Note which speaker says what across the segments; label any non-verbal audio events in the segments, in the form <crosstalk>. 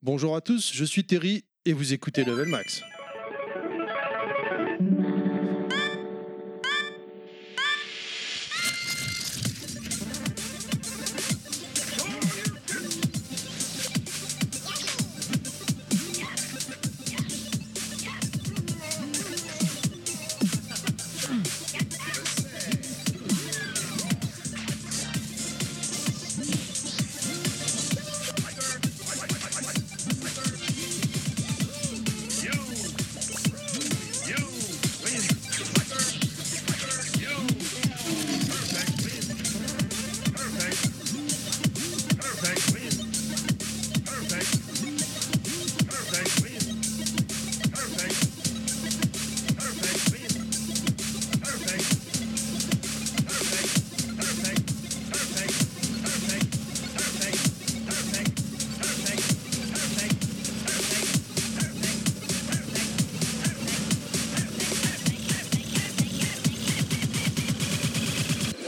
Speaker 1: Bonjour à tous, je suis Terry et vous écoutez Level Max.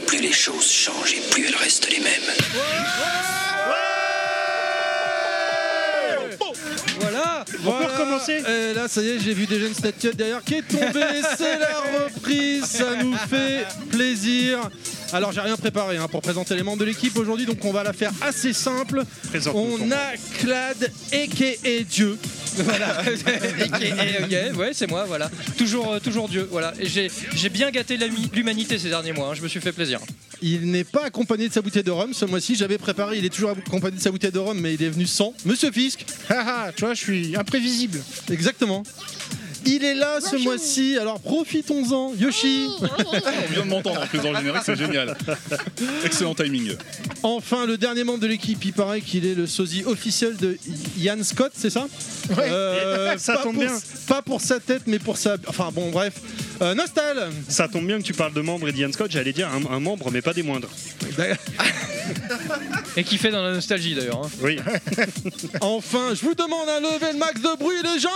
Speaker 2: Plus les choses changent et plus elles restent les mêmes.
Speaker 1: Voilà On peut recommencer Et là, ça y est, j'ai vu déjà une statuette derrière qui est tombée. C'est la reprise, ça nous fait plaisir. Alors, j'ai rien préparé hein, pour présenter les membres de l'équipe aujourd'hui, donc on va la faire assez simple.
Speaker 3: Présente-nous ton
Speaker 1: On a Clad, a.k.a. Dieu.
Speaker 4: Voilà. et, et- et- ok, ouais, c'est moi, voilà. Toujours, euh, toujours Dieu, voilà. Et J'ai j'ai bien gâté l'ami- l'humanité ces derniers mois, hein, je me suis fait plaisir.
Speaker 1: Il n'est pas accompagné de sa bouteille de rhum ce mois-ci. J'avais préparé, il est toujours accompagné de sa bouteille de rhum, mais il est venu sans. Monsieur Fisk,
Speaker 3: Ah ah, tu vois, je suis imprévisible.
Speaker 1: exactement. Il est là ce mois-ci, alors profitons-en. Yoshi,
Speaker 5: On vient de m'entendre en plus dans le générique, c'est génial. Excellent timing.
Speaker 1: enfin le dernier membre de l'équipe, il paraît qu'il est le sosie officiel de Ian Scott, c'est ça
Speaker 3: Ouais.
Speaker 1: Euh,
Speaker 3: Ça
Speaker 1: pas
Speaker 3: tombe
Speaker 1: pour-
Speaker 3: bien.
Speaker 1: Pas pour sa tête, mais pour sa. Enfin bon, bref. Euh, Nostal
Speaker 6: Ça tombe bien que tu parles de membres et d'Ian Scott, j'allais dire un, un membre, mais pas des moindres.
Speaker 4: Et qui fait dans la nostalgie d'ailleurs. hein.
Speaker 6: Oui,
Speaker 1: Enfin, je vous demande un level max de bruit, les gens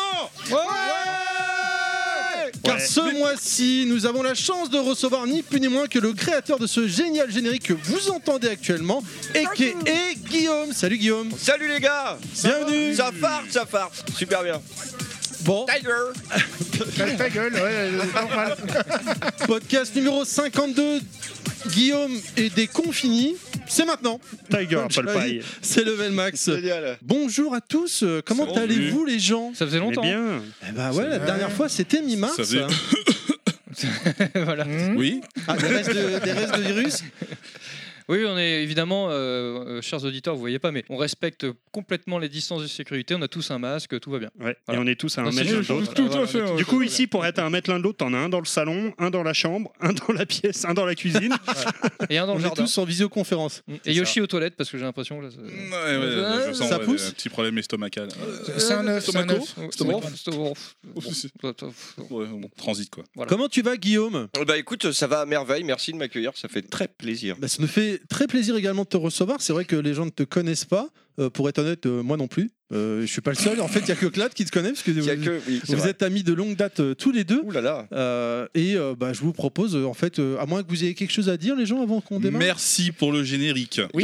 Speaker 1: Ouais Car
Speaker 6: Ouais.
Speaker 1: ce mois-ci, nous avons la chance de recevoir ni plus ni moins que le créateur de ce génial générique que vous entendez actuellement, et qui est Guillaume. Salut Guillaume
Speaker 7: Salut les gars
Speaker 1: Bienvenue
Speaker 7: Ça farte, ça farte Super bien
Speaker 1: Bon,
Speaker 7: Tiger
Speaker 3: Ta, ta gueule, ouais, euh, normal.
Speaker 1: podcast numéro 52, Guillaume et des confinis, c'est maintenant
Speaker 6: Tiger
Speaker 1: <laughs>
Speaker 6: Apple Pie.
Speaker 1: C'est level max
Speaker 7: Génial
Speaker 1: Bonjour à tous, euh, comment
Speaker 5: Salut.
Speaker 1: allez-vous les gens
Speaker 4: Ça faisait
Speaker 6: Mais
Speaker 4: longtemps.
Speaker 6: bien,
Speaker 1: Eh bah ouais, la dernière fois c'était mi-mars.
Speaker 5: Ça faisait-
Speaker 4: <laughs> voilà.
Speaker 6: Mmh.
Speaker 5: Oui,
Speaker 1: Ah, des restes de, des restes de virus
Speaker 4: Oui, on est évidemment, euh, euh, chers auditeurs, vous voyez pas, mais on respecte complètement les distances de sécurité. On a tous un masque, tout va bien.
Speaker 6: ouais.
Speaker 4: Voilà.
Speaker 6: et on est tous à un
Speaker 4: Non, c'est
Speaker 6: mètre l'un de
Speaker 4: juste-
Speaker 6: l'autre.
Speaker 4: voilà,
Speaker 3: Tout à
Speaker 4: voilà, on est
Speaker 3: fait,
Speaker 4: tous-
Speaker 3: ouais.
Speaker 6: Du coup, ici, pour être à un mètre l'un de l'autre, t'en as un dans le salon, un dans la chambre, un dans la pièce, un dans la cuisine.
Speaker 4: Et un dans
Speaker 1: On
Speaker 4: le
Speaker 1: est
Speaker 4: jardin. Mmh.
Speaker 1: tous en visioconférence.
Speaker 4: Et Yoshi aux toilettes parce que j'ai l'impression que là.
Speaker 5: Ouais,
Speaker 4: c'est-
Speaker 5: ouais, je sens,
Speaker 1: Ça
Speaker 5: ouais,
Speaker 1: pousse
Speaker 5: Un petit problème estomacal.
Speaker 3: C'est un œuf, c'est un
Speaker 5: Stomaco
Speaker 3: œuf.
Speaker 5: Ouais, bon, transit quoi.
Speaker 4: Voilà.
Speaker 1: Comment tu vas, Guillaume
Speaker 7: Bah écoute, ça va à merveille, merci de m'accueillir, ça fait très plaisir.
Speaker 1: bah, Ça me fait très plaisir également de te recevoir. C'est vrai que les gens ne te connaissent pas. Euh, pour être honnête, euh, moi non plus. Euh, je suis pas le seul. En fait, il y a que Clad qui te connaît parce que
Speaker 7: Il y a
Speaker 1: vous,
Speaker 7: que... Oui, c'est
Speaker 1: vous
Speaker 7: vrai.
Speaker 1: êtes amis de longue date euh, tous les deux.
Speaker 7: Ouh là là
Speaker 1: Euh, et euh, bah, je vous propose, euh, en fait, euh, à moins que vous ayez quelque chose à dire, les gens, avant qu'on démarre.
Speaker 5: Merci pour le générique.
Speaker 6: Oui,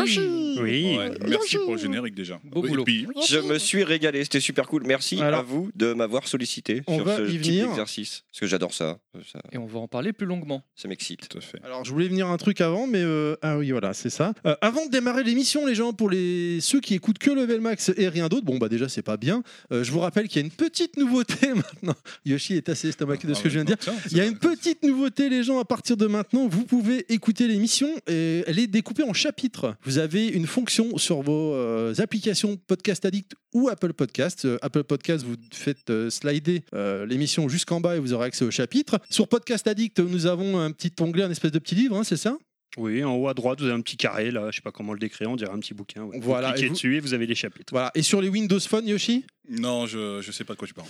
Speaker 5: Ouais, merci pour le générique déjà.
Speaker 4: Beau
Speaker 5: Et
Speaker 4: boulot.
Speaker 5: puis,
Speaker 7: Je me suis régalé, c'était super cool. Merci
Speaker 1: Alors-
Speaker 7: à vous de m'avoir sollicité
Speaker 1: On
Speaker 7: sur
Speaker 1: va
Speaker 7: ce
Speaker 1: y
Speaker 7: petit
Speaker 1: venir.
Speaker 7: exercice. Parce que j'adore ça. ça,
Speaker 4: Et on va en parler plus longuement.
Speaker 7: ça m'excite.
Speaker 5: tout à fait.
Speaker 1: Alors, je voulais venir un truc avant, mais euh, ah oui, voilà, c'est ça. Euh, avant de démarrer l'émission, les gens, pour les ceux qui écoutent que Level Max et rien d'autre, bon bah déjà c'est pas bien. Euh, je vous rappelle qu'il y a une petite nouveauté <laughs> maintenant. Yoshi est assez estomaqué de ce que je viens de dire.
Speaker 5: Tiens, c'est-
Speaker 1: Il y a une petite nouveauté, les gens. À partir de maintenant, vous pouvez écouter l'émission. et Elle est découpée en chapitres. Vous avez une fonction sur vos euh, applications Podcast Addict ou Apple Podcast. Euh, Apple Podcast, vous faites euh, slider euh, l'émission jusqu'en bas et vous aurez accès au chapitre. Sur Podcast Addict, nous avons un petit onglet, un espèce de petit livre, hein, c'est ça
Speaker 6: oui, en haut à droite, vous avez un petit carré, là, je sais pas comment le décrire, on dirait un petit bouquin. ouais.
Speaker 1: Voilà,
Speaker 6: vous
Speaker 1: et
Speaker 6: cliquez
Speaker 1: vous-
Speaker 6: dessus et vous avez les chapitres.
Speaker 1: Voilà. Et sur les Windows Phone, Yoshi
Speaker 5: Non, je, je sais pas de quoi tu parles.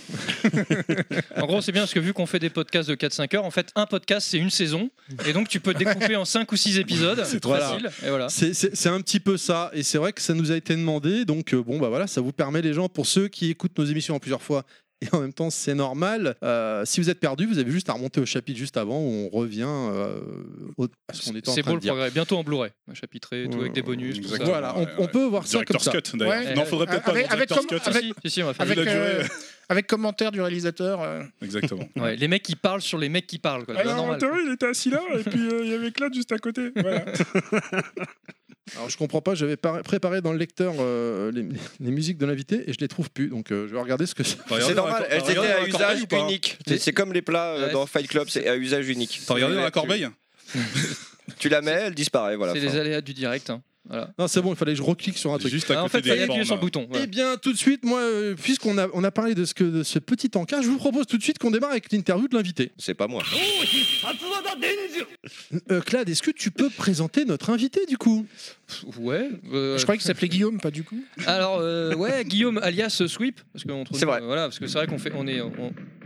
Speaker 4: En gros, c'est bien parce que vu qu'on fait des podcasts de 4-5 heures, en fait, un podcast, c'est une saison. Et donc, tu peux découper en 5 ou 6 épisodes. C'est
Speaker 1: trop
Speaker 4: facile. Et voilà.
Speaker 1: Hein C'est- C'est c'est un petit peu ça, et c'est vrai que ça nous a été demandé, donc euh, bon bah voilà, ça vous permet les gens, pour ceux qui écoutent nos émissions en plusieurs fois <laughs> et en même temps c'est normal. Euh, si vous êtes perdu, vous avez juste à remonter au chapitre juste avant où on revient euh, au- à ce qu'on était en
Speaker 4: C'est
Speaker 1: train
Speaker 4: beau
Speaker 1: de
Speaker 4: le
Speaker 1: dire.
Speaker 4: progrès. Bientôt en Blu-ray, chapitré, et tout avec des bonus, tout ça.
Speaker 5: Exactement.
Speaker 1: Voilà, on,
Speaker 5: Ouais,
Speaker 1: on
Speaker 5: ouais.
Speaker 1: peut voir ça comme
Speaker 5: Director's
Speaker 1: ça.
Speaker 5: Cut, d'ailleurs.
Speaker 3: Ouais.
Speaker 5: Non, faudrait peut-être pas.
Speaker 3: Avec-
Speaker 5: dans
Speaker 3: avec
Speaker 5: Director's
Speaker 3: comme-
Speaker 5: Cut.
Speaker 3: avec-
Speaker 4: Si, si, si, on va faire.
Speaker 3: Avec,
Speaker 5: la durée.
Speaker 3: euh, avec commentaire du réalisateur. euh,
Speaker 5: Exactement.
Speaker 4: Ouais, les mecs qui parlent sur les mecs qui parlent.
Speaker 3: Ah,
Speaker 4: Quoi. C'est pas normal.
Speaker 5: il était assis là, et puis
Speaker 3: euh,
Speaker 5: il y avait Claude juste à côté.
Speaker 1: Alors je comprends pas, j'avais par- préparé dans le lecteur euh, les, les musiques de l'invité et je les trouve plus, donc euh, je vais regarder ce que c'est.
Speaker 7: C'est normal, elles étaient à usage unique. C'est- C'est comme les plats euh,
Speaker 4: Ouais.
Speaker 7: dans Fight Club, c'est à usage unique.
Speaker 5: T'as regardé dans la corbeille
Speaker 7: Tu la mets, elle disparaît, voilà.
Speaker 4: C'est les aléas du direct. hein. Voilà.
Speaker 1: <laughs> Non, c'est bon, il fallait que je reclique sur un truc.
Speaker 5: Juste à
Speaker 4: Ah,
Speaker 5: côté
Speaker 4: en fait,
Speaker 5: des
Speaker 4: il fallait appuyer
Speaker 5: bornes.
Speaker 4: sur le bouton.
Speaker 1: Eh
Speaker 4: voilà.
Speaker 1: bien, tout de suite, moi, euh, puisqu'on a, on a parlé de ce, que, de ce petit encart, je vous propose tout de suite qu'on démarre avec l'interview de l'invité.
Speaker 7: C'est pas moi.
Speaker 1: Euh, Claude, est-ce que tu peux présenter notre invité du coup
Speaker 4: Ouais. euh,
Speaker 3: Je croyais qu'il s'appelait Guillaume, pas du coup.
Speaker 4: Alors euh, ouais, Guillaume alias euh, Sweep, parce qu'on trouve.
Speaker 7: C'est vrai.
Speaker 4: euh, voilà, parce que c'est vrai qu'on fait, on est, on,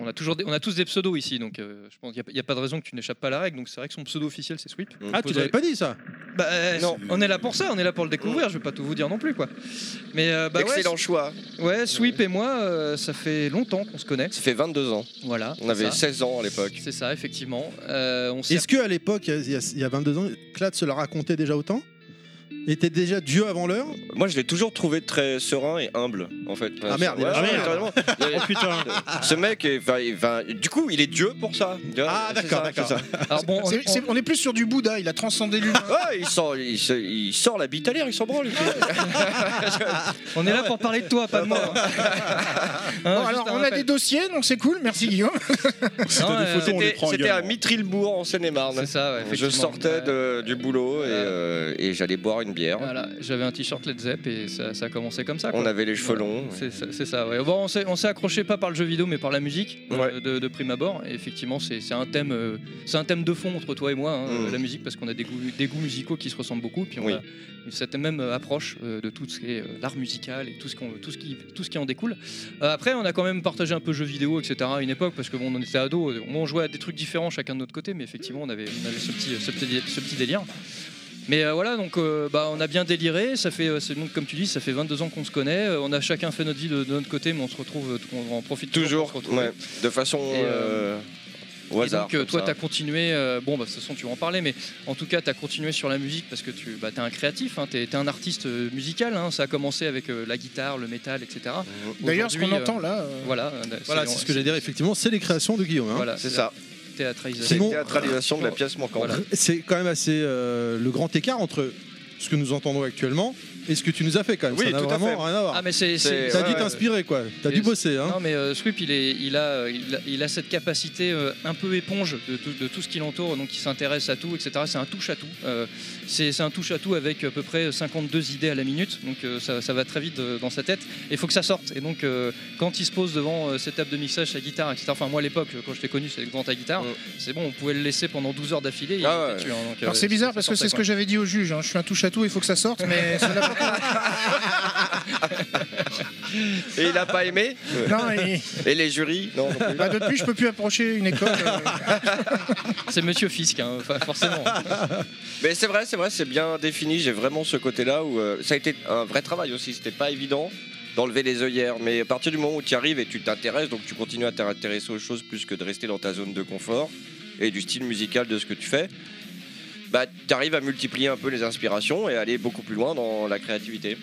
Speaker 4: on a toujours, des- on a tous des pseudos ici, donc euh, je pense qu'il n'y a, pas de raison que tu n'échappes pas à la règle. Donc c'est vrai que son pseudo officiel c'est Sweep.
Speaker 1: Ah, tu
Speaker 4: Vous
Speaker 1: l'avais
Speaker 4: avez-
Speaker 1: pas dit ça
Speaker 4: Bah euh,
Speaker 7: Non.
Speaker 4: on est là pour ça, on est là pour le découvrir. Je vais pas tout vous dire non plus quoi. Mais euh, bah ouais,
Speaker 7: Excellent choix.
Speaker 4: Ouais, Sweep et moi, euh, ça fait longtemps qu'on se connaît.
Speaker 7: Ça fait 22 ans.
Speaker 4: Voilà.
Speaker 7: On avait
Speaker 4: ça.
Speaker 7: 16 ans à l'époque.
Speaker 4: C'est ça, effectivement. Euh, on s'est
Speaker 1: Est-ce qu'à l'époque, il y, a- il y a 22 ans, Claude se la racontait déjà autant Était déjà Dieu avant l'heure
Speaker 7: Moi, je l'ai toujours trouvé très serein et humble, en fait.
Speaker 1: Ah, merde, il
Speaker 7: Ouais,
Speaker 1: a-
Speaker 7: ouais,
Speaker 1: ah, merde.
Speaker 7: carrément. Il y a-
Speaker 6: Oh putain.
Speaker 7: Ce mec, est- enfin, il- enfin, du coup, il est Dieu pour ça. Tu vois,
Speaker 1: Ah,
Speaker 7: c'est
Speaker 1: d'accord,
Speaker 7: ça,
Speaker 1: d'accord.
Speaker 7: c'est ça.
Speaker 4: Alors bon, on-
Speaker 3: C'est-
Speaker 4: on-
Speaker 3: c'est- on est plus sur du Bouddha, il a transcendé l'humain.
Speaker 7: Ah, il sort, il, se- il sort la bite à l'air, il s'en branle.
Speaker 4: on est là pour parler de toi, pas de
Speaker 3: <laughs>
Speaker 4: moi. Hein,
Speaker 3: Ah Bon,
Speaker 4: juste
Speaker 3: alors,
Speaker 4: un
Speaker 3: on a
Speaker 4: rappel.
Speaker 3: des dossiers, donc c'est cool,
Speaker 5: <laughs>
Speaker 3: merci Guillaume.
Speaker 5: Si t'as
Speaker 4: Non,
Speaker 5: des
Speaker 4: euh,
Speaker 5: photos, on les
Speaker 7: C'était
Speaker 5: prend
Speaker 7: c'était à
Speaker 5: également.
Speaker 7: Mitry-le-Bourg en Seine-et-Marne.
Speaker 4: C'est ça, ouais,
Speaker 7: Je
Speaker 4: effectivement.
Speaker 7: sortais de- du boulot et,
Speaker 4: Voilà.
Speaker 7: euh, et j'allais boire une bière.
Speaker 4: Voilà, j'avais un t-shirt Led Zepp et ça, ça a commencé comme ça. quoi.
Speaker 7: On avait les cheveux longs.
Speaker 4: C'est ça, c'est ça, ouais. Bon, on s'est- on s'est accroché pas par le jeu vidéo, mais par la musique euh,
Speaker 7: Ouais.
Speaker 4: de, de prime abord. Et effectivement, c'est c'est un thème, euh, c'est un thème de fond entre toi et moi, hein,
Speaker 7: Mm.
Speaker 4: euh, la musique, parce qu'on a des goûts, des goûts musicaux qui se ressemblent beaucoup. Puis on
Speaker 7: Oui.
Speaker 4: a cette même euh, approche euh, de tout ce qui est euh, l'art musical et tout ce, qu'on- tout ce qui, tout ce qui en découle. Euh, après, on a quand même partagé un peu jeux vidéo, etc. à une époque, parce que bon, on était ados, on jouait à des trucs différents chacun de notre côté, mais effectivement, on avait, on avait ce petit, ce petit- ce petit délire. Mais euh, voilà, donc euh, bah, on a bien déliré. Ça fait, euh, c'est- donc, comme tu dis, ça fait 22 ans qu'on se connaît. euh, on a chacun fait notre vie de, de notre côté, mais on se retrouve, euh, on en profite toujours.
Speaker 7: Toujours,
Speaker 4: pour se retrouver.
Speaker 7: ouais, de façon
Speaker 4: Et, euh,
Speaker 7: euh, au
Speaker 4: Et
Speaker 7: hasard.
Speaker 4: donc, euh,
Speaker 7: comme
Speaker 4: toi,
Speaker 7: ça.
Speaker 4: tu as continué. euh, bon, bah, de toute façon, tu vas en parler, mais en tout cas, tu as continué sur la musique parce que tu bah, es un créatif, tu es, un artiste euh, musical. hein, ça a commencé avec euh, la guitare, le métal, etc.
Speaker 3: D'ailleurs, ce qu'on
Speaker 4: Aujourd'hui, euh,
Speaker 3: entend là. euh,
Speaker 4: Voilà, euh,
Speaker 1: Voilà, c'est ce que j'allais dire, effectivement, c'est les créations de Guillaume. hein.
Speaker 4: Voilà,
Speaker 7: C'est ça.
Speaker 4: la Théâtralisation.
Speaker 7: C'est
Speaker 1: Sinon-
Speaker 7: la théâtralisation de la pièce manquante.
Speaker 4: Voilà.
Speaker 1: C'est quand même assez euh, le grand écart entre ce que nous entendons actuellement et ce que tu nous as fait quand même.
Speaker 7: Oui,
Speaker 1: ça n'a
Speaker 7: tout à
Speaker 1: vraiment
Speaker 7: fait.
Speaker 1: rien à voir.
Speaker 4: Ah, mais c'est.
Speaker 7: C'est-
Speaker 4: c'est-
Speaker 1: T'as
Speaker 7: ouais,
Speaker 1: dû
Speaker 7: ouais.
Speaker 1: t'inspirer quoi, t'as
Speaker 4: Et
Speaker 1: dû
Speaker 4: c'est-
Speaker 1: bosser hein.
Speaker 4: Non mais euh, Sweep il, est, il, a, euh, il, a, il a cette capacité euh, un peu éponge de tout, de tout ce qui l'entoure, donc il s'intéresse à tout, etc. C'est un touche à tout. c'est c'est un touche à tout avec à peu près 52 idées à la minute, donc euh, ça, ça va très vite euh, dans sa tête. Et il faut que ça sorte. Et donc euh, quand il se pose devant euh, cette table de mixage, sa guitare, etc. Enfin moi à l'époque quand je t'ai connu c'est devant ta guitare,
Speaker 7: Ouais.
Speaker 4: c'est bon on pouvait le laisser pendant 12 heures d'affilée. et il
Speaker 7: Ah ouais.
Speaker 4: était dessus, hein, donc, euh,
Speaker 3: Alors c'est bizarre parce que
Speaker 4: sortait,
Speaker 3: c'est ce
Speaker 4: quoi.
Speaker 3: que j'avais dit au juge. hein. Je suis un touche à tout, il faut que ça sorte, mais ça n'a pas-
Speaker 7: Et il a pas aimé
Speaker 3: non, et-
Speaker 7: Et les jurys Non, non plus.
Speaker 3: bah, depuis je peux plus approcher une école. euh.
Speaker 4: c'est Monsieur Fisk, hein, <laughs> enfin, forcément.
Speaker 7: Mais c'est vrai, c'est vrai, c'est bien défini. J'ai vraiment ce côté-là où euh, ça a été un vrai travail aussi. C'était pas évident d'enlever les œillères, mais à partir du moment où tu y arrives et tu t'intéresses, donc tu continues à t'intéresser aux choses plus que de rester dans ta zone de confort et du style musical de ce que tu fais. Bah, tu arrives à multiplier un peu les inspirations et à aller beaucoup plus loin dans la créativité.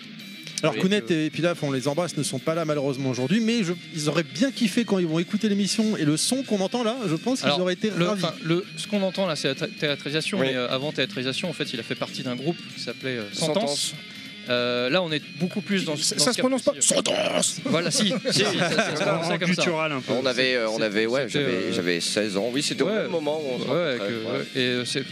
Speaker 1: Alors
Speaker 4: Oui,
Speaker 1: Kounet et Pilaf, on les embrasse, ne sont pas là malheureusement aujourd'hui, mais je- ils auraient bien kiffé quand ils vont écouter l'émission et le son qu'on entend là, je pense qu'ils
Speaker 4: Alors,
Speaker 1: auraient été
Speaker 4: Le,
Speaker 1: ravis.
Speaker 4: enfin, le- ce qu'on entend là, c'est la thé- théâtralisation.
Speaker 7: Oui.
Speaker 4: Mais euh, avant théâtralisation, en fait, il a fait partie d'un groupe qui s'appelait euh, Sentence.
Speaker 7: Sentence.
Speaker 4: Euh, là, on est beaucoup plus dans.
Speaker 3: ça
Speaker 4: dans
Speaker 3: ça
Speaker 4: ce
Speaker 3: se prononce pas.
Speaker 4: cas précis.
Speaker 3: Sentence.
Speaker 4: Voilà, si. si, si, ça-
Speaker 6: <laughs>
Speaker 4: ça se
Speaker 6: En
Speaker 4: prononçait comme ça.
Speaker 6: guttural un
Speaker 7: <laughs>
Speaker 6: peu.
Speaker 7: On avait, euh, on
Speaker 4: c'est-
Speaker 7: avait, ouais,
Speaker 4: c'était,
Speaker 7: j'avais,
Speaker 4: euh,
Speaker 7: j'avais 16 ans. Oui, c'était au
Speaker 4: ouais.
Speaker 7: même moment où on se
Speaker 4: Ouais, avec,
Speaker 7: rencontrait,
Speaker 4: euh,
Speaker 7: ouais.
Speaker 4: ouais. et euh, c'est.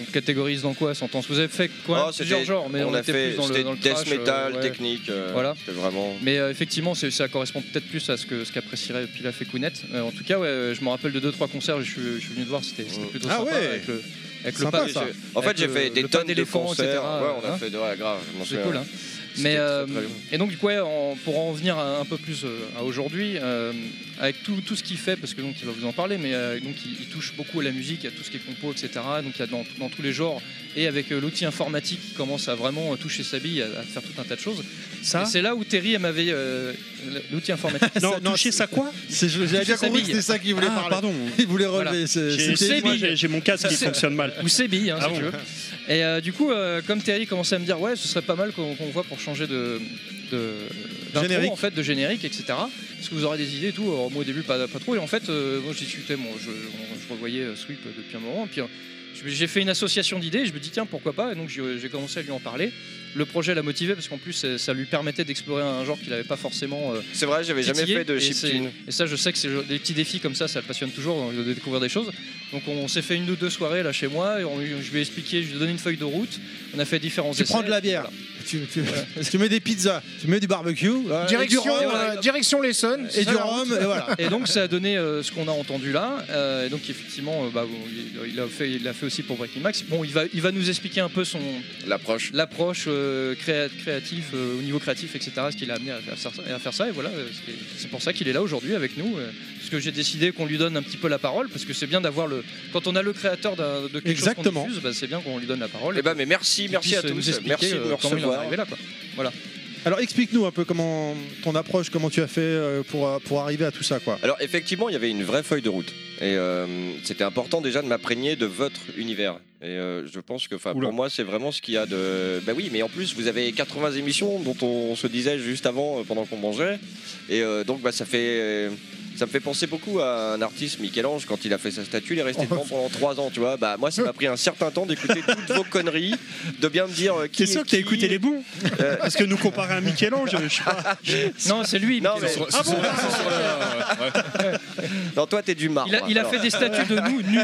Speaker 4: On catégorise dans quoi Sentence Vous avez fait quoi
Speaker 7: Oh, c'était-
Speaker 4: Plusieurs genres, mais on,
Speaker 7: a
Speaker 4: était
Speaker 7: fait
Speaker 4: plus dans le,
Speaker 7: c'était
Speaker 4: dans le
Speaker 7: death
Speaker 4: thrash, euh,
Speaker 7: metal,
Speaker 4: ouais.
Speaker 7: technique. euh,
Speaker 4: Voilà.
Speaker 7: C'était vraiment.
Speaker 4: Mais euh, effectivement, c'est- ça correspond peut-être plus à ce que ce qu'apprécierait Pilaf et Kounet. Euh, en tout cas, ouais, euh, je me rappelle de deux trois concerts. Je suis, je suis venu te voir, c'était c'était
Speaker 7: Ouais.
Speaker 4: plutôt
Speaker 1: Ah
Speaker 4: sympa
Speaker 1: ouais.
Speaker 4: avec le, avec le
Speaker 1: Sympa,
Speaker 4: pas-
Speaker 1: ça.
Speaker 7: En fait,
Speaker 4: Avec
Speaker 7: j'ai
Speaker 4: le-
Speaker 7: fait des
Speaker 4: le pas
Speaker 7: tonnes de
Speaker 4: d'éléphant,
Speaker 7: concerts.
Speaker 4: etc.,
Speaker 7: Ouais, on a
Speaker 4: hein.
Speaker 7: fait de ouais, grave. je m'en
Speaker 4: C'est
Speaker 7: souviens.
Speaker 4: cool. Hein.
Speaker 7: C'était
Speaker 4: Mais euh,
Speaker 7: très, très bien.
Speaker 4: et donc du coup, ouais, en- pour en venir un, un peu plus euh, à aujourd'hui, euh, avec tout, tout ce qu'il fait, parce que donc il va vous en parler, mais euh, donc il, il touche beaucoup à la musique, à tout ce qui est compo, etc. Donc il y a dans, dans tous les genres, et avec euh, l'outil informatique qui commence à vraiment euh, toucher sa bille, à, à faire tout un tas de choses.
Speaker 6: Ça
Speaker 4: Et c'est là où Terry elle m'avait euh, l'outil informatique.
Speaker 6: <laughs> Non,
Speaker 1: ça- non,
Speaker 6: toucher
Speaker 1: c'est-
Speaker 6: ça quoi
Speaker 1: C'est- je- J'avais bien
Speaker 4: sa
Speaker 1: compris que
Speaker 4: bille.
Speaker 1: c'était ça qu'il voulait
Speaker 6: Ah,
Speaker 1: parler.
Speaker 6: pardon.
Speaker 1: <laughs> Il voulait
Speaker 4: Voilà.
Speaker 1: relever. c'est-
Speaker 6: J'ai-
Speaker 1: c'était-
Speaker 6: moi, J'ai j'ai mon casque qui
Speaker 4: C'est-
Speaker 6: fonctionne mal.
Speaker 4: ou ses billes, hein,
Speaker 6: Ah
Speaker 4: si tu
Speaker 6: bon
Speaker 4: veux. Et euh, du coup, euh, comme Terry commençait à me dire, ouais, ce serait pas mal qu'on qu'on voit pour changer de, de d'intro,
Speaker 1: Générique.
Speaker 4: en fait, de générique, etc. Parce que vous aurez des idées et tout. Alors, moi, au début, pas, pas trop. Et en fait, euh, moi, je discutais, moi, je, on- je revoyais euh, Sweep depuis un moment. Et puis, euh, je- j'ai fait une association d'idées. Je me dis, tiens, pourquoi pas Et donc, j'ai j'ai commencé à lui en parler. Le projet l'a motivé parce qu'en plus, ça- ça lui permettait d'explorer un genre qu'il n'avait pas forcément. euh,
Speaker 7: C'est vrai, j'avais jamais
Speaker 4: titillé,
Speaker 7: fait de
Speaker 4: et c'est-
Speaker 7: chiptune.
Speaker 4: Et ça, je sais que c'est des petits défis comme ça, ça le passionne toujours donc, de découvrir des choses. Donc on s'est fait une ou deux soirées là chez moi. et on- je lui ai expliqué, je lui ai donné une feuille de route. On a fait différents.
Speaker 1: Tu
Speaker 4: essais,
Speaker 1: prends de la bière, tu, tu- tu mets des pizzas, tu mets du barbecue, voilà, et du
Speaker 3: Direction,
Speaker 1: rhum,
Speaker 3: euh, direction l'Essonne.
Speaker 1: et du rhum, et voilà.
Speaker 4: Et donc ça a donné euh, ce qu'on a entendu là. Euh, et donc effectivement, euh, bah, il, il a fait, il l'a fait aussi pour Breaking Max. Bon, il va, il va nous expliquer un peu son
Speaker 7: L'approche.
Speaker 4: l'approche euh, créa- créatif, euh, au niveau créatif, etc. Ce qui l'a amené à, faire ça- à faire ça. Et voilà, euh, c'est- c'est pour ça qu'il est là aujourd'hui avec nous. euh, parce que j'ai décidé qu'on lui donne un petit peu la parole, parce que c'est bien d'avoir le. Quand on a le créateur d'un- de quelque chose
Speaker 1: Exactement.
Speaker 4: qu'on diffuse, bah, c'est bien qu'on lui donne la parole.
Speaker 7: Eh ben, mais merci,
Speaker 4: qu'il
Speaker 7: merci à
Speaker 4: puisse nous
Speaker 7: tous.
Speaker 4: expliquer,
Speaker 7: Merci de
Speaker 4: euh,
Speaker 7: me
Speaker 4: comment il en est
Speaker 7: recevoir.
Speaker 4: arrivé là, quoi.
Speaker 1: Alors explique-nous un peu comment ton approche, comment tu as fait euh, pour, euh, pour arriver à tout ça quoi.
Speaker 7: Alors effectivement, il y avait une vraie feuille de route. Et euh, c'était important déjà de m'imprégner de votre univers. Et euh, je pense que enfin,
Speaker 6: Oula.
Speaker 7: pour moi, c'est vraiment ce qu'il y a de... Bah oui, mais en plus, vous avez 80 émissions dont on se disait juste avant, euh, pendant qu'on mangeait. Et euh, donc, bah, ça fait... Ça me fait penser beaucoup à un artiste, Michel-Ange, quand il a fait sa statue, il est
Speaker 6: <laughs>
Speaker 7: resté devant pendant 3 ans, tu vois. Bah, moi, ça m'a pris un certain temps d'écouter toutes vos conneries, de bien me dire euh, qui
Speaker 6: T'es sûr
Speaker 7: est
Speaker 6: que t'as
Speaker 7: qui.
Speaker 6: écouté les bons
Speaker 7: Euh,
Speaker 6: Parce que nous comparer à Michel-Ange, je sais pas.
Speaker 4: Non, c'est
Speaker 7: <laughs>
Speaker 4: lui.
Speaker 7: Non,
Speaker 4: Mickey.
Speaker 7: mais-
Speaker 5: Sur- sur- sur- sur la- ouais.
Speaker 7: Non, toi, t'es du marbre.
Speaker 4: Il a, il a
Speaker 7: Alors.
Speaker 4: fait des statues de nous nus.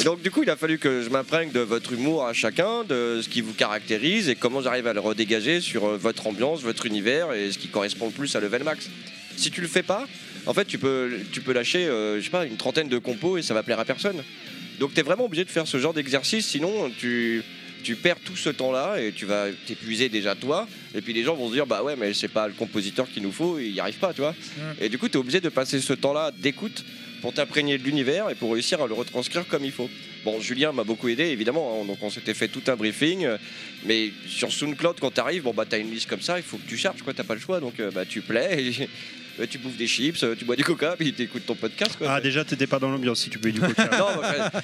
Speaker 7: Et donc du coup, il a fallu que je m'imprègne de votre humour à chacun, de ce qui vous caractérise et comment j'arrive à le redégager sur euh, votre ambiance, votre univers et ce qui correspond le plus à Level Max. Si tu le fais pas, en fait, tu peux, tu peux lâcher, euh, je sais pas, une trentaine de compos et ça va plaire à personne. Donc t'es vraiment obligé de faire ce genre d'exercice, sinon tu tu perds tout ce temps-là et tu vas t'épuiser déjà toi. Et puis les gens vont se dire bah ouais mais c'est pas le compositeur qu'il nous faut, il n'y arrive pas, tu vois. Et du coup t'es obligé de passer ce temps-là d'écoute pour t'imprégner de l'univers et pour réussir à le retranscrire comme il faut. Bon Julien m'a beaucoup aidé évidemment, hein, donc on s'était fait tout un briefing. euh, Mais sur SoundCloud quand t'arrives, bon bah t'as une liste comme ça, il faut que tu charges quoi, t'as pas le choix, donc euh, bah tu plais. <laughs> et- euh, Tu bouffes des chips, euh, tu bois du coca, puis t'écoutes ton podcast. Quoi.
Speaker 6: Ah, déjà, t'étais pas dans l'ambiance si tu peux du coup.
Speaker 7: <laughs> Non, mais après,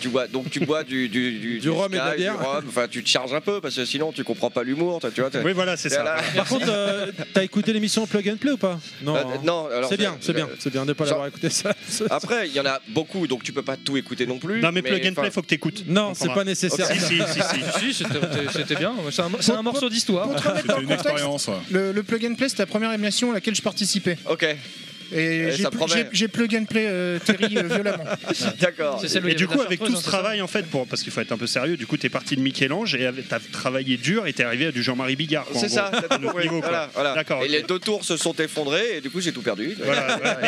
Speaker 7: tu bois, donc tu bois du, du, du,
Speaker 1: Du rhum et de la
Speaker 7: Sky,
Speaker 1: bière.
Speaker 7: du rhum. Enfin, tu te charges un peu parce que sinon tu comprends pas l'humour. t'as- Tu vois, t'as-
Speaker 6: Oui, voilà, c'est ça.
Speaker 7: Voilà.
Speaker 1: Par contre, euh, t'as écouté l'émission Plug and Play ou pas Non.
Speaker 7: Euh,
Speaker 1: hein.
Speaker 7: non, alors
Speaker 1: c'est bien,
Speaker 7: euh,
Speaker 1: c'est bien,
Speaker 7: euh,
Speaker 1: c'est bien de pas
Speaker 7: ça-
Speaker 1: l'avoir écouté ça.
Speaker 7: Après, il y en a beaucoup, donc tu peux pas tout écouter non plus.
Speaker 6: Non, mais plug and
Speaker 7: enfin,
Speaker 6: play, faut
Speaker 1: <laughs>
Speaker 6: que t'écoutes.
Speaker 1: Non, c'est pas nécessaire.
Speaker 6: Si, si, si, si.
Speaker 4: Si, c'était c'était bien. C'est un, c'est un morceau d'histoire.
Speaker 5: C'était une expérience. ouais.
Speaker 3: Le, le plug and play, c'était la première émission à laquelle je participais.
Speaker 7: Ok,
Speaker 3: Et
Speaker 7: Eh,
Speaker 3: j'ai
Speaker 7: ça
Speaker 3: pl-
Speaker 7: promet.
Speaker 3: j'ai- j'ai plug and play euh, Terry euh, violemment.
Speaker 7: <laughs> d'accord.
Speaker 4: C'est celle où il y avait
Speaker 6: Et du
Speaker 4: de
Speaker 6: coup,
Speaker 4: la
Speaker 6: avec
Speaker 4: chartreuse,
Speaker 6: tout ce
Speaker 4: hein, c'est ça
Speaker 6: travail, en fait, pour, parce qu'il faut être un peu sérieux, du coup, t'es parti de Michel-Ange et avec- t'as travaillé dur et t'es arrivé à du Jean-Marie Bigard. quoi, en
Speaker 7: C'est
Speaker 6: gros.
Speaker 7: ça, t'as
Speaker 6: À notre
Speaker 7: compris,
Speaker 6: niveau, quoi.
Speaker 7: voilà, voilà.
Speaker 6: D'accord,
Speaker 7: Et
Speaker 6: ok.
Speaker 7: les deux tours se sont effondrés et du coup j'ai tout perdu.
Speaker 6: Voilà, voilà.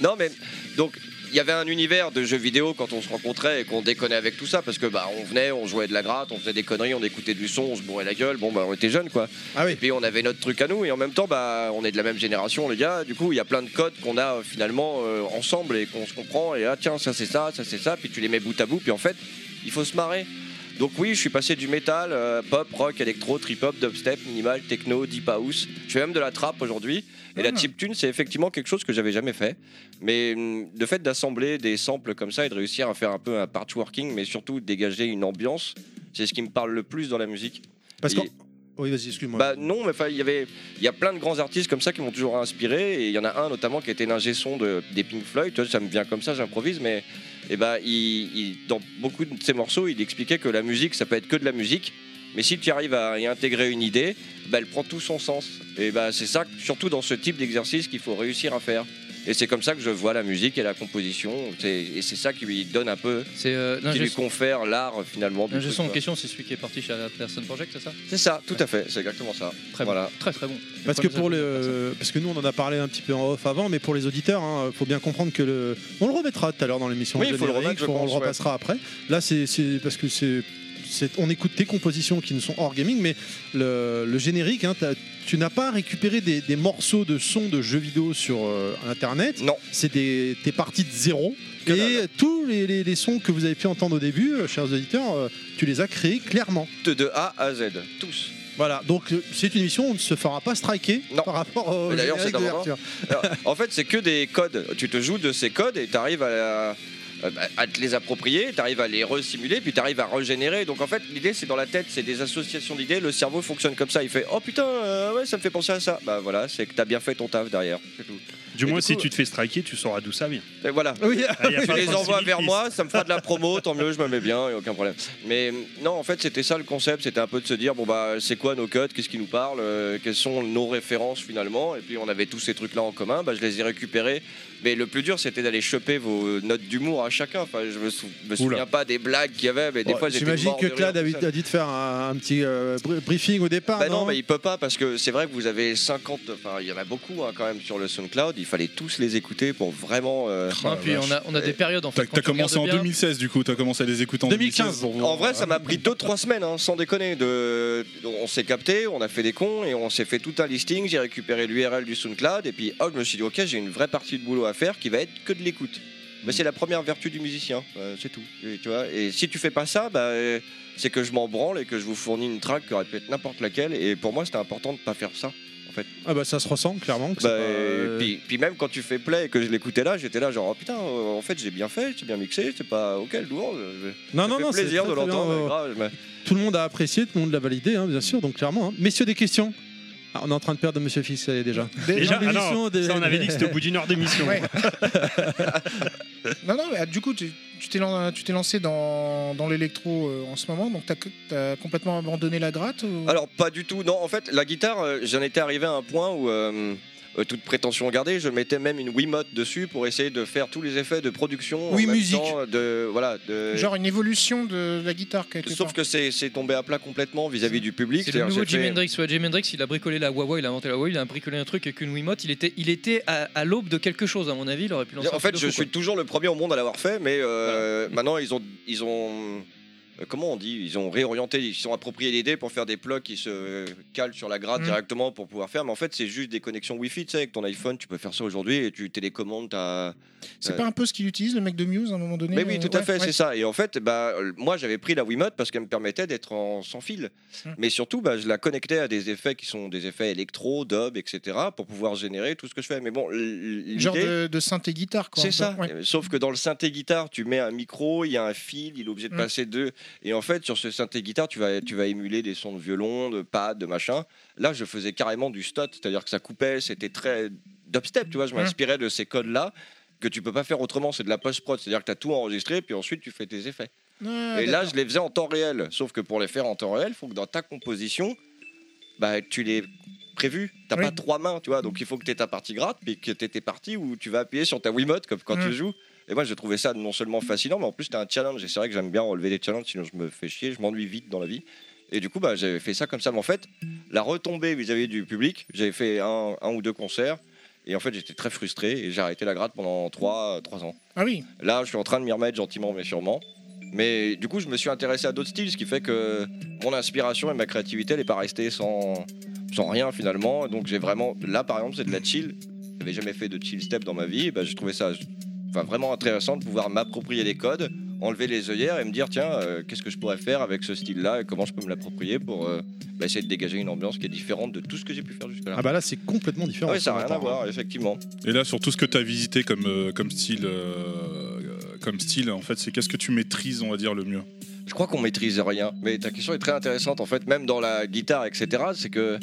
Speaker 7: Non mais donc il y avait un univers de jeux vidéo quand on se rencontrait et qu'on déconnait avec tout ça parce que bah on venait, on jouait de la gratte, on faisait des conneries, on écoutait du son, on se bourrait la gueule, bon bah on était jeunes quoi.
Speaker 1: <laughs> Ah oui.
Speaker 7: Et puis on avait notre truc à nous et en même temps bah on est de la même génération les gars, du coup il y a plein de codes qu'on a euh, finalement euh, ensemble et qu'on se comprend et ah tiens ça c'est ça, ça c'est ça, puis tu les mets bout à bout puis en fait il faut se marrer. Donc oui, je suis passé du métal, euh, pop, rock, électro, trip-hop, dubstep, minimal, techno, deep house. Je fais même de la trap aujourd'hui. Et la
Speaker 3: Ah.
Speaker 7: chiptune, c'est effectivement quelque chose que j'avais jamais fait. Mais hum, le fait d'assembler des samples comme ça et de réussir à faire un peu un patchworking, mais surtout dégager une ambiance, c'est ce qui me parle le plus dans la musique.
Speaker 1: Parce
Speaker 7: Et-
Speaker 1: que. Oui, vas-y, excuse-moi.
Speaker 7: Bah non, mais enfin, il y avait, il y a plein de grands artistes comme ça qui m'ont toujours inspiré. Et il y en a un notamment qui était l'ingé son de, des Pink Floyd. Tu vois, ça me vient comme ça, j'improvise, mais et ben il, il- dans beaucoup de ses morceaux, il expliquait que la musique, ça peut être que de la musique. Mais si tu arrives à y intégrer une idée, bah, elle prend tout son sens. Et bah, c'est ça, surtout dans ce type d'exercice, qu'il faut réussir à faire. Et c'est comme ça que je vois la musique et la composition. C'est- Et c'est ça qui lui donne un peu,
Speaker 4: C'est euh,
Speaker 7: qui
Speaker 4: l'ingé
Speaker 7: lui
Speaker 4: son-
Speaker 7: confère l'art finalement. du
Speaker 4: l'ingé
Speaker 7: truc,
Speaker 4: son en
Speaker 7: quoi.
Speaker 4: question, c'est celui qui est parti chez la Person Project, c'est ça
Speaker 7: C'est ça, tout à fait, c'est exactement ça.
Speaker 4: Très
Speaker 7: Voilà.
Speaker 4: bon. Très très bon.
Speaker 1: Parce que
Speaker 4: Les
Speaker 1: pour
Speaker 4: premiers albums de
Speaker 1: le, parce que nous on en a parlé un petit peu en off avant, mais pour les auditeurs, hein, faut bien comprendre que le, on le remettra tout à l'heure dans l'émission.
Speaker 7: Oui, il faut le
Speaker 1: générique,
Speaker 7: remettre, je
Speaker 1: on
Speaker 7: pense,
Speaker 1: le repassera après. Là, c'est c'est parce que c'est c'est- on écoute tes compositions qui ne sont hors gaming, mais le, le générique, hein, t'as- tu n'as pas récupéré des, des morceaux de sons de jeux vidéo sur euh, Internet.
Speaker 7: Non.
Speaker 1: C'est des, t'es parti de zéro. et tous les, les- les sons que vous avez pu entendre au début, euh, chers auditeurs, euh, tu les as créés clairement.
Speaker 7: De, de A à Z, tous.
Speaker 1: Voilà, donc euh, c'est une émission, on ne se fera pas striker
Speaker 7: Non.
Speaker 1: par rapport au
Speaker 7: Mais d'ailleurs,
Speaker 1: générique
Speaker 7: c'est un moment.
Speaker 1: d'ouverture.
Speaker 7: Alors, en fait, c'est que des codes. Tu te joues de ces codes et tu arrives à, à te les approprier, tu arrives à les resimuler, puis tu arrives à régénérer. Donc en fait, l'idée, c'est dans la tête, c'est des associations d'idées. Le cerveau fonctionne comme ça. Il fait Oh putain, euh, ouais, ça me fait penser à ça. Bah voilà, c'est que tu as bien fait ton taf derrière. C'est tout.
Speaker 6: Du
Speaker 7: Et
Speaker 6: moins,
Speaker 7: du
Speaker 6: si
Speaker 7: coup-
Speaker 6: tu te fais striker, tu sauras d'où ça vient.
Speaker 7: Et voilà.
Speaker 1: Oui,
Speaker 6: Ah, y a
Speaker 7: Tu
Speaker 6: pas de
Speaker 7: les envoies
Speaker 6: possibilité.
Speaker 7: vers moi, ça me fera de la promo, tant mieux, je me mets bien, y a aucun problème. Mais non, en fait, c'était ça le concept, c'était un peu de se dire, bon bah, c'est quoi nos codes, qu'est-ce qui nous parle, euh, quelles sont nos références finalement, et puis on avait tous ces trucs-là en commun, bah, je les ai récupérés. Mais le plus dur, c'était d'aller choper vos notes d'humour à chacun. Enfin, je me, sou- me souviens pas des blagues qu'il y avait, mais des
Speaker 1: Bon,
Speaker 7: fois, j'étais
Speaker 1: J'imagine
Speaker 7: mort
Speaker 1: que
Speaker 7: de rire
Speaker 1: Claude a,
Speaker 7: tout
Speaker 1: dû-
Speaker 7: seul.
Speaker 1: a dû te faire un, un petit euh, br- briefing au départ.
Speaker 7: Bah
Speaker 1: Ah, non,
Speaker 7: non, mais il peut pas parce que c'est vrai que vous avez 50, enfin il y en a beaucoup hein, quand même sur le SoundCloud, il fallait tous les écouter pour vraiment... euh,
Speaker 4: Non, puis on a, on a des périodes en fait.
Speaker 5: T'as
Speaker 4: quand
Speaker 5: t'as
Speaker 4: tu regardes
Speaker 5: commencé en
Speaker 4: bien.
Speaker 5: 2016 du coup, t'as commencé à les écouter en
Speaker 1: 2015.
Speaker 5: 2016. pour voir.
Speaker 7: En vrai, ça m'a pris 2-3 semaines, hein, sans déconner. De... On s'est capté, on a fait des cons et on s'est fait tout un listing. J'ai récupéré l'URL du SoundCloud et puis hop, je me suis dit, ok, j'ai une vraie partie de boulot à faire qui va être que de l'écoute. Mais
Speaker 1: Mm.
Speaker 7: c'est la première vertu du musicien, euh, c'est tout. Et, tu vois, et si tu fais pas ça, bah, euh, c'est que je m'en branle et que je vous fournis une track qui aurait pu être n'importe laquelle. Et pour moi, c'était important de pas faire ça.
Speaker 1: Ah bah ça se ressent clairement. que c'est
Speaker 7: Bah,
Speaker 1: pas, euh,
Speaker 7: et puis, puis même quand tu fais play et que je l'écoutais là, j'étais là genre, oh, putain, euh, en fait, j'ai bien fait, j'ai bien mixé, c'est pas ok le lourd. euh,
Speaker 1: non
Speaker 7: ça
Speaker 1: non
Speaker 7: fait
Speaker 1: non, c'est
Speaker 7: plaisir
Speaker 1: très,
Speaker 7: de
Speaker 1: très bien,
Speaker 7: l'entendre,
Speaker 1: euh,
Speaker 7: grave, mais-
Speaker 1: Tout le monde a apprécié, tout le monde l'a validé, hein, bien sûr. Donc clairement, hein. messieurs des questions. Ah, on est en train de perdre Monsieur Fils euh, déjà.
Speaker 6: Déjà,
Speaker 1: Dans
Speaker 6: ah
Speaker 1: l'émission
Speaker 6: non,
Speaker 1: des-
Speaker 6: ça, on avait dit que c'était au bout d'une heure d'émission.
Speaker 3: Ouais. non, non, mais, ah, du coup, tu tu t'es lan- tu t'es lancé dans, dans l'électro euh, en ce moment, donc t'as as complètement abandonné la gratte ou-
Speaker 7: Alors pas du tout, non en fait la guitare euh, j'en étais arrivé à un point où euh, euh, toute prétention gardée, je mettais même une Wiimote dessus pour essayer de faire tous les effets de production
Speaker 3: Oui,
Speaker 7: en même
Speaker 3: musique.
Speaker 7: temps, euh, de voilà de
Speaker 3: Genre une évolution de la guitare quelque
Speaker 7: sauf
Speaker 3: part.
Speaker 7: que c'est c'est tombé à plat complètement vis-à-vis du public.
Speaker 4: C'est le
Speaker 7: C'est-à-dire,
Speaker 4: nouveau
Speaker 7: j'ai
Speaker 4: Jimi
Speaker 7: fait-
Speaker 4: Hendrix. Ouais, Jimi Hendrix, il a bricolé la Wawa, il a inventé la Wawa, il a bricolé un truc avec une Wiimote. Il était, il était à, à l'aube de quelque chose, à mon avis. Il aurait pu lancer un
Speaker 7: En fait,
Speaker 4: truc
Speaker 7: je
Speaker 4: de fou,
Speaker 7: suis toujours le premier au monde à l'avoir fait, mais euh, maintenant ils ont, ils ont, euh, comment on dit, ils ont réorienté, ils se sont appropriés l'idée pour faire des plugs qui se euh, calent sur la gratte
Speaker 3: Mm.
Speaker 7: directement pour pouvoir faire. Mais en fait, c'est juste des connexions Wi-Fi, tu sais, avec ton iPhone, tu peux faire ça aujourd'hui et tu télécommandes ta.
Speaker 3: C'est pas un peu ce qu'il utilise le mec de Muse à un moment donné
Speaker 7: Mais oui, tout
Speaker 3: euh,
Speaker 7: à
Speaker 3: ouais,
Speaker 7: fait,
Speaker 3: ouais.
Speaker 7: c'est ça. Et en fait, bah, euh, moi, j'avais pris la Wiimote parce qu'elle me permettait d'être en sans fil.
Speaker 3: Mm.
Speaker 7: Mais surtout, bah, je la connectais à des effets qui sont des effets électro, dub, etc., pour pouvoir générer tout ce que je fais. Mais bon, l- l-
Speaker 3: Genre
Speaker 7: l'idée-
Speaker 3: de, de synthé guitare quoi. un
Speaker 7: c'est
Speaker 3: peu.
Speaker 7: ça.
Speaker 3: Ouais.
Speaker 7: Euh, Sauf que dans le synthé guitare, tu mets un micro, il y a un fil, il est obligé de
Speaker 3: Mm.
Speaker 7: passer deux. Et en fait, sur ce synthé guitare, tu vas, tu vas émuler des sons de violon, de pad, de machin. Là, je faisais carrément du stot, c'est-à-dire que ça coupait, c'était très dubstep, tu vois. Je
Speaker 3: Mm.
Speaker 7: m'inspirais de ces codes-là que tu peux pas faire autrement, c'est de la post-prod, c'est-à-dire que tu as tout enregistré, puis ensuite tu fais tes effets.
Speaker 3: Ah,
Speaker 7: Et là, je les faisais en temps réel. Sauf que pour les faire en temps réel, il faut que dans ta composition, bah, tu les prévu. T'as
Speaker 3: Oui.
Speaker 7: pas trois mains, tu vois. Donc il faut que tu aies ta partie gratte, puis que tu aies tes parties où tu vas appuyer sur ta Wiimote comme quand
Speaker 3: Mm.
Speaker 7: tu joues. Et moi, je trouvais ça non seulement fascinant, mais en plus, t'as un challenge. Et c'est vrai que j'aime bien relever des challenges, sinon je me fais chier, je m'ennuie vite dans la vie. Et du coup, bah, j'avais fait ça comme ça. Mais en fait, la retombée vis-à-vis du public, j'avais fait un, un ou deux concerts. Et en fait, j'étais très frustré et j'ai arrêté la gratte pendant trois, trois ans.
Speaker 3: Ah oui,
Speaker 7: Là, je suis en train de m'y remettre gentiment mais sûrement. Mais du coup, je me suis intéressé à d'autres styles, ce qui fait que mon inspiration et ma créativité, elle n'est pas restée sans, sans rien finalement. Donc j'ai vraiment... Là, par exemple, c'est de la chill. J'avais jamais fait de chill step dans ma vie. Bah, j'ai trouvé ça enfin, vraiment intéressant de pouvoir m'approprier les codes, enlever les œillères et me dire, tiens, euh, qu'est-ce que je pourrais faire avec ce style-là et comment je peux me l'approprier pour euh, bah, essayer de dégager une ambiance qui est différente de tout ce que j'ai pu faire jusque-là.
Speaker 1: Ah bah là c'est complètement différent.
Speaker 7: Ah ouais, ça n'a rien à
Speaker 1: Attends.
Speaker 7: voir, effectivement.
Speaker 5: Et là, sur tout ce que tu as visité comme, euh, comme style, euh, euh, comme style, en fait, c'est qu'est-ce que tu maîtrises, on va dire, le mieux
Speaker 7: Je crois qu'on maîtrise rien, mais ta question est très intéressante en fait, même dans la guitare, etc. C'est que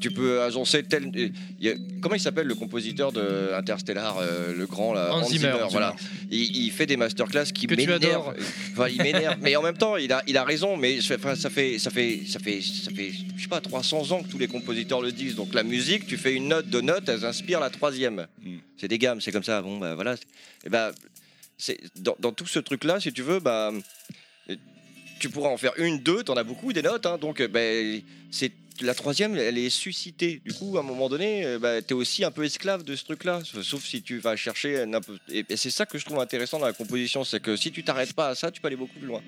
Speaker 7: tu peux agencer tel. il y a- Comment il s'appelle le compositeur de Interstellar, euh, le grand là,
Speaker 4: Hans Zimmer, Zimmer.
Speaker 7: voilà. Il, il fait des masterclass qui
Speaker 4: Que tu
Speaker 7: m'énervent.
Speaker 4: adores.
Speaker 7: Enfin, il
Speaker 4: <laughs>
Speaker 7: m'énerve, mais en même temps, il a, il a raison. Mais je- enfin, ça fait, ça fait, ça fait, ça fait, je sais pas, 300 ans que tous les compositeurs le disent. Donc la musique, tu fais une note, deux notes, elles inspirent la troisième.
Speaker 4: Hmm.
Speaker 5: Mm.
Speaker 7: C'est des gammes, c'est comme ça. Bon, bah voilà. Et bah, c'est dans, dans tout ce truc là, si tu veux, bah tu pourras en faire une, deux, t'en as beaucoup des notes, hein, donc euh, ben, bah, c'est la troisième, elle est suscitée. Du coup, à un moment donné, euh, bah, t'es aussi un peu esclave de ce truc-là. Sauf si tu vas chercher n'importe. Et, et c'est ça que je trouve intéressant dans la composition, c'est que si tu t'arrêtes pas à ça, tu peux aller beaucoup plus loin.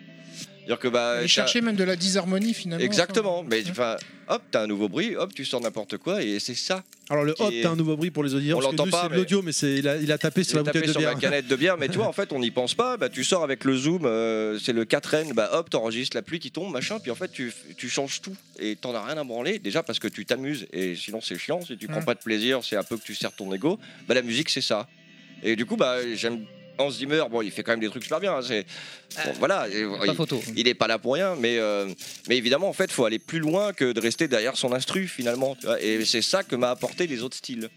Speaker 7: C'est-à-dire que bah,
Speaker 3: Et
Speaker 7: t'as-
Speaker 3: chercher même de la disharmonie finalement.
Speaker 7: Exactement,
Speaker 3: enfin,
Speaker 7: mais
Speaker 3: ouais.
Speaker 7: enfin, hop, t'as un nouveau bruit, hop, tu sors n'importe quoi, et c'est ça.
Speaker 1: Alors le
Speaker 7: Qui
Speaker 1: hop,
Speaker 7: est-
Speaker 1: t'as un nouveau bruit pour les auditeurs.
Speaker 7: On
Speaker 1: parce que
Speaker 7: l'entend
Speaker 1: nous,
Speaker 7: pas,
Speaker 1: C'est de
Speaker 7: mais-
Speaker 1: l'audio, mais c'est il a, il a tapé sur
Speaker 7: Tu
Speaker 1: la bouteille
Speaker 7: tapé
Speaker 1: de
Speaker 7: sur la
Speaker 1: bière.
Speaker 7: canette de bière, mais toi, en fait, on n'y pense pas. Bah, tu sors avec le zoom, euh, c'est le 4N, bah hop, t'enregistres la pluie qui tombe, machin, puis en fait, tu, tu changes tout et t'en as rien à branler. Déjà parce que tu t'amuses, et sinon, c'est chiant. Si tu prends
Speaker 3: Mm.
Speaker 7: pas de plaisir, c'est un peu que tu sers ton ego. Bah, la musique, c'est ça. Et du coup, bah, j'aime Hans Zimmer. Bon, il fait quand même des trucs super bien. hein, c'est bon, voilà. et-
Speaker 4: Pas photo.
Speaker 7: <laughs> il n'est pas là pour rien, mais, euh, mais évidemment, en fait, faut aller plus loin que de rester derrière son instru, finalement. tu vois, Et c'est ça que m'a apporté les autres styles.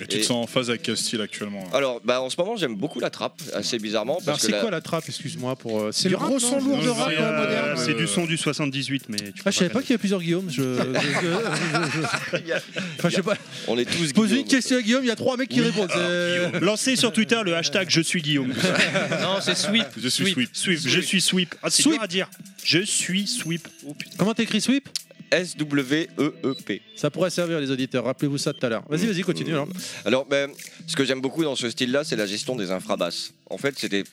Speaker 5: Et tu te
Speaker 7: Et-
Speaker 5: sens en phase avec quel style actuellement hein
Speaker 7: Alors, bah, en ce moment, j'aime beaucoup la trappe, assez bizarrement.
Speaker 1: Alors,
Speaker 7: Parce que
Speaker 1: c'est
Speaker 7: la-
Speaker 1: quoi la trappe Excuse-moi pour. euh,
Speaker 3: C'est
Speaker 1: du
Speaker 3: le
Speaker 1: rap,
Speaker 3: gros
Speaker 1: non
Speaker 3: son lourd de
Speaker 6: Non,
Speaker 3: rap
Speaker 6: c'est,
Speaker 3: euh,
Speaker 6: euh,
Speaker 3: moderne.
Speaker 6: C'est du son du 78, mais tu
Speaker 1: Ah, je savais pas
Speaker 6: peux
Speaker 1: qu'il y avait plusieurs Guillaume. Je. je- je- je- <laughs> Enfin, je sais pas.
Speaker 7: On est tous.
Speaker 1: Pose une
Speaker 7: Guillaume.
Speaker 1: question à Guillaume, Ah, il y a trois mecs qui répondent. Euh, c'est-
Speaker 6: regarder. Lancez sur Twitter le hashtag je
Speaker 1: <laughs>
Speaker 6: suis Guillaume.
Speaker 4: Non, c'est sweep.
Speaker 5: Je suis sweep.
Speaker 6: Sweep, je suis sweep. Ah, c'est
Speaker 1: Sweep.
Speaker 6: dur à dire. Je suis sweep. Oh putain.
Speaker 1: Comment t'écris sweep
Speaker 7: S-W-E-E-P.
Speaker 1: Ça pourrait servir les auditeurs. Rappelez-vous ça tout à l'heure. Vas-y, vas-y, continue. alors.
Speaker 7: Alors, ben, ce que j'aime beaucoup dans ce style-là, c'est la gestion des infrabasses. En fait, c'est des.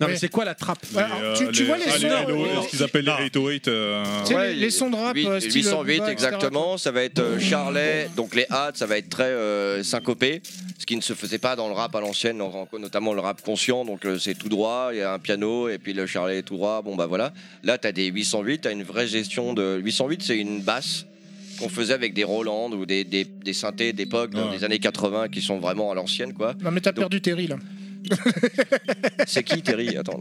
Speaker 1: Non,
Speaker 3: Ouais.
Speaker 1: mais c'est quoi la trappe
Speaker 3: Ouais, alors, tu- tu vois les
Speaker 5: ah,
Speaker 3: sons,
Speaker 5: hello-
Speaker 3: euh,
Speaker 5: ce qu'ils appellent les 808. euh,
Speaker 3: Tu sais,
Speaker 7: Ouais,
Speaker 3: les, les sons de rap,
Speaker 7: huit-
Speaker 3: euh, style
Speaker 7: 808
Speaker 3: Booba, etc.,
Speaker 7: exactement, ça va être euh, Charlet, donc les hats, ça va être très euh, syncopé, ce qui ne se faisait pas dans le rap à l'ancienne, dans- notamment le rap conscient, donc euh, c'est tout droit, il y a un piano et puis le Charlet est tout droit, bon bah voilà. Là t'as des 808, t'as une vraie gestion de... 808 c'est une basse qu'on faisait avec des Roland ou des, des, des synthés d'époque dans
Speaker 5: Ouais.
Speaker 7: les années 80 qui sont vraiment à l'ancienne quoi.
Speaker 3: Non mais t'as perdu Terry là.
Speaker 7: C'est qui Terry Attends.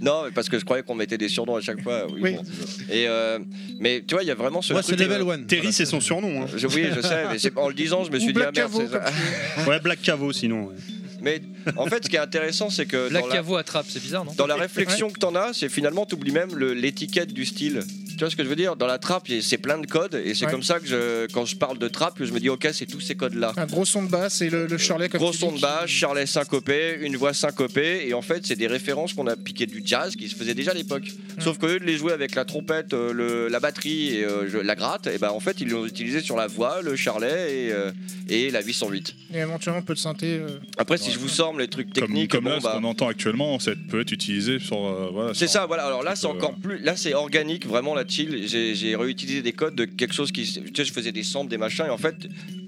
Speaker 7: non mais parce que je croyais qu'on mettait des surnoms à chaque fois. Oui,
Speaker 3: Oui.
Speaker 7: bon. Et euh, mais tu vois il y a vraiment ce
Speaker 1: Moi, c'est
Speaker 7: truc,
Speaker 1: level
Speaker 7: euh,
Speaker 1: one.
Speaker 6: Terry, c'est son surnom. hein.
Speaker 7: Je- oui, je sais, mais c'est- en le disant, je me
Speaker 3: Ou
Speaker 7: suis dit,
Speaker 3: Black
Speaker 7: ah merde,
Speaker 3: Cavo,
Speaker 7: c'est ça.
Speaker 6: Ouais, Black Cavo sinon. ouais.
Speaker 7: Mais en fait, ce qui est intéressant, c'est que
Speaker 4: Black
Speaker 7: dans la,
Speaker 4: Cavo attrape, c'est bizarre, non
Speaker 7: dans la réflexion que t'en as, c'est finalement, t'oublies même le- l'étiquette du style. Tu vois ce que je veux dire Dans la trappe, il y a- c'est plein de codes, et c'est
Speaker 3: Ouais.
Speaker 7: comme ça que je- quand je parle de trappe, que je me dis, ok, c'est tous ces codes-là.
Speaker 3: Un gros son de basse et le, le Shirley comme
Speaker 7: Euh, Gros
Speaker 3: tu
Speaker 7: son
Speaker 3: dis,
Speaker 7: de
Speaker 3: qui-
Speaker 7: basse, Charlet syncopé, une voix syncopée, et en fait, c'est des références qu'on a piquées du jazz qui se faisait déjà à l'époque.
Speaker 3: Mm.
Speaker 7: Sauf qu'au lieu de les jouer avec la trompette, euh, le- la batterie et euh, je- la gratte, et ben en fait, ils l'ont utilisé sur la voix, le Charlet et, euh, et la 808.
Speaker 3: Et éventuellement un peu de synthé. euh.
Speaker 7: Après,
Speaker 5: Ouais.
Speaker 7: si je vous sorme les trucs
Speaker 5: Comme,
Speaker 7: techniques,
Speaker 5: comme
Speaker 7: bon,
Speaker 5: là,
Speaker 7: bah,
Speaker 5: ce qu'on entend actuellement, ça peut être utilisé sur. euh, voilà,
Speaker 7: c'est
Speaker 5: sur-
Speaker 7: ça, voilà. Alors là, c'est
Speaker 5: Euh,
Speaker 7: encore plus. Là, c'est organique, vraiment la chill. J'ai j'ai réutilisé des codes de quelque chose qui. Tu sais, je faisais des samples, des machins, et en fait,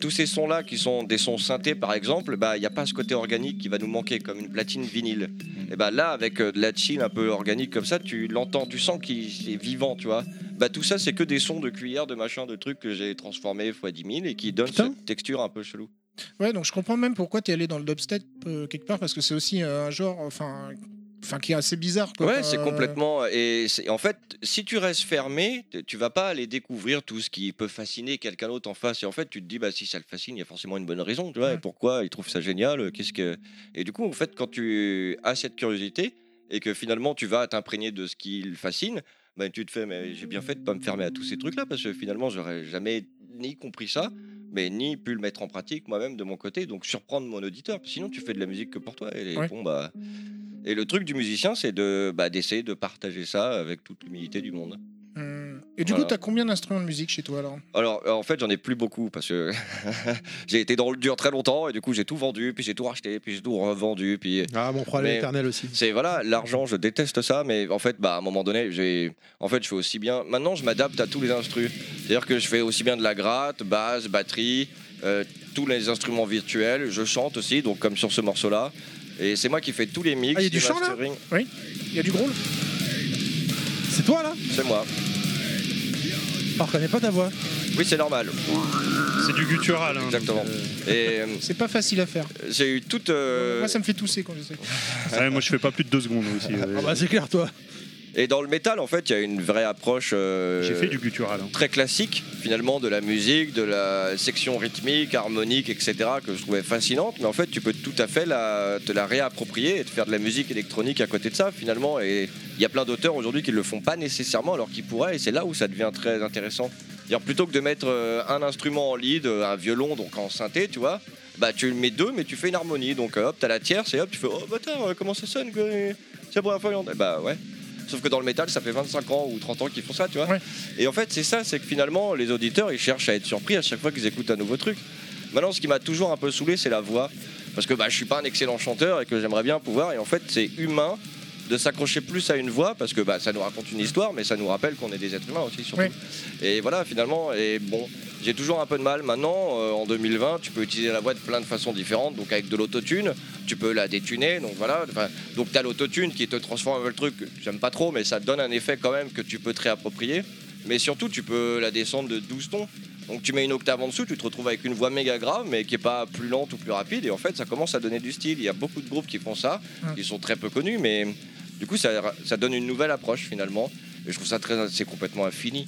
Speaker 7: tous ces sons-là, qui sont des sons synthés par exemple, bah, il n'y a pas ce côté organique qui va nous manquer, comme une platine vinyle. Et bah là, avec euh, de la chill un peu organique comme ça, tu l'entends, tu sens qu'il est vivant, tu vois. Bah tout ça, c'est que des sons de cuillère, de machins, de trucs que j'ai transformés x 10 000 et qui donnent
Speaker 1: Putain.
Speaker 7: cette texture un peu chelou.
Speaker 3: Ouais, donc je comprends même pourquoi t'es allé dans le dubstep euh, quelque part parce que c'est aussi euh, un genre, enfin, enfin qui est assez bizarre. Quoi.
Speaker 7: Ouais, c'est
Speaker 3: Euh,
Speaker 7: complètement. Et c'est- en fait, si tu restes fermé, t- tu vas pas aller découvrir tout ce qui peut fasciner quelqu'un d'autre en face. Et en fait, tu te dis, bah, si ça le fascine, il y a forcément une bonne raison. Tu vois,
Speaker 3: Ouais.
Speaker 7: et pourquoi il trouve ça génial euh, Qu'est-ce que Et du coup, en fait, quand tu as cette curiosité et que finalement tu vas t'imprégner de ce qui le fascine, bah, tu te fais, mais j'ai bien fait de pas me fermer à tous ces trucs-là parce que finalement, j'aurais jamais ni compris ça. Mais ni pu le mettre en pratique moi-même de mon côté, donc surprendre mon auditeur. Sinon, tu fais de la musique que pour toi. Et
Speaker 3: Ouais.
Speaker 7: bon, bah, et le truc du musicien, c'est de bah, d'essayer de partager ça avec toute l'humilité du monde.
Speaker 3: hum. Et du
Speaker 7: Voilà.
Speaker 3: coup, t'as combien d'instruments de musique chez toi alors
Speaker 7: Alors, euh, en fait, j'en ai plus beaucoup parce que <laughs> j'ai été dans le dur très longtemps et du coup, j'ai tout vendu, puis j'ai tout racheté, puis j'ai tout revendu, puis
Speaker 1: Ah, mon problème
Speaker 7: Mais-
Speaker 1: éternel aussi.
Speaker 7: c'est voilà, l'argent, je déteste ça, mais en fait, bah, à un moment donné, j'ai, en fait, je fais aussi bien. Maintenant, je m'adapte à tous les instrus. C'est-à-dire que je fais aussi bien de la gratte, basse, batterie, euh, tous les instruments virtuels. Je chante aussi, donc comme sur ce morceau-là. Et c'est moi qui fais tous les mix.
Speaker 1: Ah, il y a
Speaker 7: les
Speaker 1: du chant, là
Speaker 7: mastering.
Speaker 3: Il y a du gros là
Speaker 1: C'est toi là
Speaker 7: C'est moi.
Speaker 1: Ah, On reconnaît pas ta voix.
Speaker 7: Oui, c'est normal.
Speaker 6: C'est du guttural. hein.
Speaker 7: Exactement. Et euh,
Speaker 3: C'est pas facile à faire.
Speaker 7: j'ai eu toute. euh,
Speaker 3: Moi, ça me fait tousser quand
Speaker 7: <laughs>
Speaker 3: j'essaie.
Speaker 6: Ouais, moi je fais pas plus de deux secondes aussi. euh, ouais.
Speaker 1: Ah, bah, c'est clair, toi.
Speaker 7: Et dans le métal, en fait, il y a une vraie approche euh,
Speaker 6: J'ai fait du guttural. hein.
Speaker 7: très classique, finalement, de la musique, de la section rythmique, harmonique, etc., que je trouvais fascinante. Mais en fait, tu peux tout à fait la, te la réapproprier et te faire de la musique électronique à côté de ça, finalement. Et il y a plein d'auteurs aujourd'hui qui ne le font pas nécessairement, alors qu'ils pourraient. Et c'est là où ça devient très intéressant. C'est-à-dire, plutôt que de mettre euh, un instrument en lead, euh, un violon, donc en synthé, tu vois. Bah, tu mets deux, mais tu fais une harmonie. Donc, euh, hop, t'as la tierce et hop, tu fais Oh, bâtard, euh, comment ça sonne quoi C'est la première fois que j'entends. Bah, ouais. Sauf que dans le métal, ça fait 25 ans ou 30 ans qu'ils font ça, tu vois.
Speaker 3: Ouais.
Speaker 7: Et en fait, c'est ça, c'est que finalement, les auditeurs, ils cherchent à être surpris à chaque fois qu'ils écoutent un nouveau truc. Maintenant, ce qui m'a toujours un peu saoulé, c'est la voix. Parce que bah, je suis pas un excellent chanteur et que j'aimerais bien pouvoir. Et en fait, c'est humain de s'accrocher plus à une voix parce que bah, ça nous raconte une histoire, mais ça nous rappelle qu'on est des êtres humains aussi, surtout.
Speaker 3: Oui.
Speaker 7: Et voilà, finalement, et bon, j'ai toujours un peu de mal. Maintenant, euh, en 2020, tu peux utiliser la voix de plein de façons différentes, donc avec de l'autotune, tu peux la détuner, donc voilà. Enfin, donc tu as l'autotune qui te transforme un peu le truc, j'aime pas trop, mais ça te donne un effet quand même que tu peux te réapproprier. Mais surtout, tu peux la descendre de 12 tons. Donc tu mets une octave en dessous, tu te retrouves avec une voix méga grave, mais qui est pas plus lente ou plus rapide. Et en fait, ça commence à donner du style. Il y a beaucoup de groupes qui font ça,
Speaker 3: Ouais.
Speaker 7: qui sont très peu connus, mais du coup, ça, ça donne une nouvelle approche finalement. Et je trouve ça très, c'est complètement infini.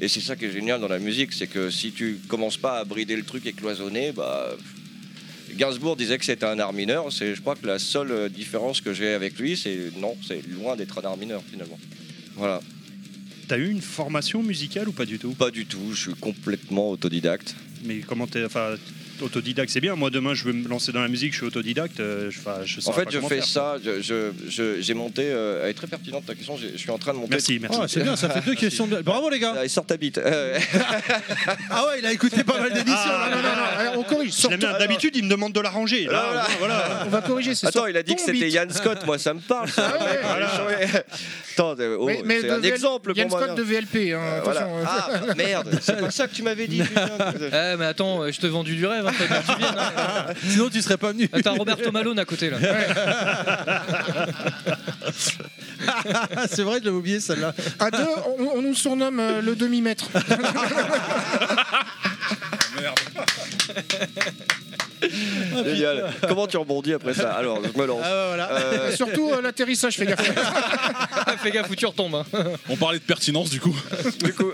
Speaker 7: Et c'est ça qui est génial dans la musique, c'est que si tu commences pas à brider le truc et cloisonner, bah. Gainsbourg disait que c'était un art mineur. C'est, je crois que la seule euh, différence que j'ai avec lui, c'est non, c'est loin d'être un art mineur finalement. Voilà.
Speaker 6: T'as eu une formation musicale ou pas du tout
Speaker 7: Pas du tout. Je suis complètement autodidacte.
Speaker 6: Mais comment t'es. Enfin, autodidacte, c'est bien. Moi, demain, je veux me lancer dans la musique, je suis autodidacte. euh, je- enfin, je
Speaker 7: En
Speaker 6: saurais
Speaker 7: fait,
Speaker 6: pas
Speaker 7: je
Speaker 6: comment
Speaker 7: fais
Speaker 6: faire.
Speaker 7: ça. je- je- je- J'ai monté. euh, elle est très pertinente ta question. j'ai- Je suis en train de monter.
Speaker 6: Merci, merci.
Speaker 1: Oh, c'est bien, ça fait deux questions de. Bravo les gars
Speaker 7: Ah, et sort ta bite. Euh,
Speaker 1: Ah ouais, il a écouté pas mal d'émissions
Speaker 6: Ah,
Speaker 1: là,
Speaker 3: Non, non, non, alors, on corrige.
Speaker 6: Je l'aime
Speaker 3: Sortons-
Speaker 6: bien. D'habitude, il me demande de la ranger. Là,
Speaker 7: Voilà.
Speaker 6: au moins, voilà.
Speaker 3: On va corriger, c'est
Speaker 7: <laughs> Attends, il a dit que
Speaker 3: ton
Speaker 7: c'était
Speaker 3: beat.
Speaker 7: Yann Scott. Moi, ça me parle. ça.
Speaker 6: <laughs>
Speaker 3: Ah ouais,
Speaker 7: Attends, euh, oh,
Speaker 3: Mais- mais
Speaker 7: c'est
Speaker 3: de
Speaker 7: un
Speaker 3: VL
Speaker 7: exemple
Speaker 3: Yann
Speaker 7: pour moi.
Speaker 3: Scott de VLP, hein,
Speaker 7: Euh, voilà.
Speaker 3: attention. euh.
Speaker 7: Ah merde, c'est pas ça que tu m'avais dit. Julien.
Speaker 4: Eh, mais attends, euh, je te vends du rêve, hein,
Speaker 7: <laughs>
Speaker 4: t'as bien que tu viennes, hein.
Speaker 1: non. Sinon tu serais pas venu.
Speaker 4: Ah, T'as Roberto Malone à côté là.
Speaker 1: <laughs>
Speaker 7: <laughs>
Speaker 1: Ah, c'est vrai, je l'avais oublié celle-là.
Speaker 3: <laughs> À deux, on, on nous surnomme euh, le demi-mètre.
Speaker 5: Merde.
Speaker 7: Génial. Comment tu rebondis après ça Alors, je me lance.
Speaker 1: Ah ouais, voilà.
Speaker 7: <laughs> Euh,
Speaker 3: <laughs> Surtout euh, l'atterrissage, fais gaffe.
Speaker 4: Fais gaffe où tu retombes. hein.
Speaker 5: On parlait de pertinence du coup.
Speaker 7: du coup,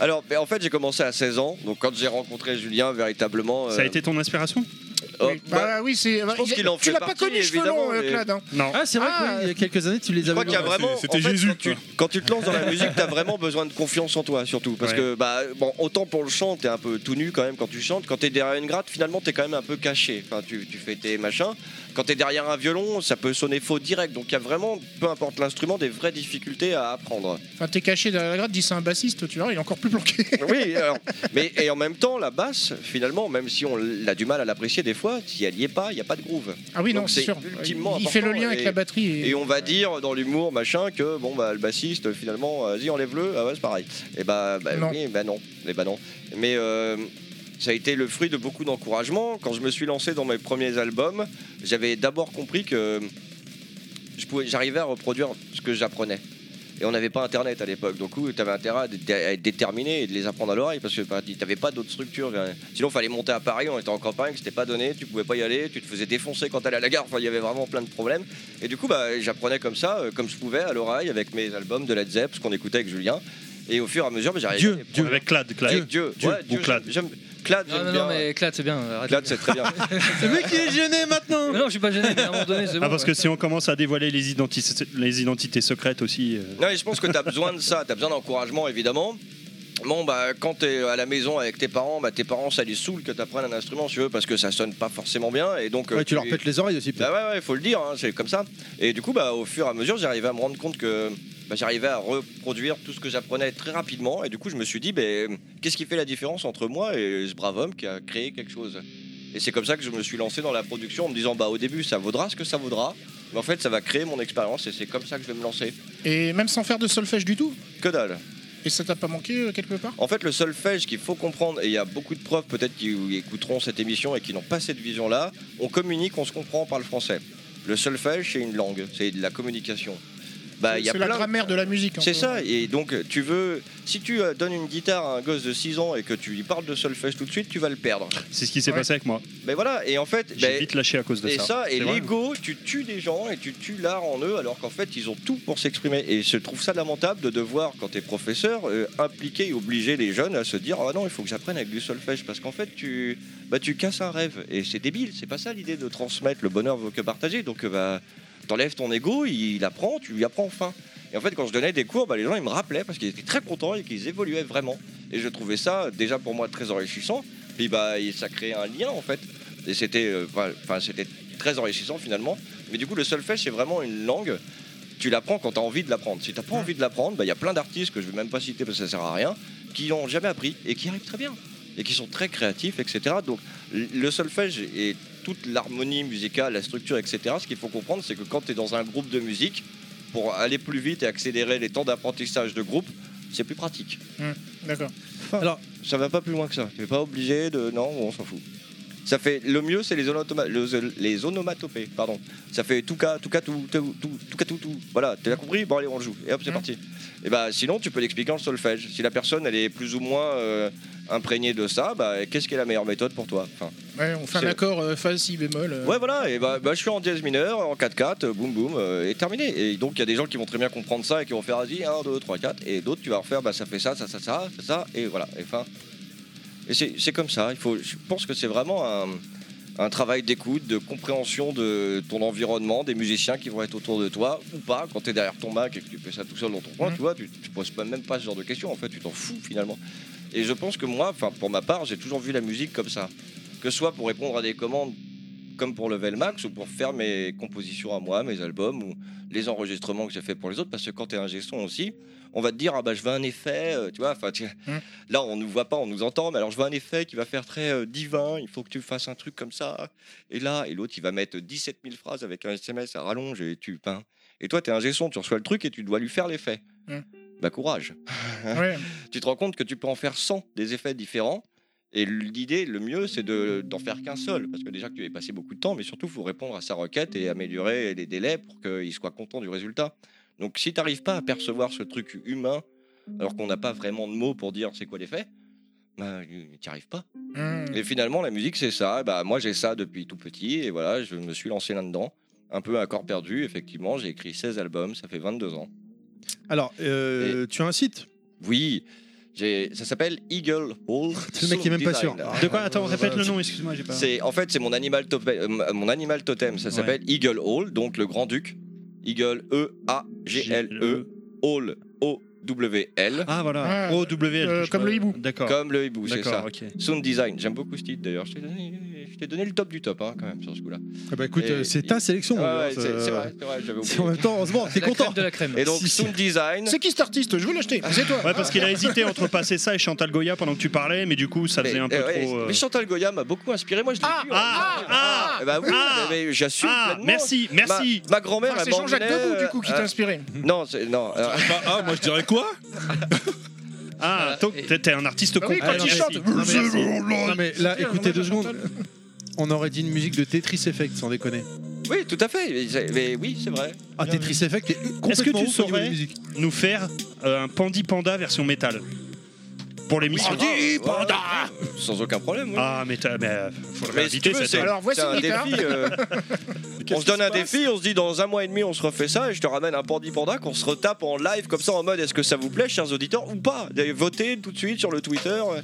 Speaker 7: alors, mais en fait, j'ai commencé à 16 ans. Donc, quand j'ai rencontré Julien, véritablement.
Speaker 6: Ça a
Speaker 7: euh,
Speaker 6: été ton inspiration
Speaker 7: <laughs> oh,
Speaker 3: Oui.
Speaker 7: bah,
Speaker 3: Bah oui, c'est.
Speaker 7: pense
Speaker 3: il-
Speaker 7: qu'il en
Speaker 3: tu
Speaker 7: fait
Speaker 3: l'as pas
Speaker 7: partie,
Speaker 3: connu, cheveux
Speaker 7: évidemment,
Speaker 3: longs, euh,
Speaker 7: mais-
Speaker 3: Claude. hein.
Speaker 6: Non.
Speaker 1: Ah, c'est vrai
Speaker 3: Ah,
Speaker 1: qu'il y a quelques années, tu les
Speaker 7: Je
Speaker 1: avais
Speaker 7: crois qu'il y a
Speaker 1: vus.
Speaker 7: vraiment.
Speaker 5: C'était
Speaker 7: en fait,
Speaker 5: Jésus,
Speaker 7: Quand tu,
Speaker 5: quoi.
Speaker 7: quand tu te lances dans la musique, t'as vraiment besoin de confiance en toi, surtout. Parce
Speaker 6: Ouais.
Speaker 7: que, bah, bon, autant pour le chant, t'es un peu tout nu quand même quand tu chantes. Quand t'es derrière une gratte, finalement, t'es quand même un peu caché. Enfin, tu, tu fais tes machins. Quand t'es derrière un violon, ça peut sonner faux direct. Donc, il y a vraiment, peu importe l'instrument, des vraies difficultés à
Speaker 5: <laughs>
Speaker 7: apprendre.
Speaker 3: Enfin, t'es caché derrière la grade, dis c'est un bassiste, tu vois, il est encore plus planqué. <laughs>
Speaker 7: oui, alors, mais et en même temps, la basse, finalement, même si on l'a du mal à l'apprécier des fois, si elle y est pas, il n'y a pas de groove.
Speaker 3: Ah oui,
Speaker 7: Donc,
Speaker 3: non, c'est
Speaker 7: c'est
Speaker 3: sûr.
Speaker 7: ultimement
Speaker 3: Il, il fait le
Speaker 7: important
Speaker 3: lien avec
Speaker 7: et-
Speaker 3: la batterie.
Speaker 7: Et on va dire dans l'humour machin que bon bah le bassiste finalement euh, vas-y enlève-le ah ouais c'est pareil et bah, bah,
Speaker 3: Non.
Speaker 7: oui bah non et bah non mais euh, ça a été le fruit de beaucoup d'encouragement quand je me suis lancé dans mes premiers albums j'avais d'abord compris que je pouvais j'arrivais à reproduire ce que j'apprenais et on n'avait pas internet à l'époque donc tu avais intérêt à, dé- à être déterminé et de les apprendre à l'oreille parce que bah, tu n'avais pas d'autre structure sinon fallait monter à Paris on était en campagne c'était pas donné tu pouvais pas y aller tu te faisais défoncer quand t'allais à la gare enfin il y avait vraiment plein de problèmes et du coup, bah, j'apprenais comme ça, euh, comme je pouvais, à l'oreille, avec mes albums de Led Zepp, ce qu'on écoutait avec Julien. Et au fur et à mesure, bah, j'arrivais.
Speaker 1: Dieu, Dieu.
Speaker 6: Avec Clad. Clad.
Speaker 7: Avec Dieu.
Speaker 6: Dieu.
Speaker 7: Ouais,
Speaker 6: Ou
Speaker 7: Dieu,
Speaker 6: Clad.
Speaker 7: J'aime. Clad,
Speaker 4: Non,
Speaker 7: j'aime
Speaker 4: non,
Speaker 7: bien. euh,
Speaker 4: non, mais Clad, c'est bien. arrête.
Speaker 7: Clad, c'est très bien.
Speaker 1: Le mec, il est gêné maintenant.
Speaker 4: Non, je suis pas gêné, mais à un moment donné, c'est bon.
Speaker 6: Ah, parce que si on commence à dévoiler les identités, les identités secrètes aussi. euh,
Speaker 7: non, et je pense que tu as besoin de ça, tu as besoin d'encouragement, évidemment. Bon, bah, quand tu es à la maison avec tes parents, bah, tes parents, ça les saoule que tu apprennes un instrument, si tu veux, parce que ça sonne pas forcément bien. Et donc, euh,
Speaker 1: Ouais, tu leur pètes les oreilles aussi. peut-être.
Speaker 7: Bah ouais, ouais, faut le dire, hein, c'est comme ça. Et du coup, bah, au fur et à mesure, j'arrivais à me rendre compte que bah, j'arrivais à reproduire tout ce que j'apprenais très rapidement. Et du coup, je me suis dit, ben qu'est-ce qui fait la différence entre moi et ce brave homme qui a créé quelque chose Et c'est comme ça que je me suis lancé dans la production en me disant, bah, au début, ça vaudra ce que ça vaudra. Mais en fait, ça va créer mon expérience et c'est comme ça que je vais me lancer.
Speaker 3: Et même sans faire de solfège du tout.
Speaker 7: Que dalle
Speaker 3: Et ça t'a pas manqué euh, quelque part
Speaker 7: en fait, le solfège qu'il faut comprendre, et il y a beaucoup de profs peut-être qui écouteront cette émission et qui n'ont pas cette vision-là, on communique, on se comprend par le français. Le solfège, c'est une langue, c'est de la communication. Bah, il y a
Speaker 3: C'est la
Speaker 7: plein-
Speaker 3: grammaire de la musique. hein, un
Speaker 7: C'est
Speaker 3: peu.
Speaker 7: ça, et donc tu veux. Si tu euh, donnes une guitare à un gosse de 6 ans et que tu lui parles de solfège tout de suite, tu vas le perdre.
Speaker 6: C'est ce qui s'est
Speaker 3: Ouais.
Speaker 6: passé avec moi.
Speaker 7: Mais voilà, et en fait.
Speaker 6: J'ai
Speaker 7: ben,
Speaker 6: vite lâché à cause de
Speaker 7: et
Speaker 6: ça.
Speaker 7: ça, et
Speaker 6: C'est vrai.
Speaker 7: l'ego, tu tues des gens et tu tues l'art en eux, alors qu'en fait, ils ont tout pour s'exprimer. Et je trouve ça lamentable de devoir, quand t'es professeur, euh, impliquer et obliger les jeunes à se dire Ah non, il faut que j'apprenne avec du solfège, parce qu'en fait, tu, bah, tu casses un rêve. Et c'est débile, c'est pas ça l'idée de transmettre le bonheur veut que partager. Donc, euh, bah, t'enlèves ton ego, il, il apprend, tu lui apprends enfin. Et en fait, quand je donnais des cours, bah, les gens ils me rappelaient parce qu'ils étaient très contents et qu'ils évoluaient vraiment. Et je trouvais ça déjà pour moi très enrichissant. Puis bah, et ça créait un lien en fait. Et c'était euh, enfin, enfin, c'était très enrichissant finalement. Mais du coup, le solfège, c'est vraiment une langue. tu l'apprends quand tu as envie de l'apprendre. Si tu pas envie de l'apprendre, bah, il y a plein d'artistes que je ne vais même pas citer parce que ça sert à rien, qui n'ont jamais appris et qui arrivent très bien et qui sont très créatifs, etc. Donc l- le solfège et toute l'harmonie musicale, la structure, etc., ce qu'il faut comprendre, c'est que quand tu es dans un groupe de musique, pour aller plus vite et accélérer les temps d'apprentissage de groupe, c'est plus pratique.
Speaker 3: D'accord.
Speaker 7: Ça va pas plus loin que ça. Tu n'es pas obligé de... Non, on s'en fout. Ça fait le mieux, c'est les, onotoma- le- les onomatopées, pardon. Ça fait tout cas, tout cas, tout, tout, tout, tout cas, tout, tout. Voilà, tu l'as compris Bon, allez, on le joue. Et hop, c'est
Speaker 3: Mm.
Speaker 7: parti. Et bah, sinon, tu peux l'expliquer en solfège. Si la personne, elle est plus ou moins euh, imprégnée de ça, bah, qu'est-ce qui est la meilleure méthode pour toi Enfin,
Speaker 3: Ouais, on fait un
Speaker 7: C'est-
Speaker 3: accord euh, fa si bémol. euh.
Speaker 7: Ouais, voilà, et bah, bah, je suis en dièse mineur, en 4-4, euh, boum boum, euh, et terminé. Et donc, il y a des gens qui vont très bien comprendre ça et qui vont faire, vas-y, 1, 2, 3, 4, et d'autres, tu vas refaire, bah, ça fait ça, ça, ça, ça, ça, ça, et voilà, et fin. Et c'est c'est comme ça, il faut, je pense que c'est vraiment un, un travail d'écoute, de compréhension de ton environnement, des musiciens qui vont être autour de toi, ou pas, quand tu es derrière ton Mac et que tu fais ça tout seul dans ton coin,
Speaker 3: Mhm.
Speaker 7: tu vois, tu, tu poses pas- même pas ce genre de questions, en fait, tu t'en fous finalement. Et je pense que moi, enfin, pour ma part, j'ai toujours vu la musique comme ça. Que ce soit pour répondre à des commandes comme pour Level Max ou pour faire mes compositions à moi, mes albums ou les enregistrements que j'ai fait pour les autres. Parce que quand tu es un gestion aussi, on va te dire Ah bah je veux un effet, euh, tu vois. Enfin, tu-
Speaker 3: Mm.
Speaker 7: <laughs> Là, on nous voit pas, on nous entend, mais alors je veux un effet qui va faire très euh, divin, il faut que tu fasses un truc comme ça. Et là, et l'autre, il va mettre 17 000 phrases avec un SMS à rallonge et tu peins. Et toi, tu es un gestion, tu reçois le truc et tu dois lui faire l'effet.
Speaker 3: Mm.
Speaker 7: Bah courage
Speaker 3: Ouais.
Speaker 7: tu te rends compte que tu peux en faire 100 des effets différents. Et l'idée, le mieux, c'est de- d'en faire qu'un seul. Parce que déjà que tu as passé beaucoup de temps, mais surtout, il faut répondre à sa requête et améliorer les délais pour qu'il soit content du résultat. Donc si tu n'arrives pas à percevoir ce truc humain, alors qu'on n'a pas vraiment de mots pour dire c'est quoi l'effet, bah, tu n'y arrives pas.
Speaker 3: Mm.
Speaker 7: Et finalement, la musique, c'est ça. Bah, moi, j'ai ça depuis tout petit. Et voilà, je me suis lancé là-dedans. Un peu à corps perdu, effectivement. J'ai écrit 16 albums, ça fait 22 ans.
Speaker 1: Alors, euh, tu as un site
Speaker 7: Oui, j'ai- ça s'appelle Eagle
Speaker 6: <laughs>
Speaker 7: Hole.
Speaker 1: Le mec est même pas sûr.
Speaker 7: Design.
Speaker 6: De quoi Attends, répète le nom, excuse-moi, j'ai pas.
Speaker 7: <laughs> C'est en fait c'est mon animal totem, euh, mon animal totem. Ça s'appelle Eagle Hall, donc le grand duc. Eagle E A G L E Hall O W L.
Speaker 6: Ah voilà,
Speaker 3: Ah,
Speaker 6: O W L.
Speaker 3: euh,
Speaker 6: je-
Speaker 3: comme le hibou.
Speaker 6: D'accord.
Speaker 7: Comme le hibou, c'est ça.
Speaker 6: D'accord, ok.
Speaker 7: Sound design, j'aime beaucoup ce titre d'ailleurs. Je t'ai donné, je t'ai donné le top du top hein, quand même sur ce coup-là.
Speaker 1: Ah bah écoute,
Speaker 7: Et-
Speaker 1: euh, c'est ta sélection.
Speaker 6: Oh,
Speaker 1: mon
Speaker 7: Ah ouais,
Speaker 1: gars,
Speaker 7: c'est
Speaker 1: euh,
Speaker 7: c'est vrai, c'est vrai, j'avais
Speaker 1: c'est En
Speaker 7: oublié.
Speaker 1: même temps, heureusement, t'es
Speaker 4: La crème
Speaker 1: content.
Speaker 4: de la crème.
Speaker 7: Et donc
Speaker 1: Si, si.
Speaker 7: sound design,
Speaker 3: C'est qui cet artiste Je veux l'acheter. Ah, C'est toi.
Speaker 6: Ouais, parce qu'il a hésité entre passer ça et Chantal Goya pendant que tu parlais, mais du coup, ça faisait
Speaker 7: Mais,
Speaker 6: un peu
Speaker 7: euh, ouais,
Speaker 6: trop. euh,
Speaker 7: mais Chantal Goya m'a beaucoup inspiré. Moi, je l'ai vu. en-
Speaker 6: ah, ah,
Speaker 7: Eh bah oui,
Speaker 6: ah,
Speaker 7: mais j'assume
Speaker 6: Ah,
Speaker 7: pleinement.
Speaker 6: merci, merci.
Speaker 7: Ma, ma grand-mère,
Speaker 3: Ah, c'est
Speaker 7: elle
Speaker 3: Jean-Jacques
Speaker 7: m'emmenait,
Speaker 3: Debout, du coup, qui
Speaker 7: euh,
Speaker 3: t'a inspiré.
Speaker 7: Non, c'est- non. euh,
Speaker 5: Bah, ah, moi je dirais
Speaker 6: <laughs>
Speaker 5: quoi
Speaker 6: Ah,
Speaker 4: Voilà,
Speaker 6: donc,
Speaker 4: et-
Speaker 6: t'es t'es un artiste Ah,
Speaker 3: Bah oui,
Speaker 6: complet.
Speaker 3: quand
Speaker 6: merci.
Speaker 3: il chante.
Speaker 1: Non, mais- Non, mais là, écoutez deux secondes. On aurait dit une musique de Tetris Effect, sans déconner.
Speaker 7: <laughs> Oui, tout à fait. Mais, c'est- mais oui, c'est vrai.
Speaker 1: Ah,
Speaker 7: Bien
Speaker 1: Tetris Effect est complètement
Speaker 6: Est-ce que tu
Speaker 1: ouf au niveau
Speaker 6: saurais
Speaker 1: des musiques.
Speaker 6: nous faire euh, un Pandi Panda version métal pour l'émission
Speaker 7: Ah, Ouais, ouais, ouais. Sans aucun problème. oui.
Speaker 6: Ah, mais, t'as- mais euh, faudrait
Speaker 7: Mais si tu
Speaker 6: inviter
Speaker 7: veux,
Speaker 6: cette
Speaker 7: c'est-
Speaker 3: Alors, voici hein.
Speaker 7: c'est un
Speaker 3: une guitare.
Speaker 7: défi.
Speaker 3: <laughs>
Speaker 7: euh, on
Speaker 5: qu'est-ce
Speaker 7: se donne
Speaker 5: qui
Speaker 7: un
Speaker 5: se passe
Speaker 7: défi, on se dit dans un mois et demi, on se refait ça et je te ramène un pandi panda qu'on se retape en live comme ça en mode est-ce que ça vous plaît, chers auditeurs, ou pas D'aller Votez tout de suite sur le Twitter. euh,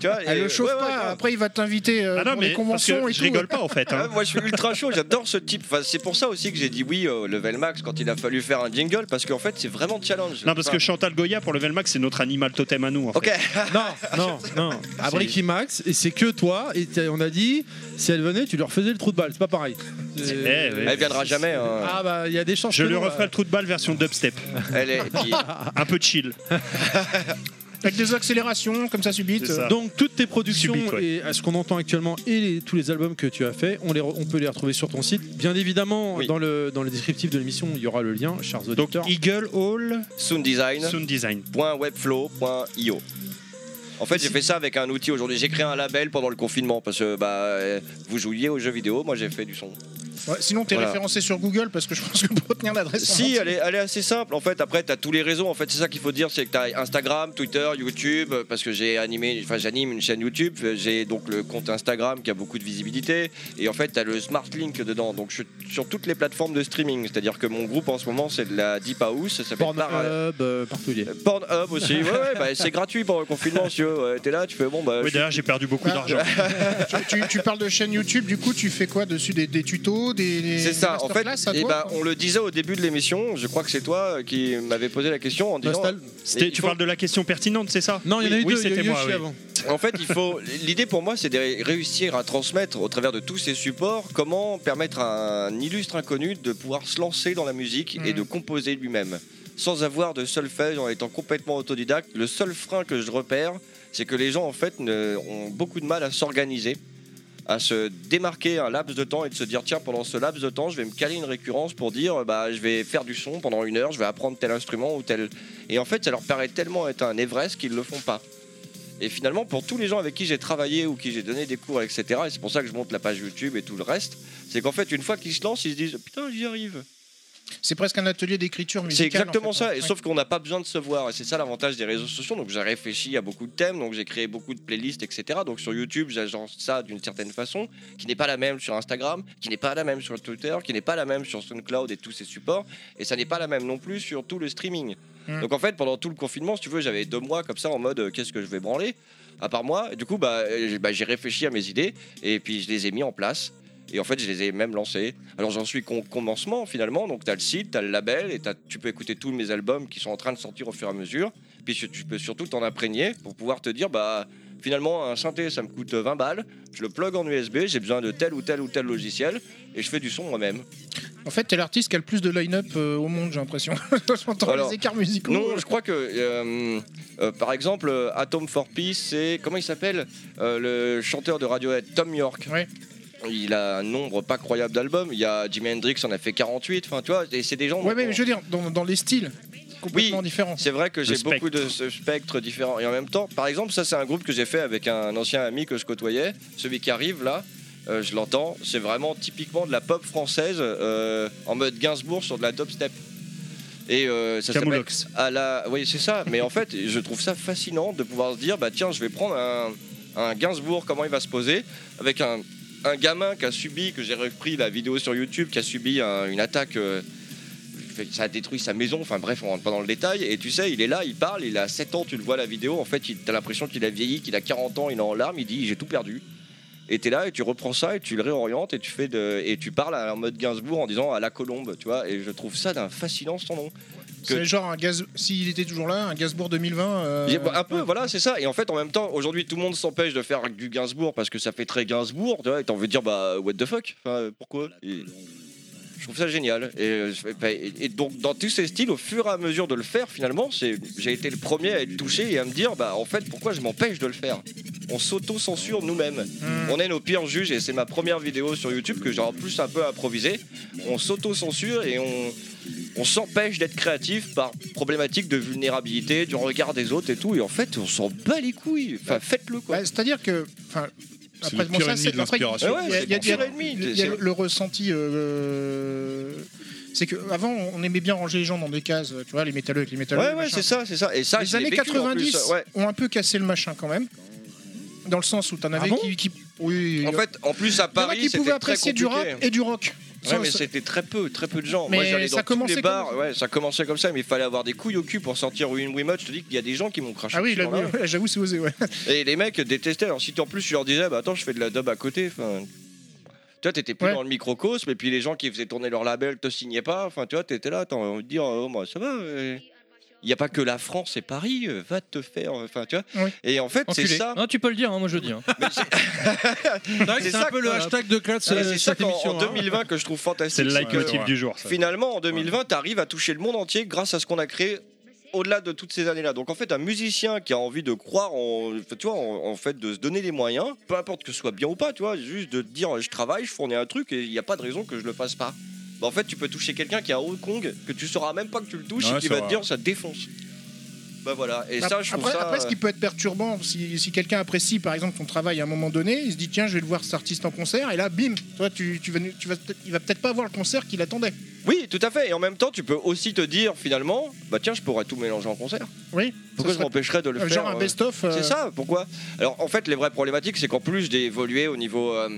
Speaker 7: tu vois, et-
Speaker 3: Elle Ah, le chauffe
Speaker 7: ouais, ouais,
Speaker 3: pas. hein.
Speaker 7: grave.
Speaker 3: Après, il va t'inviter euh,
Speaker 6: Ah non,
Speaker 3: pour
Speaker 6: mais
Speaker 3: les
Speaker 6: parce
Speaker 3: conventions
Speaker 6: que
Speaker 3: et
Speaker 6: je
Speaker 3: tout.
Speaker 6: rigole pas en fait.
Speaker 7: Ah,
Speaker 6: hein.
Speaker 7: moi je suis ultra chaud, j'adore ce type. Enfin, c'est pour ça aussi que j'ai dit oui au level max quand il a fallu faire un jingle parce qu'en fait c'est vraiment challenge.
Speaker 6: Non, parce
Speaker 7: Enfin,
Speaker 6: que Chantal Goya pour Level Max, c'est notre animal totem à nous. En fait.
Speaker 7: Ok,
Speaker 1: Non, non, <laughs> non. À Bricky Max, et Ah. c'est que toi. Et t'as- on a dit, si elle venait, tu leur faisais le trou de balle. C'est pas pareil. C'est-
Speaker 6: Eh, ouais.
Speaker 7: elle viendra jamais. hein.
Speaker 1: Ah, bah, il y a des chances.
Speaker 6: Je
Speaker 1: que
Speaker 3: euh,
Speaker 6: lui
Speaker 1: non,
Speaker 6: referai
Speaker 1: là.
Speaker 6: le trou de balle version dubstep.
Speaker 7: Elle est. puis-
Speaker 6: Un peu chill.
Speaker 3: Avec des accélérations, comme ça, subite.
Speaker 6: C'est ça.
Speaker 1: Donc, toutes tes productions
Speaker 6: Subite, ouais.
Speaker 1: et à ce qu'on entend actuellement et les- tous les albums que tu as fait, on, les re- on peut les retrouver sur ton site. Bien évidemment,
Speaker 7: Oui.
Speaker 1: dans, le, dans le descriptif de l'émission, il y aura le lien, chers
Speaker 6: Donc
Speaker 1: auditeurs.
Speaker 6: Eagle Hall
Speaker 7: Sound design.
Speaker 6: Sound Design.
Speaker 7: www.webflow.io. En fait, j'ai fait ça avec un outil aujourd'hui. J'ai créé un label pendant le confinement parce que bah, euh, vous jouiez aux jeux vidéo, moi j'ai fait du son.
Speaker 3: Ouais, sinon, t'es
Speaker 7: Voilà.
Speaker 3: référencé sur Google parce que je pense que pour retenir l'adresse.
Speaker 7: Si,
Speaker 3: c'est
Speaker 7: elle est, elle est assez simple. En fait, après, tu as tous les réseaux. En fait, c'est ça qu'il faut dire c'est que tu as Instagram, Twitter, YouTube, euh, parce que j'ai animé, enfin, j'anime une chaîne YouTube. Euh, J'ai donc le compte Instagram qui a beaucoup de visibilité. Et en fait, tu as le Smart Link dedans. Donc, je suis sur toutes les plateformes de streaming. C'est-à-dire que mon groupe en ce moment, c'est de la Deep House. Ça s'appelle Par-
Speaker 1: Pornhub, euh, partout il y est.
Speaker 7: Pornhub aussi, ouais, ouais, bah, c'est gratuit pendant le confinement, si tu veux. Ouais, T'es là, tu fais bon, bah.
Speaker 6: Oui,
Speaker 7: je-
Speaker 6: d'ailleurs, j'ai perdu beaucoup
Speaker 3: Ah.
Speaker 6: d'argent.
Speaker 3: Tu, tu- tu parles de chaîne YouTube, du coup, tu fais quoi dessus Des, des tutos des, des
Speaker 7: C'est ça, en fait,
Speaker 3: masterclass à
Speaker 7: eh
Speaker 3: toi
Speaker 7: ben, on le disait au début de l'émission, je crois que c'est toi qui m'avais posé la question en disant.
Speaker 1: Nostal-
Speaker 6: C'était-
Speaker 7: il
Speaker 6: Tu
Speaker 7: faut-
Speaker 6: parles de la question pertinente, c'est ça
Speaker 1: Non, il y en a eu
Speaker 6: Oui,
Speaker 1: deux. il y a
Speaker 6: c'était
Speaker 1: eu
Speaker 6: moi,
Speaker 1: Yoshi
Speaker 6: oui.
Speaker 1: avant.
Speaker 7: En fait, il faut. L'idée pour moi, c'est de réussir à transmettre au travers de tous ces supports comment permettre à un illustre inconnu de pouvoir se lancer dans la musique et
Speaker 3: Mhm.
Speaker 7: de composer lui-même. Sans avoir de solfège, en étant complètement autodidacte, le seul frein que je repère, c'est que les gens, en fait, ne- ont beaucoup de mal à s'organiser, à se démarquer un laps de temps et de se dire tiens, pendant ce laps de temps, je vais me caler une récurrence pour dire bah, je vais faire du son pendant une heure, je vais apprendre tel instrument ou tel. Et en fait, ça leur paraît tellement être un Everest qu'ils le font pas. Et finalement, pour tous les gens avec qui j'ai travaillé ou qui j'ai donné des cours, etc., et c'est pour ça que je monte la page YouTube et tout le reste, c'est qu'en fait, une fois qu'ils se lancent, ils se disent Putain, j'y arrive.
Speaker 3: C'est presque un atelier d'écriture
Speaker 7: C'est
Speaker 3: musicale.
Speaker 7: exactement
Speaker 3: en fait, hein.
Speaker 7: ça,
Speaker 3: ouais.
Speaker 7: et sauf qu'on n'a pas besoin de se voir. Et c'est ça l'avantage des réseaux sociaux. Donc j'ai réfléchi à beaucoup de thèmes, donc j'ai créé beaucoup de playlists, etc. Donc sur YouTube, j'agence ça d'une certaine façon, qui n'est pas la même sur Instagram, qui n'est pas la même sur Twitter, qui n'est pas la même sur SoundCloud et tous ses supports. Et ça n'est pas la même non plus sur tout le streaming.
Speaker 3: Mm.
Speaker 7: Donc en fait, pendant tout le confinement, si tu veux, j'avais deux mois comme ça en mode euh, qu'est-ce que je vais branler à part moi. Et du coup, bah, euh, j'ai- bah, j'ai réfléchi à mes idées et puis je les ai mis en place. Et en fait, je les ai même lancés. Alors, j'en suis qu'au commencement finalement. Donc, tu as le site, tu as le label et t'as- tu peux écouter tous mes albums qui sont en train de sortir au fur et à mesure. Puis, tu- tu peux surtout t'en imprégner pour pouvoir te dire, bah, finalement, un synthé, ça me coûte 20 balles. Je le plug en USB, j'ai besoin de tel ou tel ou tel logiciel et je fais du son moi-même.
Speaker 3: En fait, t'es l'artiste qui a le plus de line-up euh, au monde, j'ai l'impression. <laughs> J'entends
Speaker 7: Alors,
Speaker 3: les écarts musicaux.
Speaker 7: Non, je crois que, euh, euh, par exemple, euh, Atom for Peace, c'est. Comment il s'appelle Euh, Le chanteur de Radiohead, Tom York.
Speaker 3: Ouais.
Speaker 7: Il a un nombre pas croyable d'albums. Il y a Jimi Hendrix, en a fait 48. Enfin, tu vois, et c'est des gens.
Speaker 3: Ouais, mais je veux dire, dans, dans les styles complètement différents.
Speaker 7: C'est vrai que j'ai
Speaker 6: spectre.
Speaker 7: beaucoup de ce spectre différent. Et en même temps, par exemple, ça, c'est un groupe que j'ai fait avec un ancien ami que je côtoyais. Celui qui arrive là, euh, je l'entends, c'est vraiment typiquement de la pop française euh, en mode Gainsbourg sur de la dubstep. Et euh, ça s'appelle
Speaker 6: Camoulox.
Speaker 7: à la. Oui, c'est ça. Mais en fait, je trouve ça fascinant de pouvoir se dire bah tiens, je vais prendre un, un Gainsbourg, comment il va se poser, avec un, un gamin qui a subi, que j'ai repris la vidéo sur YouTube, qui a subi un- une attaque. euh, ça a détruit sa maison, enfin bref, on rentre pas dans le détail. Et tu sais, il est là, il parle, il a 7 ans, tu le vois la vidéo. En fait, il- t'as l'impression qu'il a vieilli, qu'il a 40 ans, il est en larmes, il dit j'ai tout perdu. Et t'es là et tu reprends ça et tu le réorientes et tu fais de et tu parles en mode Gainsbourg en disant à la colombe, tu vois. Et je trouve ça d'un fascinant sans nom.
Speaker 3: C'est genre un gaz. S'il était toujours là, un Gainsbourg 2020. euh,
Speaker 7: Il y a- bah, Un peu, voilà, c'est ça. Et en fait, en même temps, aujourd'hui, tout le monde s'empêche de faire du Gainsbourg parce que ça fait très Gainsbourg. Tu vois, et t'en veux dire, bah, what the fuck Enfin, euh, Pourquoi Et Je trouve ça génial. Et, euh, je- bah, et- et donc, dans tous ces styles, au fur et à mesure de le faire, finalement, c'est- j'ai été le premier à être touché et à me dire, bah, en fait, pourquoi je m'empêche de le faire On s'auto-censure nous-mêmes.
Speaker 3: hmm.
Speaker 7: On est nos pires juges et c'est ma première vidéo sur YouTube que j'ai en plus un peu improvisée. On s'auto-censure et on, on s'empêche d'être créatif par problématique de vulnérabilité, du regard des autres et tout. Et en fait, on s'en bat les couilles. Enfin, faites-le quoi.
Speaker 3: Bah, C'est-à-dire que. enfin,
Speaker 5: C'est
Speaker 3: Après,
Speaker 5: le
Speaker 3: bon,
Speaker 5: pire
Speaker 3: ça,
Speaker 5: ennemi
Speaker 3: c'est-
Speaker 5: de
Speaker 3: après,
Speaker 5: l'inspiration.
Speaker 7: Ouais, ouais,
Speaker 3: il y a- il y a-
Speaker 7: c'est le pire
Speaker 3: il
Speaker 7: ennemi.
Speaker 3: y a- il y a le- le ressenti. euh, C'est que avant on aimait bien ranger les gens dans des cases, tu vois, les métalleux avec les métalleux.
Speaker 7: Ouais,
Speaker 3: les
Speaker 7: ouais,
Speaker 3: machins.
Speaker 7: c'est ça, c'est ça. Et ça,
Speaker 3: les
Speaker 7: je l'ai
Speaker 3: années
Speaker 7: vécu, en plus.
Speaker 3: 90
Speaker 7: Ouais.
Speaker 3: ont un peu cassé le machin quand même. Dans le sens où t'en avais
Speaker 1: bon
Speaker 3: qui, qui- Oui,
Speaker 7: Ah En
Speaker 3: il y en a
Speaker 7: fait, en plus à Paris,
Speaker 3: qui
Speaker 7: c'était
Speaker 3: pouvaient
Speaker 7: très
Speaker 3: apprécier du rap
Speaker 7: compliqué.
Speaker 3: et du rock.
Speaker 7: Ouais,
Speaker 3: Sans-
Speaker 7: mais c'était très peu, très peu de gens.
Speaker 3: Mais
Speaker 7: Moi, j'allais
Speaker 3: ça
Speaker 7: dans tous
Speaker 3: commençait
Speaker 7: les
Speaker 3: comme
Speaker 7: bars.
Speaker 3: ça.
Speaker 7: Ouais, ça commençait comme ça, mais il fallait avoir des couilles au cul pour sortir Win Win Much. Je te dis qu'il y a des gens qui m'ont craché.
Speaker 3: Ah oui,
Speaker 7: dessus
Speaker 3: là,
Speaker 7: dans la rue.
Speaker 3: oui, <laughs> j'avoue, c'est osé, ouais.
Speaker 7: Et les mecs détestaient. Alors si tu- en plus tu leur disais, bah attends, je fais de la dub à côté. Enfin, tu vois, t'étais plus
Speaker 3: Ouais.
Speaker 7: dans le microcosme. Et puis les gens qui faisaient tourner leur label te signaient pas. Enfin, tu vois, t'étais là, t'as envie de dire, oh, moi, ça va. euh, Il n'y a pas que la France et Paris. euh, Va te faire. Enfin, tu vois.
Speaker 3: Oui.
Speaker 7: Et en fait, c'est
Speaker 4: Enculé.
Speaker 3: <laughs>
Speaker 7: ça.
Speaker 4: Non, tu peux le dire, hein, moi je le dis. hein.
Speaker 1: C'est vrai que
Speaker 7: <laughs> C'est
Speaker 1: c'est
Speaker 7: ça Ah,
Speaker 1: un peu le
Speaker 4: que-
Speaker 1: hashtag de Clad,
Speaker 7: C'est
Speaker 1: cette
Speaker 7: ça qu'en
Speaker 1: émission.
Speaker 7: en
Speaker 1: hein.
Speaker 7: 2020 que je trouve fantastique.
Speaker 6: C'est le
Speaker 7: c'est que-
Speaker 6: leitmotiv du jour. ça.
Speaker 7: Finalement, en 2020, tu arrives à toucher le monde entier grâce à ce qu'on a créé au-delà de toutes ces années-là. Donc en fait, un musicien qui a envie de croire, en, tu vois, en, en fait, de se donner les moyens, peu importe que ce soit bien ou pas, tu vois, juste de te dire je travaille, je fournis un truc et il n'y a pas de raison que je le fasse pas. Bah, en fait, tu peux toucher quelqu'un qui est à Hong Kong, que tu sauras même pas que tu le touches
Speaker 5: Ouais,
Speaker 7: et qui
Speaker 5: c'est
Speaker 7: va te
Speaker 5: vrai.
Speaker 7: dire ça te défonce. Bah voilà, et ça, je trouve
Speaker 3: après,
Speaker 7: ça.
Speaker 3: après, ce qui peut être perturbant, si, si quelqu'un apprécie par exemple ton travail à un moment donné, il se dit tiens, je vais le voir cet artiste en concert, et là, bim, toi, tu, tu vas, tu vas peut-être- il va peut-être pas voir le concert qu'il attendait.
Speaker 7: Oui, tout à fait. Et en même temps, tu peux aussi te dire finalement, bah tiens, je pourrais tout mélanger en concert.
Speaker 3: Oui.
Speaker 7: Pourquoi
Speaker 3: ça
Speaker 7: je m'empêcherais de le
Speaker 3: serait-
Speaker 7: faire
Speaker 3: Genre un
Speaker 7: euh,
Speaker 3: best-of. euh,
Speaker 7: C'est ça, pourquoi Alors en fait, les vraies problématiques, c'est qu'en plus j'ai évolué au niveau. euh,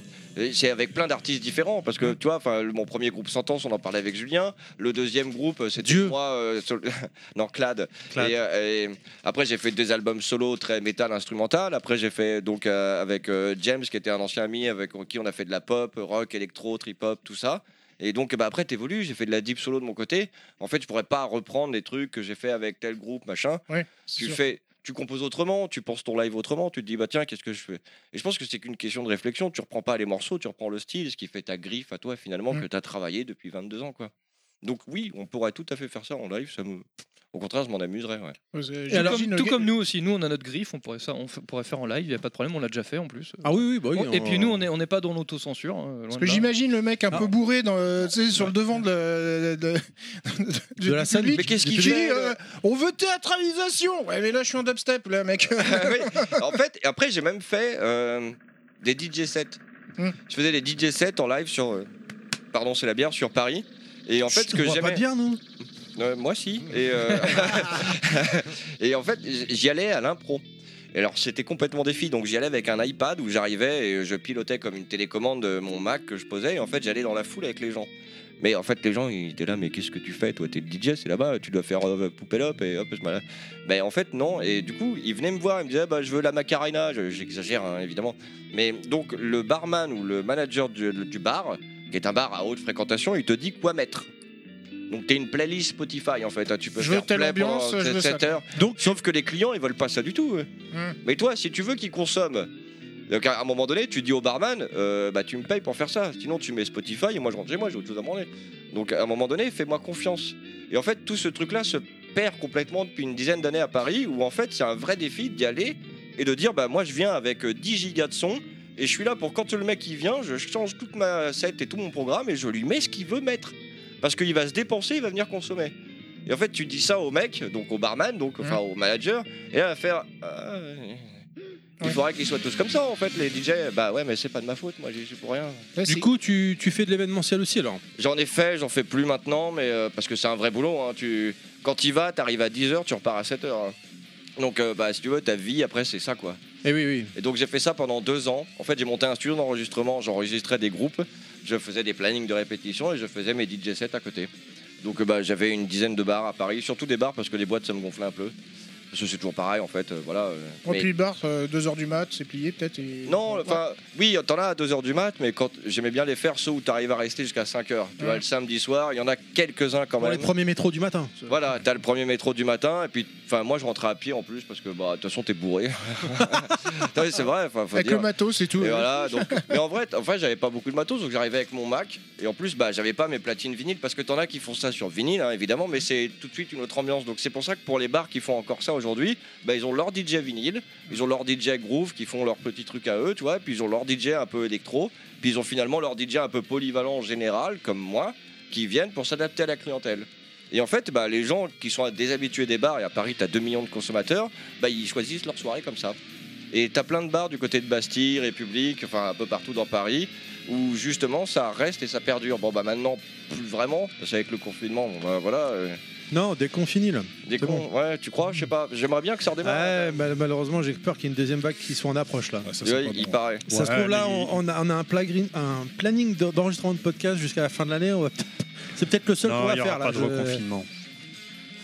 Speaker 7: c'est avec plein d'artistes différents, parce que tu vois, enfin, le- mon premier groupe Sentence, on en parlait avec Julien. Le deuxième groupe, euh, c'était
Speaker 1: Dieu.
Speaker 7: moi, euh, sol- <laughs> non, Clad.
Speaker 6: Clad.
Speaker 7: Et, euh, et après, j'ai fait des albums solo très métal instrumental. Après, j'ai fait donc euh, avec euh, James, qui était un ancien ami avec qui on a fait de la pop, rock, électro, trip hop, tout ça. Et donc, bah, après, t'évolues. J'ai fait de la deep solo de mon côté. En fait, je pourrais pas reprendre les trucs que j'ai fait avec tel groupe, machin.
Speaker 3: Ouais,
Speaker 7: Tu
Speaker 3: sûr.
Speaker 7: fais, tu composes autrement, tu penses ton live autrement, tu te dis bah tiens qu'est-ce que je fais Et je pense que c'est qu'une question de réflexion. Tu reprends pas les morceaux, tu reprends le style, ce qui fait ta griffe à toi finalement
Speaker 3: Mm.
Speaker 7: que tu as travaillé depuis 22 ans quoi. Donc oui, on pourrait tout à fait faire ça en live. Ça me... Au contraire, je m'en amuserais. ouais.
Speaker 3: euh,
Speaker 4: Tout, comme, tout comme nous aussi, nous on a notre griffe, on pourrait, ça, on f- pourrait faire en live, il n'y a pas de problème, on l'a déjà fait en plus.
Speaker 1: Ah oui, oui, bah oui.
Speaker 4: On- et
Speaker 1: on-
Speaker 4: puis nous on n'est on n'est pas dans l'autocensure. hein, loin
Speaker 3: Parce
Speaker 4: de
Speaker 3: que
Speaker 4: là.
Speaker 3: j'imagine le mec un
Speaker 1: Ah.
Speaker 3: peu bourré dans, euh, tu sais, sur le devant de, la- de-
Speaker 1: De la
Speaker 3: du
Speaker 1: scène.
Speaker 3: public
Speaker 7: Mais qu'est-ce
Speaker 3: qui
Speaker 7: qu'il
Speaker 3: dit
Speaker 7: fait
Speaker 3: euh, On veut théâtralisation Ouais, mais là, je suis en dubstep, là, mec. <laughs>
Speaker 7: Ah oui. En fait, et après, j'ai même fait euh, des DJ sets.
Speaker 3: Hmm.
Speaker 7: Je faisais des DJ sets en live sur. euh, pardon, c'est la bière, sur Paris. Et en fait, ce
Speaker 1: On
Speaker 7: que
Speaker 1: boit pas
Speaker 7: j'aimais.
Speaker 1: de bière, nous
Speaker 7: Euh, moi, si. Et, euh, <laughs> et en fait, j'y allais à l'impro. Et alors, c'était complètement défi. Donc, j'y allais avec un iPad où j'arrivais et je pilotais comme une télécommande euh, mon Mac que je posais. Et en fait, j'allais dans la foule avec les gens. Mais en fait, les gens, ils étaient là, mais qu'est-ce que tu fais Toi, t'es le DJ, c'est là-bas, tu dois faire euh, poupée l'op et hop, je m'en allais. Ben, en fait, non. Et du coup, ils venaient me voir, ils me disaient, bah, je veux la Macarena. Je- J'exagère, hein, évidemment. Mais donc, le barman ou le manager du, du bar, qui est un bar à haute fréquentation, il te dit quoi mettre. Donc, t'es une playlist Spotify, en fait. hein, tu peux
Speaker 3: Je veux
Speaker 7: faire
Speaker 3: telle
Speaker 7: play pendant
Speaker 3: ambiance, je veux
Speaker 7: 7
Speaker 3: ça, quoi.
Speaker 7: heures.
Speaker 1: Donc-
Speaker 7: Sauf que les clients, ils veulent pas ça du tout. eux.
Speaker 3: Hmm.
Speaker 7: Mais toi, si tu veux qu'ils consomment. Donc à un moment donné, tu dis au barman, euh, bah tu me payes pour faire ça. Sinon, tu mets Spotify et moi je rentre chez moi, j'ai autre chose à manger. Donc à un moment donné, fais-moi confiance. Et en fait, tout ce truc-là se perd complètement depuis une dizaine d'années à Paris, où en fait, c'est un vrai défi d'y aller et de dire, bah moi je viens avec euh, 10 gigas de son et je suis là pour quand le mec il vient, je change toute ma set et tout mon programme et je lui mets ce qu'il veut mettre. Parce qu'il va se dépenser, il va venir consommer. Et en fait, tu dis ça au mec, donc au barman, donc enfin au manager, et là, il va faire. Ah, ouais. il
Speaker 3: Ouais.
Speaker 7: faudrait qu'ils soient tous comme ça en fait, les DJ. Bah ouais, mais c'est pas de ma faute, moi j'y suis pour rien.
Speaker 3: Là, c'est-
Speaker 1: Du coup, tu, tu fais de l'événementiel aussi, alors
Speaker 7: J'en ai fait, j'en fais plus maintenant, mais euh, parce que c'est un vrai boulot. hein. Tu, quand tu vas, t'arrives à 10h, tu repars à 7h. hein. Donc, euh, bah, si tu veux, ta vie après, c'est ça quoi.
Speaker 1: Eh oui, oui.
Speaker 7: Et donc j'ai fait ça pendant deux ans. En fait, j'ai monté un studio d'enregistrement, j'enregistrais des groupes, je faisais des plannings de répétition et je faisais mes DJ sets à côté. Donc euh, bah, j'avais une dizaine de bars à Paris, surtout des bars parce que les boîtes ça me gonflait un peu. Parce que c'est toujours pareil en fait, euh, voilà. euh,
Speaker 3: On
Speaker 7: mais-
Speaker 3: plie le bar, 2h du mat, c'est plié peut-être. et-
Speaker 7: Non,
Speaker 3: Ouais.
Speaker 7: enfin, oui, t'en as à 2h du mat, mais quand j'aimais bien les faire ceux où t'arrives à rester jusqu'à 5h. Tu vois,
Speaker 3: Ouais.
Speaker 7: le samedi soir, il y en a quelques-uns quand
Speaker 1: Pour les
Speaker 7: même.
Speaker 1: premiers métros du matin.
Speaker 7: Voilà, t'as le premier métro du matin, et puis, enfin, moi je rentrais à pied en plus parce que, bah, de toute façon, t'es bourré. <laughs> Non, mais c'est vrai, enfin, faut
Speaker 3: Avec
Speaker 7: dire.
Speaker 3: le matos et tout.
Speaker 7: Et
Speaker 3: ouais.
Speaker 7: voilà, donc- mais en vrai, t- en vrai, j'avais pas beaucoup de matos, donc j'arrivais avec mon Mac. Et en plus, bah, j'avais pas mes platines vinyles parce que t'en as qui font ça sur vinyle, hein, évidemment, mais c'est tout de suite une autre ambiance. Donc c'est pour ça que pour les bars qui font encore ça aujourd'hui, bah, ils ont leur DJ vinyle, ils ont leur DJ groove qui font leur petit truc à eux, tu vois, puis ils ont leur DJ un peu électro, puis ils ont finalement leur DJ un peu polyvalent en général, comme moi, qui viennent pour s'adapter à la clientèle. Et en fait, bah, les gens qui sont déshabitués des bars, et à Paris, t'as 2 millions de consommateurs, bah, ils choisissent leur soirée comme ça. Et t'as plein de bars du côté de Bastille, République, enfin un peu partout dans Paris, où justement ça reste et ça perdure. Bon bah maintenant plus vraiment, parce qu'avec le confinement, bon, bah, voilà. euh,
Speaker 1: Non, déconfiné, là.
Speaker 7: des
Speaker 1: C'est
Speaker 7: cons, ouais, tu crois, je sais pas. J'aimerais bien que ça redémarre.
Speaker 1: Ouais, mal- malheureusement, j'ai peur qu'il y ait une deuxième vague qui soit en approche, là.
Speaker 5: Ah, ça,
Speaker 7: Ouais,
Speaker 5: c'est pas
Speaker 7: il
Speaker 5: bon.
Speaker 7: paraît.
Speaker 1: Ça se trouve, là,
Speaker 5: mais-
Speaker 1: on, on a, on a un, plagrin- un planning d'en- d'enregistrement de podcast jusqu'à la fin de l'année. on va peut-être- C'est peut-être le seul qu'on
Speaker 6: Non, il
Speaker 1: va
Speaker 6: n'y aura
Speaker 1: faire, là.
Speaker 6: pas de
Speaker 1: Je-
Speaker 6: reconfinement.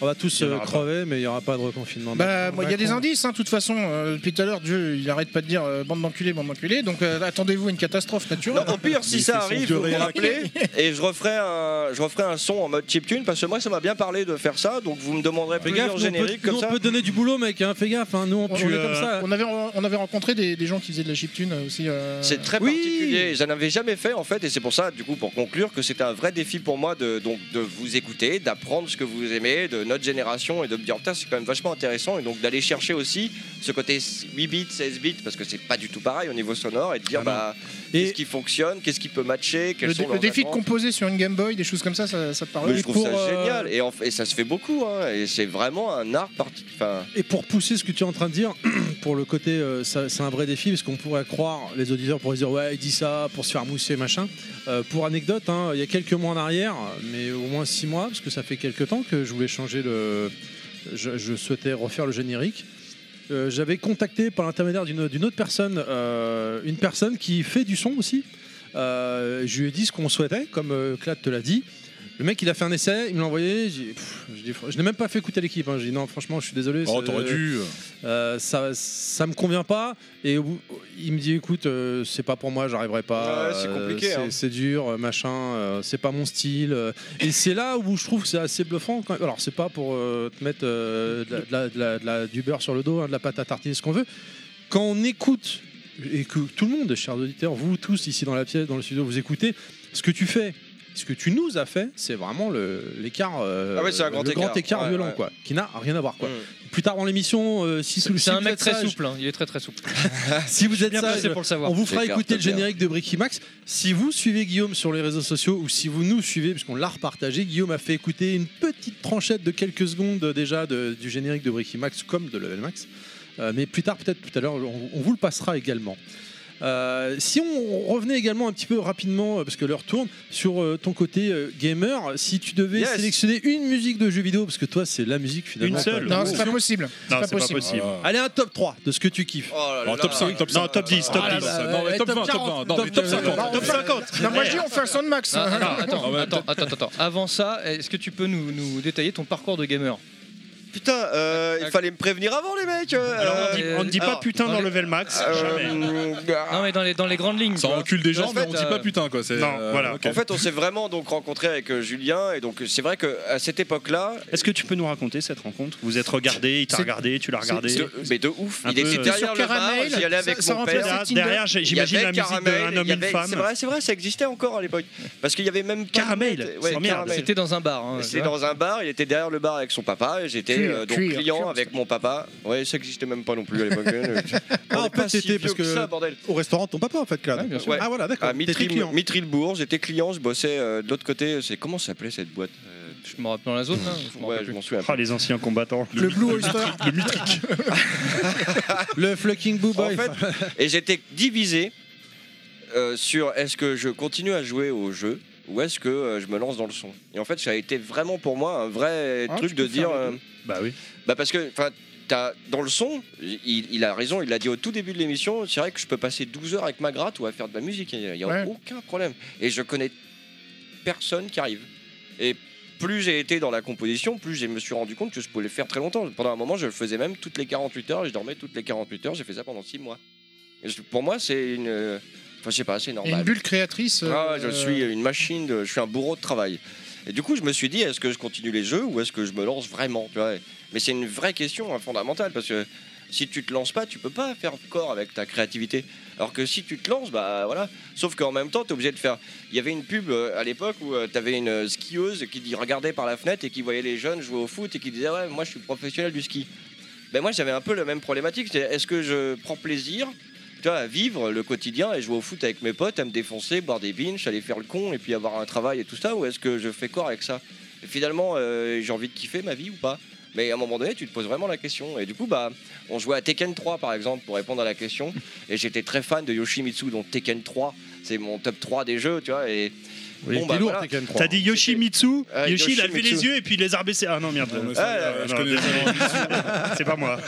Speaker 1: On va tous
Speaker 6: Il y en
Speaker 1: euh,
Speaker 6: aura pas.
Speaker 1: crever, mais il n'y aura pas de reconfinement.
Speaker 3: Bah,
Speaker 1: Macron-
Speaker 3: moi, il y a des
Speaker 1: Macron-
Speaker 3: indices, hein, de toute façon. Euh, depuis tout à l'heure, Dieu, il arrête pas de dire euh, bande d'enculés, bande d'enculés. Donc, euh, attendez-vous à une catastrophe naturelle.
Speaker 7: Non, au pire, si
Speaker 5: Il
Speaker 7: ça
Speaker 5: fait son
Speaker 7: arrive,
Speaker 5: vieux
Speaker 7: vous me
Speaker 5: réac.
Speaker 7: rappelez, <laughs> et je referai, un, je referai un son en mode chiptune, parce que moi, ça m'a bien parlé de faire ça, donc vous me demanderez
Speaker 1: Fais gaffe,
Speaker 7: plusieurs
Speaker 1: nous, on peut,
Speaker 7: génériques comme
Speaker 1: nous, on
Speaker 7: ça.
Speaker 1: peut te donner du boulot, mec. hein, fais gaffe, hein, nous, on,
Speaker 3: On-
Speaker 1: tu
Speaker 3: on,
Speaker 1: es
Speaker 3: euh,
Speaker 1: comme ça.
Speaker 3: On avait, on avait rencontré des, des gens qui faisaient de la chiptune euh, aussi. euh,
Speaker 7: C'est très
Speaker 1: Oui.
Speaker 7: particulier, j'en avais jamais fait en fait, et c'est pour ça, du coup, pour conclure, que c'était un vrai défi pour moi de, donc, de vous écouter, d'apprendre ce que vous aimez de notre génération et de me dire, putain, c'est quand même vachement intéressant, et donc d'aller chercher aussi ce côté 8 bits, 16 bits, parce que c'est pas du tout pareil au niveau sonore, et de dire,
Speaker 1: Ah non.
Speaker 7: bah, qu'est-ce
Speaker 1: Et
Speaker 7: qui fonctionne, qu'est-ce qui peut matcher, quels
Speaker 3: le,
Speaker 7: sont
Speaker 3: dé- le
Speaker 7: leurs
Speaker 3: défi de
Speaker 7: attentes.
Speaker 3: composer sur une Game Boy, des choses comme ça, ça, ça te parle
Speaker 7: Mais je trouve
Speaker 3: Pour,
Speaker 7: ça
Speaker 3: euh,
Speaker 7: génial, et, en f- et ça se fait beaucoup, hein, et c'est vraiment un art particulier. Enfin,
Speaker 1: Et pour pousser ce que tu es en train de dire, pour le côté, euh, ça- c'est un vrai défi, parce qu'on pourrait croire, les auditeurs pourraient se dire, ouais, il dit ça pour se faire mousser, machin. Euh, pour anecdote, hein, il y a quelques mois en arrière, mais au moins six mois, parce que ça fait quelques temps que je voulais changer le. Je, je souhaitais refaire le générique. Euh, J'avais contacté par l'intermédiaire d'une d'une autre personne, euh, une personne qui fait du son aussi. Euh, je lui ai dit ce qu'on souhaitait, comme euh, Clad te l'a dit. Le mec, il a fait un essai, il me l'a envoyé. j'ai- pff, j'ai dit, fr- je n'ai même pas fait écouter l'équipe. hein. J'ai dit non, franchement, je suis désolé.
Speaker 5: Oh,
Speaker 1: ça-
Speaker 5: t'aurais dû.
Speaker 1: euh, ça, ça me convient pas. Et au bout- il me dit écoute, euh, c'est pas pour moi, j'arriverai pas.
Speaker 7: Ouais, c'est
Speaker 1: euh,
Speaker 7: compliqué,
Speaker 1: c'est-
Speaker 7: hein.
Speaker 1: C'est dur, euh, machin. euh, c'est pas mon style. euh. Et c'est là où je trouve que c'est assez bluffant. Quand même. Alors, c'est pas pour euh, te mettre euh, de la- de la- de la- de la- du beurre sur le dos, hein, de la pâte à tartiner, ce qu'on veut. Quand on écoute, et que tout le monde, chers auditeurs, vous tous ici dans la pièce, dans le studio, vous écoutez, ce que tu fais. Ce que tu nous as fait, c'est vraiment le- l'écart, euh,
Speaker 7: Ah ouais, c'est un grand
Speaker 1: le grand
Speaker 7: écart.
Speaker 1: écart
Speaker 7: Ouais,
Speaker 1: violent,
Speaker 7: ouais.
Speaker 1: quoi, qui n'a rien à voir, quoi
Speaker 7: Mm.
Speaker 1: plus tard dans l'émission, euh, si, sous-
Speaker 4: C'est
Speaker 1: si
Speaker 4: un
Speaker 1: vous
Speaker 4: mec
Speaker 1: êtes
Speaker 4: très
Speaker 1: sage, ah,
Speaker 4: souple, hein. il est très très souple.
Speaker 1: si vous êtes
Speaker 4: Bien
Speaker 1: sage,
Speaker 4: placé pour le savoir.
Speaker 1: on vous fera
Speaker 7: J'écarte
Speaker 1: écouter le
Speaker 7: bien.
Speaker 1: générique de Bricky Max. Si vous suivez Guillaume sur les réseaux sociaux ou si vous nous suivez, puisqu'on l'a repartagé, Guillaume a fait écouter une petite tranchette de quelques secondes euh, déjà de- du générique de Bricky Max comme de Level Max. Euh, mais plus tard, peut-être tout à l'heure, on, on vous le passera également. Euh, si on revenait également un petit peu rapidement, euh, parce que l'heure tourne, sur euh, ton côté euh, gamer, si tu devais
Speaker 7: Yes.
Speaker 1: sélectionner une musique de jeu vidéo, parce que toi c'est la musique finalement.
Speaker 6: Une seule
Speaker 1: t'as-
Speaker 3: Non, c'est pas possible.
Speaker 6: Non,
Speaker 3: pas
Speaker 6: c'est pas
Speaker 3: possible.
Speaker 6: possible.
Speaker 5: Voilà.
Speaker 1: Allez, un top 3 de ce que tu kiffes.
Speaker 7: Oh là
Speaker 5: Alors,
Speaker 7: là. euh,
Speaker 5: top 5, top 5.
Speaker 6: Non, top 10, top
Speaker 5: Ah,
Speaker 6: 10.
Speaker 5: là, non, mais top 20, top 20. Non, mais top 50.
Speaker 3: Non,
Speaker 6: Top
Speaker 3: on fait-
Speaker 6: 50.
Speaker 3: Non, moi je dis, on fait un hein. Soundmax.
Speaker 4: Ah,
Speaker 3: max.
Speaker 4: attends,
Speaker 5: Ah ouais,
Speaker 4: attends, attends, attends, attends. Avant ça, est-ce que tu peux nous, nous détailler ton parcours de gamer
Speaker 7: Putain, euh, il fallait me prévenir avant, les mecs. euh,
Speaker 6: Alors, on dit-
Speaker 4: euh,
Speaker 6: on ne dit pas
Speaker 7: alors,
Speaker 6: putain dans
Speaker 4: allez.
Speaker 6: level max,
Speaker 7: euh, <laughs>
Speaker 6: jamais.
Speaker 7: euh,
Speaker 4: Non mais dans les, dans les grandes lignes.
Speaker 5: Ça
Speaker 4: tu vois.
Speaker 5: encule des gens,
Speaker 4: En
Speaker 5: mais
Speaker 4: fait,
Speaker 5: on dit
Speaker 4: euh,
Speaker 5: pas putain, quoi. c'est-
Speaker 6: Non,
Speaker 5: euh,
Speaker 6: voilà.
Speaker 5: ok.
Speaker 7: En fait, on s'est vraiment donc rencontré avec euh, Julien et donc c'est vrai que à cette époque-là,
Speaker 6: Est-ce que tu peux nous raconter cette rencontre Vous êtes regardé, il t'a
Speaker 3: C'est-
Speaker 6: regardé, tu l'as regardé.
Speaker 7: de- mais de ouf,
Speaker 6: Un
Speaker 7: il
Speaker 6: peu,
Speaker 7: était
Speaker 6: euh,
Speaker 7: derrière
Speaker 3: sur
Speaker 7: le bar,
Speaker 3: Caramel,
Speaker 7: j'y allais
Speaker 3: ça-
Speaker 7: avec
Speaker 3: ça
Speaker 7: mon
Speaker 3: remplace
Speaker 7: père.
Speaker 6: Derrière,
Speaker 3: Tinder.
Speaker 6: derrière, j'ai- j'imagine
Speaker 7: Il y
Speaker 6: la
Speaker 7: avait
Speaker 6: musique
Speaker 7: Caramel,
Speaker 6: d'un homme
Speaker 7: il y
Speaker 6: et une
Speaker 7: avait- C'est
Speaker 6: femme.
Speaker 7: vrai, c'est vrai, ça existait encore à l'époque. Parce qu'il y avait même pas
Speaker 6: Caramel,
Speaker 7: de net.
Speaker 6: c'est merde.
Speaker 7: Caramel.
Speaker 4: C'était dans un bar. hein,
Speaker 7: C'était
Speaker 4: tu vois.
Speaker 7: dans un bar, il était derrière le bar avec son papa et j'étais
Speaker 3: Cuir,
Speaker 7: euh, donc
Speaker 3: cuir,
Speaker 7: client
Speaker 3: cuir,
Speaker 7: avec mon papa. Ouais, ça existait même pas non plus à l'époque. hein,
Speaker 6: <laughs>
Speaker 1: Ah, en
Speaker 7: On est
Speaker 1: fait,
Speaker 7: pas si
Speaker 1: c'était
Speaker 7: vieux
Speaker 1: parce que-
Speaker 7: ça, bordel.
Speaker 1: au restaurant de ton papa en fait là.
Speaker 4: Ouais, bien sûr.
Speaker 7: Ouais.
Speaker 1: Ah voilà d'accord.
Speaker 7: À
Speaker 1: T'es très
Speaker 7: Mitry-
Speaker 1: client.
Speaker 7: Mitry-le-Bourg, j'étais client, je bossais euh, de l'autre côté. C'est comment ça s'appelait cette boîte Euh,
Speaker 4: Je me rappelle dans la zone. hein, je me
Speaker 7: Ouais,
Speaker 4: rappelle
Speaker 7: je
Speaker 4: plus.
Speaker 7: m'en souviens.
Speaker 6: Ah, les anciens combattants.
Speaker 3: Le Blue Oyster.
Speaker 7: <laughs>
Speaker 1: <laughs> Le fucking boo
Speaker 7: En
Speaker 1: boy.
Speaker 7: fait, euh, et j'étais divisé euh, sur est-ce que je continue à jouer au jeu ou est-ce que euh, je me lance dans le son. Et en fait, ça a été vraiment pour moi un vrai
Speaker 3: Ah,
Speaker 7: truc
Speaker 3: tu
Speaker 7: de
Speaker 3: peux
Speaker 7: dire.
Speaker 3: faire les
Speaker 7: euh,
Speaker 6: Bah oui.
Speaker 7: Bah parce que, enfin, t'as- dans le son, il, il a raison, il l'a dit au tout début de l'émission, c'est vrai que je peux passer 12 heures avec ma gratte ou à faire de la musique, il n'y a
Speaker 3: Ouais.
Speaker 7: aucun problème. Et je connais personne qui arrive. Et plus j'ai été dans la composition, plus je me suis rendu compte que je pouvais le faire très longtemps. Pendant un moment, je le faisais même toutes les 48 heures, et je dormais toutes les 48 heures, j'ai fait ça pendant 6 mois. Et je- pour moi, c'est une... euh, Enfin, je sais pas, c'est
Speaker 3: Il y a une
Speaker 7: normal.
Speaker 3: bulle créatrice. euh,
Speaker 7: Ah, je suis une machine, de- je suis un bourreau de travail. Et du coup, je me suis dit, est-ce que je continue les jeux ou est-ce que je me lance vraiment tu vois Mais c'est une vraie question hein, fondamentale parce que si tu te lances pas, tu peux pas faire corps avec ta créativité. Alors que si tu te lances, bah voilà. Sauf qu'en même temps, tu es obligé de faire. Il y avait une pub euh, à l'époque où tu avais une euh, skieuse qui dit- regardait par la fenêtre et qui voyait les jeunes jouer au foot et qui disait, ouais, moi je suis professionnel du ski. Ben moi, j'avais un peu la même problématique. c'est, Est-ce que je prends plaisir tu vois, à vivre le quotidien et jouer au foot avec mes potes, à me défoncer, boire des binges, aller faire le con et puis avoir un travail et tout ça, ou est-ce que je fais corps avec ça Et Finalement, euh, j'ai envie de kiffer ma vie ou pas mais à un moment donné, tu te poses vraiment la question. Et du coup, bah, on jouait à Tekken 3, par exemple, pour répondre à la question. Et j'étais très fan de Yoshimitsu, donc Tekken 3, c'est mon top 3 des jeux, tu vois. Et
Speaker 1: Oui,
Speaker 7: bon,
Speaker 1: t'es
Speaker 7: bah,
Speaker 1: lourd, hein.
Speaker 7: voilà.
Speaker 1: t'es quand même 3.
Speaker 6: T'as dit Ah, Yoshimitsu.
Speaker 7: Euh,
Speaker 6: Yoshi, il a
Speaker 7: Yoshimitsu.
Speaker 6: levé les yeux et puis il les a rebaissés. Ah non, merde.
Speaker 5: Non, mais
Speaker 6: Euh,
Speaker 5: ça,
Speaker 7: Ah,
Speaker 5: euh, je
Speaker 6: non, <laughs>
Speaker 5: connais-
Speaker 6: C'est pas moi.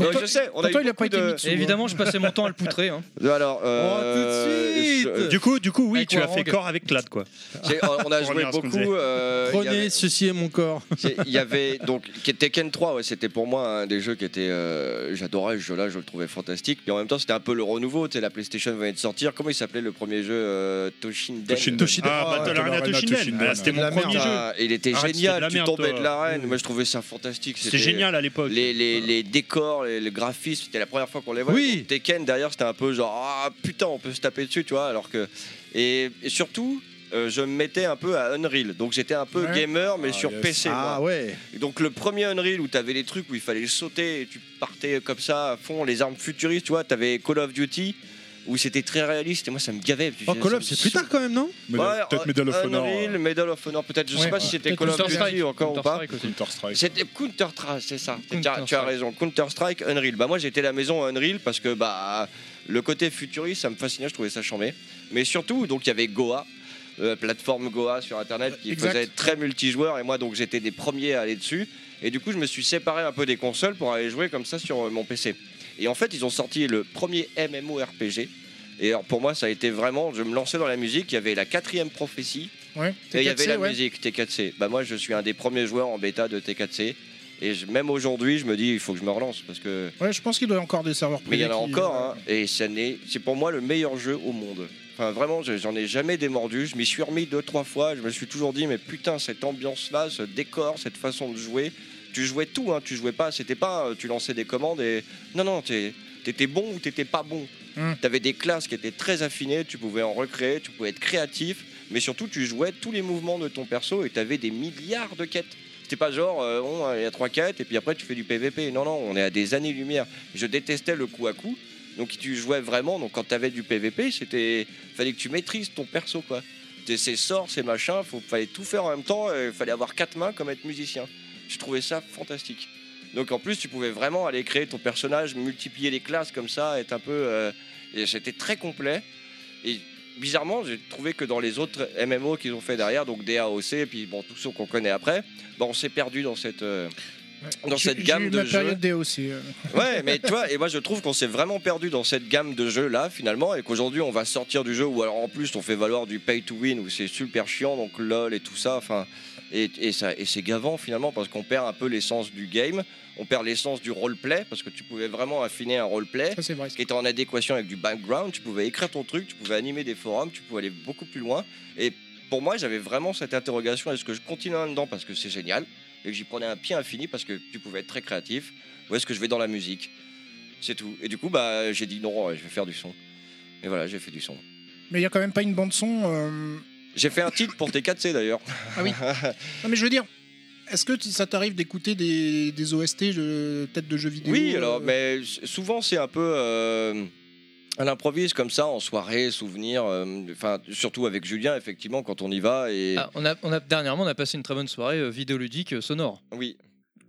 Speaker 7: Non, je sais, on a eu
Speaker 3: Pourtant, il a
Speaker 7: beaucoup
Speaker 3: pas été
Speaker 7: de...
Speaker 3: Mitsu.
Speaker 4: Et évidemment, je passais mon temps à le poutrer. hein.
Speaker 7: de- Alors, euh,
Speaker 1: tout de Oh, suite.
Speaker 7: je-
Speaker 6: Du coup, du coup, oui,
Speaker 4: Avec
Speaker 6: tu as
Speaker 4: Warang.
Speaker 6: fait corps avec Clad, quoi.
Speaker 7: j'ai- on a
Speaker 6: Pour
Speaker 7: joué
Speaker 6: revenir à ce qu'on
Speaker 7: beaucoup.
Speaker 6: disait.
Speaker 7: euh, il y
Speaker 1: Prenez
Speaker 7: avait-
Speaker 1: ceci est mon
Speaker 7: <laughs>
Speaker 1: corps.
Speaker 7: C'est- Il y avait donc Ke- Tekken 3, ouais, c'était pour moi un des jeux qui était. euh, J'adorais ce jeu-là, je le trouvais fantastique. Mais en même temps, c'était un peu le renouveau. Tu sais, la PlayStation venait de sortir. Comment il s'appelait le premier jeu euh, Toshinden.
Speaker 5: Toshinden.
Speaker 6: Ah, Battle Arena Toshinden. Ah, C'était mon
Speaker 1: La
Speaker 6: premier
Speaker 1: merde.
Speaker 6: jeu.
Speaker 7: Ah, il était
Speaker 6: Arrête, c'était de
Speaker 7: génial.
Speaker 6: la
Speaker 7: Tu
Speaker 6: merde,
Speaker 7: tombais
Speaker 6: toi.
Speaker 7: de l'arène. Moi, je trouvais ça fantastique. euh,
Speaker 6: C'était génial à l'époque.
Speaker 7: Les, les, les décors, les, les graphismes, c'était la première fois qu'on les voyait.
Speaker 1: Ah. Oui.
Speaker 7: Donc, Tekken, derrière, c'était un peu genre Ah putain, on peut se taper dessus, tu vois. Alors que. Et, et surtout, euh, je me mettais un peu à Unreal. Donc, j'étais un peu
Speaker 3: Ouais.
Speaker 7: gamer, mais
Speaker 5: Ah,
Speaker 7: sur
Speaker 5: yes.
Speaker 7: PC. moi.
Speaker 1: Ah ouais.
Speaker 7: Et donc le premier Unreal où t'avais les trucs où il fallait sauter et tu partais comme ça à fond, les armes futuristes, tu vois, t'avais Call of Duty où c'était très réaliste et moi ça me gavait.
Speaker 1: Oh, Call of, c'est plus tard quand même, non
Speaker 7: bah,
Speaker 5: Medal- Peut-être Medal of Honor.
Speaker 7: Unreal,
Speaker 5: euh,
Speaker 7: Medal of Honor, peut-être, je sais
Speaker 3: Ouais.
Speaker 7: pas si c'était
Speaker 3: Peut-être
Speaker 7: Call of Duty
Speaker 4: Counter-Strike,
Speaker 7: encore ou pas.
Speaker 4: Counter-Strike aussi.
Speaker 5: Counter-Strike.
Speaker 7: C'était Counter-Strike, c'est ça. Tu as- tu as
Speaker 4: Counter-Strike.
Speaker 7: raison, Counter-Strike, Unreal. Bah moi j'étais à la maison à Unreal parce que bah le côté futuriste ça me fascinait, je trouvais ça chambé. Mais surtout donc il y avait Goa. euh, plateforme Goa sur internet qui
Speaker 3: Exact.
Speaker 7: faisait très multijoueur et moi donc j'étais des premiers à aller dessus et du coup je me suis séparé un peu des consoles pour aller jouer comme ça sur euh, mon PC et en fait ils ont sorti le premier MMORPG et alors pour moi ça a été vraiment je me lançais dans la musique il y avait la quatrième prophétie
Speaker 3: euh, Ouais.
Speaker 7: Et il y avait la
Speaker 3: ouais.
Speaker 7: musique T4C. Bah moi je suis un des premiers joueurs en bêta de T4C et je- même aujourd'hui je me dis il faut que je me relance parce que
Speaker 3: Ouais, je pense qu'il doit y avoir encore des serveurs
Speaker 7: mais
Speaker 3: privés.
Speaker 7: il y en a
Speaker 3: qui-
Speaker 7: encore hein, et ça n'est- c'est pour moi le meilleur jeu au monde. Enfin vraiment je- j'en ai jamais démordu, je m'y suis remis deux trois fois, je me suis toujours dit mais putain cette ambiance là, ce décor, cette façon de jouer, tu jouais tout hein, tu jouais pas, c'était pas euh, tu lançais des commandes et non non t'es- t'étais bon ou t'étais pas bon.
Speaker 3: Hmm.
Speaker 7: T'avais des classes qui étaient très affinées, tu pouvais en recréer, tu pouvais être créatif, mais surtout tu jouais tous les mouvements de ton perso et t'avais des milliards de quêtes. C'était pas genre, euh, bon, il y a trois quêtes et puis après tu fais du PVP. Non, non, on est à des années-lumière. Je détestais le coup à coup, donc tu jouais vraiment. Donc quand t'avais du PVP, c'était fallait que tu maîtrises ton perso quoi. T'es- Ses sorts, ses machins, faut, fallait tout faire en même temps, euh, il fallait avoir quatre mains comme être musicien. Je trouvais ça fantastique. Donc en plus, tu pouvais vraiment aller créer ton personnage, multiplier les classes comme ça, être un peu. euh, et c'était très complet. Et bizarrement, j'ai trouvé que dans les autres MMO qu'ils ont fait derrière, donc DAOC, et puis bon, tous ceux qu'on connaît après, bah, on s'est perdu dans cette. euh,
Speaker 3: Ouais.
Speaker 7: dans
Speaker 3: J'ai-
Speaker 7: cette
Speaker 3: j'ai
Speaker 7: gamme
Speaker 3: eu
Speaker 7: de
Speaker 3: ma
Speaker 7: jeux.
Speaker 3: période DAO aussi. euh.
Speaker 7: Ouais, mais tu vois, et moi je trouve qu'on s'est vraiment perdu dans cette gamme de jeux là finalement, et qu'aujourd'hui on va sortir du jeu où alors en plus on fait valoir du pay to win où c'est super chiant donc lol et tout ça, enfin et, et ça et c'est gavant finalement parce qu'on perd un peu l'essence du game, on perd l'essence du roleplay parce que tu pouvais vraiment affiner un roleplay
Speaker 3: Ça, c'est vrai.
Speaker 7: qui était en adéquation avec du background, tu pouvais écrire ton truc, tu pouvais animer des forums, tu pouvais aller beaucoup plus loin. Et pour moi, j'avais vraiment cette interrogation est-ce que je continue là-dedans parce que c'est génial et que j'y prenais un pied infini parce que tu pouvais être très créatif ou est-ce que je vais dans la musique C'est tout. Et du coup, bah, j'ai dit non, euh, je vais faire du son. Et voilà, j'ai fait du son.
Speaker 3: Mais il n'y a quand même pas une bande-son. euh,
Speaker 7: J'ai fait un titre pour T4C d'ailleurs.
Speaker 3: Ah oui. Non, mais je veux dire, est-ce que t- ça t'arrive d'écouter des, des OST, je- peut-être de jeux vidéo
Speaker 7: Oui,
Speaker 3: euh,
Speaker 7: alors, ben, mais s- souvent c'est un peu euh, à l'improvise comme ça, en soirée, souvenir. euh, Enfin, surtout avec Julien, effectivement, quand on y va. Et
Speaker 4: Ah, on a, on a, dernièrement, on a passé une très bonne soirée euh, vidéoludique euh, sonore
Speaker 7: oui,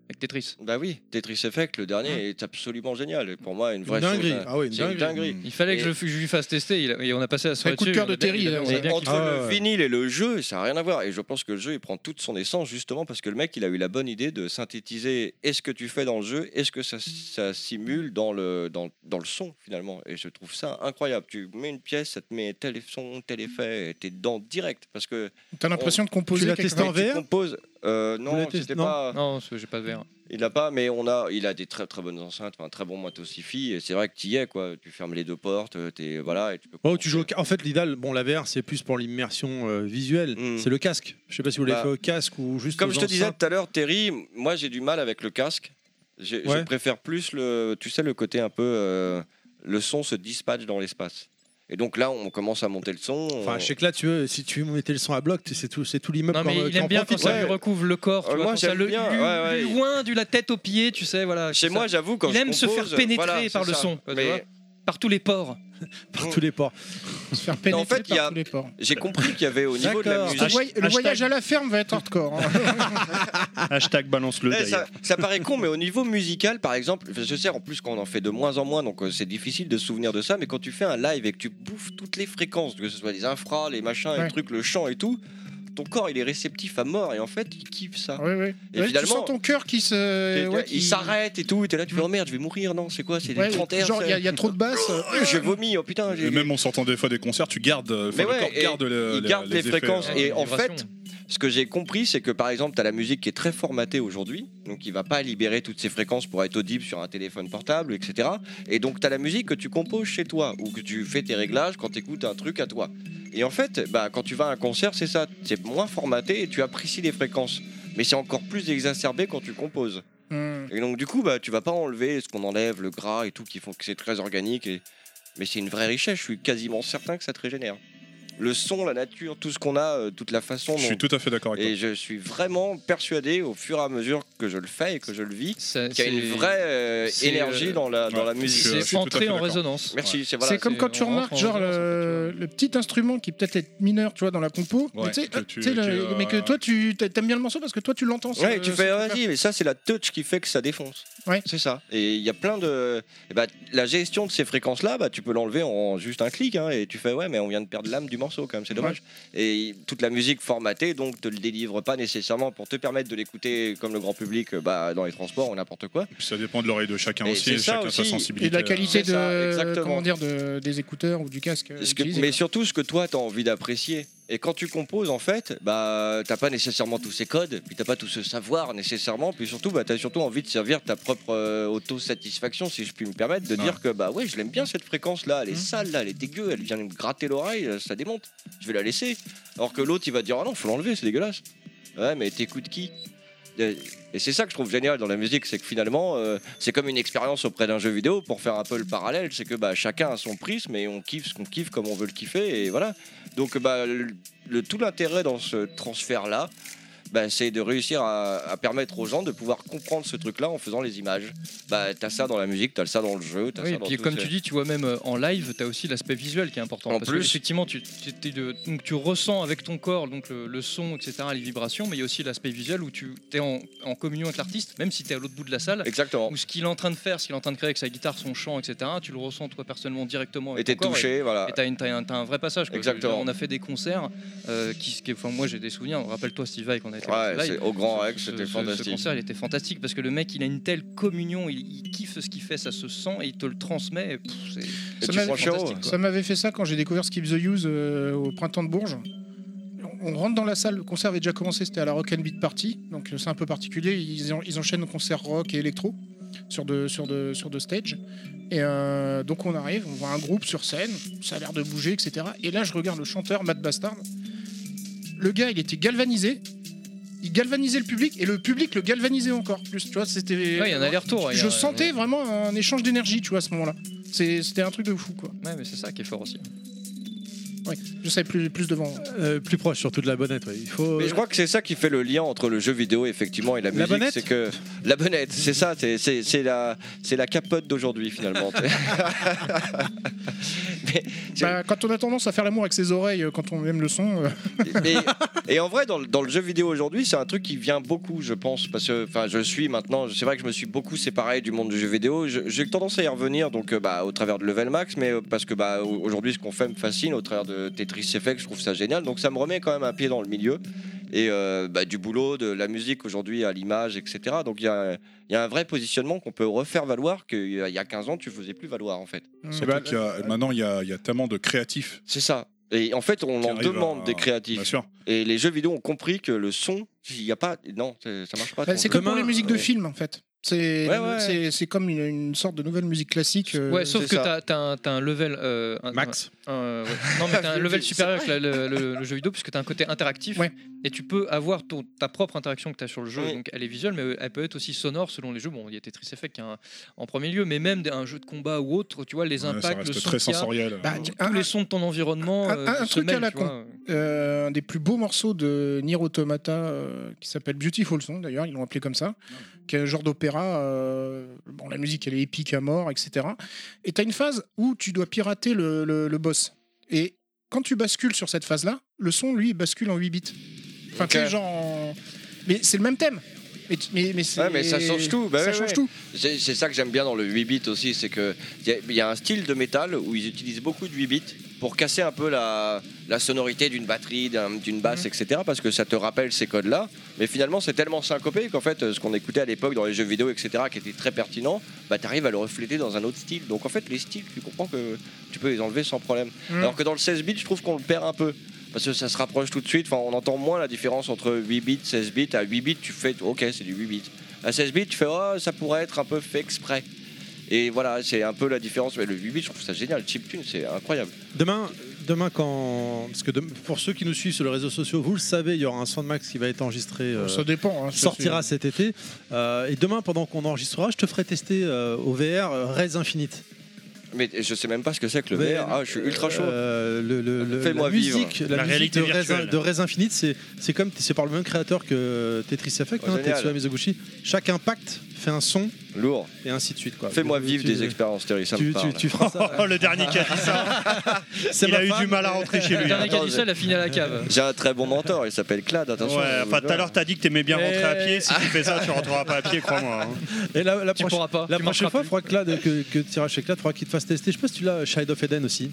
Speaker 4: avec Tetris.
Speaker 7: Bah oui, Tetris Effect, le dernier, est absolument génial. Et Pour moi, une
Speaker 1: Hein. Une
Speaker 7: vraie chose,
Speaker 1: dinguerie.
Speaker 7: hein.
Speaker 1: Ah ouais, une
Speaker 7: C'est une dinguerie.
Speaker 4: Il fallait que
Speaker 7: Et-
Speaker 4: je, le f- je lui fasse tester il a- et on a passé la soirée
Speaker 3: coup de
Speaker 4: dessus,
Speaker 3: cœur
Speaker 4: on a
Speaker 3: de Terry,
Speaker 4: bien-
Speaker 3: euh,
Speaker 4: on a
Speaker 3: ouais.
Speaker 4: bien kiffé.
Speaker 7: Entre
Speaker 1: Ah
Speaker 7: le
Speaker 1: ouais.
Speaker 7: vinyle et le jeu, ça n'a rien à voir. Et je pense que le jeu, il prend toute son essence justement parce que le mec, il a eu la bonne idée de synthétiser est ce que tu fais dans le jeu, est ce que ça, ça simule dans le, dans, dans le son finalement. Et je trouve ça incroyable. Tu mets une pièce, ça te met tel son, tel effet, et t'es dedans direct. Parce que
Speaker 3: T'as l'impression de
Speaker 1: Tu
Speaker 3: composer
Speaker 1: l'as
Speaker 3: quelque
Speaker 1: testé en
Speaker 3: chose.
Speaker 1: V-
Speaker 7: tu
Speaker 1: VR
Speaker 7: composes. Euh, non,
Speaker 1: l'avez testé-
Speaker 7: c'était
Speaker 1: non.
Speaker 7: pas.
Speaker 4: Non, parce que j'ai pas de verre.
Speaker 7: Il n'a pas, mais on a, il a des très très bonnes enceintes, enfin, un très bon matos hi-fi, et c'est vrai que tu y es quoi. Tu fermes les deux portes, euh, t'es voilà et tu peux.
Speaker 1: Oh, tu joues au
Speaker 7: commencer.
Speaker 1: ca- En fait, l'idéal, bon, la VR, c'est plus pour l'immersion euh, visuelle.
Speaker 7: Mm.
Speaker 1: C'est le casque. Je sais pas si vous l'avez
Speaker 7: Bah,
Speaker 1: fait au casque ou juste.
Speaker 7: Comme
Speaker 1: aux
Speaker 7: je te disais
Speaker 1: enceintes.
Speaker 7: tout à l'heure, Terry, moi j'ai du mal avec le casque. J'ai- Je
Speaker 1: Ouais.
Speaker 7: préfère plus le, tu sais le côté un peu, euh, le son se dispatche dans l'espace. Et donc là, on commence à monter le son.
Speaker 1: Enfin,
Speaker 7: on-
Speaker 1: je sais que là, tu veux, si tu mettais le son à bloc, tu- c'est tout, c'est tout l'immeuble.
Speaker 4: Non, mais
Speaker 1: qu'en-
Speaker 4: il
Speaker 1: qu'en
Speaker 4: aime bien quand
Speaker 1: profite.
Speaker 4: ça
Speaker 7: ouais.
Speaker 4: lui recouvre le corps. tu
Speaker 7: Euh,
Speaker 4: vois,
Speaker 7: moi,
Speaker 4: quand ça
Speaker 7: j'aime
Speaker 4: le-
Speaker 7: bien,
Speaker 4: lui-
Speaker 7: ouais, ouais.
Speaker 4: Loin du la tête aux pieds, tu sais, voilà.
Speaker 7: Chez
Speaker 4: c'est
Speaker 7: moi,
Speaker 4: ça.
Speaker 7: j'avoue quand
Speaker 4: Il
Speaker 7: je
Speaker 4: aime se
Speaker 7: compose,
Speaker 4: faire pénétrer
Speaker 7: voilà,
Speaker 4: par
Speaker 7: c'est
Speaker 4: le
Speaker 7: ça.
Speaker 4: son, tu
Speaker 7: Mais
Speaker 4: vois. par tous les ports.
Speaker 1: par tous les ports.
Speaker 3: Se faire pénétrer
Speaker 7: en fait, il y a-
Speaker 3: par tous les ports.
Speaker 7: j'ai compris qu'il y avait au niveau de la
Speaker 1: D'accord.
Speaker 3: Le,
Speaker 7: musique.
Speaker 3: voy- le
Speaker 6: hashtag-
Speaker 3: voyage à la ferme va être
Speaker 7: <laughs>
Speaker 3: hardcore. hein.
Speaker 6: Hashtag balance le
Speaker 7: Ouais, ça,
Speaker 6: d'ailleurs.
Speaker 7: ça paraît con, mais au niveau musical, par exemple, je sais en plus qu'on en fait de moins en moins, donc euh, c'est difficile de se souvenir de ça, mais quand tu fais un live et que tu bouffes toutes les fréquences, que ce soit les infras, les machins,
Speaker 3: Ouais.
Speaker 7: les trucs, le chant et tout, ton corps il est réceptif à mort et en fait il kiffe ça.
Speaker 3: Ouais, ouais.
Speaker 7: Et
Speaker 3: Ouais,
Speaker 7: finalement-
Speaker 3: tu sens ton cœur qui
Speaker 7: T'es-
Speaker 3: se.
Speaker 7: t'es-
Speaker 3: ouais, qui-
Speaker 7: Il s'arrête et tout, et t'es là, tu fais oh merde, je vais mourir, non, c'est quoi, c'est
Speaker 3: Ouais,
Speaker 7: des 30 Hz.
Speaker 3: Genre, il y, a- il y a trop de basses.
Speaker 7: euh, J'ai vomi, oh putain, j'ai.
Speaker 5: Et même en sortant des fois des concerts, tu gardes, euh, enfin,
Speaker 7: Mais
Speaker 5: le
Speaker 7: ouais,
Speaker 5: corps
Speaker 7: et
Speaker 5: garde le-
Speaker 7: il
Speaker 5: le-
Speaker 7: garde les
Speaker 5: effets,
Speaker 7: fréquences
Speaker 5: euh,
Speaker 7: et- en
Speaker 4: Vibration.
Speaker 7: fait, Ce que j'ai compris, c'est que par exemple, tu as la musique qui est très formatée aujourd'hui, donc il va pas libérer toutes ses fréquences pour être audible sur un téléphone portable, etc. Et donc tu as la musique que tu composes chez toi ou que tu fais tes réglages quand tu écoutes un truc à toi. Et en fait, bah, quand tu vas à un concert, c'est ça, c'est moins formaté et tu apprécies les fréquences. Mais c'est encore plus exacerbé quand tu composes.
Speaker 3: Hum.
Speaker 7: Et donc du coup, bah, tu vas pas enlever ce qu'on enlève, le gras et tout, qui font que c'est très organique. Et... Mais c'est une vraie richesse, je suis quasiment certain que ça te régénère. Le son, la nature, tout ce qu'on a, euh, toute la façon
Speaker 5: Je
Speaker 7: dont
Speaker 5: suis tout à fait d'accord avec toi.
Speaker 7: et je suis vraiment persuadé au fur et à mesure que je le fais et que je le vis
Speaker 4: Ça-
Speaker 7: qu'il y a une
Speaker 4: c'est-
Speaker 7: vraie euh,
Speaker 4: c'est,
Speaker 7: énergie
Speaker 4: euh,
Speaker 7: dans la, dans
Speaker 5: ouais,
Speaker 7: la
Speaker 5: je-
Speaker 7: musique.
Speaker 5: je
Speaker 4: C'est
Speaker 5: suis tout à fait
Speaker 4: entré en
Speaker 5: d'accord.
Speaker 4: résonance.
Speaker 7: Merci, c'est
Speaker 3: c'est
Speaker 7: voilà.
Speaker 4: c'est-
Speaker 3: comme quand tu
Speaker 4: on rentre
Speaker 3: remarques,
Speaker 4: en
Speaker 3: genre
Speaker 4: résonance, en fait,
Speaker 3: le,
Speaker 4: tu
Speaker 3: le petit instrument qui peut-être être mineur, tu vois, dans la compo,
Speaker 5: Ouais,
Speaker 3: mais, tu sais,
Speaker 5: que
Speaker 3: ah,
Speaker 5: tu-
Speaker 3: tu
Speaker 5: que,
Speaker 3: sais, le-
Speaker 5: euh,
Speaker 3: mais que toi tu t'aimes bien le morceau parce que toi tu l'entends.
Speaker 7: Ouais,
Speaker 3: ce-
Speaker 7: tu
Speaker 3: ce
Speaker 7: fais
Speaker 3: truc-là.
Speaker 7: vas-y, mais ça c'est la touch qui fait que ça défonce.
Speaker 3: Ouais.
Speaker 7: C'est ça. Et il y a plein de, eh ben, la gestion de ces fréquences là, bah, tu peux l'enlever en juste un clic hein, et tu fais ouais, mais on vient de perdre l'âme du morceau quand même, c'est dommage. Et toute la musique formatée donc te le délivre pas nécessairement pour te permettre de l'écouter comme le grand public euh, bah, dans les transports ou n'importe quoi.
Speaker 5: Puis ça dépend de l'oreille de chacun
Speaker 7: Mais
Speaker 5: aussi,
Speaker 7: c'est
Speaker 5: et
Speaker 7: ça
Speaker 5: chacun sa
Speaker 7: aussi.
Speaker 5: sensibilité. hein.
Speaker 3: Et de la
Speaker 7: C'est
Speaker 3: qualité de
Speaker 7: ça, exactement.
Speaker 3: comment dire de- des écouteurs ou du casque. euh,
Speaker 7: Ce que-
Speaker 3: utilisé,
Speaker 7: mais
Speaker 3: quoi.
Speaker 7: surtout ce que toi t'as envie d'apprécier Et quand tu composes, en fait, bah, t'as pas nécessairement tous ces codes, puis t'as pas tout ce savoir nécessairement, puis surtout, bah, t'as surtout envie de servir ta propre euh, autosatisfaction, si je puis me permettre, de
Speaker 5: Ah.
Speaker 7: dire que bah ouais, Mmh. je l'aime bien cette fréquence-là, elle est sale là, elle est dégueu, elle vient me gratter l'oreille, euh, ça démonte, je vais la laisser. Alors que l'autre, il va dire ah non, faut l'enlever, c'est dégueulasse. Ouais, mais t'écoutes qui Euh, et c'est ça que je trouve génial dans la musique, c'est que finalement, euh, c'est comme une expérience auprès d'un jeu vidéo pour faire un peu le parallèle, c'est que bah, chacun a son prisme et on kiffe ce qu'on kiffe comme on veut le kiffer, et voilà. Donc bah, le, le- tout l'intérêt dans ce transfert-là, bah, c'est de réussir à, à permettre aux gens de pouvoir comprendre ce truc-là en faisant les images. Bah, t'as ça dans la musique, t'as ça dans le jeu, t'as
Speaker 4: Oui,
Speaker 7: ça
Speaker 4: et
Speaker 7: dans
Speaker 4: puis
Speaker 7: tout
Speaker 4: comme
Speaker 7: ce-
Speaker 4: tu dis, tu vois même euh, en live, tu as aussi l'aspect visuel qui est important.
Speaker 7: En
Speaker 4: parce
Speaker 7: plus.
Speaker 4: que, effectivement, tu, tu- t'es de- donc, tu ressens avec ton corps donc, le, le son, etc., les vibrations, mais il y a aussi l'aspect visuel où tu es en, en communion avec l'artiste, même si tu es à l'autre bout de la salle,
Speaker 7: Exactement.
Speaker 4: où ce qu'il est en train de faire, ce qu'il est en train de créer avec sa guitare, son chant, etc., tu le ressens toi personnellement directement.
Speaker 7: Et
Speaker 4: Avec
Speaker 7: t'es
Speaker 4: ton corps,
Speaker 7: touché, voilà.
Speaker 4: Et t'as, une- t'as un, t'as un vrai passage. quoi.
Speaker 7: Exactement.
Speaker 4: Je veux dire, On a fait des concerts euh, qui, qui- enfin, moi j'ai des souvenirs. Rappelle-toi Steve Vai qu'on a été
Speaker 7: Ouais,
Speaker 4: live.
Speaker 7: c'est- au Grand
Speaker 4: Ce-
Speaker 7: Rex,
Speaker 4: ce-
Speaker 7: c'était
Speaker 4: ce-
Speaker 7: fantastique.
Speaker 4: Ce concert, il était fantastique parce que le mec, il a une telle communion, il, il kiffe ce qu'il fait, ça se sent et il te le transmet. et pff, c'est-
Speaker 7: Et
Speaker 3: Ça
Speaker 7: tu
Speaker 3: m'a-
Speaker 7: prends chaud.
Speaker 4: fantastique, quoi.
Speaker 3: Ça m'avait fait ça quand j'ai découvert Skip the Use euh, au printemps de Bourges. On- On rentre dans la salle, le concert avait déjà commencé, c'était à la Rock and Beat Party, donc euh, c'est un peu particulier. Ils, en- ils enchaînent concert rock et électro sur de, sur de, sur de stage. Et euh, donc on arrive, on voit un groupe sur scène, ça a l'air de bouger, etc. Et là je regarde le chanteur Matt Bastard. Le gars, il était galvanisé. Il galvanisait le public et le public le galvanisait encore plus. Tu vois, c'était.
Speaker 4: Ouais, il y a un aller-retour. il y a
Speaker 3: euh, je
Speaker 4: un-
Speaker 3: sentais vraiment un échange d'énergie, tu vois, à ce moment-là. C'est- C'était un truc de fou, quoi.
Speaker 4: Ouais, mais c'est ça qui est fort aussi.
Speaker 3: Ouais, je sais plus, plus devant.
Speaker 1: Euh, plus proche surtout de la bonnette. ouais. Il faut.
Speaker 7: Mais je crois que c'est ça qui fait le lien entre le jeu vidéo effectivement et la,
Speaker 1: Euh, La
Speaker 7: musique,
Speaker 1: bonnette
Speaker 7: c'est que la bonnette, c'est ça, c'est- c'est c'est la c'est la capote d'aujourd'hui finalement. C'est-
Speaker 3: Bah, quand on a tendance à faire l'amour avec ses oreilles euh, quand on aime le son, euh,
Speaker 7: et, et en vrai, dans, le- dans le jeu vidéo aujourd'hui, c'est un truc qui vient beaucoup, je pense, parce que enfin, je suis maintenant, c'est vrai que je me suis beaucoup séparé du monde du jeu vidéo. Je- J'ai tendance à y revenir, donc euh, bah, au travers de Level Max, mais euh, parce que bah, au- aujourd'hui, ce qu'on fait me fascine, au travers de Tetris Effect, je trouve ça génial. Donc ça me remet quand même un pied dans le milieu et euh, bah, du boulot, de la musique aujourd'hui à l'image, etc. Donc il y a, il y a un vrai positionnement qu'on peut refaire valoir qu'il y a- il y a 15 ans, tu faisais plus valoir en fait.
Speaker 3: euh,
Speaker 5: Surtout
Speaker 3: Bah,
Speaker 5: qu'il y
Speaker 4: euh,
Speaker 5: a- maintenant, il y, a- il y a tellement de créatifs.
Speaker 7: C'est ça. Et en fait, on
Speaker 5: Qui
Speaker 7: en
Speaker 5: arrivent
Speaker 7: demande
Speaker 5: à-
Speaker 7: des
Speaker 5: Bien
Speaker 7: créatifs.
Speaker 5: sûr.
Speaker 7: Et les jeux vidéo ont compris que le son, il n'y a pas. Non, c'est- ça marche pas.
Speaker 3: bah,
Speaker 7: ton
Speaker 3: c'est
Speaker 7: jeu.
Speaker 3: comme pour les musiques de
Speaker 4: euh,
Speaker 7: Ouais.
Speaker 3: films en fait. C'est
Speaker 7: Ouais, ouais.
Speaker 3: c'est- c'est comme une, une sorte de nouvelle musique classique. euh,
Speaker 4: ouais, sauf
Speaker 7: c'est
Speaker 4: que
Speaker 7: ça.
Speaker 4: t'as, t'as un, t'as un level. euh, un-
Speaker 1: Max.
Speaker 4: un- un- ouais. Non, mais
Speaker 3: <laughs>
Speaker 4: t'as un level supérieur avec la- le, le- le jeu vidéo puisque t'as un côté interactif
Speaker 3: Ouais.
Speaker 4: et tu peux avoir ton- ta propre interaction que t'as sur le jeu.
Speaker 7: Oui.
Speaker 4: Donc elle est visuelle, mais elle peut être aussi sonore selon les jeux. Bon, il y a Tetris Effect qui est un- en premier lieu, mais même des- un jeu de combat ou autre, tu vois, les
Speaker 5: Ouais, Euh, ça
Speaker 4: impacts, le
Speaker 5: reste
Speaker 4: son
Speaker 5: très
Speaker 4: qu'il y a,
Speaker 5: sensoriel.
Speaker 3: bah,
Speaker 4: tous
Speaker 3: un,
Speaker 4: les sons de ton environnement.
Speaker 3: un-
Speaker 4: euh,
Speaker 3: un
Speaker 4: se
Speaker 3: truc à
Speaker 4: mêlent,
Speaker 3: la
Speaker 4: tu
Speaker 3: con.
Speaker 4: vois.
Speaker 3: euh, un des plus beaux morceaux de Nier Automata euh, qui s'appelle Beautiful Song d'ailleurs, ils l'ont appelé comme ça, qui est un genre d'opéra. euh, bon, la musique elle est épique à mort, etc. Et t'as une phase où tu dois pirater le, le- le boss. Et quand tu bascules sur cette phase là, le son lui il bascule en 8 bits. Enfin,
Speaker 7: Ok.
Speaker 3: tu sais, genre. en- Mais c'est le même thème. Mais, tu- mais, mais, c'est-
Speaker 7: Ouais, mais ça change tout, bah
Speaker 3: ça
Speaker 7: ouais,
Speaker 3: change
Speaker 7: ouais.
Speaker 3: tout.
Speaker 7: C'est c'est ça que j'aime bien dans le 8 bits aussi, c'est que il y a- il y, a un style de métal où ils utilisent beaucoup de 8 bits pour casser un peu la, la sonorité d'une batterie, d'un- d'une basse, etc. Parce que ça te rappelle ces codes-là. Mais finalement, c'est tellement syncopé qu'en fait, euh, ce qu'on écoutait à l'époque dans les jeux vidéo, etc., qui était très pertinent, bah, tu arrives à le refléter dans un autre style. Donc en fait, les styles, tu comprends que tu peux les enlever sans problème.
Speaker 3: Mm.
Speaker 7: Alors que dans le 16 bits, je trouve qu'on le perd un peu. Parce que ça se rapproche tout de suite, enfin, on entend moins la différence entre 8 bits, 16 bits. À 8 bits, tu fais, ok, c'est du 8 bits. À 16 bits, tu fais, oh, ça pourrait être un peu fait exprès. Et voilà, c'est un peu la différence. Mais le 8 bits, je trouve ça génial. Le chiptune, c'est incroyable.
Speaker 1: Demain, demain quand parce que dem- pour ceux qui nous suivent sur les réseaux sociaux, vous le savez, il y aura un Soundmax qui va être enregistré. euh,
Speaker 3: Ça dépend. hein, c'est-
Speaker 1: sortira cet été Euh, et demain pendant qu'on enregistrera je te ferai tester euh, au VR euh, Raids Infinite
Speaker 7: Mais je sais même pas ce que c'est que le
Speaker 1: Mais,
Speaker 7: VR. Ah, je suis ultra chaud.
Speaker 1: euh, le, le- le-
Speaker 7: Fais-moi
Speaker 1: la
Speaker 7: vivre.
Speaker 1: musique, la,
Speaker 6: La
Speaker 1: musique
Speaker 6: réalité
Speaker 1: de, Raids,
Speaker 6: virtuelle.
Speaker 1: de Raids Infinite c'est c'est comme c'est par le même créateur que Tetris Effect
Speaker 7: Oh,
Speaker 1: hein,
Speaker 7: génial.
Speaker 1: Tetsuya Mizoguchi chaque impact fait un son
Speaker 7: Lourd.
Speaker 1: et ainsi de suite quoi
Speaker 7: Ah, Fais-moi
Speaker 1: Tu-
Speaker 7: vivre
Speaker 1: tu-
Speaker 7: des expériences, Terry. Ça me
Speaker 1: tu,
Speaker 7: parle.
Speaker 1: tu, tu feras ça
Speaker 7: <laughs>
Speaker 6: Oh, le dernier qui a dit ça,
Speaker 1: C'est
Speaker 6: il
Speaker 1: ma
Speaker 6: a eu
Speaker 1: femme.
Speaker 6: du mal à rentrer chez
Speaker 4: Le
Speaker 6: lui. hein. <laughs>
Speaker 4: dernier qui a dit
Speaker 7: Attends,
Speaker 4: ça, il a fini à la cave.
Speaker 7: J'ai un très bon mentor. Il s'appelle Clad. Attention.
Speaker 6: Ouais, enfin, tout à l'heure, t'as dit que t'aimais bien rentrer à
Speaker 1: Eh.
Speaker 6: pied. Si tu fais ça, tu rentreras pas à pied, crois-moi. hein.
Speaker 1: et la, la
Speaker 4: Tu
Speaker 1: prochaine
Speaker 4: pourras pas.
Speaker 1: la
Speaker 4: tu
Speaker 1: prochaine
Speaker 4: marcheras
Speaker 1: fois,
Speaker 4: plus.
Speaker 1: faudra que, Clad- que, que tu iras chez Clad, faudra qu'il te fasse tester. Je sais pas si tu l'as, Shadow of Eden aussi.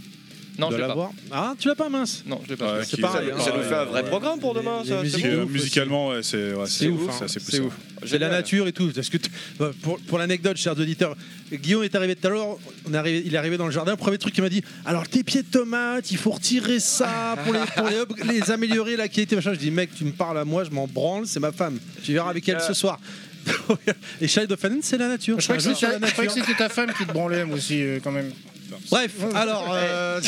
Speaker 4: Non,
Speaker 1: de
Speaker 4: je l'ai pas.
Speaker 1: l'avoir. Ah, tu l'as pas, mince.
Speaker 4: Non, je l'ai pas.
Speaker 5: Ouais,
Speaker 1: C'est
Speaker 5: qui-
Speaker 7: Ah, Ça,
Speaker 1: pareil.
Speaker 7: ça
Speaker 1: hein.
Speaker 7: nous fait un vrai
Speaker 1: Ouais.
Speaker 7: programme pour demain,
Speaker 1: Les
Speaker 7: ça.
Speaker 5: Qui,
Speaker 1: musiques
Speaker 7: c'est
Speaker 5: euh,
Speaker 7: bon.
Speaker 1: de ouf
Speaker 5: musicalement, ouais, c'est ouais,
Speaker 1: C'est
Speaker 5: Ah, c'est
Speaker 1: ouf,
Speaker 5: c'est
Speaker 1: hein.
Speaker 5: assez
Speaker 1: C'est
Speaker 5: poussé.
Speaker 1: ouf. J'ai la
Speaker 7: Génial.
Speaker 1: nature et tout. Parce que t- bah, pour, pour l'anecdote, chers auditeurs, Guillaume est arrivé tout à l'heure. on est arrivé- Il est arrivé dans le jardin. Premier truc, il m'a dit Alors, tes pieds de tomate, il faut retirer ça pour les, pour les, up- les améliorer la qualité. Machin. Je dis Mec, tu me parles à moi, je m'en branle, c'est ma femme. Tu verras avec elle ce soir. <laughs> et Child of Fanon, c'est la nature.
Speaker 3: Je crois que
Speaker 1: C'est un jeu sur la
Speaker 3: c'était- je crois que
Speaker 1: nature.
Speaker 3: c'était ta femme qui te branlait, moi aussi, euh, quand même.
Speaker 1: Bref, alors. euh,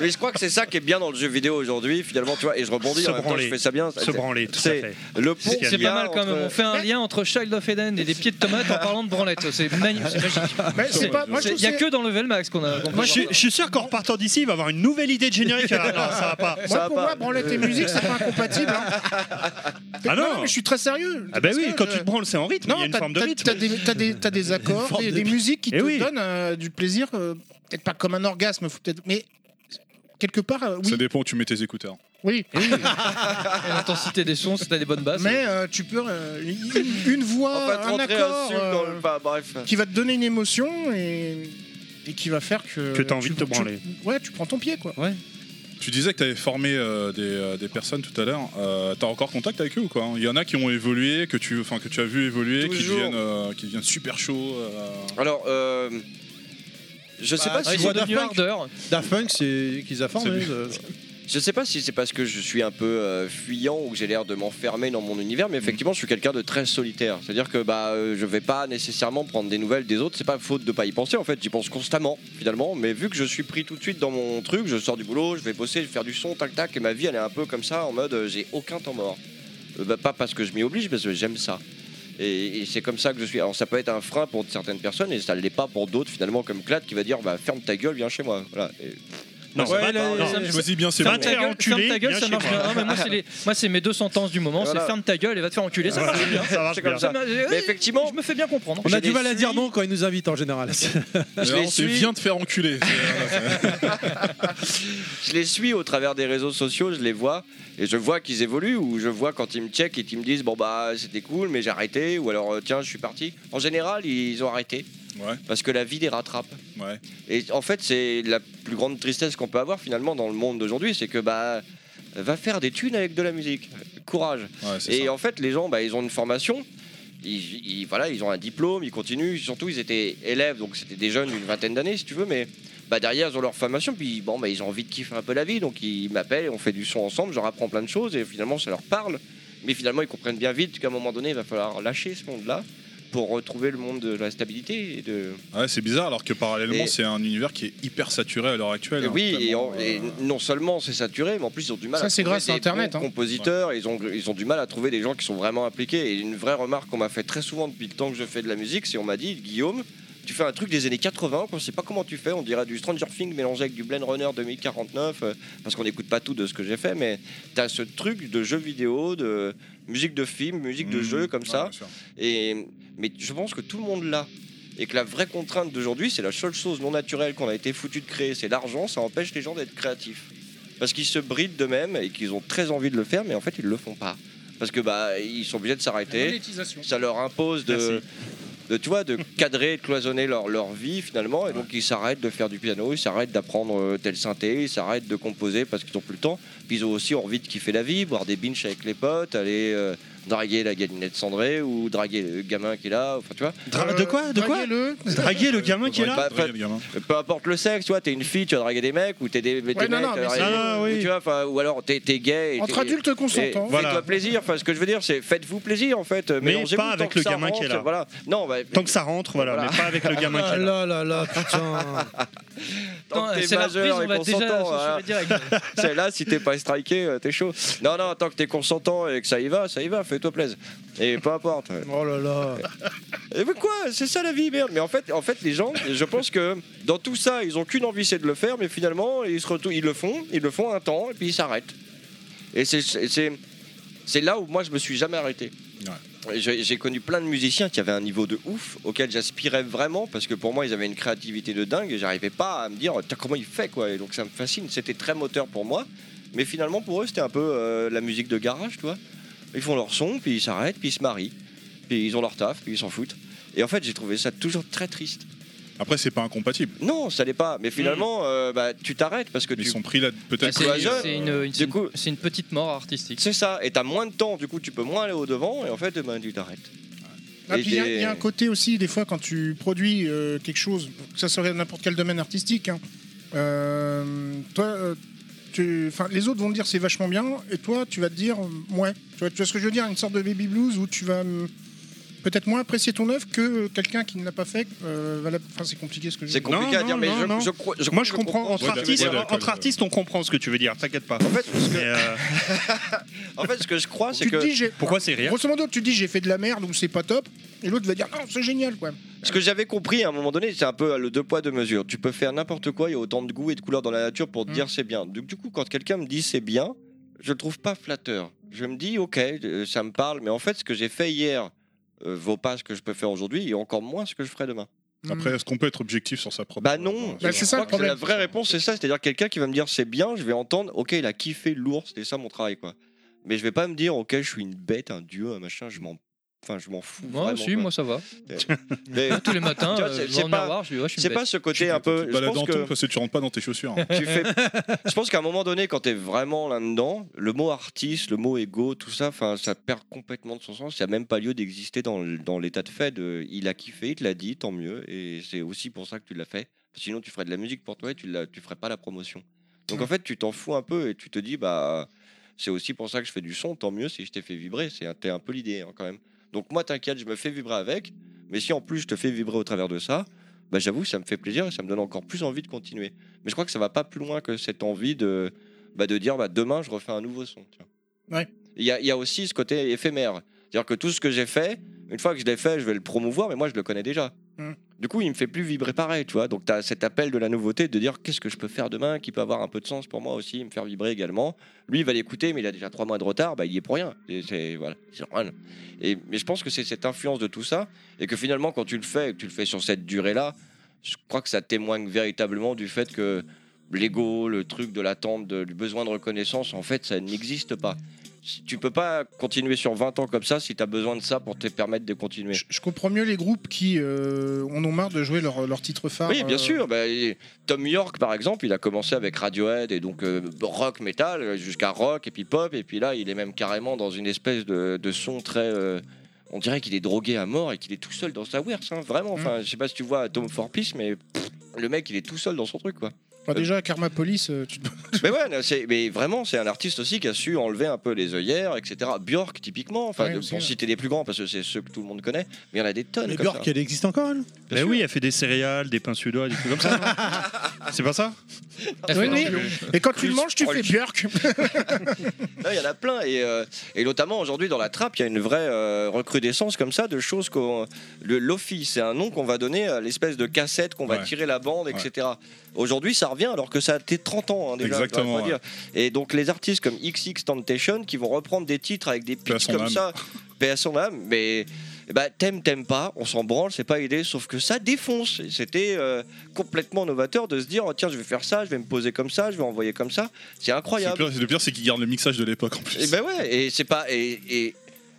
Speaker 7: Mais je crois que c'est ça qui est bien dans le jeu vidéo aujourd'hui, finalement, tu vois, et je rebondis,
Speaker 6: Se
Speaker 7: en même temps, je
Speaker 6: branler.
Speaker 7: fais ça bien.
Speaker 6: Se branler, tout à
Speaker 7: c'est-
Speaker 6: fait.
Speaker 7: Le pont,
Speaker 6: C'est
Speaker 4: C'est
Speaker 7: qu'il y a
Speaker 4: pas mal quand
Speaker 7: entre-
Speaker 4: même. On fait un lien entre Child of Eden et des pieds de tomates en parlant de branlette. C'est magnifique. c'est magique.
Speaker 3: Mais c'est pas. Moi, je
Speaker 4: C'est-
Speaker 3: trouve
Speaker 4: Il y a
Speaker 3: c'est-
Speaker 4: que dans Level Max qu'on a. qu'on peut
Speaker 6: Moi, je suis,
Speaker 4: voir
Speaker 6: je
Speaker 4: ça.
Speaker 6: suis sûr qu'en repartant d'ici, il va avoir une nouvelle idée de générique. Ah, non, ça va pas.
Speaker 3: Moi,
Speaker 7: va
Speaker 3: pour
Speaker 7: pas.
Speaker 3: moi, branlette et musique, c'est pas incompatible. hein.
Speaker 6: Ah
Speaker 3: Non,
Speaker 6: non
Speaker 3: mais je suis très sérieux.
Speaker 6: Ah bah
Speaker 3: Parce
Speaker 6: oui,
Speaker 3: que
Speaker 6: quand
Speaker 3: je-
Speaker 6: tu te branles, c'est en rythme. il y a
Speaker 3: Non,
Speaker 6: une
Speaker 3: t'as
Speaker 6: forme de
Speaker 3: t'as-
Speaker 6: rythme.
Speaker 3: t'as des, t'as des-
Speaker 6: <laughs>
Speaker 3: t'as des accords,
Speaker 1: forme
Speaker 3: des,
Speaker 1: de
Speaker 3: des musiques qui
Speaker 6: Eh
Speaker 3: te
Speaker 6: oui.
Speaker 3: donnent euh, du plaisir, euh, peut-être pas comme un orgasme, faut peut-être, mais quelque part, euh, oui.
Speaker 5: Ça dépend où tu mets tes écouteurs.
Speaker 3: oui.
Speaker 4: Et L'intensité des sons, c'était des bonnes basses.
Speaker 3: mais euh, tu peux euh, une- une voix,
Speaker 7: On va te
Speaker 3: Oh, un
Speaker 7: rentrer un
Speaker 3: accord
Speaker 7: sub dans le
Speaker 3: euh,
Speaker 7: bah, bref.
Speaker 3: qui va te donner une émotion et, et qui va faire que
Speaker 6: Que t'as envie de te
Speaker 3: tu-
Speaker 6: branler.
Speaker 3: ouais, tu prends ton pied quoi.
Speaker 5: Tu disais que tu avais formé euh, des, euh, des personnes tout à l'heure. Euh, T'as encore contact avec eux ou quoi hein Il y en a qui ont évolué, que tu, enfin, que tu as vu évoluer, qui
Speaker 7: Toujours.
Speaker 5: deviennent, euh, qui deviennent super chauds. euh.
Speaker 7: Alors, euh, je sais
Speaker 1: Bah,
Speaker 7: pas
Speaker 4: Ah,
Speaker 7: si
Speaker 4: ils
Speaker 1: vois
Speaker 4: sont
Speaker 1: Daft
Speaker 4: devenus
Speaker 1: Punk
Speaker 4: hardeurs.
Speaker 1: Daft Punk, c'est qu'ils a formé.
Speaker 5: C'est-
Speaker 1: euh,
Speaker 7: Je sais pas si c'est parce que je suis un peu euh, fuyant ou que j'ai l'air de m'enfermer dans mon univers, mais effectivement, je suis quelqu'un de très solitaire. C'est-à-dire que bah, euh, je vais pas nécessairement prendre des nouvelles des autres. C'est pas faute de pas y penser. En fait, j'y pense constamment finalement. Mais vu que je suis pris tout de suite dans mon truc, je sors du boulot, je vais bosser, je vais faire du son, tac tac, et ma vie elle est un peu comme ça, en mode euh, j'ai aucun temps mort. Euh, bah, pas parce que je m'y oblige, mais parce que j'aime ça. Et, et c'est comme ça que je suis. Alors ça peut être un frein pour certaines personnes et ça l'est pas pour d'autres finalement, comme Clad qui va dire bah ferme ta gueule, viens chez moi. Voilà. Et-
Speaker 6: Non, ça
Speaker 1: Ouais,
Speaker 6: va
Speaker 1: là,
Speaker 6: pas,
Speaker 1: il-
Speaker 6: non.
Speaker 1: ça me-
Speaker 5: Je me dis bien, c'est bon.
Speaker 6: Ça
Speaker 4: Ferme ta
Speaker 6: Faire
Speaker 4: gueule,
Speaker 6: enculer,
Speaker 4: ferme ta gueule,
Speaker 6: viens
Speaker 4: ça
Speaker 6: chez
Speaker 4: marche
Speaker 6: moi.
Speaker 4: bien. Non, mais moi, c'est les- moi, c'est mes deux sentences du moment.
Speaker 7: Voilà.
Speaker 4: C'est ferme ta gueule et va te faire enculer. Ça
Speaker 6: Voilà.
Speaker 4: marche bien.
Speaker 6: Ça marche
Speaker 7: C'est comme
Speaker 6: bien.
Speaker 7: ça.
Speaker 4: Ça me-
Speaker 7: Mais effectivement,
Speaker 4: Je me fais bien comprendre.
Speaker 1: On
Speaker 7: Je
Speaker 1: a du
Speaker 7: les
Speaker 1: mal à dire
Speaker 7: suis.
Speaker 1: non quand ils nous invitent en général.
Speaker 7: Bah, je
Speaker 5: Alors,
Speaker 7: les
Speaker 5: c'est
Speaker 7: suis.
Speaker 5: viens de
Speaker 7: <laughs>
Speaker 5: faire enculer.
Speaker 7: je les suis au travers des réseaux sociaux, je les vois et je vois qu'ils évoluent ou je vois quand ils me checkent et qu'ils me disent bon bah c'était cool mais j'ai arrêté ou alors euh, tiens je suis parti. En général ils ont arrêté
Speaker 5: Ouais,
Speaker 7: parce que la vie les rattrape.
Speaker 5: ouais.
Speaker 7: Et en fait c'est la plus grande tristesse qu'on peut avoir finalement dans le monde d'aujourd'hui c'est que bah va faire des thunes avec de la musique. Courage.
Speaker 5: ouais c'est
Speaker 7: Et
Speaker 5: ça.
Speaker 7: en fait, les gens, bah, ils ont une formation. Ils, ils- voilà, ils ont un diplôme, ils continuent. Surtout, ils étaient élèves, donc c'était des jeunes d'une vingtaine d'années, si tu veux. Mais bah, derrière, ils ont leur formation. Puis bon, bah, ils ont envie de kiffer un peu la vie, donc ils m'appellent et on fait du son ensemble. Je leur apprends plein de choses et finalement, ça leur parle. Mais finalement, ils comprennent bien vite qu'à un moment donné, il va falloir lâcher ce monde-là pour retrouver le monde de la stabilité et de,
Speaker 5: Ouais, c'est bizarre alors que parallèlement,
Speaker 7: Et-
Speaker 5: c'est un univers qui est hyper saturé à l'heure actuelle. hein,
Speaker 7: oui, et,
Speaker 5: tellement,
Speaker 7: en- et
Speaker 5: euh,
Speaker 7: non seulement c'est saturé, mais en plus ils ont du mal
Speaker 3: Ça,
Speaker 7: à
Speaker 3: c'est
Speaker 7: trouver
Speaker 3: grâce à
Speaker 7: des
Speaker 3: Internet,
Speaker 7: bons
Speaker 3: hein.
Speaker 7: compositeurs, ils, ont, ils ont du mal à trouver des gens qui sont vraiment impliqués. Et une vraie remarque qu'on m'a fait très souvent depuis le temps que je fais de la musique, c'est on m'a dit, Guillaume, tu fais un truc des années 80, on ne sait pas comment tu fais, on dirait du Stranger Things mélangé avec du Blade Runner 2049, euh, parce qu'on n'écoute pas tout de ce que j'ai fait, mais tu as ce truc de jeux vidéo, de musique de film, musique de
Speaker 3: Mmh.
Speaker 5: hmm,
Speaker 7: jeu comme
Speaker 5: ouais,
Speaker 7: ça.
Speaker 5: bien sûr.
Speaker 7: Et, mais je pense que tout le monde l'a. Et que la vraie contrainte d'aujourd'hui, c'est la seule chose non naturelle qu'on a été foutu de créer, c'est l'argent, ça empêche les gens d'être créatifs. Parce qu'ils se brident d'eux-mêmes et qu'ils ont très envie de le faire, mais en fait, ils le font pas. Parce que bah, ils sont obligés de
Speaker 3: La
Speaker 7: s'arrêter,
Speaker 3: monétisation.
Speaker 7: ça leur impose de,
Speaker 6: Merci.
Speaker 7: de, tu vois, de cadrer, de cloisonner leur, leur vie finalement, et donc ils s'arrêtent de faire du piano, ils s'arrêtent d'apprendre euh, tel synthé, ils s'arrêtent de composer parce qu'ils n'ont plus le temps. Puis ils ont aussi envie de kiffer la vie, boire des binges avec les potes, aller euh, draguer la galinette cendrée ou draguer le gamin qui est là, enfin tu vois.
Speaker 6: Dra- De quoi
Speaker 3: Euh,
Speaker 6: De quoi
Speaker 3: le
Speaker 6: Draguer le gamin qui est là
Speaker 7: Bah,
Speaker 5: Draguer le gamin.
Speaker 7: Peu importe le sexe, tu vois, t'es une fille, tu vas draguer des mecs, ou t'es des, t'es
Speaker 3: non,
Speaker 7: mecs,
Speaker 3: non,
Speaker 7: tu
Speaker 3: mais
Speaker 7: vas
Speaker 3: ça,
Speaker 7: draguer-
Speaker 6: ah, oui.
Speaker 7: ou tu vois, enfin, ou alors t'es t'es gay. et
Speaker 3: entre
Speaker 7: t'es-
Speaker 3: adultes
Speaker 7: et
Speaker 3: consentants.
Speaker 6: Voilà.
Speaker 7: Faites-toi plaisir. Enfin, ce que je veux dire, c'est faites-vous plaisir en fait. euh, Mélangez-vous
Speaker 6: pas
Speaker 7: tant
Speaker 6: avec
Speaker 7: que
Speaker 6: le
Speaker 7: ça
Speaker 6: gamin qui est
Speaker 7: rentre,
Speaker 6: là.
Speaker 7: Voilà. Non, bah,
Speaker 6: Tant que ça rentre, voilà,
Speaker 7: Voilà.
Speaker 6: mais pas avec le gamin qui
Speaker 1: Ah
Speaker 6: est là.
Speaker 1: là là là, putain.
Speaker 7: tant que t'es
Speaker 4: C'est la reprise,
Speaker 7: majeur
Speaker 4: on
Speaker 7: et
Speaker 4: va déjà
Speaker 7: consentant. voilà.
Speaker 4: censurer direct.
Speaker 7: <laughs> C'est là, si t'es pas striké, euh, t'es chaud. Non, non, tant que t'es consentant et que ça y va, ça y va, fais-toi plaisir. Et peu importe.
Speaker 1: <laughs> Oh là là.
Speaker 7: Et mais quoi C'est ça la vie, merde. Mais en fait, en fait, les gens, je pense que dans tout ça, ils ont qu'une envie, c'est de le faire, mais finalement, ils, se retou- ils le font, ils le font un temps, et puis ils s'arrêtent. Et c'est- c'est c'est- c'est là où moi, je me suis jamais arrêté. Et J'ai j'ai connu plein de musiciens qui avaient un niveau de ouf auquel j'aspirais vraiment parce que pour moi ils avaient une créativité de dingue et j'arrivais pas à me dire Tiens, comment il fait quoi et donc ça me fascine c'était très moteur pour moi mais finalement pour eux c'était un peu euh, la musique de garage tu vois ils font leur son puis ils s'arrêtent puis ils se marient puis ils ont leur taf puis ils s'en foutent et en fait j'ai trouvé ça toujours très triste
Speaker 5: Après, c'est pas incompatible.
Speaker 7: Non, ça l'est pas. Mais
Speaker 6: Mm.
Speaker 7: finalement, euh, bah, tu t'arrêtes parce que
Speaker 5: Mais
Speaker 7: tu.
Speaker 5: ils sont pris là
Speaker 4: Bah,
Speaker 5: peut-être.
Speaker 4: c'est-
Speaker 5: que-
Speaker 7: cloisonne.
Speaker 4: C'est une, une-
Speaker 7: Du coup-
Speaker 4: c'est une petite mort artistique.
Speaker 7: C'est ça. Et t'as moins de temps. Du coup, tu peux moins aller au devant. Et en fait, eh ben, tu t'arrêtes.
Speaker 3: Ah,
Speaker 7: Et
Speaker 3: puis il y, a-
Speaker 7: des-
Speaker 3: il y a un côté aussi, des fois, quand tu produis euh, quelque chose, que ça serait n'importe quel domaine artistique, hein, euh, toi, euh, tu, enfin, les autres vont te dire c'est vachement bien, et toi, tu vas te dire euh, ouais. Tu vois, tu vois ce que je veux dire Une sorte de baby blues où tu vas euh, peut-être moins apprécier ton œuvre que euh, quelqu'un qui ne l'a pas fait. euh, va la- Enfin, c'est compliqué ce que je
Speaker 7: C'est
Speaker 3: dis.
Speaker 7: compliqué
Speaker 6: Non,
Speaker 7: à dire,
Speaker 6: non,
Speaker 7: mais
Speaker 6: non,
Speaker 7: je,
Speaker 6: non.
Speaker 7: je crois-
Speaker 6: Moi, je comprends.
Speaker 5: Ouais,
Speaker 6: Entre
Speaker 5: d'accord,
Speaker 6: artistes,
Speaker 5: ouais, d'accord.
Speaker 6: entre artistes, on comprend ce que tu veux dire. T'inquiète pas.
Speaker 7: En fait, ce que-
Speaker 6: Mais, euh,
Speaker 7: en fait, ce que je crois, c'est
Speaker 3: Tu te
Speaker 7: que
Speaker 3: dis, j'ai-
Speaker 6: pourquoi c'est rire
Speaker 3: Grosso modo, tu dis j'ai fait de la merde ou c'est pas top, et l'autre va dire non, c'est génial quoi.
Speaker 7: ce que j'avais compris à un moment donné, c'est un peu le deux poids deux mesures. Tu peux faire n'importe quoi. Il y a autant de goûts et de couleurs dans la nature pour te
Speaker 3: Mm.
Speaker 7: dire c'est bien. Donc, du coup, quand quelqu'un me dit c'est bien, je le trouve pas flatteur. Je me dis ok, euh, ça me parle, mais en fait, ce que j'ai fait hier euh, vaut pas ce que je peux faire aujourd'hui et encore moins ce que je ferai demain.
Speaker 5: Après, est-ce qu'on peut être objectif sur sa propre.
Speaker 7: Bah non.
Speaker 3: Bah, c'est ça
Speaker 7: Je crois
Speaker 3: le
Speaker 7: que
Speaker 3: problème.
Speaker 7: La vraie réponse, c'est ça. C'est-à-dire quelqu'un qui va me dire c'est bien, je vais entendre, ok, il a kiffé lourd, c'était ça mon travail, quoi. Mais je vais pas me dire, ok, je suis une bête, un dieu, un machin, je m'en, enfin, je m'en fous.
Speaker 4: Moi
Speaker 7: vraiment,
Speaker 4: aussi,
Speaker 7: quoi.
Speaker 4: moi ça va. <laughs>
Speaker 7: Mais
Speaker 4: Tous les matins,
Speaker 7: <laughs> Tu vois,
Speaker 4: euh,
Speaker 7: c'est-
Speaker 4: je
Speaker 7: c'est
Speaker 4: vais en
Speaker 7: pas-
Speaker 4: avoir, je dis ouais, je suis
Speaker 7: c'est
Speaker 4: une
Speaker 7: pas ce côté un peu.
Speaker 5: Tu te
Speaker 7: Je
Speaker 5: balades en
Speaker 7: pense
Speaker 5: tongs
Speaker 7: que
Speaker 5: parce que tu rentres pas dans tes chaussures. hein.
Speaker 7: tu fais. Je pense qu'à un moment donné, quand t'es vraiment là-dedans, le mot artiste, le mot égo, tout ça, enfin, ça perd complètement de son sens. Il n'y a même pas lieu d'exister dans, le- dans l'état de fait. de, il a kiffé, il te l'a dit, tant mieux. Et c'est aussi pour ça que tu l'as fait. Sinon, tu ferais de la musique pour toi et tu ne ferais pas la promotion. Donc en fait, tu t'en fous un peu et tu te dis, bah, c'est aussi pour ça que je fais du son, tant mieux si je t'ai fait vibrer. C'est un, t'es un peu l'idée hein, quand même. Donc moi, t'inquiète, je me fais vibrer avec. Mais si en plus je te fais vibrer au travers de ça, bah, j'avoue, ça me fait plaisir et ça me donne encore plus envie de continuer. Mais je crois que ça va pas plus loin que cette envie de, bah, de dire bah, demain je refais un nouveau son. tu vois.
Speaker 3: Ouais.
Speaker 7: Il y, a- il y a aussi ce côté éphémère. C'est-à-dire que tout ce que j'ai fait, une fois que je l'ai fait, je vais le promouvoir, mais moi je le connais déjà.
Speaker 3: Mm.
Speaker 7: Du coup, il me fait plus vibrer pareil, tu vois. Donc, tu as cet appel de la nouveauté de dire qu'est-ce que je peux faire demain qui peut avoir un peu de sens pour moi aussi, me faire vibrer également. Lui, il va l'écouter, mais il a déjà trois mois de retard, bah, il y est pour rien. Et C'est voilà, c'est normal. Et, mais je pense que c'est cette influence de tout ça, et que finalement, quand tu le fais, et que tu le fais sur cette durée-là, je crois que ça témoigne véritablement du fait que l'ego, le truc de l'attente, de- du besoin de reconnaissance, en fait, ça n'existe pas. Si- Tu peux pas continuer sur 20 ans comme ça si tu as besoin de ça pour te permettre de continuer.
Speaker 3: Je, je comprends mieux les groupes qui euh, en ont marre de jouer leur, leur titre phare.
Speaker 7: Oui, bien
Speaker 3: euh,
Speaker 7: sûr. bah, et Tom York, par exemple, il a commencé avec Radiohead et donc euh, rock, metal, euh, jusqu'à rock et puis pop. Et puis là, il est même carrément dans une espèce de, de son très. euh, on dirait qu'il est drogué à mort et qu'il est tout seul dans sa werse, hein, vraiment.
Speaker 3: Mmh.
Speaker 7: Enfin, je sais pas si tu vois Tom For Peace, mais pff, le mec, il est tout seul dans son truc,
Speaker 3: <laughs>
Speaker 7: quoi.
Speaker 3: Bah, déjà, Karma Police, euh,
Speaker 7: <laughs>
Speaker 3: tu te-
Speaker 7: Mais ouais, non, c'est- mais vraiment, c'est un artiste aussi qui a su enlever un peu les œillères, etc. Björk, typiquement, enfin,
Speaker 3: Ouais,
Speaker 7: de-
Speaker 3: aussi,
Speaker 7: pour
Speaker 3: ouais.
Speaker 7: citer les plus grands, parce que c'est ceux que tout le monde connaît, mais il y en a des tonnes.
Speaker 1: Mais
Speaker 7: Comme
Speaker 1: Björk,
Speaker 7: ça.
Speaker 1: elle existe encore, elle
Speaker 6: Ben oui, elle fait des céréales, des pains suédois, des trucs comme ça.
Speaker 3: <laughs>
Speaker 6: non c'est pas ça
Speaker 4: bête.
Speaker 3: Oui, oui. Et quand tu le
Speaker 7: Plus
Speaker 3: manges, tu fais
Speaker 7: Hulk.
Speaker 3: Björk. <laughs>
Speaker 7: Non, Il y en a plein, et, euh, et notamment aujourd'hui dans la trappe, il y a une vraie euh, recrudescence comme ça de choses qu'on. Le Lofi, c'est un nom qu'on va donner à l'espèce de cassette qu'on va
Speaker 5: Ouais.
Speaker 7: tirer la bande,
Speaker 5: Ouais.
Speaker 7: etc. Aujourd'hui, ça revient alors que ça a été 30 ans hein, déjà.
Speaker 5: Exactement,
Speaker 7: faudrait pas dire. Et donc les artistes comme XX Temptation qui vont reprendre des titres avec des
Speaker 5: Paix à
Speaker 7: pitchs
Speaker 5: son
Speaker 7: comme
Speaker 5: âme.
Speaker 7: ça, paix à son âme, mais. eh ben, t'aimes, t'aimes pas, on s'en branle, c'est pas idée, sauf que ça défonce. Et C'était euh, complètement novateur de se dire, oh, tiens, je vais faire ça, je vais me poser comme ça, je vais envoyer comme ça. C'est
Speaker 5: C'est
Speaker 7: incroyable.
Speaker 5: pire- Le pire, c'est qu'ils gardent le mixage de l'époque en
Speaker 7: Et
Speaker 5: plus.
Speaker 7: ben ouais, et c'est pas et, et-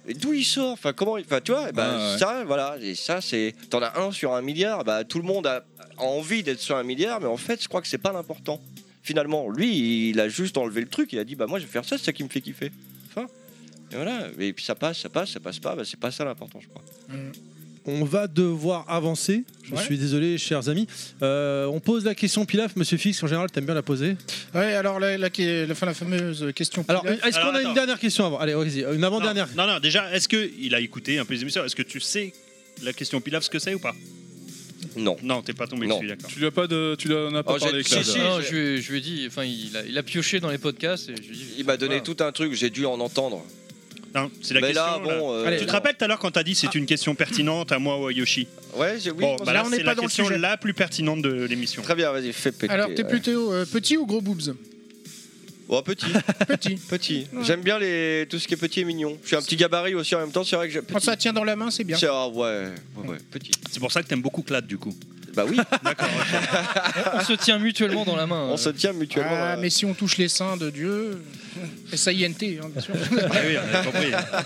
Speaker 7: et d'où il sort, enfin comment, il- enfin tu vois, eh ben
Speaker 5: Ouais, ouais.
Speaker 7: ça voilà, et ça c'est, t'en as un sur un milliard, bah tout le monde a a envie d'être sur un milliard, mais en fait je crois que c'est pas l'important. Finalement, lui il a juste enlevé le truc, il a dit bah moi je vais faire ça, c'est ça qui me fait kiffer. Enfin, et voilà, et puis ça passe, ça passe, ça passe pas, bah c'est pas ça l'important je crois.
Speaker 1: On va devoir avancer. Je
Speaker 3: Ouais.
Speaker 1: suis désolé, chers amis. Euh, on pose la question Pilaf, Monsieur Fix. En général, t'aimes bien la poser.
Speaker 3: Ouais, alors la, la, la- la- enfin, la fameuse question.
Speaker 1: Alors,
Speaker 3: Pilaf.
Speaker 1: est-ce qu'on
Speaker 6: Alors,
Speaker 1: a une
Speaker 6: attends.
Speaker 1: dernière question avant Allez, vas-y, une
Speaker 6: non,
Speaker 1: avant-dernière.
Speaker 6: non, non, déjà, est-ce qu'il a écouté un peu les émissions Est-ce que tu sais la question Pilaf ce que c'est ou pas
Speaker 7: Non.
Speaker 6: Non, t'es pas tombé
Speaker 7: Non.
Speaker 6: dessus, d'accord.
Speaker 5: Tu lui as pas de, tu lui en as pas
Speaker 7: Oh, j'ai-
Speaker 5: parlé avec
Speaker 7: si,
Speaker 5: la-
Speaker 7: si.
Speaker 4: Non, je, lui- je lui ai dit, enfin, il a, il a pioché dans les podcasts. Et je lui ai dit,
Speaker 7: Il m'a donné
Speaker 4: voilà.
Speaker 7: tout un truc, j'ai dû en entendre.
Speaker 6: Non, c'est la
Speaker 7: mais
Speaker 6: question.
Speaker 7: là bon, euh,
Speaker 1: Allez,
Speaker 6: Tu te
Speaker 7: non.
Speaker 6: rappelles tout à l'heure quand t'as dit c'est une question pertinente à moi ou à Yoshi
Speaker 7: Ouais, j'ai- oui.
Speaker 6: Bon,
Speaker 7: je pense-
Speaker 6: bah là,
Speaker 3: là, on n'est
Speaker 6: c'est
Speaker 3: pas
Speaker 6: la
Speaker 3: dans le
Speaker 6: question
Speaker 3: sujet.
Speaker 6: la plus pertinente de l'émission.
Speaker 7: Très bien, vas-y, fais péter.
Speaker 3: Alors, t'es
Speaker 7: ouais.
Speaker 3: plutôt euh, petit ou gros boobs
Speaker 7: Oh, petit. <laughs>
Speaker 3: Petit.
Speaker 7: Petit. J'aime bien les... tout ce qui est petit et mignon. Je suis un petit gabarit aussi en même temps, c'est vrai que j'ai.
Speaker 6: Ah,
Speaker 3: Quand ça tient dans la main, c'est bien.
Speaker 7: C'est- ah ouais, ouais, ouais, petit.
Speaker 6: C'est pour ça que t'aimes beaucoup Clad, du coup.
Speaker 7: Bah oui, <laughs>
Speaker 4: On se tient mutuellement dans la main.
Speaker 7: on
Speaker 4: euh.
Speaker 7: se tient mutuellement.
Speaker 3: Ah,
Speaker 7: là.
Speaker 3: mais si on touche les seins
Speaker 7: <laughs>
Speaker 3: euh, de Dieu, S-I-N-T, hein, bien sûr. <laughs>
Speaker 6: Ah oui, on a compris.
Speaker 4: Voilà.
Speaker 1: <laughs>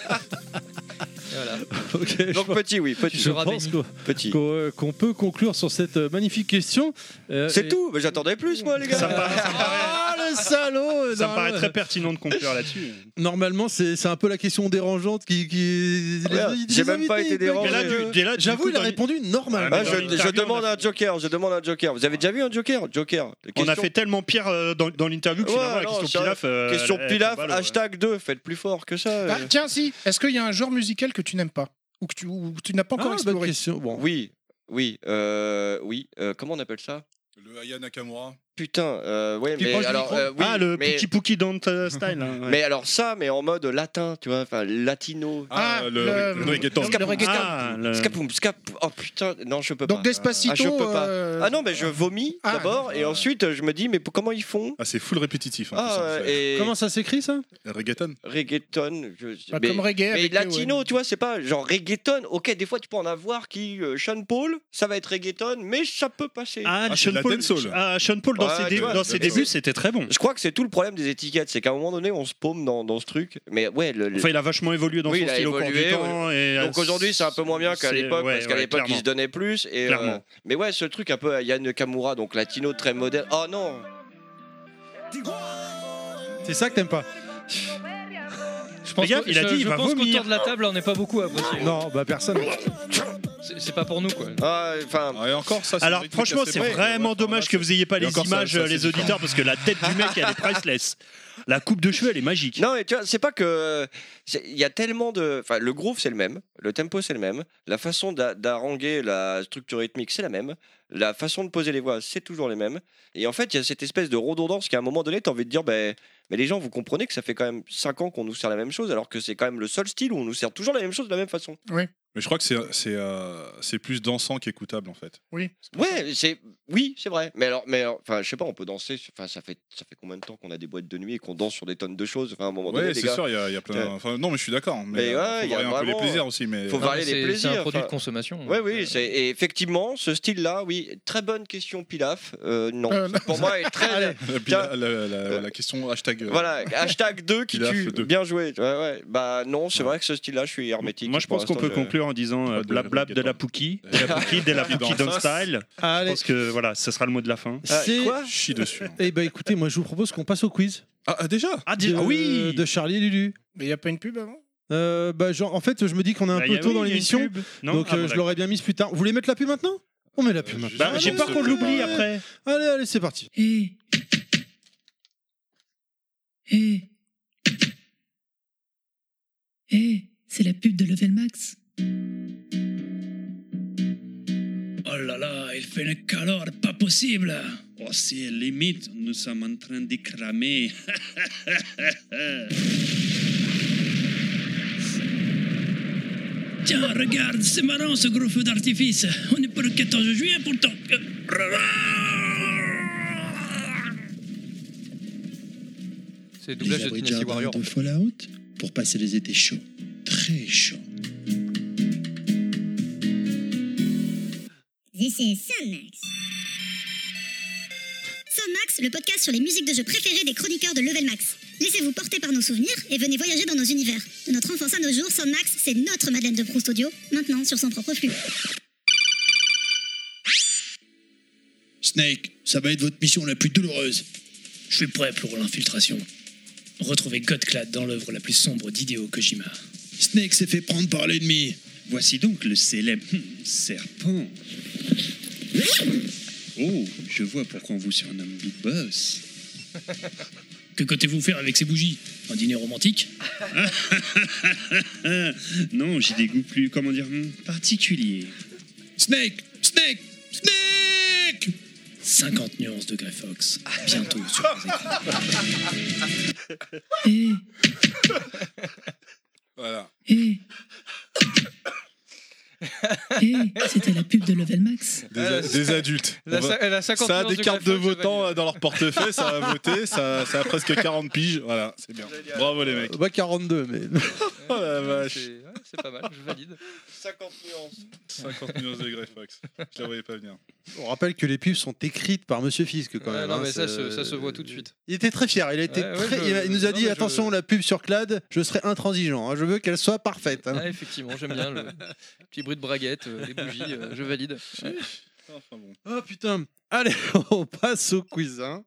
Speaker 1: Ok, je
Speaker 7: Donc
Speaker 1: pense-
Speaker 7: petit, oui, petit.
Speaker 1: je
Speaker 4: seras
Speaker 1: pense
Speaker 4: béni.
Speaker 1: qu'on
Speaker 7: petit.
Speaker 1: qu'on, euh, qu'on peut conclure sur cette euh, magnifique question. Euh,
Speaker 7: C'est
Speaker 1: et-
Speaker 7: tout, mais j'attendais plus, moi, les gars.
Speaker 6: Ça me paraît- ça me paraît-
Speaker 1: <laughs> Ah le salaud
Speaker 6: ça me paraît
Speaker 1: Normalement-
Speaker 6: très pertinent de conclure là-dessus.
Speaker 1: Normalement, c'est c'est un peu la question dérangeante qui. qui- les-
Speaker 7: Ouais,
Speaker 1: les
Speaker 7: j'ai même pas
Speaker 1: invités,
Speaker 7: été
Speaker 1: ils peuvent-
Speaker 7: dérangé.
Speaker 6: Mais là, du- dès là, du
Speaker 1: J'avoue,
Speaker 6: coup,
Speaker 1: il a
Speaker 6: dans-
Speaker 1: répondu normalement.
Speaker 7: Ah,
Speaker 6: Mais dans
Speaker 7: je, je
Speaker 6: l'interview, on
Speaker 7: demande
Speaker 6: a
Speaker 7: un joker, je demande un joker. Vous avez déjà vu un joker Joker.
Speaker 6: On a
Speaker 7: Question-
Speaker 6: fait tellement pire euh, dans, dans l'interview que
Speaker 7: Ouais,
Speaker 6: finalement, la
Speaker 7: non,
Speaker 6: question
Speaker 7: ça-
Speaker 6: Pilaf. euh,
Speaker 7: Question
Speaker 6: elle- elle
Speaker 7: pilaf,
Speaker 6: tombe à l'eau, ouais.
Speaker 7: hashtag 2, faites plus fort que ça.
Speaker 3: Ah,
Speaker 7: euh.
Speaker 3: tiens, si. Est-ce qu'il y a un genre musical que tu n'aimes pas ou que tu, ou que tu n'as pas encore
Speaker 7: bah,
Speaker 1: Ah, bonne
Speaker 3: exploré
Speaker 1: question. Bon.
Speaker 7: Oui, oui, euh, oui. euh, comment on appelle ça
Speaker 5: Le Aya Nakamura.
Speaker 7: Putain, euh, ouais,
Speaker 6: Plus proche
Speaker 7: mais
Speaker 6: du
Speaker 7: alors,
Speaker 6: micro.
Speaker 7: euh, oui,
Speaker 6: ah, le
Speaker 7: mais,
Speaker 6: Pouki Pouki Don't euh, Style. hein, ouais.
Speaker 7: mais alors ça, mais en mode latin, tu vois, enfin latino.
Speaker 5: Ah, le,
Speaker 3: Ah, le-
Speaker 5: le reggaeton.
Speaker 3: le- le reggaeton.
Speaker 6: Ah, le-
Speaker 7: Scapoum, scap. Oh putain, non, je peux pas.
Speaker 3: Donc Despacito.
Speaker 7: Ah, je peux pas.
Speaker 3: euh,
Speaker 7: Ah non, mais je vomis
Speaker 3: Ah,
Speaker 7: d'abord et
Speaker 5: euh,
Speaker 7: ensuite je me dis, mais p- comment ils font
Speaker 5: Ah, c'est full répétitif. hein, tout
Speaker 7: Ah,
Speaker 5: ça,
Speaker 7: euh,
Speaker 5: c'est-
Speaker 7: et
Speaker 1: Comment ça s'écrit ça
Speaker 5: Reggaeton.
Speaker 7: reggaeton. je-
Speaker 3: pas
Speaker 7: mais-
Speaker 3: Bah, comme reggae.
Speaker 7: Mais
Speaker 3: avec euh,
Speaker 7: latino, tu vois, c'est pas genre reggaeton. Ok, des fois tu peux en avoir qui. euh, Sean Paul, ça va être reggaeton, mais ça peut passer.
Speaker 6: Ah,
Speaker 5: Ah, c'est de
Speaker 6: Sean
Speaker 5: la
Speaker 6: Paul,
Speaker 5: dancehall.
Speaker 6: ah, Sean Paul, dans
Speaker 7: Ouais,
Speaker 6: ses,
Speaker 7: tu
Speaker 6: dé-
Speaker 7: vois,
Speaker 6: dans ses
Speaker 7: c'est
Speaker 6: débuts,
Speaker 7: ça.
Speaker 6: c'était très bon.
Speaker 7: Je crois que c'est tout le problème des étiquettes, c'est qu'à un moment donné, on se paume dans, dans ce truc. Mais ouais, le, le-
Speaker 6: Enfin, il a vachement évolué dans
Speaker 7: Oui,
Speaker 6: son
Speaker 7: il a
Speaker 6: style au cours du
Speaker 7: évolué,
Speaker 6: temps. et, euh,
Speaker 7: donc aujourd'hui, c'est un peu moins bien qu'à
Speaker 6: c'est-
Speaker 7: l'époque,
Speaker 6: ouais,
Speaker 7: parce qu'à
Speaker 6: ouais,
Speaker 7: l'époque,
Speaker 6: clairement.
Speaker 7: ils se donnaient plus. Et, euh,
Speaker 6: Clairement.
Speaker 7: mais ouais, ce truc un peu à Yann Kamura, donc latino très moderne. Oh non
Speaker 1: C'est ça que t'aimes pas
Speaker 4: Je
Speaker 6: Fais gaffe,
Speaker 4: que-
Speaker 6: il a
Speaker 4: je-
Speaker 6: dit, il
Speaker 4: je
Speaker 6: va
Speaker 4: pense
Speaker 6: vomir.
Speaker 4: qu'autour de la table, on n'est pas beaucoup à apprécier.
Speaker 1: Non, bah personne.
Speaker 4: C'est c'est pas pour nous, quoi.
Speaker 7: Ah, Enfin,
Speaker 5: Ah, et encore ça. c'est un
Speaker 6: Alors
Speaker 5: rythme
Speaker 6: franchement,
Speaker 5: assez
Speaker 6: c'est
Speaker 5: bon.
Speaker 6: vraiment
Speaker 5: Ouais,
Speaker 6: dommage que vous ayez pas
Speaker 5: Et
Speaker 6: les
Speaker 5: encore, ça-
Speaker 6: images,
Speaker 5: ça,
Speaker 6: euh,
Speaker 5: c'est
Speaker 6: les
Speaker 5: différent.
Speaker 6: auditeurs, parce que la tête du mec, elle est priceless. La coupe de cheveux, elle est magique.
Speaker 7: non, et tu vois, c'est pas que. c'est- Il y a tellement de. Enfin, le groove, c'est le même. Le tempo, c'est le même. La façon d'a- d'haranguer la structure rythmique, c'est la même. La façon de poser les voix, c'est toujours les mêmes. Et en fait, il y a cette espèce de redondance qui, à un moment donné, t'as envie de dire, ben. Mais les gens, vous comprenez que ça fait quand même 5 ans qu'on nous sert la même chose, alors que c'est quand même le seul style où on nous sert toujours la même chose de la même façon.
Speaker 5: Mais je crois que c'est c'est euh, c'est plus dansant qu'écoutable en fait.
Speaker 7: Ouais, c'est oui, c'est vrai. Mais alors, mais alors, enfin, je sais pas, on peut danser. Enfin, ça fait ça fait combien de temps qu'on a des boîtes de nuit et qu'on danse sur des tonnes de choses. Enfin, à un moment donné,
Speaker 5: Ouais,
Speaker 7: les
Speaker 5: c'est
Speaker 7: gars,
Speaker 5: sûr, il y, a- il y a plein.
Speaker 7: Ouais.
Speaker 5: Enfin, non, mais je suis d'accord.
Speaker 7: Mais
Speaker 5: Mais euh,
Speaker 7: ouais,
Speaker 5: faut
Speaker 7: il y a
Speaker 5: varier un peu les
Speaker 7: vraiment-
Speaker 5: plaisirs aussi. Mais
Speaker 7: Faut
Speaker 5: euh,
Speaker 7: voir- parler
Speaker 4: mais
Speaker 7: des
Speaker 4: c'est-
Speaker 7: plaisirs,
Speaker 4: C'est un produit de
Speaker 7: enfin.
Speaker 3: Mmh.
Speaker 4: consommation.
Speaker 7: Ouais,
Speaker 4: donc, euh,
Speaker 7: oui, c'est et effectivement ce style-là. Oui, très bonne question, Pilaf. Euh, non,
Speaker 3: Euh, non.
Speaker 7: pour moi, est
Speaker 3: <laughs>
Speaker 7: très.
Speaker 5: Et <laughs> puis la, la- la- la question hashtag. euh,
Speaker 7: voilà, hashtag 2 qui
Speaker 5: Pilaf
Speaker 7: tue.
Speaker 5: deux.
Speaker 7: Bien joué. Ouais, ouais. Bah non, c'est vrai que ce style-là, je suis hermétique.
Speaker 6: Moi, je
Speaker 7: Pour
Speaker 6: pense qu'on
Speaker 7: l'instant,
Speaker 6: peut
Speaker 7: je-
Speaker 6: conclure en disant euh,
Speaker 5: Pas de
Speaker 6: blablab de la
Speaker 5: reggaeton.
Speaker 6: Pouki, de la Pouki, de la
Speaker 5: Qui
Speaker 6: Pouki
Speaker 5: danse.
Speaker 6: Don't Style. Je
Speaker 1: Allez.
Speaker 6: pense que voilà, ce sera le mot de la fin.
Speaker 7: Ah,
Speaker 4: Euh,
Speaker 1: C'est.
Speaker 7: quoi
Speaker 5: Chie dessus.
Speaker 1: Eh ben écoutez, moi je vous propose qu'on passe au quiz.
Speaker 5: Ah, ah, déjà
Speaker 6: Ah,
Speaker 1: de- De Charlie et Lulu.
Speaker 3: Mais il n'y a pas une pub avant
Speaker 1: Euh, bah, genre, en fait, je me dis qu'on est un
Speaker 6: Bah, y
Speaker 1: peu
Speaker 6: a-
Speaker 1: tôt
Speaker 6: oui,
Speaker 1: dans
Speaker 6: y a une
Speaker 1: l'émission.
Speaker 6: pub. Non
Speaker 1: Donc
Speaker 6: Ah,
Speaker 1: euh, je
Speaker 6: bon, d'accord.
Speaker 1: l'aurais bien mise plus tard. Vous voulez mettre la pub maintenant On met la pub
Speaker 5: Euh,
Speaker 1: maintenant.
Speaker 5: juste-
Speaker 6: Bah, J'ai
Speaker 5: Ah,
Speaker 6: peur
Speaker 5: c'est
Speaker 6: qu'on
Speaker 5: le-
Speaker 6: l'oublie <laughs> après.
Speaker 1: Allez, allez, c'est
Speaker 4: <laughs>
Speaker 1: parti.
Speaker 8: Hé. Hé. Hé, Eh. c'est la pub de Level Max.
Speaker 9: Oh là là, il fait une calor pas possible Oh, c'est limite, nous sommes en train de cramer. <laughs> Tiens, regarde, c'est marrant ce gros feu d'artifice. On est pas le 14 juillet pourtant.
Speaker 4: C'est le doublage de Dynasty Warrior.
Speaker 8: de Fallout pour passer les étés chauds. Très chauds.
Speaker 10: This is Sonmax. Sonmax, le podcast sur les musiques de jeux préférées des chroniqueurs de Level Max. Laissez-vous porter par nos souvenirs et venez voyager dans nos univers. De notre enfance à nos jours, Sonmax, c'est notre Madeleine de Proust audio, maintenant sur son propre flux.
Speaker 9: Snake, ça va être votre mission la plus douloureuse. Je suis prêt pour l'infiltration. Retrouvez Godclad dans l'œuvre la plus sombre d'Hideo Kojima. Snake s'est fait prendre par l'ennemi. Voici donc le célèbre hmm, serpent. Oh, je vois pourquoi on vous surnomme Big Boss. Que comptez-vous faire avec ces bougies Un dîner romantique
Speaker 6: Non, j'ai des goûts plus, comment dire, hmm, particuliers.
Speaker 9: Snake Snake Snake 50 nuances de Grey Fox. Bientôt sur vos écrans.
Speaker 11: Eh,
Speaker 8: Hé,
Speaker 5: Voilà.
Speaker 11: eh.
Speaker 8: hé. Hé,
Speaker 11: c'était la pub de Level Max.
Speaker 5: Des, a- des adultes.
Speaker 4: Elle a
Speaker 5: On va-
Speaker 4: cin- elle a 50
Speaker 5: ça a
Speaker 4: nuances
Speaker 5: des
Speaker 4: de
Speaker 5: cartes
Speaker 4: graphe,
Speaker 5: de
Speaker 4: je valide.
Speaker 5: votants euh, dans leur portefeuille, ça
Speaker 7: <laughs>
Speaker 5: a voté, ça, ça a presque 40 piges. Voilà, c'est bien. Bravo les mecs.
Speaker 1: Bah 42, mais. <laughs>
Speaker 5: Oh la vache.
Speaker 4: C'est ouais, c'est pas mal, je valide.
Speaker 7: 50 nuances.
Speaker 5: 50 nuances de Grey Fox. Je la voyais pas venir.
Speaker 1: On rappelle que les pubs sont écrites par Monsieur Fisk quand
Speaker 4: Ouais,
Speaker 1: même.
Speaker 4: non,
Speaker 1: hein,
Speaker 4: mais ça,
Speaker 1: c'est-
Speaker 4: se- ça se voit tout de suite.
Speaker 1: Il était très fier. Il, a été
Speaker 4: Ouais, ouais,
Speaker 1: très-
Speaker 4: je-
Speaker 1: il a- il nous a
Speaker 4: non,
Speaker 1: dit
Speaker 4: mais je-
Speaker 1: attention, la pub sur Clad, je serai intransigeant. hein, je veux qu'elle soit parfaite. hein.
Speaker 4: Ah, effectivement, j'aime bien le petit bruit de braguette, euh, les bougies, euh, je
Speaker 5: <laughs>
Speaker 4: valide.
Speaker 5: Enfin bon.
Speaker 1: Oh putain. Allez, <laughs> on passe au quiz. hein.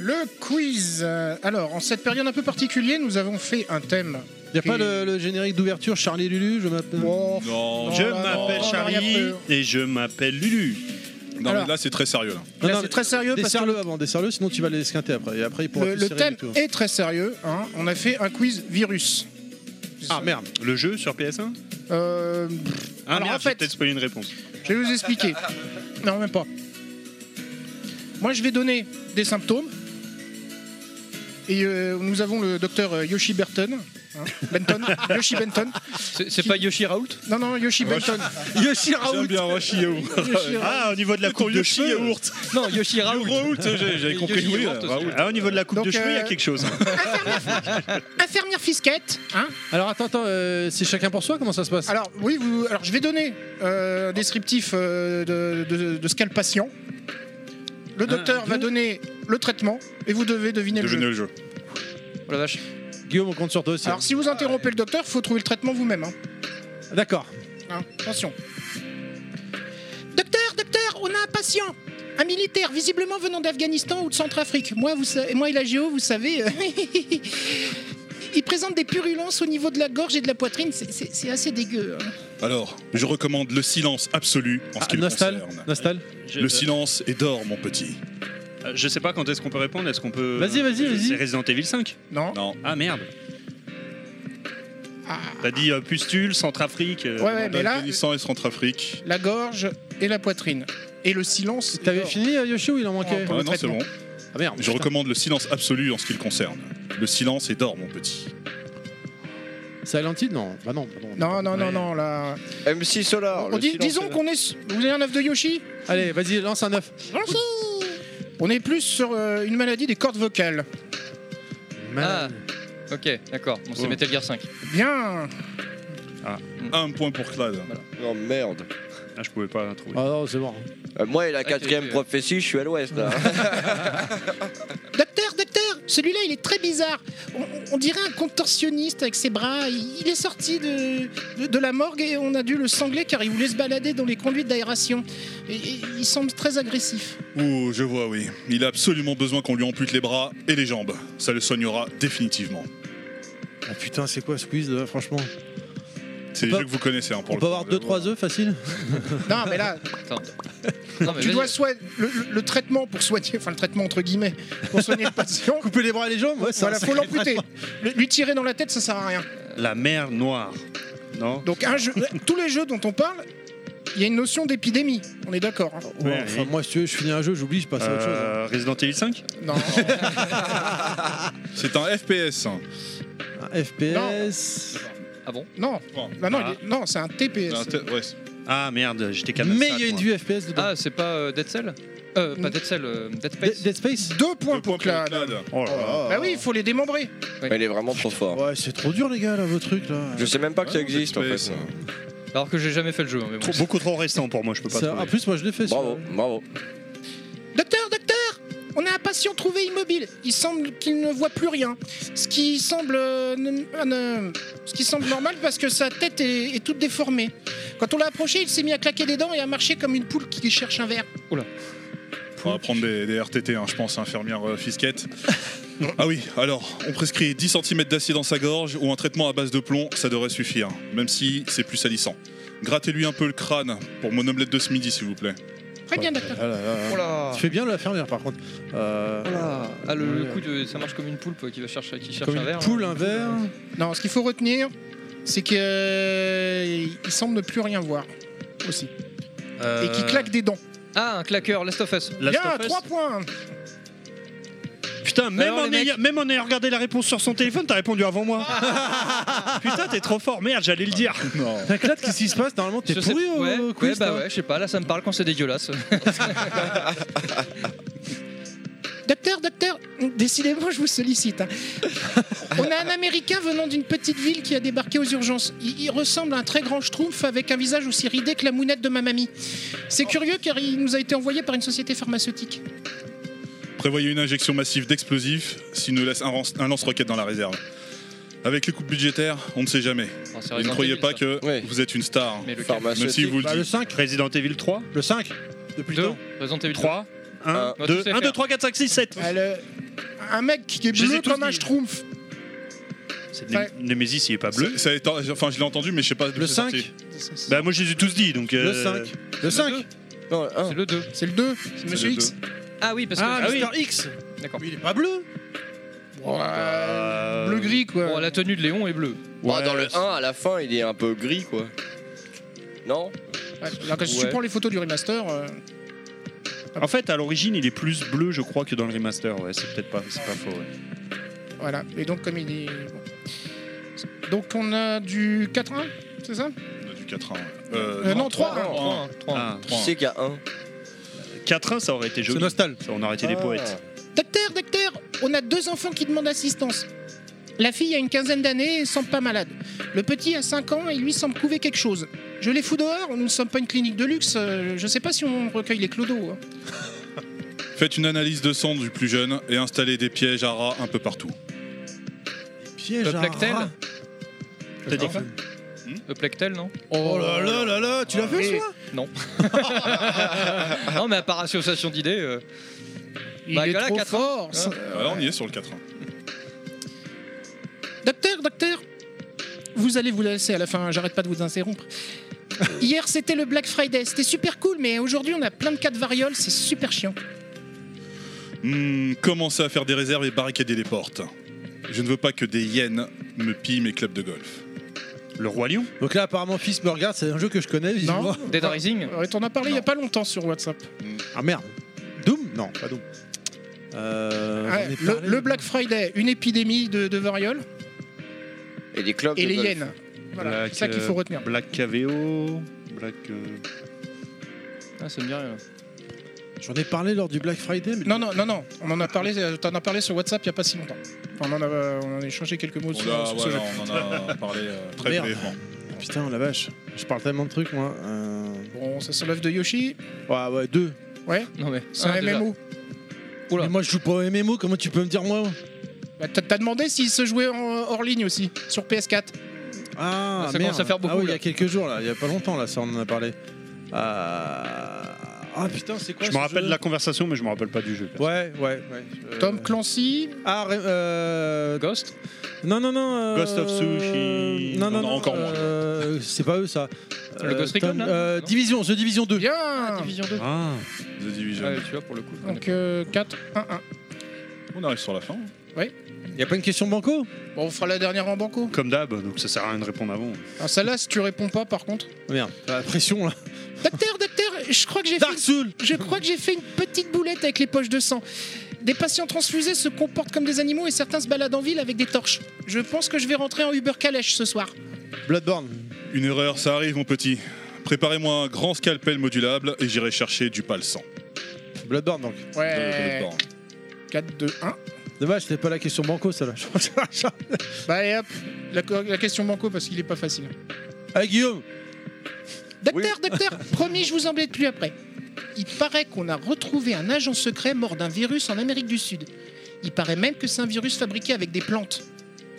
Speaker 3: Le quiz. Euh, Alors, en cette période un peu particulière, nous avons fait un thème.
Speaker 1: Y a pas le, le générique d'ouverture Charlie Lulu, je m'appelle.
Speaker 5: Non,
Speaker 6: Je
Speaker 3: non, non,
Speaker 6: m'appelle
Speaker 3: non,
Speaker 6: Charlie
Speaker 3: non,
Speaker 6: et je m'appelle Lulu.
Speaker 5: Non, mais là, c'est très sérieux. Là.
Speaker 1: Non,
Speaker 3: Là,
Speaker 1: non,
Speaker 3: c'est très sérieux parce que
Speaker 1: Desserre-le avant, desserre-le, sinon tu vas l'esquinter après. Et après, il pourra
Speaker 3: le,
Speaker 1: plus
Speaker 3: le
Speaker 1: serrer
Speaker 3: thème
Speaker 1: du tout.
Speaker 3: est très sérieux. hein. On a fait un quiz virus.
Speaker 1: Ah merde.
Speaker 6: Le jeu sur PS1
Speaker 3: Euh,
Speaker 6: Ah,
Speaker 3: Alors,
Speaker 6: merde,
Speaker 3: en
Speaker 6: j'ai
Speaker 3: fait-
Speaker 6: peut-être spoilé une réponse.
Speaker 3: Je vais vous expliquer. Non, même pas. Moi, je vais donner des symptômes. Et euh, nous avons le docteur euh, Yoshi Burton. hein,
Speaker 1: <laughs>
Speaker 3: Benton. Yoshi Benton.
Speaker 4: C'est c'est pas Yoshi Raoult
Speaker 3: Non, non, Yoshi Benton.
Speaker 1: Ah, bah, Yoshi
Speaker 5: J'aime bien Roshi
Speaker 6: <laughs>
Speaker 5: Yaourt.
Speaker 3: Yoshi, euh,
Speaker 6: hein, Ah, au niveau de la coupe de
Speaker 5: Yoshi
Speaker 6: cheveux.
Speaker 5: Yaourt.
Speaker 4: Non, Yoshi Raoult
Speaker 5: Raoult, j'ai- j'avais compris.
Speaker 4: Yoshi
Speaker 5: Oui,
Speaker 4: Yaourt aussi.
Speaker 5: Raoult.
Speaker 6: Ah, au niveau de la coupe
Speaker 3: Donc,
Speaker 6: de cheveux, il y a
Speaker 3: euh,
Speaker 6: quelque chose. hein,
Speaker 3: Infirmière fisquette. Hein
Speaker 1: Alors attends, attends, euh, c'est chacun pour soi Comment ça se passe
Speaker 3: alors, oui, vous, alors, je vais donner euh, un descriptif euh, de, de- de ce qu'a le patient. Le docteur va donner le traitement et vous devez deviner le
Speaker 5: Devenez
Speaker 3: jeu.
Speaker 5: le jeu.
Speaker 4: Oh la vache.
Speaker 1: Guillaume, on compte sur toi aussi.
Speaker 3: Alors, si vous interrompez le docteur, faut trouver le traitement vous-même. hein.
Speaker 1: Ah, D'accord.
Speaker 3: Hein, attention. Docteur, docteur, on a un patient. Un militaire, visiblement venant d'Afghanistan ou de Centrafrique. Moi, vous sa- moi et la géo, vous savez. euh, <laughs> Il présente des purulences au niveau de la gorge et de la poitrine. C'est- C'est c'est assez dégueu. hein.
Speaker 5: Alors, je recommande le silence absolu en ce
Speaker 1: Ah,
Speaker 5: qui me
Speaker 1: Nostal,
Speaker 5: concerne.
Speaker 1: Nostal.
Speaker 6: Je-
Speaker 5: Le silence et dors, mon petit.
Speaker 6: euh, Je sais pas quand est-ce qu'on peut répondre. Est-ce qu'on peut. euh,
Speaker 1: Vas-y, vas-y, vas-y.
Speaker 6: C'est Resident Evil 5.
Speaker 3: Non.
Speaker 5: Non.
Speaker 6: Ah merde.
Speaker 3: Ah.
Speaker 6: T'as dit euh, pustule, Centrafrique. euh,
Speaker 3: Ouais, ouais, mais là,
Speaker 5: Afghanistan et Centrafrique.
Speaker 3: la gorge et la poitrine. Et le silence.
Speaker 1: T'avais fini euh, Yoshi ou il en manquait
Speaker 3: Pour
Speaker 5: Ah,
Speaker 3: le
Speaker 5: non, c'est
Speaker 3: traitement.
Speaker 5: bon.
Speaker 1: Ah merde.
Speaker 5: Je recommande le silence absolu en ce qui le concerne. Le silence et dors, mon petit.
Speaker 1: Silent Hill Non, bah non, bah non.
Speaker 3: Non, non, non,
Speaker 6: Ouais.
Speaker 3: non, là.
Speaker 7: MC Solar.
Speaker 3: On
Speaker 7: Oh, le
Speaker 3: dit-
Speaker 7: silence euh,
Speaker 3: disons
Speaker 7: est là.
Speaker 3: qu'on est. s- Vous avez un œuf de Yoshi
Speaker 1: Allez, vas-y, lance un 9.
Speaker 3: On est plus sur euh, une maladie des cordes vocales.
Speaker 4: Ah, ok, d'accord. Bon, c'est
Speaker 1: Oh.
Speaker 5: Ouais.
Speaker 4: Metal
Speaker 1: <laughs>
Speaker 4: Gear 5.
Speaker 3: Bien.
Speaker 5: Un point pour Clad.
Speaker 7: Oh merde.
Speaker 6: Ah, je pouvais pas la trouver.
Speaker 1: Ah non, c'est bon.
Speaker 7: Euh, moi et la
Speaker 4: Ok,
Speaker 7: quatrième
Speaker 4: ok.
Speaker 7: prophétie, je suis à l'ouest
Speaker 3: <laughs>
Speaker 7: là.
Speaker 3: Docteur, docteur, celui-là il est très bizarre. On, on dirait un contorsionniste avec ses bras. Il, il est sorti de, de, de la morgue et on a dû le sangler car il voulait se balader dans les conduites d'aération. Et, et il semble très agressif.
Speaker 5: Ouh, Oh, je vois, oui. Il a absolument besoin qu'on lui ampute les bras et les jambes. Ça le soignera définitivement.
Speaker 1: Ah putain, c'est quoi ce quiz là, franchement
Speaker 5: C'est des
Speaker 1: peut-
Speaker 5: jeux que vous connaissez, hein, pour
Speaker 1: On
Speaker 5: le
Speaker 1: peut
Speaker 5: coup,
Speaker 1: avoir
Speaker 5: je
Speaker 1: 2-3
Speaker 5: vois.
Speaker 1: œufs facile
Speaker 3: Non, mais là,
Speaker 4: Non, mais
Speaker 3: tu
Speaker 4: vas-y.
Speaker 3: dois soigner le, le- le traitement pour soigner, enfin le traitement entre guillemets, pour soigner le patient.
Speaker 1: <laughs> Couper les bras et les jambes Ouais, ça.
Speaker 3: Voilà, faut l'amputer. Le- Lui tirer dans la tête, ça sert à rien.
Speaker 6: La mer noire. Non
Speaker 3: Donc un jeu, <laughs> tous les jeux dont on parle, il y a une notion d'épidémie. On est d'accord. hein.
Speaker 1: Ouais,
Speaker 6: Ouais,
Speaker 1: enfin,
Speaker 6: oui.
Speaker 1: moi, si tu veux, je finis un jeu, j'oublie, je passe à autre chose.
Speaker 6: Euh, Resident Evil 5
Speaker 3: Non.
Speaker 5: C'est un FPS. hein.
Speaker 1: Un FPS.
Speaker 4: Ah bon
Speaker 3: Non,
Speaker 5: Bon.
Speaker 3: Bah non,
Speaker 6: Ah.
Speaker 3: il est- non, c'est un TPS.
Speaker 5: Un te- ouais, c'est-
Speaker 6: Ah merde, j'étais calme.
Speaker 1: Mais il y a une vue FPS dedans.
Speaker 4: Ah, c'est pas euh, Dead Cell euh, Pas Dead Cell, euh, Dead
Speaker 1: Dead
Speaker 4: Space
Speaker 1: Dead Space
Speaker 3: Deux points
Speaker 5: deux
Speaker 3: pour
Speaker 5: points
Speaker 3: Clad.
Speaker 5: Clad.
Speaker 6: Oh là là.
Speaker 3: Bah oui, il faut les démembrer.
Speaker 7: Mais il est vraiment trop fort.
Speaker 1: Ouais, c'est trop dur, les gars, là, vos trucs là.
Speaker 7: Je sais même pas que ça
Speaker 5: Ouais,
Speaker 7: existe en
Speaker 5: Dead
Speaker 7: fait.
Speaker 5: Space.
Speaker 4: Alors que j'ai jamais fait le jeu. hein, Mais bon.
Speaker 6: Trop- beaucoup trop récent pour moi, je peux pas
Speaker 1: Ça-
Speaker 6: trouver.
Speaker 1: en plus, moi, je l'ai fait.
Speaker 7: Bravo,
Speaker 1: celui-là.
Speaker 7: bravo.
Speaker 3: Docteur, docteur On a un patient trouvé immobile. Il semble qu'il ne voit plus rien. Ce qui semble, euh, ne- euh, ne- ce qui semble normal parce que sa tête est, est toute déformée. Quand on l'a approché, il s'est mis à claquer des dents et à marcher comme une poule qui cherche un verre.
Speaker 5: On va prendre des, des RTT, hein, je pense, infirmière
Speaker 1: <laughs>
Speaker 5: euh, fisquette. ah oui, alors, on prescrit 10 cm d'acier dans sa gorge ou un traitement à base de plomb, ça devrait suffire, hein, même si c'est plus salissant. Grattez-lui un peu le crâne pour mon omelette de ce midi, s'il vous plaît.
Speaker 3: Très bien, docteur.
Speaker 1: Ah là là.
Speaker 4: Oh là
Speaker 1: Tu fais bien la fermière, par contre. Euh,
Speaker 4: Oh là. Ah, le, le
Speaker 1: Ouais.
Speaker 4: coup de. Ça marche comme une poulpe euh, qui, va chercher, qui cherche
Speaker 1: Comme
Speaker 4: un verre.
Speaker 1: une poule,
Speaker 4: hein.
Speaker 1: un verre.
Speaker 3: Non, ce qu'il faut retenir, c'est qu'il semble ne plus rien voir aussi. Et qu'il claque des dents.
Speaker 4: Ah, un claqueur, Last Euh, of Us.
Speaker 6: Last
Speaker 3: bien,
Speaker 6: of Us
Speaker 3: 3 points
Speaker 6: Putain, même,
Speaker 4: Alors,
Speaker 6: en
Speaker 4: les mecs-
Speaker 6: ayant, même en ayant regardé la réponse sur son téléphone, t'as répondu
Speaker 1: <laughs>
Speaker 6: avant moi. Putain, t'es trop fort, merde, j'allais le dire.
Speaker 1: Clad, qu'est-ce qui se passe Normalement, t'es
Speaker 4: Je sais-
Speaker 1: pourri au hein?
Speaker 4: ouais,
Speaker 1: au
Speaker 4: ouais,
Speaker 1: quiz.
Speaker 4: bah
Speaker 1: toi.
Speaker 4: ouais, je sais pas, là ça me parle quand
Speaker 1: <laughs>
Speaker 4: c'est dégueulasse.
Speaker 3: Docteur, docteur, décidément, je vous sollicite. hein. On a un Américain venant d'une petite ville qui a débarqué aux urgences. Il, il ressemble à un très grand schtroumpf avec un visage aussi ridé que la mounette de ma mamie. C'est curieux car il nous a été envoyé par une société pharmaceutique.
Speaker 5: Prévoyez une injection massive d'explosifs s'il nous laisse un, ran- un lance-roquette dans la réserve. Avec les coupes budgétaires, on ne sait jamais.
Speaker 4: Oh, c'est
Speaker 5: Et ne
Speaker 4: Resident
Speaker 5: croyez
Speaker 4: Evil,
Speaker 5: pas
Speaker 4: ça.
Speaker 5: que vous êtes une star.
Speaker 4: Mais lequel
Speaker 5: Même si vous le
Speaker 1: Bah, le
Speaker 5: dites.
Speaker 1: 5,
Speaker 6: Resident Evil 3,
Speaker 1: le 5. Depuis le
Speaker 4: Deux.
Speaker 1: temps.
Speaker 4: Resident Evil
Speaker 6: 3,
Speaker 7: Euh,
Speaker 6: 1,
Speaker 7: bah,
Speaker 4: Moi,
Speaker 6: 2,
Speaker 4: tout sait
Speaker 6: 1, 2,
Speaker 4: faire.
Speaker 6: 3, 4, 5, 6, 7.
Speaker 3: Ah, le- Un mec qui est
Speaker 6: Je les ai
Speaker 3: bleu
Speaker 6: tous
Speaker 3: comme un
Speaker 6: dit.
Speaker 3: schtroumpf.
Speaker 6: C'est
Speaker 3: Ouais.
Speaker 6: Nem- Nemesis, il est pas bleu.
Speaker 5: Ça- ça est- enfin, je l'ai entendu, mais je sais pas. d'où
Speaker 1: Le
Speaker 5: c'est
Speaker 1: 5.
Speaker 5: sorti.
Speaker 6: Bah, moi, je les ai tous dit, donc.
Speaker 1: Le
Speaker 6: euh,
Speaker 1: 5. Le 5.
Speaker 7: Non, un.
Speaker 4: C'est le 2.
Speaker 3: C'est le 2, c'est Monsieur
Speaker 5: le
Speaker 3: X.
Speaker 4: Ah oui, parce que.
Speaker 1: Ah, Mister X.
Speaker 4: D'accord.
Speaker 1: Mais il est pas bleu.
Speaker 3: Ouais,
Speaker 6: euh,
Speaker 3: Bleu gris quoi.
Speaker 4: Bon, la tenue de Léon est bleue.
Speaker 6: Oh.
Speaker 7: Ah, dans le 1, à la fin, il est un peu gris, quoi. Non
Speaker 3: Ouais, là, quand tu
Speaker 4: Ouais.
Speaker 3: prends les photos du remaster, euh,
Speaker 6: En fait, à l'origine, il est plus bleu, je crois, que dans le remaster. Ouais, c'est peut-être pas, c'est pas faux. ouais.
Speaker 3: voilà. Et donc comme il est. bon. Donc on a du 4-1, c'est ça
Speaker 5: On a Du 4
Speaker 3: Euh, Non, 3-1.
Speaker 4: 3 1 3
Speaker 6: Ah,
Speaker 7: Qui c'est qu'il y a un
Speaker 6: 4-1, ça aurait été
Speaker 1: Oh. C'est
Speaker 6: joli.
Speaker 1: nostal.
Speaker 6: Ça, On aurait été des
Speaker 7: Ah.
Speaker 6: poètes.
Speaker 3: Docteur, docteur, on a deux enfants qui demandent assistance. La fille a une quinzaine d'années et semble pas malade. Le petit a 5 ans et lui semble couver quelque chose. Je les fous dehors, nous ne sommes pas une clinique de luxe, euh, je sais pas si on recueille les clodos. hein.
Speaker 5: Faites une analyse de sang du plus jeune et installez des pièges à rats un peu partout.
Speaker 1: Piège
Speaker 4: Le
Speaker 1: à
Speaker 4: Plectel
Speaker 1: rat.
Speaker 6: T'as dit quoi
Speaker 4: Le Plectel, non
Speaker 1: Oh là là là là, tu l'as fait,
Speaker 3: Et-
Speaker 1: toi
Speaker 4: Non, mais à part association d'idées. euh,
Speaker 3: Il
Speaker 4: Bah,
Speaker 3: est
Speaker 4: voilà,
Speaker 3: trop
Speaker 4: 4 ans.
Speaker 3: fort. ça.
Speaker 5: Ouais, Euh, on y est sur le 4
Speaker 3: Docteur, docteur, vous allez vous laisser à la fin, j'arrête pas de vous interrompre. Hier c'était le Black Friday, c'était super cool, mais aujourd'hui on a plein de cas de variole, c'est super chiant.
Speaker 5: Hmm, commencez à faire des réserves et barricader les portes. Je ne veux pas que des hyènes me pillent mes clubs de golf.
Speaker 6: Le Roi Lion
Speaker 1: Donc là, apparemment, Fils me regarde, c'est un jeu que je connais, visiblement.
Speaker 4: Dead Rising
Speaker 3: Ouais, T'en as parlé il y a pas longtemps sur WhatsApp.
Speaker 1: Ah merde. Doom Non, pas Doom. Euh,
Speaker 3: Ouais,
Speaker 1: j'en ai
Speaker 3: le,
Speaker 1: parlé,
Speaker 3: le Black Friday, une épidémie de, de variole
Speaker 7: Et des clubs
Speaker 3: et
Speaker 7: de
Speaker 3: les
Speaker 7: golf.
Speaker 3: hyènes. Voilà,
Speaker 6: Black,
Speaker 3: c'est ça qu'il faut
Speaker 6: euh,
Speaker 3: retenir.
Speaker 6: Black KVO, Black. euh,
Speaker 4: Ah, ça me dit rien.
Speaker 1: J'en ai parlé lors du Black Friday, mais
Speaker 3: Non, non, non, non. On en a parlé, euh, t'en as parlé sur WhatsApp il y a pas si longtemps. Enfin, on, en a, euh, on en a échangé quelques mots
Speaker 5: On,
Speaker 3: sur,
Speaker 5: l'a-
Speaker 3: sur ce
Speaker 5: voilà,
Speaker 3: jeu.
Speaker 5: on en a parlé euh, très
Speaker 1: Merde.
Speaker 5: brièvement.
Speaker 1: putain, la vache. Je parle tellement de trucs, moi. Euh,
Speaker 3: Bon, ça c'est l'œuvre de Yoshi,
Speaker 1: Ouais, ouais, deux.
Speaker 4: Non, mais.
Speaker 3: c'est
Speaker 4: Ah,
Speaker 3: un
Speaker 4: déjà.
Speaker 3: MMO.
Speaker 4: Oula.
Speaker 1: Mais moi, je joue pas au MMO, comment tu peux me dire moi
Speaker 3: Bah, t'as- T'as demandé s'il se jouait en- hors ligne aussi, sur PS4.
Speaker 1: Ah,
Speaker 4: Ça commence
Speaker 1: merde.
Speaker 4: à faire beaucoup,
Speaker 1: Ah oui, il y a
Speaker 4: là.
Speaker 1: quelques jours, là. Il y a pas longtemps, là, ça, on en a parlé. Euh, Ah putain, c'est quoi
Speaker 6: Je
Speaker 1: ce
Speaker 6: me rappelle de
Speaker 1: jeu
Speaker 6: la conversation, mais je me rappelle pas du jeu.
Speaker 1: Ouais, ouais, ouais. Euh,
Speaker 3: Tom Clancy,
Speaker 1: Ah, ré- euh...
Speaker 4: Ghost
Speaker 1: Non, non, non. euh,
Speaker 6: Ghost of Tsushima.
Speaker 1: Non, non,
Speaker 5: Non,
Speaker 1: non.
Speaker 5: encore moins.
Speaker 1: euh, C'est pas eux, ça.
Speaker 4: Le Ghost Recon,
Speaker 1: Tom-
Speaker 4: là
Speaker 1: euh,
Speaker 4: Non
Speaker 1: Division, The Division 2.
Speaker 3: bien
Speaker 4: Division 2.
Speaker 6: Ah,
Speaker 5: The Division.
Speaker 4: Ouais, tu vois, pour le coup.
Speaker 3: Donc euh, 4, 1, 1.
Speaker 5: On arrive sur la fin.
Speaker 1: Il y a pas une question banco
Speaker 3: Bon, on fera la dernière en banco.
Speaker 6: comme d'hab, donc ça sert à rien de répondre avant.
Speaker 3: Alors, celle-là, si tu réponds pas par contre.
Speaker 1: Ah, Merde, la pression, <laughs> là.
Speaker 3: Docteur, docteur, je crois que j'ai fait
Speaker 1: Dark Souls
Speaker 3: Je crois que j'ai fait une petite boulette avec les poches de sang. Des patients transfusés se comportent comme des animaux et certains se baladent en ville avec des torches. Je pense que je vais rentrer en Uber Calèche ce soir.
Speaker 1: Bloodborne.
Speaker 5: Une erreur, ça arrive, mon petit. Préparez-moi un grand scalpel modulable et j'irai chercher du pal sang.
Speaker 1: Bloodborne, donc.
Speaker 3: Euh.
Speaker 5: Dans le Bloodborne.
Speaker 3: 4, 2, 1.
Speaker 1: Dommage, c'était pas la question banco, celle-là. <laughs>
Speaker 3: Bah allez hop, la, co- la question banco parce qu'il est pas facile.
Speaker 1: ah, Guillaume
Speaker 3: Docteur, docteur, promis, je vous embête plus après. Il paraît qu'on a retrouvé un agent secret mort d'un virus en Amérique du Sud. Il paraît même que c'est un virus fabriqué avec des plantes.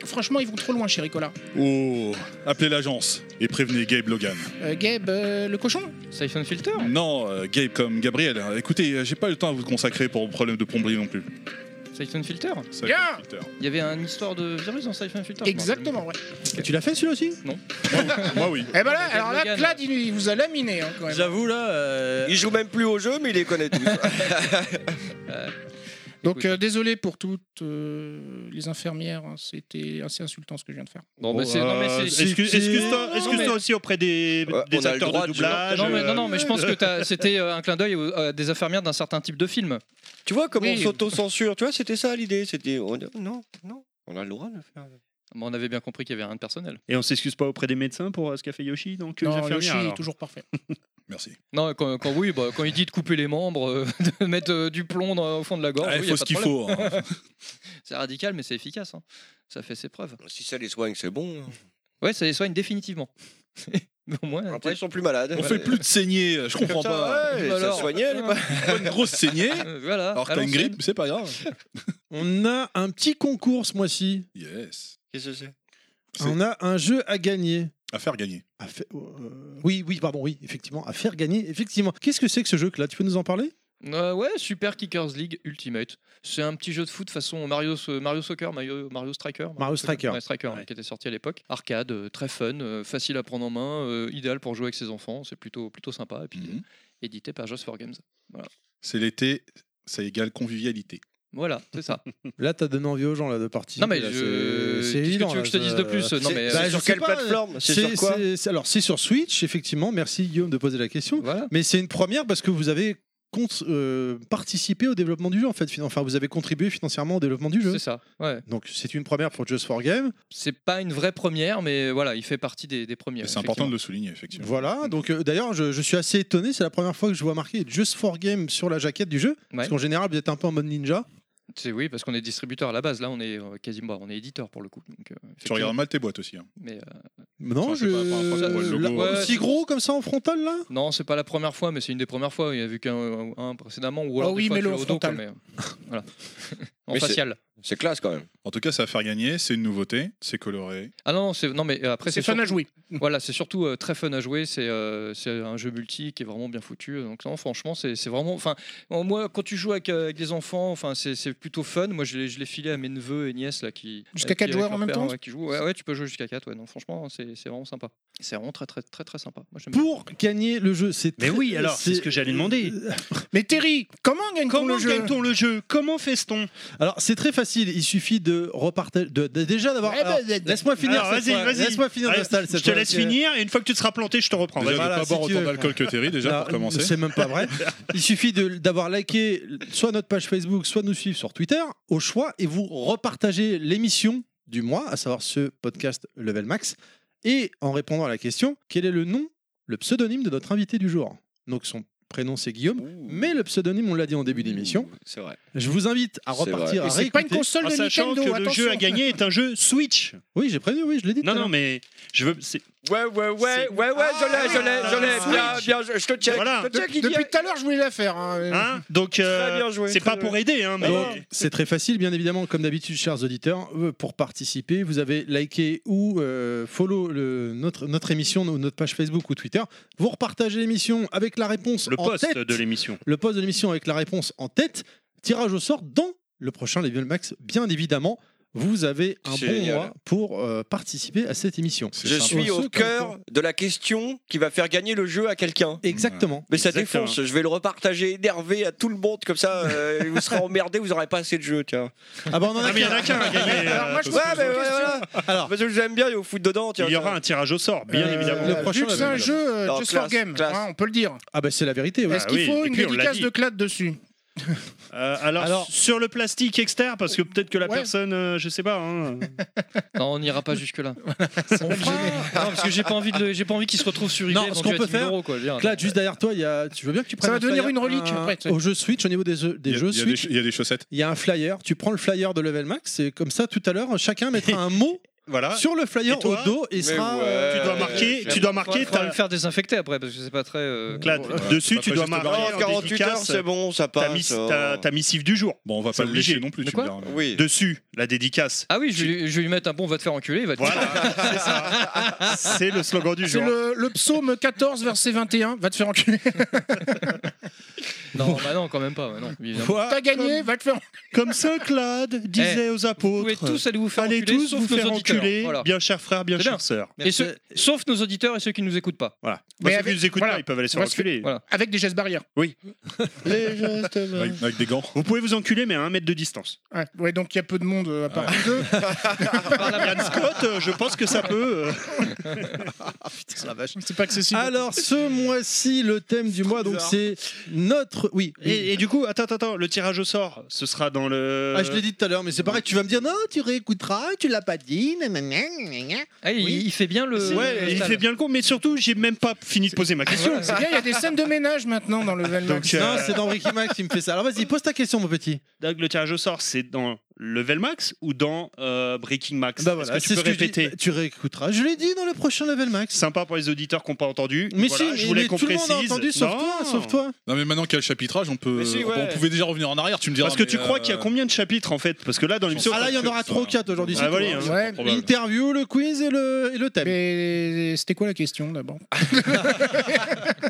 Speaker 3: Franchement, ils vont trop loin, chez Ricola.
Speaker 5: Oh, appelez l'agence et prévenez Gabe Logan.
Speaker 3: Euh, Gabe, euh, le cochon
Speaker 4: Siphon Filter
Speaker 5: Non, euh, Gabe comme Gabriel. Écoutez, euh, j'ai pas le temps à vous consacrer pour le problème de plomberie non plus.
Speaker 4: Siphon Filter
Speaker 5: Ça,
Speaker 3: Bien.
Speaker 5: c'est Twitter.
Speaker 4: Il y avait une histoire de virus dans Siphon Filter je me rappelle.
Speaker 3: Exactement, ouais.
Speaker 1: Tu l'as fait, celui-là aussi
Speaker 5: Moi oui.
Speaker 3: Eh ben là,
Speaker 4: Gabe
Speaker 3: alors là,
Speaker 4: Logan.
Speaker 3: Clad, il, il vous a laminé hein, quand même.
Speaker 1: J'avoue, là... euh,
Speaker 7: Il joue même plus au jeu, mais il les connaît tous.
Speaker 3: Donc euh, désolé pour toutes euh, les infirmières, hein, c'était assez insultant ce que je viens de faire.
Speaker 4: Non, mais Bah, c'est- non, mais c'est- c'est-
Speaker 6: Euh, excuse-
Speaker 4: c'est-
Speaker 6: Excuse-toi
Speaker 4: Non,
Speaker 6: excuse-toi
Speaker 4: mais-
Speaker 6: aussi auprès des, des acteurs de doublage.
Speaker 4: Non, mais, non,
Speaker 6: euh,
Speaker 4: non, mais je pense
Speaker 7: <laughs>
Speaker 4: que t'as- c'était euh, un clin d'œil aux- à des infirmières d'un certain type de film.
Speaker 7: <laughs> Tu vois comment
Speaker 4: Oui.
Speaker 7: on s'auto-censure Tu vois, c'était ça l'idée. C'était. on- Non, non, on a le droit de le faire.
Speaker 4: Mais on avait bien compris qu'il y avait rien de personnel.
Speaker 6: Et on s'excuse pas auprès des médecins pour euh, ce qu'a fait Yoshi donc
Speaker 4: Non,
Speaker 6: les infirmières,
Speaker 4: Yoshi est
Speaker 6: alors.
Speaker 3: toujours parfait.
Speaker 5: Merci.
Speaker 4: Non, quand, quand- oui, bah, quand il dit de couper les membres, euh, <laughs> de mettre euh, du plomb dans- au fond de la gorge,
Speaker 5: Eh,
Speaker 7: Ah, il
Speaker 4: oui,
Speaker 7: faut
Speaker 4: y a
Speaker 7: ce
Speaker 4: pas de
Speaker 7: qu'il
Speaker 4: problème.
Speaker 7: faut, hein.
Speaker 4: c'est radical, mais c'est efficace. hein. Ça fait ses preuves.
Speaker 7: Bah, Si ça les soigne, c'est bon. hein.
Speaker 4: Ouais, ça les soigne définitivement. <laughs> Mais au moins,
Speaker 7: Après, ils sont plus malades.
Speaker 5: On fait plus de saignées, je comprends
Speaker 7: Putain,
Speaker 5: pas.
Speaker 7: ouais, ça
Speaker 4: Bah
Speaker 7: soignait, elle, pas-
Speaker 4: <laughs>
Speaker 5: Une grosse saignée.
Speaker 4: euh, Voilà.
Speaker 5: Alors que t'as une grippe, c'est pas grave.
Speaker 1: On a un petit concours ce mois-ci.
Speaker 5: Yes.
Speaker 7: Qu'est-ce que c'est
Speaker 1: On a un jeu à gagner.
Speaker 5: À faire gagner.
Speaker 1: À fa- euh, Oui, oui, pardon, oui, effectivement. À faire gagner, effectivement. Qu'est-ce que c'est que ce jeu-là Tu peux nous en parler
Speaker 4: Euh, ouais, Super Kickers League Ultimate. C'est un petit jeu de foot façon Mario, Mario Soccer, Mario, Mario Striker.
Speaker 1: Mario Striker.
Speaker 4: Ouais, Striker, hein, qui était sorti à l'époque. Arcade, euh, très fun, euh, facile à prendre en main, euh, idéal pour jouer avec ses enfants. C'est plutôt, plutôt sympa. Et puis,
Speaker 5: Mhm.
Speaker 4: euh, édité par Just for Games. Voilà,
Speaker 5: C'est l'été, ça égale convivialité.
Speaker 4: voilà
Speaker 1: <laughs>
Speaker 4: c'est ça.
Speaker 1: Là, t'as donné envie aux gens là, de participer.
Speaker 4: Non, mais
Speaker 1: là,
Speaker 4: je-
Speaker 1: c'est-
Speaker 4: qu'est-ce
Speaker 1: c'est
Speaker 4: que tu
Speaker 1: évident.
Speaker 4: veux
Speaker 1: là,
Speaker 4: que je te dise
Speaker 1: ça-
Speaker 4: de plus Non, mais- C'est
Speaker 7: euh,
Speaker 1: Bah, je
Speaker 4: sur
Speaker 1: sais
Speaker 4: quelle
Speaker 1: pas,
Speaker 4: plateforme C'est sur quoi
Speaker 1: c'est- Alors, c'est sur Switch, effectivement. Merci Guillaume de poser la question. Mais c'est une première parce que vous avez cont- euh, participé au développement du jeu, en fait. fin- Enfin, vous avez contribué financièrement au développement du jeu.
Speaker 4: C'est ça, ouais.
Speaker 1: Donc, c'est une première pour Just for Game.
Speaker 4: C'est pas une vraie première, mais voilà, il fait partie des, des premières.
Speaker 5: C'est important de le
Speaker 4: effectivement.
Speaker 5: souligner, effectivement.
Speaker 1: Voilà, donc euh, d'ailleurs, je, je suis assez étonné. C'est la première fois que je vois marqué Just for Game sur la jaquette du jeu. Parce
Speaker 4: Ouais.
Speaker 1: qu'en général, vous êtes un peu en mode ninja.
Speaker 4: C'est oui, parce qu'on est distributeur à la base. Là, on est euh, quasiment, on est éditeur pour le coup. Donc, euh,
Speaker 5: Tu regardes mal tes boîtes aussi. hein.
Speaker 4: mais euh,
Speaker 1: Mais Non, je. là,
Speaker 5: euh,
Speaker 1: aussi gros comme ça en frontal là
Speaker 4: Non, c'est pas la première fois, mais c'est une des premières fois. Il y a vu qu'un un précédemment ou alors
Speaker 3: Ah
Speaker 4: des
Speaker 3: oui,
Speaker 4: fois,
Speaker 3: mais
Speaker 4: tu
Speaker 3: le
Speaker 4: l'as au dos,
Speaker 3: frontal.
Speaker 4: quoi, mais, euh, <laughs> voilà. en
Speaker 7: Mais c'est-
Speaker 4: facial.
Speaker 7: C'est classe quand même.
Speaker 5: En tout cas, ça va faire gagner, c'est une nouveauté, c'est coloré.
Speaker 4: Ah non, non, c'est non mais euh, après
Speaker 5: C'est fun à
Speaker 3: jouer.
Speaker 4: Voilà, c'est surtout euh, très fun à jouer. C'est euh, c'est un jeu multi qui est vraiment bien foutu. Donc non, franchement, c'est c'est vraiment. Enfin, en- moi, quand tu joues avec, euh, avec des enfants, enfin, c'est c'est plutôt fun. Moi, je l'ai je l'ai filé à mes neveux et nièces là qui
Speaker 3: Jusqu'à
Speaker 4: qui-
Speaker 3: quatre
Speaker 4: avec
Speaker 3: joueurs
Speaker 4: leur
Speaker 3: en même
Speaker 4: père,
Speaker 3: temps
Speaker 4: ouais, qui jouent. Ouais, ouais, tu peux jouer jusqu'à 4 Ouais, non, franchement, c'est c'est vraiment sympa. C'est vraiment très très très très sympa. Moi, j'aime
Speaker 1: Pour gagner le jeu, c'est.
Speaker 6: Mais oui, alors, c'est ce que j'allais demander.
Speaker 3: Mais Terry, comment gagne-t-on
Speaker 6: Comment
Speaker 3: le jeu
Speaker 6: gagne-t-on le jeu Comment fait-on
Speaker 1: <laughs> Alors c'est très facile, il suffit de repartager. De, de- déjà d'avoir.
Speaker 3: Eh ben,
Speaker 6: Ouais, bah,
Speaker 1: alors,
Speaker 6: bah,
Speaker 1: Laisse-moi finir,
Speaker 6: Alors,
Speaker 1: cette
Speaker 6: vas-y,
Speaker 1: fois.
Speaker 6: vas-y.
Speaker 1: laisse-moi finir
Speaker 6: Allez,
Speaker 1: Nostal, cette
Speaker 6: Je te
Speaker 1: fois,
Speaker 6: laisse
Speaker 1: parce que-
Speaker 6: finir et une fois que tu seras planté, je te reprends.
Speaker 5: Déjà, de
Speaker 1: Voilà,
Speaker 5: pas
Speaker 1: si
Speaker 5: boire
Speaker 1: tu
Speaker 5: autant
Speaker 1: veux.
Speaker 5: d'alcool que Terry, déjà,
Speaker 6: <laughs>
Speaker 1: Non,
Speaker 5: pour commencer.
Speaker 1: C'est même pas
Speaker 7: <laughs>
Speaker 1: vrai. Il suffit de- d'avoir liké soit notre page Facebook, soit de nous suivre sur Twitter, au choix, et vous repartagez l'émission du mois, à savoir ce podcast Level Max, et en répondant à la question, quel est le nom, le pseudonyme de notre invité du jour Donc son prénom c'est Guillaume,
Speaker 7: Mmh.
Speaker 1: mais le pseudonyme on l'a dit en début d'émission.
Speaker 7: C'est vrai.
Speaker 1: Je vous invite à
Speaker 7: C'est vrai.
Speaker 1: repartir. à
Speaker 7: Et c'est pas une
Speaker 1: réécouter.
Speaker 7: console
Speaker 6: En sachant que le jeu à gagner est un jeu Switch.
Speaker 1: Oui, j'ai prévu, oui, je l'ai dit.
Speaker 6: Non, non, mais je veux. c'est-
Speaker 7: Ouais, ouais, ouais, ouais, ouais, je l'ai, je l'ai, je l'ai. Bien, bien, je je te check.
Speaker 6: Voilà.
Speaker 7: Je te check,
Speaker 3: Depuis
Speaker 7: il y a-
Speaker 3: depuis tout à l'heure, je voulais la faire. hein.
Speaker 6: Hein Donc, euh,
Speaker 7: bien joué,
Speaker 6: c'est
Speaker 7: très
Speaker 6: pas
Speaker 7: bien.
Speaker 6: pour aider, hein, mais.
Speaker 1: Donc, c'est très facile, bien évidemment, comme d'habitude, chers auditeurs, euh, pour participer, vous avez liké ou euh, follow le- notre, notre émission, ou notre page Facebook ou Twitter. Vous repartagez l'émission avec la réponse
Speaker 6: Le
Speaker 1: en
Speaker 6: poste
Speaker 1: tête.
Speaker 6: de l'émission.
Speaker 1: Le post de l'émission avec la réponse en tête. Tirage au sort dans le prochain Level Max, bien évidemment. Vous avez un
Speaker 7: Génial.
Speaker 1: bon mois pour euh, participer à cette émission.
Speaker 7: Je suis
Speaker 1: Ceux
Speaker 7: au
Speaker 1: qui-
Speaker 7: cœur de la question qui va faire gagner le jeu à quelqu'un.
Speaker 1: Exactement.
Speaker 7: Mais ça
Speaker 1: Exactement.
Speaker 7: défonce, je vais le repartager, énervé à tout le monde, comme ça euh, vous serez emmerdés, vous aurez pas assez de jeux,
Speaker 6: <laughs>
Speaker 7: tiens.
Speaker 1: Ah bah on en a
Speaker 6: Ah, mais il y en a qu'un à gagner.
Speaker 7: Alors moi je
Speaker 6: euh,
Speaker 7: ouais, mais ouais, voilà.
Speaker 1: Alors,
Speaker 7: Parce que j'aime bien, il au foot dedans, tiens.
Speaker 6: Il y aura un tirage au sort, bien
Speaker 1: Euh,
Speaker 6: évidemment.
Speaker 1: le prochain
Speaker 3: Vu que c'est
Speaker 1: Level
Speaker 3: un
Speaker 1: Max.
Speaker 3: jeu euh,
Speaker 7: Non,
Speaker 3: Just for
Speaker 7: classe,
Speaker 3: Game,
Speaker 7: classe.
Speaker 3: hein, on peut le dire.
Speaker 1: Ah bah c'est la vérité. ouais.
Speaker 3: Est-ce qu'il
Speaker 6: oui,
Speaker 3: faut
Speaker 6: et
Speaker 3: une
Speaker 6: puis on l'a
Speaker 3: dédicace
Speaker 6: dit.
Speaker 3: de Clad dessus
Speaker 6: Euh, alors,
Speaker 1: Alors-
Speaker 6: sur le plastique externe, parce que peut-être que la
Speaker 3: Ouais.
Speaker 6: personne, euh, je sais pas. hein.
Speaker 4: Non, on n'ira pas jusque
Speaker 6: <laughs>
Speaker 4: là. parce que j'ai pas envie de, j'ai pas envie qu'il se retrouve sur eBay.
Speaker 1: Non, ce
Speaker 4: vendu
Speaker 1: qu'on
Speaker 4: à
Speaker 1: peut
Speaker 4: 10
Speaker 1: faire,
Speaker 4: euros, quoi, je veux dire.
Speaker 1: Clad, juste derrière toi, il y a... tu veux bien que tu prennes
Speaker 3: va
Speaker 1: un
Speaker 3: devenir
Speaker 1: flyer,
Speaker 3: une relique,
Speaker 1: un-
Speaker 3: après, tu sais.
Speaker 1: Au jeu Switch, au niveau des, jeux- des
Speaker 5: Il y a-
Speaker 1: jeux
Speaker 5: il y a des
Speaker 1: Switch,
Speaker 5: ch- Il y a des chaussettes.
Speaker 1: il y a un flyer. Tu prends le flyer de Level Max et comme ça, tout à l'heure, chacun mettra un
Speaker 6: <laughs>
Speaker 1: mot
Speaker 6: Voilà.
Speaker 1: sur le flyer
Speaker 6: Ah. Et toi
Speaker 1: au dos et sera.
Speaker 7: ouais.
Speaker 1: euh,
Speaker 6: tu dois marquer, tu dois marquer
Speaker 4: Faudra le
Speaker 6: ta.
Speaker 4: faire désinfecter après parce que c'est pas très. euh,
Speaker 6: Clad,
Speaker 4: bon, voilà.
Speaker 6: dessus,
Speaker 5: Pas
Speaker 6: tu
Speaker 5: pas
Speaker 6: dois
Speaker 5: juste au
Speaker 6: marquer
Speaker 5: barrage.
Speaker 7: Non,
Speaker 6: en
Speaker 7: 48 heures,
Speaker 6: dédicace
Speaker 7: c'est bon, ça
Speaker 6: ta,
Speaker 7: passe.
Speaker 6: miss-
Speaker 7: oh.
Speaker 6: ta- ta missive du jour.
Speaker 5: Bon, hein. on va
Speaker 6: C'est
Speaker 5: pas le
Speaker 6: obligé.
Speaker 5: lécher non plus,
Speaker 4: De
Speaker 5: tu me
Speaker 4: quoi
Speaker 5: diras.
Speaker 7: Oui.
Speaker 6: Dessus, la dédicace.
Speaker 4: Ah oui, je vais, lui- je vais lui mettre un bon va te faire enculer, il va te
Speaker 5: <laughs>
Speaker 6: Voilà, c'est ça. C'est le slogan du
Speaker 3: C'est
Speaker 6: jour.
Speaker 3: le, le psaume 14, verset 21. Va te faire enculer.
Speaker 4: Non, bah non, quand même pas. ouais, non, évidemment.
Speaker 6: Quoi
Speaker 3: T'as gagné, va te faire enculer.
Speaker 6: Comme saint Claude disait aux
Speaker 4: Vous pouvez
Speaker 6: apôtres.
Speaker 4: tous aller vous faire
Speaker 6: Allez
Speaker 4: enculer,
Speaker 6: tous
Speaker 4: sauf
Speaker 6: vous
Speaker 4: nos
Speaker 6: faire
Speaker 4: auditeurs.
Speaker 6: enculé,
Speaker 4: Voilà.
Speaker 6: bien cher frère, bien
Speaker 4: C'est
Speaker 6: chère
Speaker 4: bien.
Speaker 6: sœur.
Speaker 4: Et ceux- sauf nos auditeurs et ceux qui nous écoutent pas.
Speaker 6: Voilà. Mais ceux qui nous écoutent pas, ils peuvent aller se faire
Speaker 4: Parce que-
Speaker 6: enculer.
Speaker 4: voilà.
Speaker 3: Avec des gestes barrières.
Speaker 6: Oui.
Speaker 3: <laughs> Les gestes
Speaker 6: Oui,
Speaker 3: barrières.
Speaker 5: avec des gants.
Speaker 6: Vous pouvez vous enculer, mais à un mètre
Speaker 4: <laughs>
Speaker 6: de distance.
Speaker 3: Ouais, ouais, donc il y a peu de monde euh, à part nous deux.
Speaker 6: Yann Scott, euh, je pense que ça peut. euh,
Speaker 3: C'est pas
Speaker 1: <laughs>
Speaker 3: accessible.
Speaker 1: Alors, ce mois-ci, le thème du mois, donc
Speaker 6: bizarre.
Speaker 1: c'est notre. Oui.
Speaker 6: Et, euh, et du coup, attends, attends, attends, le tirage au sort, ce sera dans le.
Speaker 1: Ah, je l'ai dit tout à l'heure, mais c'est pareil, tu vas me dire non, tu réécouteras, tu l'as pas dit. nanana, nanana.
Speaker 4: Ah, il,
Speaker 1: Oui.
Speaker 4: il fait bien
Speaker 1: euh,
Speaker 4: le.
Speaker 6: Ouais,
Speaker 4: le
Speaker 6: il
Speaker 4: stal.
Speaker 6: fait bien le con, mais surtout, j'ai même pas fini de poser ma question.
Speaker 3: C'est bien, il y a des scènes de ménage maintenant dans le Velmax.
Speaker 6: Donc, euh,
Speaker 1: Non, c'est dans Ricky Max qui me fait ça. Alors vas-y, pose ta question, mon petit.
Speaker 6: Doug, le tirage au sort, c'est dans Level Max ou dans euh, Breaking Max
Speaker 1: Bah voilà,
Speaker 6: Est-ce que tu
Speaker 1: c'est
Speaker 6: peux
Speaker 1: ce que je dis.
Speaker 6: répéter
Speaker 1: Tu réécouteras. Je l'ai dit dans le prochain level max.
Speaker 6: Sympa pour les auditeurs qui n'ont pas entendu.
Speaker 1: Mais
Speaker 6: Voilà,
Speaker 1: si,
Speaker 6: je
Speaker 1: mais
Speaker 6: voulais qu'on
Speaker 1: tout le monde a
Speaker 6: précise.
Speaker 1: entendu, sauf
Speaker 6: Non.
Speaker 1: toi, sauf toi.
Speaker 5: Non, mais maintenant qu'il y a le chapitrage, on peut. euh,
Speaker 6: Mais si, ouais.
Speaker 5: On pouvait déjà revenir en arrière, tu me diras.
Speaker 6: Parce que
Speaker 5: mais,
Speaker 6: tu crois
Speaker 5: euh,
Speaker 6: qu'il y a combien de chapitres en fait Parce que là, dans l'émission.
Speaker 1: Ah là, il y en
Speaker 5: que
Speaker 1: aura
Speaker 5: ça.
Speaker 1: 3 ou 4 aujourd'hui.
Speaker 6: Ah,
Speaker 1: c'est
Speaker 6: voilà,
Speaker 1: tout,
Speaker 6: hein.
Speaker 1: hein.
Speaker 3: Ouais,
Speaker 5: probable.
Speaker 1: L'interview, le quiz et le, et le thème.
Speaker 3: mais c'était quoi la question d'abord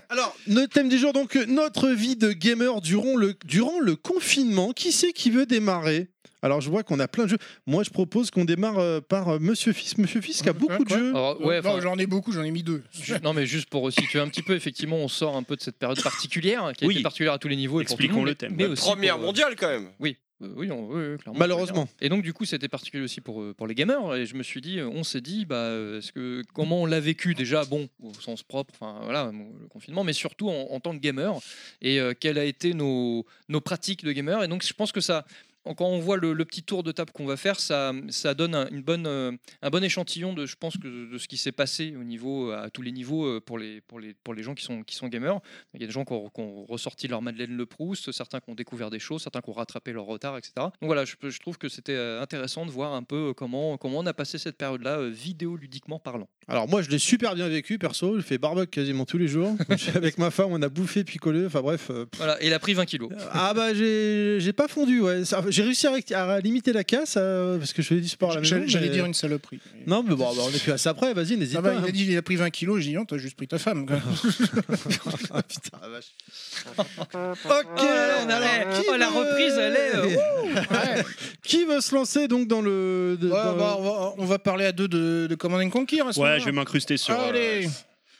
Speaker 1: Alors, le thème du jour, donc, euh, notre vie de gamer durant le, durant le confinement. Qui c'est qui veut démarrer Alors, je vois qu'on a plein de jeux. Moi, je propose qu'on démarre euh, par euh, Monsieur Fils. Monsieur Fils qui a
Speaker 3: Ouais, Oh.
Speaker 1: beaucoup de
Speaker 3: quoi
Speaker 1: jeux.
Speaker 4: Alors, Ah, ouais,
Speaker 3: Non,
Speaker 4: enfin,
Speaker 3: J'en ai beaucoup, j'en ai mis deux.
Speaker 4: ju- non mais juste pour situer un petit peu, effectivement, on sort un peu de cette période particulière hein, qui a
Speaker 6: Oui.
Speaker 4: été particulière à tous les niveaux. et pour tout
Speaker 6: Expliquons
Speaker 4: monde,
Speaker 6: le
Speaker 4: mais-
Speaker 6: thème.
Speaker 4: mais
Speaker 6: La
Speaker 4: aussi
Speaker 7: Première
Speaker 4: pour, euh,
Speaker 7: mondiale quand même.
Speaker 4: Oui, euh, oui, on- oui, oui, clairement.
Speaker 1: Malheureusement.
Speaker 4: Et donc du coup, c'était particulier aussi pour, euh, pour les gamers. Et je me suis dit, euh, on s'est dit, bah, euh, est-ce que comment on l'a vécu déjà, bon, au sens propre, enfin voilà, bon, le confinement, mais surtout en, en tant que gamer, et euh, quelles a été nos, nos pratiques de gamer. Et donc je pense que ça. Quand on voit le, le petit tour de table qu'on va faire, ça, ça donne un, une bonne, euh, un bon échantillon de, je pense, que, de ce qui s'est passé au niveau, à tous les niveaux euh, pour les, pour les, pour les gens qui sont, qui sont gamers. Il y a des gens qui ont, qui ont ressorti leur Madeleine Le Proust, certains qui ont découvert des choses, certains qui ont rattrapé leur retard, etc. Donc voilà, je, je trouve que c'était euh, intéressant de voir un peu euh, comment, comment on a passé cette période-là euh, vidéoludiquement parlant.
Speaker 1: Alors, moi, je l'ai super bien vécu, perso. Je fais barbecue quasiment tous les
Speaker 3: <laughs>
Speaker 1: jours. Avec ma femme, on a bouffé, picolé. Enfin, bref. euh,
Speaker 4: Voilà, et il a pris 20 kilos.
Speaker 1: Ah bah j'ai j'ai pas fondu ouais. Ça- J'ai réussi à, rect- à limiter la casse euh, parce que je faisais du sport à la maison.
Speaker 3: J'allais j'allais
Speaker 1: mais-
Speaker 3: dire une saloperie.
Speaker 1: Non mais bon bah, on est plus à ça après. Vas-y n'hésite
Speaker 3: Ah bah,
Speaker 1: pas.
Speaker 3: il a
Speaker 1: hein.
Speaker 3: dit il a pris 20 kilos, j'ai dit non, t'as juste pris ta
Speaker 6: <laughs>
Speaker 3: femme. quoi.
Speaker 1: Ah, putain, la vache. ok.
Speaker 4: Oh là là, on a-
Speaker 1: alors, qui
Speaker 4: oh, la
Speaker 1: veut-
Speaker 4: reprise, elle est, euh,
Speaker 3: Ouais.
Speaker 1: Qui veut se lancer donc dans le. de-
Speaker 3: Ouais,
Speaker 1: dans-
Speaker 3: bah, on, va, on va parler à deux de, de Command and Conquer. À ce
Speaker 6: Ouais,
Speaker 3: moment-là.
Speaker 6: je vais m'incruster sur. euh,
Speaker 3: Allez.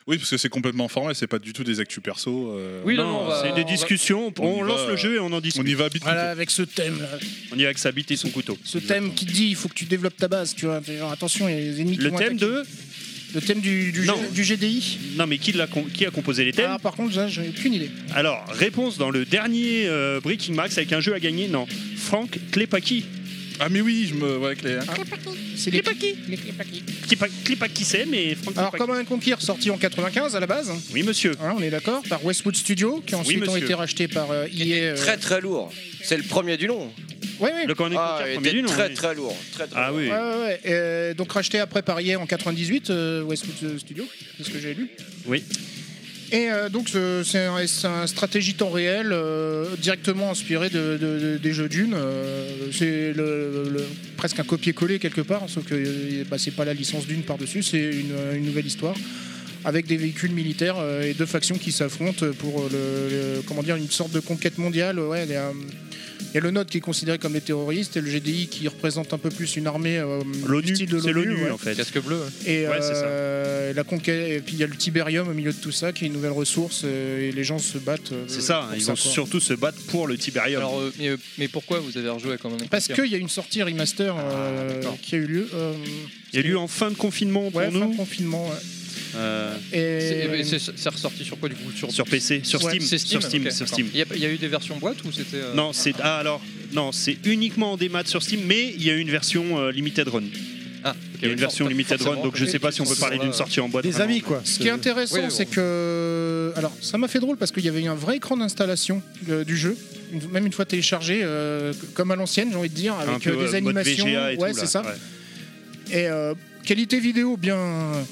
Speaker 5: Oui, parce que c'est complètement formel, c'est pas du tout des actus perso. euh,
Speaker 4: Oui, non, non, on
Speaker 6: Non,
Speaker 4: va-
Speaker 6: c'est des
Speaker 4: on va-
Speaker 6: discussions. On,
Speaker 5: On y va,
Speaker 6: lance le
Speaker 5: euh,
Speaker 6: jeu et on en
Speaker 5: On
Speaker 6: discute.
Speaker 5: y va vite.
Speaker 3: Voilà, avec ce thème, là.
Speaker 6: On y va avec sa bite et son couteau.
Speaker 3: ce thème qui dit il faut que tu développes ta base, tu vois. Genre, attention, il y a des ennemis qui
Speaker 6: Le
Speaker 3: vont
Speaker 6: thème
Speaker 3: attaquer.
Speaker 6: de.
Speaker 3: le thème du, du,
Speaker 6: Non.
Speaker 3: G- du GDI.
Speaker 6: Non, mais qui, l'a com- qui a composé les thèmes
Speaker 3: Ah, par contre, ça, j'ai aucune idée.
Speaker 6: Alors, réponse dans le dernier euh, Breaking Max avec un jeu à gagner. Non, Franck Klepaki.
Speaker 5: Ah, mais oui, je me. Ouais, avec les-
Speaker 3: Ah. C'est les paquets. Les paquets.
Speaker 6: Klepa- Klepaki c'est, mais Franck
Speaker 3: Alors,
Speaker 6: Klepaki.
Speaker 3: Command and Conquer, sorti en 95 à la base,
Speaker 6: Oui, monsieur.
Speaker 3: hein, on est d'accord, par Westwood Studio, qui ensuite ont
Speaker 6: monsieur.
Speaker 3: été rachetés par euh,
Speaker 7: Il
Speaker 3: EA.
Speaker 7: est
Speaker 3: euh,
Speaker 7: très très lourd. C'est le premier du nom.
Speaker 3: Ouais, ouais.
Speaker 6: Le Command and
Speaker 7: Ah,
Speaker 6: Conquer,
Speaker 7: il
Speaker 6: premier
Speaker 7: était
Speaker 6: du nom,
Speaker 7: très
Speaker 6: oui.
Speaker 7: très lourd. Très, très
Speaker 6: Ah
Speaker 7: lourd.
Speaker 6: oui.
Speaker 3: Ouais, ouais, ouais. Et, euh, donc racheté après par hier en 98, euh, Westwood Studio, c'est ce que j'ai lu.
Speaker 6: Oui.
Speaker 3: Et euh, donc ce- c'est un, c'est un stratégie temps réel euh, directement inspiré de, de- de- des jeux d'une. euh, c'est le- le- presque un copier-coller quelque part, sauf que euh, bah, c'est pas la licence d'une par-dessus, c'est une, euh, une nouvelle histoire avec des véhicules militaires euh, et deux factions qui s'affrontent pour euh, le, le- comment dire une sorte de conquête mondiale. Ouais, il y a, il y a le NOT qui est considéré comme des terroristes et le GDI qui représente un peu plus une armée euh, du
Speaker 6: L'ONU,
Speaker 3: style de
Speaker 6: c'est l'ONU
Speaker 3: ouais.
Speaker 6: en fait.
Speaker 4: Casque bleu. hein.
Speaker 3: Et
Speaker 6: Ouais, c'est ça.
Speaker 3: euh, la conquête, et puis il y a le Tiberium au milieu de tout ça, qui est une nouvelle ressource, euh, et les gens se battent. euh,
Speaker 6: C'est ça,
Speaker 3: pour
Speaker 6: ils vont
Speaker 3: quoi.
Speaker 6: surtout se battre pour le Tiberium.
Speaker 4: Alors, euh, mais, euh, mais pourquoi vous avez rejoué à Command
Speaker 3: Parce qu'il y a une sortie remaster
Speaker 6: Ah,
Speaker 3: euh,
Speaker 4: d'accord.
Speaker 3: qui a eu lieu. euh,
Speaker 6: Il y a eu en fin de confinement pour
Speaker 3: ouais, fin
Speaker 6: nous,
Speaker 3: confinement. ouais.
Speaker 6: euh,
Speaker 3: Et
Speaker 4: C'est eh ben, c'est ressorti sur quoi du coup
Speaker 6: sur PC, sur
Speaker 3: Ouais,
Speaker 6: Steam,
Speaker 4: C'est
Speaker 6: sur Steam,
Speaker 4: ok,
Speaker 6: sur
Speaker 4: d'accord.
Speaker 6: Steam.
Speaker 4: Il y, a- il y a eu des versions boîte ou c'était. euh,
Speaker 6: Non, c'est ah, alors non, c'est uniquement en démat sur Steam, mais il y a une version euh, limited run.
Speaker 4: Ah, ok,
Speaker 6: Il y a
Speaker 4: oui,
Speaker 6: une version
Speaker 4: for-
Speaker 6: limited run,
Speaker 4: forcément,
Speaker 6: donc je
Speaker 4: oui.
Speaker 6: sais pas si on peut parler d'une sortie en boîte.
Speaker 1: Des
Speaker 6: vraiment.
Speaker 1: amis quoi.
Speaker 3: Ce qui
Speaker 6: Euh,
Speaker 3: est intéressant,
Speaker 4: Oui, bon.
Speaker 3: c'est que. Alors, ça m'a fait drôle parce qu'il y avait eu un vrai écran d'installation euh, du jeu, une- même une fois téléchargé, euh, comme à l'ancienne, j'ai envie de dire,
Speaker 6: Un
Speaker 3: avec
Speaker 6: peu,
Speaker 3: euh, des
Speaker 6: euh, mode
Speaker 3: animations.
Speaker 6: VGA et
Speaker 3: ouais,
Speaker 6: tout, là.
Speaker 3: c'est ça.
Speaker 6: Ouais.
Speaker 3: Et euh, qualité vidéo bien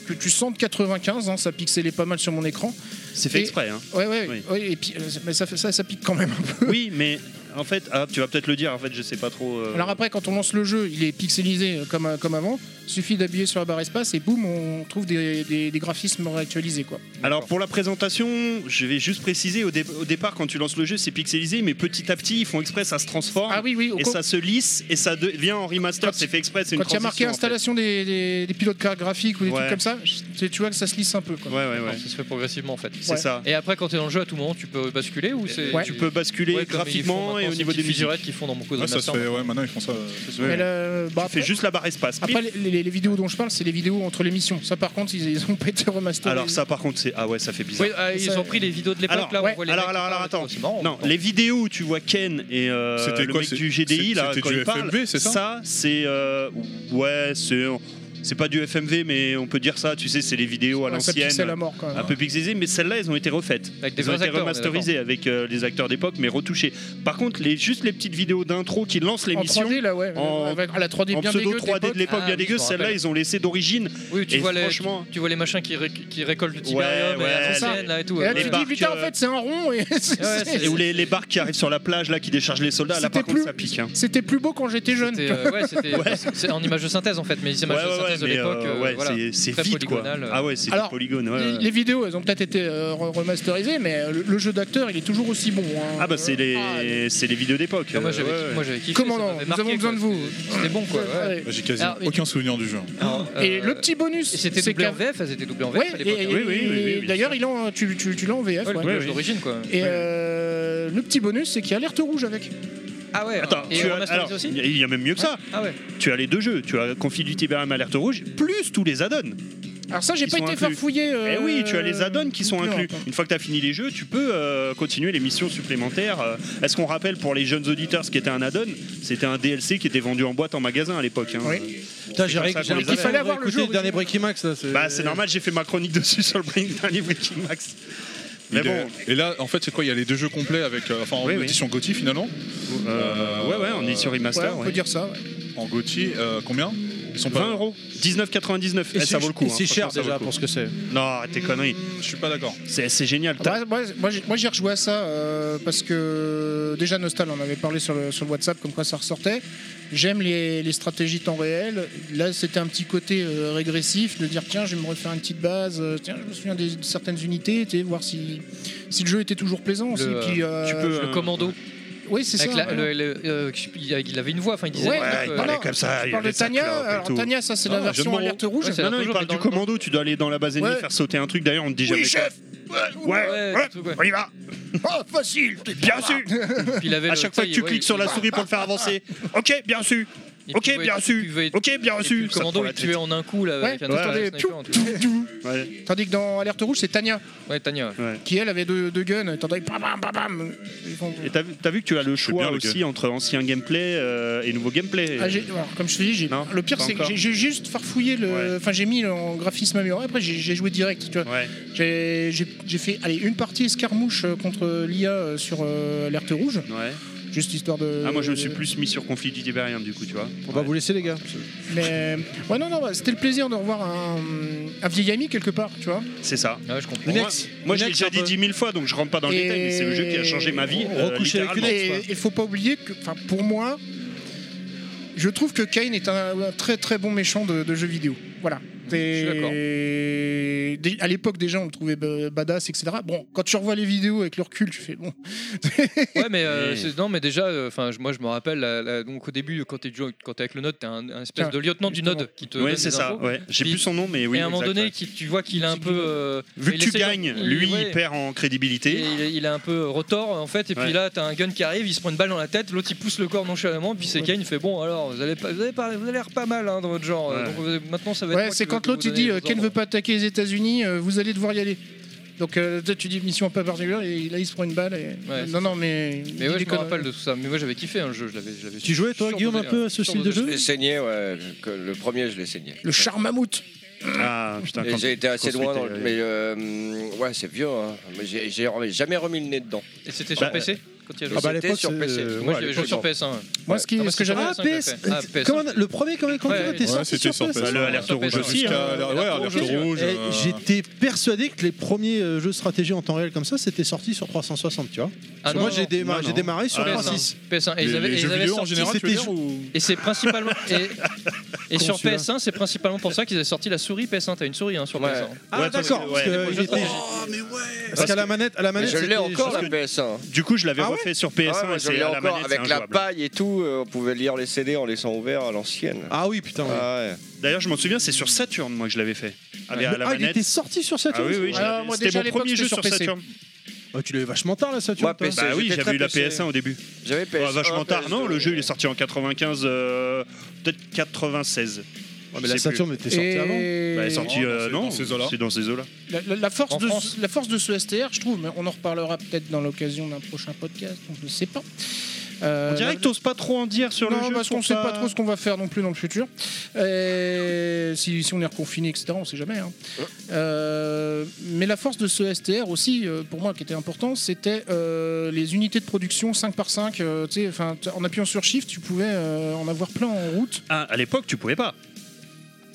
Speaker 3: que tu sens de 95, hein, ça pixelait pas mal sur mon écran.
Speaker 6: C'est fait
Speaker 3: Et-
Speaker 6: exprès.
Speaker 3: <laughs>
Speaker 6: hein.
Speaker 3: Ouais, ouais,
Speaker 6: Oui. Euh.
Speaker 3: ouais, et puis, euh, mais ça, fait- ça, ça pique quand même un peu.
Speaker 6: oui, mais en fait, ah, tu vas peut-être le dire. En fait, je sais pas trop. euh,
Speaker 3: Alors après, quand on lance le jeu, il est pixelisé euh, comme, comme avant, Suffit d'appuyer sur la barre espace et boum, on trouve des, des- des graphismes réactualisés. Quoi.
Speaker 6: Alors pour la présentation, je vais juste préciser au, dé- au départ quand tu lances le jeu, c'est pixelisé, mais petit à petit, ils font exprès, ça se transforme,
Speaker 3: Ah au
Speaker 6: Ah, et
Speaker 3: co-
Speaker 6: ça se lisse et ça devient en remaster. C'est fait exprès, c'est une
Speaker 3: Quand il y a marqué
Speaker 6: transition, en fait.
Speaker 3: installation des, des, des pilotes car- graphiques ou des
Speaker 6: Ouais.
Speaker 3: trucs comme ça, tu, tu vois que ça se lisse un peu. Quoi.
Speaker 4: Enfin, Ça se fait progressivement en fait.
Speaker 3: C'est Ouais. ça.
Speaker 4: Et après, quand t'es dans le jeu, à tout moment, tu peux basculer ou c'est
Speaker 3: Ouais. Tu peux
Speaker 6: basculer
Speaker 4: comme ils
Speaker 6: graphiquement
Speaker 4: font maintenant,
Speaker 6: et au
Speaker 4: ces
Speaker 6: niveau
Speaker 4: petites
Speaker 6: des musiques.
Speaker 4: figurettes qu'ils font dans beaucoup de
Speaker 5: Ouais, ça se
Speaker 4: masters.
Speaker 5: fait, ouais, maintenant ils font ça. euh, ça se fait.
Speaker 3: Mais le- bah, après-
Speaker 6: la barre espace.
Speaker 3: Après, les, les- les vidéos dont je parle, c'est les vidéos entre les missions. Ça, par contre, ils n'ont <laughs> pas été remasterisés.
Speaker 6: Alors ça par contre c'est ah ouais ça fait bizarre.
Speaker 4: Oui, ah, ils ont pris les vidéos de l'époque
Speaker 6: Alors,
Speaker 4: là. on
Speaker 6: ouais.
Speaker 4: voit les
Speaker 6: alors,
Speaker 4: mecs qui
Speaker 6: alors, alors,
Speaker 4: parlent,
Speaker 6: attends.
Speaker 4: c'est marrant,
Speaker 6: non, les vidéos où tu vois Ken et euh,
Speaker 5: C'était
Speaker 6: le
Speaker 5: quoi,
Speaker 6: mec
Speaker 5: c'est-
Speaker 6: du GDI là,
Speaker 5: c'était
Speaker 6: quand
Speaker 5: du
Speaker 6: il parle,
Speaker 5: FMV, c'est ça
Speaker 6: c'est euh, ouais, c'est c'est pas du FMV mais on peut dire ça. Tu sais, c'est les vidéos à
Speaker 3: Ouais, ça
Speaker 6: l'ancienne,
Speaker 3: pixel à mort, quand même.
Speaker 6: un peu pixelisées, mais celles-là elles ont été refaites,
Speaker 4: Avec des
Speaker 6: elles ont
Speaker 4: vrais
Speaker 6: été
Speaker 4: acteurs, on est
Speaker 6: remasterisées avec euh, les acteurs d'époque mais retouchées. Par contre, les juste les petites vidéos d'intro qui lancent l'émission
Speaker 3: 3D, là, ouais, avec- à la 3D
Speaker 6: en
Speaker 3: bien
Speaker 6: pseudo
Speaker 3: dégueu de
Speaker 6: 3D de
Speaker 3: l'époque.
Speaker 6: l'époque
Speaker 4: Ah
Speaker 6: bien
Speaker 4: oui, je
Speaker 6: dégueu.
Speaker 4: me
Speaker 6: Celles-là
Speaker 4: rappelle.
Speaker 6: ils ont laissé d'origine.
Speaker 4: Oui, tu
Speaker 6: Et
Speaker 4: vois, les, tu,
Speaker 6: franchement.
Speaker 4: tu vois les machins qui, ré- qui récoltent le
Speaker 6: Ouais,
Speaker 4: tiberium et la
Speaker 6: ouais,
Speaker 4: fontaine,
Speaker 6: les- euh,
Speaker 4: là et tout.
Speaker 3: Et là,
Speaker 4: ouais.
Speaker 3: tu te dis, putain, en fait, c'est un rond. Et <laughs> c'est-
Speaker 4: Ouais,
Speaker 3: Eh, c'est-
Speaker 6: Et où les, les barques qui arrivent sur la plage là qui déchargent les soldats là
Speaker 3: C'était
Speaker 6: par contre
Speaker 3: plus-
Speaker 6: ça pique hein.
Speaker 3: C'était plus beau quand j'étais jeune.
Speaker 4: C'était, euh, ouais, c'était- c'est en image de synthèse en fait, mais les images
Speaker 6: Ouais,
Speaker 4: de
Speaker 6: ouais,
Speaker 4: synthèse de
Speaker 6: ouais, mais,
Speaker 4: l'époque,
Speaker 6: euh,
Speaker 4: euh,
Speaker 6: ouais,
Speaker 4: voilà,
Speaker 6: c'est- c'est
Speaker 4: très
Speaker 6: vite, quoi.
Speaker 4: polygonal, euh.
Speaker 6: Ah ouais, c'est des
Speaker 3: Alors,
Speaker 6: polygones, ouais,
Speaker 3: les,
Speaker 6: ouais.
Speaker 3: les vidéos, elles ont peut-être été euh, re- remasterisées, mais euh, le, le jeu d'acteur, il est toujours aussi bon. hein.
Speaker 6: Ah bah c'est les, c'est les vidéos d'époque.
Speaker 4: Ah, moi, j'avais-
Speaker 6: ouais, ouais.
Speaker 4: moi, j'avais kiffé, ça
Speaker 3: Commandant,
Speaker 4: m'avait
Speaker 3: nous
Speaker 4: marqué,
Speaker 3: avons besoin de
Speaker 4: quoi.
Speaker 3: vous.
Speaker 4: C'était bon quoi. ouais.
Speaker 3: Ouais.
Speaker 5: J'ai quasi
Speaker 4: Alors, mais-
Speaker 5: aucun souvenir du jeu.
Speaker 4: Alors,
Speaker 3: Et
Speaker 4: euh,
Speaker 3: le petit bonus,
Speaker 4: et c'était
Speaker 3: c'est
Speaker 4: doublé en
Speaker 3: qu'à-
Speaker 4: VF, elles étaient doublées en VF
Speaker 3: Ouais,
Speaker 4: à
Speaker 3: et,
Speaker 4: l'époque. hein.
Speaker 3: et- et d'ailleurs, il en- tu, tu- tu l'as en VF.
Speaker 4: Ouais, le
Speaker 3: ouais.
Speaker 4: doublage d'origine quoi.
Speaker 3: Et euh, le petit bonus, c'est qu'il y a l'alerte rouge avec.
Speaker 4: Ah ouais.
Speaker 6: Attends,
Speaker 4: et
Speaker 6: tu as-
Speaker 4: remasterisé
Speaker 6: alors,
Speaker 4: aussi.
Speaker 6: il y a- il y a même mieux que ça.
Speaker 4: Ah ouais.
Speaker 6: Tu as les deux jeux, tu as Conflit du Tiberium Alerte Rouge, plus tous les add-ons.
Speaker 3: Alors ça, j'ai
Speaker 6: Ils
Speaker 3: pas
Speaker 6: sont
Speaker 3: été
Speaker 6: inclus.
Speaker 3: farfouillé. euh,
Speaker 6: eh oui, tu as les add-ons qui sont
Speaker 3: non plus,
Speaker 6: inclus.
Speaker 3: encore.
Speaker 6: Une fois que tu as fini les jeux, tu peux euh, continuer les missions supplémentaires. Euh, Est-ce qu'on rappelle pour les jeunes auditeurs ce qu'était un add-on C'était un DLC qui était vendu en boîte en magasin à l'époque. hein.
Speaker 3: Oui.
Speaker 1: Putain, j'ai
Speaker 6: C'est comme ça qu'on les
Speaker 1: réécouté
Speaker 6: appelle.
Speaker 3: fallait avoir le jeu
Speaker 1: le dernier Breaking Max. là, c'est-
Speaker 6: Bah c'est normal, j'ai fait ma chronique <laughs> dessus sur le Breaking- dernier Breaking Max. Mais
Speaker 5: Il
Speaker 6: bon,
Speaker 5: est- Et là, en fait, c'est quoi Il y a les deux jeux complets avec, euh, enfin, en
Speaker 6: Oui, oui.
Speaker 5: édition GOTY finalement.
Speaker 6: euh, ouais ouais, on est sur
Speaker 3: Ouais,
Speaker 6: remaster.
Speaker 3: on
Speaker 6: ouais.
Speaker 3: peut dire ça. ouais.
Speaker 5: En GOTY, euh, combien Ils sont
Speaker 6: 20
Speaker 5: pas.
Speaker 6: euros 19,99 Eh,
Speaker 1: Et
Speaker 6: ça
Speaker 1: c'est-
Speaker 6: vaut le coup
Speaker 1: et
Speaker 6: hein,
Speaker 1: C'est cher
Speaker 6: franchement, ça vaut
Speaker 1: déjà
Speaker 6: le coup.
Speaker 1: pour ce que c'est.
Speaker 6: non arrête tes conneries
Speaker 5: Je suis pas d'accord.
Speaker 6: c'est c'est génial T'as-
Speaker 3: Moi, Bah, moi, moi, j'ai- moi, j'ai rejoué à ça euh, parce que déjà Nostal en avait parlé sur le, sur le WhatsApp comme quoi ça ressortait. J'aime les, les stratégies temps réel. Là, c'était un petit côté euh, régressif de dire tiens, je vais me refaire une petite base. euh, Tiens, je me souviens des- de certaines unités, tu sais, voir si, si le jeu était toujours plaisant. aussi.
Speaker 4: euh,
Speaker 3: Puis, euh,
Speaker 6: tu peux
Speaker 4: Le
Speaker 6: euh,
Speaker 4: commando.
Speaker 3: Oui, c'est ça.
Speaker 4: Avec la-
Speaker 3: ouais.
Speaker 4: le- le- euh, il avait une voix, enfin il disait.
Speaker 3: Ouais,
Speaker 4: un
Speaker 6: ouais,
Speaker 4: peu,
Speaker 6: il
Speaker 4: euh,
Speaker 6: parlait
Speaker 3: alors,
Speaker 6: comme ça
Speaker 3: Je
Speaker 6: il
Speaker 3: parle
Speaker 6: avait
Speaker 3: de
Speaker 6: sa
Speaker 3: Tania.
Speaker 6: clope et
Speaker 3: Alors,
Speaker 6: tout.
Speaker 3: Tania, ça, c'est
Speaker 6: Ah,
Speaker 3: la
Speaker 6: je
Speaker 3: version
Speaker 6: me-
Speaker 3: alerte
Speaker 6: <laughs>
Speaker 3: rouge.
Speaker 4: Ouais, c'est
Speaker 6: non non
Speaker 4: Toujours,
Speaker 6: il
Speaker 4: mais
Speaker 6: parle
Speaker 4: dans
Speaker 6: du
Speaker 4: le-
Speaker 6: commando tu dois aller dans la base ennemie
Speaker 3: Ouais.
Speaker 6: faire sauter un truc d'ailleurs on te dit jamais quoi. ouais,
Speaker 4: Ouais,
Speaker 6: ouais,
Speaker 4: tout, ouais.
Speaker 6: on y va Oh,
Speaker 3: Ah, facile t'es
Speaker 6: bien sûr
Speaker 4: Puis il avait
Speaker 6: à
Speaker 4: le-
Speaker 6: chaque fois
Speaker 4: tu
Speaker 6: que
Speaker 4: sais,
Speaker 6: tu
Speaker 4: ouais,
Speaker 6: cliques
Speaker 4: il-
Speaker 6: sur la souris pour le faire avancer ok bien sûr
Speaker 4: il
Speaker 6: ok
Speaker 4: pouvait-
Speaker 6: bien
Speaker 4: il
Speaker 6: sûr
Speaker 4: pouvait-
Speaker 6: ok bien
Speaker 4: et puis
Speaker 6: sûr
Speaker 4: Le
Speaker 6: Ça te
Speaker 4: commando
Speaker 6: prend
Speaker 4: il
Speaker 6: la
Speaker 4: tuait
Speaker 6: tête.
Speaker 4: en un coup là avec un
Speaker 6: Ouais,
Speaker 4: attendez,
Speaker 3: ouais.
Speaker 4: sniper, en tout.
Speaker 6: Ouais,
Speaker 3: Tandis que dans Alerte Rouge, c'est Tania
Speaker 4: Ouais, Tania. ouais.
Speaker 6: ouais.
Speaker 3: qui, elle, avait deux, deux guns. T'entendais bam, bam, bam, bam. Ils font-
Speaker 6: et t'as vu t'as vu que tu as le choix
Speaker 5: bien, le
Speaker 6: aussi entre ancien gameplay euh, et nouveau gameplay
Speaker 3: Ah, j'ai- alors, comme je te dis, j'ai-
Speaker 6: Non,
Speaker 3: le pire
Speaker 6: pas
Speaker 3: c'est que
Speaker 6: encore.
Speaker 3: j'ai j'ai juste farfouillé
Speaker 6: Ouais.
Speaker 3: le. Enfin, j'ai mis le- en graphisme amélioré. Après, j'ai j'ai joué direct. Tu vois,
Speaker 6: ouais
Speaker 3: j'ai j'ai- j'ai fait allez une partie escarmouche euh, contre l'IA euh, sur euh, l'alerte rouge,
Speaker 6: ouais
Speaker 3: juste histoire de.
Speaker 6: ah moi je me suis plus mis sur conflit du Tiberium du coup tu vois
Speaker 1: On va vous laisser les gars.
Speaker 3: Mais ouais, non, non, bah, c'était le plaisir de revoir un, un vieil ami quelque part, tu vois.
Speaker 6: c'est ça
Speaker 4: Ouais, je comprends.
Speaker 6: Pour moi,
Speaker 1: Next.
Speaker 6: moi, je l'ai
Speaker 1: Next,
Speaker 6: déjà
Speaker 1: un
Speaker 6: dit
Speaker 1: peu.
Speaker 6: 10 000 fois, donc je rentre pas dans le
Speaker 3: Et-
Speaker 6: détail, mais c'est le jeu qui a changé ma vie.
Speaker 1: On recouche avec une
Speaker 6: littéralement.
Speaker 1: ex,
Speaker 3: Et il faut pas oublier que, enfin, pour moi, je trouve que Kane est un, un très très bon méchant de, de jeux vidéo. Voilà.
Speaker 4: suis d'accord.
Speaker 3: Et dé- à l'époque déjà on le trouvait ba- badass etc. Bon quand tu revois les vidéos avec le recul tu fais bon
Speaker 4: Ouais, mais euh,
Speaker 6: Mais-
Speaker 4: c'est- non, mais déjà, euh, enfin, je- moi, je me rappelle. la- la- donc, au début, quand t'es joué- quand t'es avec le Node, t'es un, un espèce
Speaker 3: Tiens,
Speaker 4: de lieutenant
Speaker 3: justement.
Speaker 4: du Node qui te. donne
Speaker 6: Ouais,
Speaker 4: des
Speaker 6: c'est ça.
Speaker 4: infos.
Speaker 6: Ouais. J'ai
Speaker 4: Puis-
Speaker 6: plus son nom, mais oui.
Speaker 4: et à un moment
Speaker 6: exact,
Speaker 4: donné,
Speaker 6: ouais.
Speaker 4: qui, tu vois qu'il a un
Speaker 3: C'est
Speaker 4: peu. euh,
Speaker 6: vu
Speaker 4: il
Speaker 6: que tu
Speaker 4: essaie de-
Speaker 6: gagnes,
Speaker 4: il-
Speaker 6: lui,
Speaker 4: ouais,
Speaker 6: il perd en crédibilité.
Speaker 4: et il, il a un peu retort en fait, et puis
Speaker 6: Ouais.
Speaker 4: là t'as un gun qui arrive, il se prend une balle dans la tête, l'autre il pousse le corps nonchalamment, puis c'est Kane, il fait bon alors vous allez pas, vous avez pas- vous avez l'air pas mal hein, dans votre genre,
Speaker 6: Ouais.
Speaker 4: donc vous- maintenant ça va être.
Speaker 3: Ouais,
Speaker 4: moi
Speaker 3: c'est
Speaker 4: qui vais
Speaker 3: quand
Speaker 4: vous
Speaker 3: l'autre il
Speaker 4: donner
Speaker 3: dit
Speaker 4: les
Speaker 3: euh, Ken
Speaker 4: ordres.
Speaker 3: veut pas attaquer les États-Unis, euh, vous allez devoir y aller. Donc euh, toi, tu dis mission pas particulière et là il se prend une balle. Et...
Speaker 4: Ouais,
Speaker 3: non non mais. il
Speaker 4: Mais ouais, je
Speaker 3: dit des
Speaker 4: me rappelle
Speaker 3: conneries.
Speaker 4: de tout ça, mais moi j'avais kiffé un jeu, je l'avais. je l'avais
Speaker 1: Tu jouais toi
Speaker 4: surdosé,
Speaker 1: Guillaume un
Speaker 4: hein,
Speaker 1: peu à ce style de
Speaker 4: surdosé.
Speaker 1: jeu
Speaker 7: Je l'ai saigné, ouais. que- le premier, je l'ai saigné.
Speaker 3: Le char mammouth.
Speaker 6: Ah putain,
Speaker 7: Et
Speaker 6: quand-
Speaker 7: j'ai été assez
Speaker 6: quand
Speaker 7: loin, dans
Speaker 6: c'était-
Speaker 7: le- mais euh, ouais, c'est vieux. Hein. Mais j'ai j'ai remis- jamais remis le nez dedans.
Speaker 4: Et c'était sur
Speaker 6: Bah,
Speaker 4: PC quand il y a joué
Speaker 1: Ah bah à
Speaker 7: c'était
Speaker 1: l'époque,
Speaker 7: sur
Speaker 1: c'est-
Speaker 7: PC.
Speaker 1: euh,
Speaker 4: Moi
Speaker 1: ouais,
Speaker 4: j'avais
Speaker 1: à
Speaker 4: joué
Speaker 1: l'époque,
Speaker 4: sur PS1. ouais.
Speaker 3: Moi ce qui,
Speaker 4: Ah, moi,
Speaker 3: ce que
Speaker 4: c'est sur
Speaker 3: j'avais.
Speaker 1: Ah,
Speaker 4: PS1 que
Speaker 1: PS.
Speaker 4: j'ai fait. Ah, PS1.
Speaker 1: Comment on a- le premier Command Conquer
Speaker 4: Ouais,
Speaker 1: était
Speaker 5: Ouais,
Speaker 1: sorti
Speaker 5: c'était
Speaker 1: sur
Speaker 5: sur
Speaker 1: PS.
Speaker 5: PS.
Speaker 6: Bah, le
Speaker 3: Ah,
Speaker 6: alerte
Speaker 4: sur
Speaker 6: rouge
Speaker 4: PS1,
Speaker 6: aussi.
Speaker 4: ouais.
Speaker 6: hein. Eh,
Speaker 5: Jusqu'à- Ouais, alerte
Speaker 4: Ah,
Speaker 5: rouge.
Speaker 1: Et
Speaker 5: euh,
Speaker 1: J'étais persuadé que les premiers euh, jeux de stratégie en temps réel comme ça, c'était sorti sur 360, tu vois.
Speaker 4: Ah
Speaker 1: Moi,
Speaker 4: non,
Speaker 1: j'ai déma-
Speaker 6: non,
Speaker 1: j'ai
Speaker 6: non.
Speaker 1: démarré sur
Speaker 6: Ah, non.
Speaker 1: 360.
Speaker 4: PS1. Et
Speaker 5: les-
Speaker 4: ils avaient,
Speaker 5: les
Speaker 4: ils
Speaker 5: jeux
Speaker 4: avaient
Speaker 5: vidéo en
Speaker 4: sorti-
Speaker 5: général, tu veux
Speaker 1: c'était
Speaker 5: dire, ou-
Speaker 4: Et c'est principalement. et- Et
Speaker 1: Con,
Speaker 4: sur
Speaker 1: celui-là.
Speaker 4: PS1, c'est principalement pour ça qu'ils avaient sorti la souris PS1. T'as une souris hein, sur PS1.
Speaker 1: Ah d'accord, parce que il était-
Speaker 6: Oh,
Speaker 1: Parce qu'à la manette, à la manette,
Speaker 7: je l'ai
Speaker 1: c'était-
Speaker 7: encore la
Speaker 1: parce que-
Speaker 7: PS1.
Speaker 6: Du coup, je l'avais
Speaker 1: Ah ouais
Speaker 6: refait sur PS1
Speaker 7: Ouais, ouais, je
Speaker 6: et c'est
Speaker 7: l'ai
Speaker 6: à la
Speaker 7: encore
Speaker 6: manette, c'est
Speaker 7: avec la
Speaker 6: injouable.
Speaker 7: paille et tout. euh, on pouvait lire les CD en laissant ouverts à l'ancienne.
Speaker 1: Ah oui, putain.
Speaker 6: Euh, D'ailleurs, je m'en souviens, c'est sur Saturn, moi, que je l'avais fait. Avec
Speaker 1: Ah,
Speaker 6: à la
Speaker 1: il
Speaker 6: manette.
Speaker 1: était sorti sur Saturn.
Speaker 6: Ah oui, oui, je l'avais. c'était mon premier jeu sur Saturn.
Speaker 1: Ah, tu l'avais vachement tard la Saturn.
Speaker 6: Moi,
Speaker 1: toi.
Speaker 6: PC, Bah oui, j'étais j'avais très eu la PC. PS1 au début.
Speaker 7: J'avais
Speaker 6: Ouais,
Speaker 7: PS1.
Speaker 6: Ah, vachement tard,
Speaker 7: PS2.
Speaker 6: non Le jeu, il est sorti en 95, euh, peut-être 96.
Speaker 1: Ouais,
Speaker 6: Je
Speaker 1: mais la
Speaker 6: sais
Speaker 1: Saturn
Speaker 6: plus.
Speaker 1: était sortie Et- avant.
Speaker 6: Bah, elle est sortie,
Speaker 5: Non,
Speaker 6: euh,
Speaker 5: c'est
Speaker 6: non,
Speaker 5: dans ces eaux-là.
Speaker 6: c'est dans ces eaux-là.
Speaker 7: Euh,
Speaker 3: La, la- la force
Speaker 5: En
Speaker 3: de,
Speaker 5: France.
Speaker 3: ce- la force de ce STR, je trouve, mais on en reparlera peut-être dans l'occasion d'un prochain podcast, on ne sait pas. Euh,
Speaker 6: On dirait que t'oses pas trop en dire sur le
Speaker 3: non,
Speaker 6: jeu.
Speaker 3: parce qu'on
Speaker 6: pour
Speaker 3: sait pas trop ce qu'on va faire non plus dans le futur. Et si, si on est reconfiné, etc., on sait jamais. hein. Euh, mais la force de ce STR aussi, euh, pour moi, qui était important, c'était euh, les unités de production 5 par 5. euh, tu sais, enfin, t- en appuyant sur Shift, tu pouvais euh, en avoir plein en route.
Speaker 6: Ah, à l'époque, tu pouvais pas.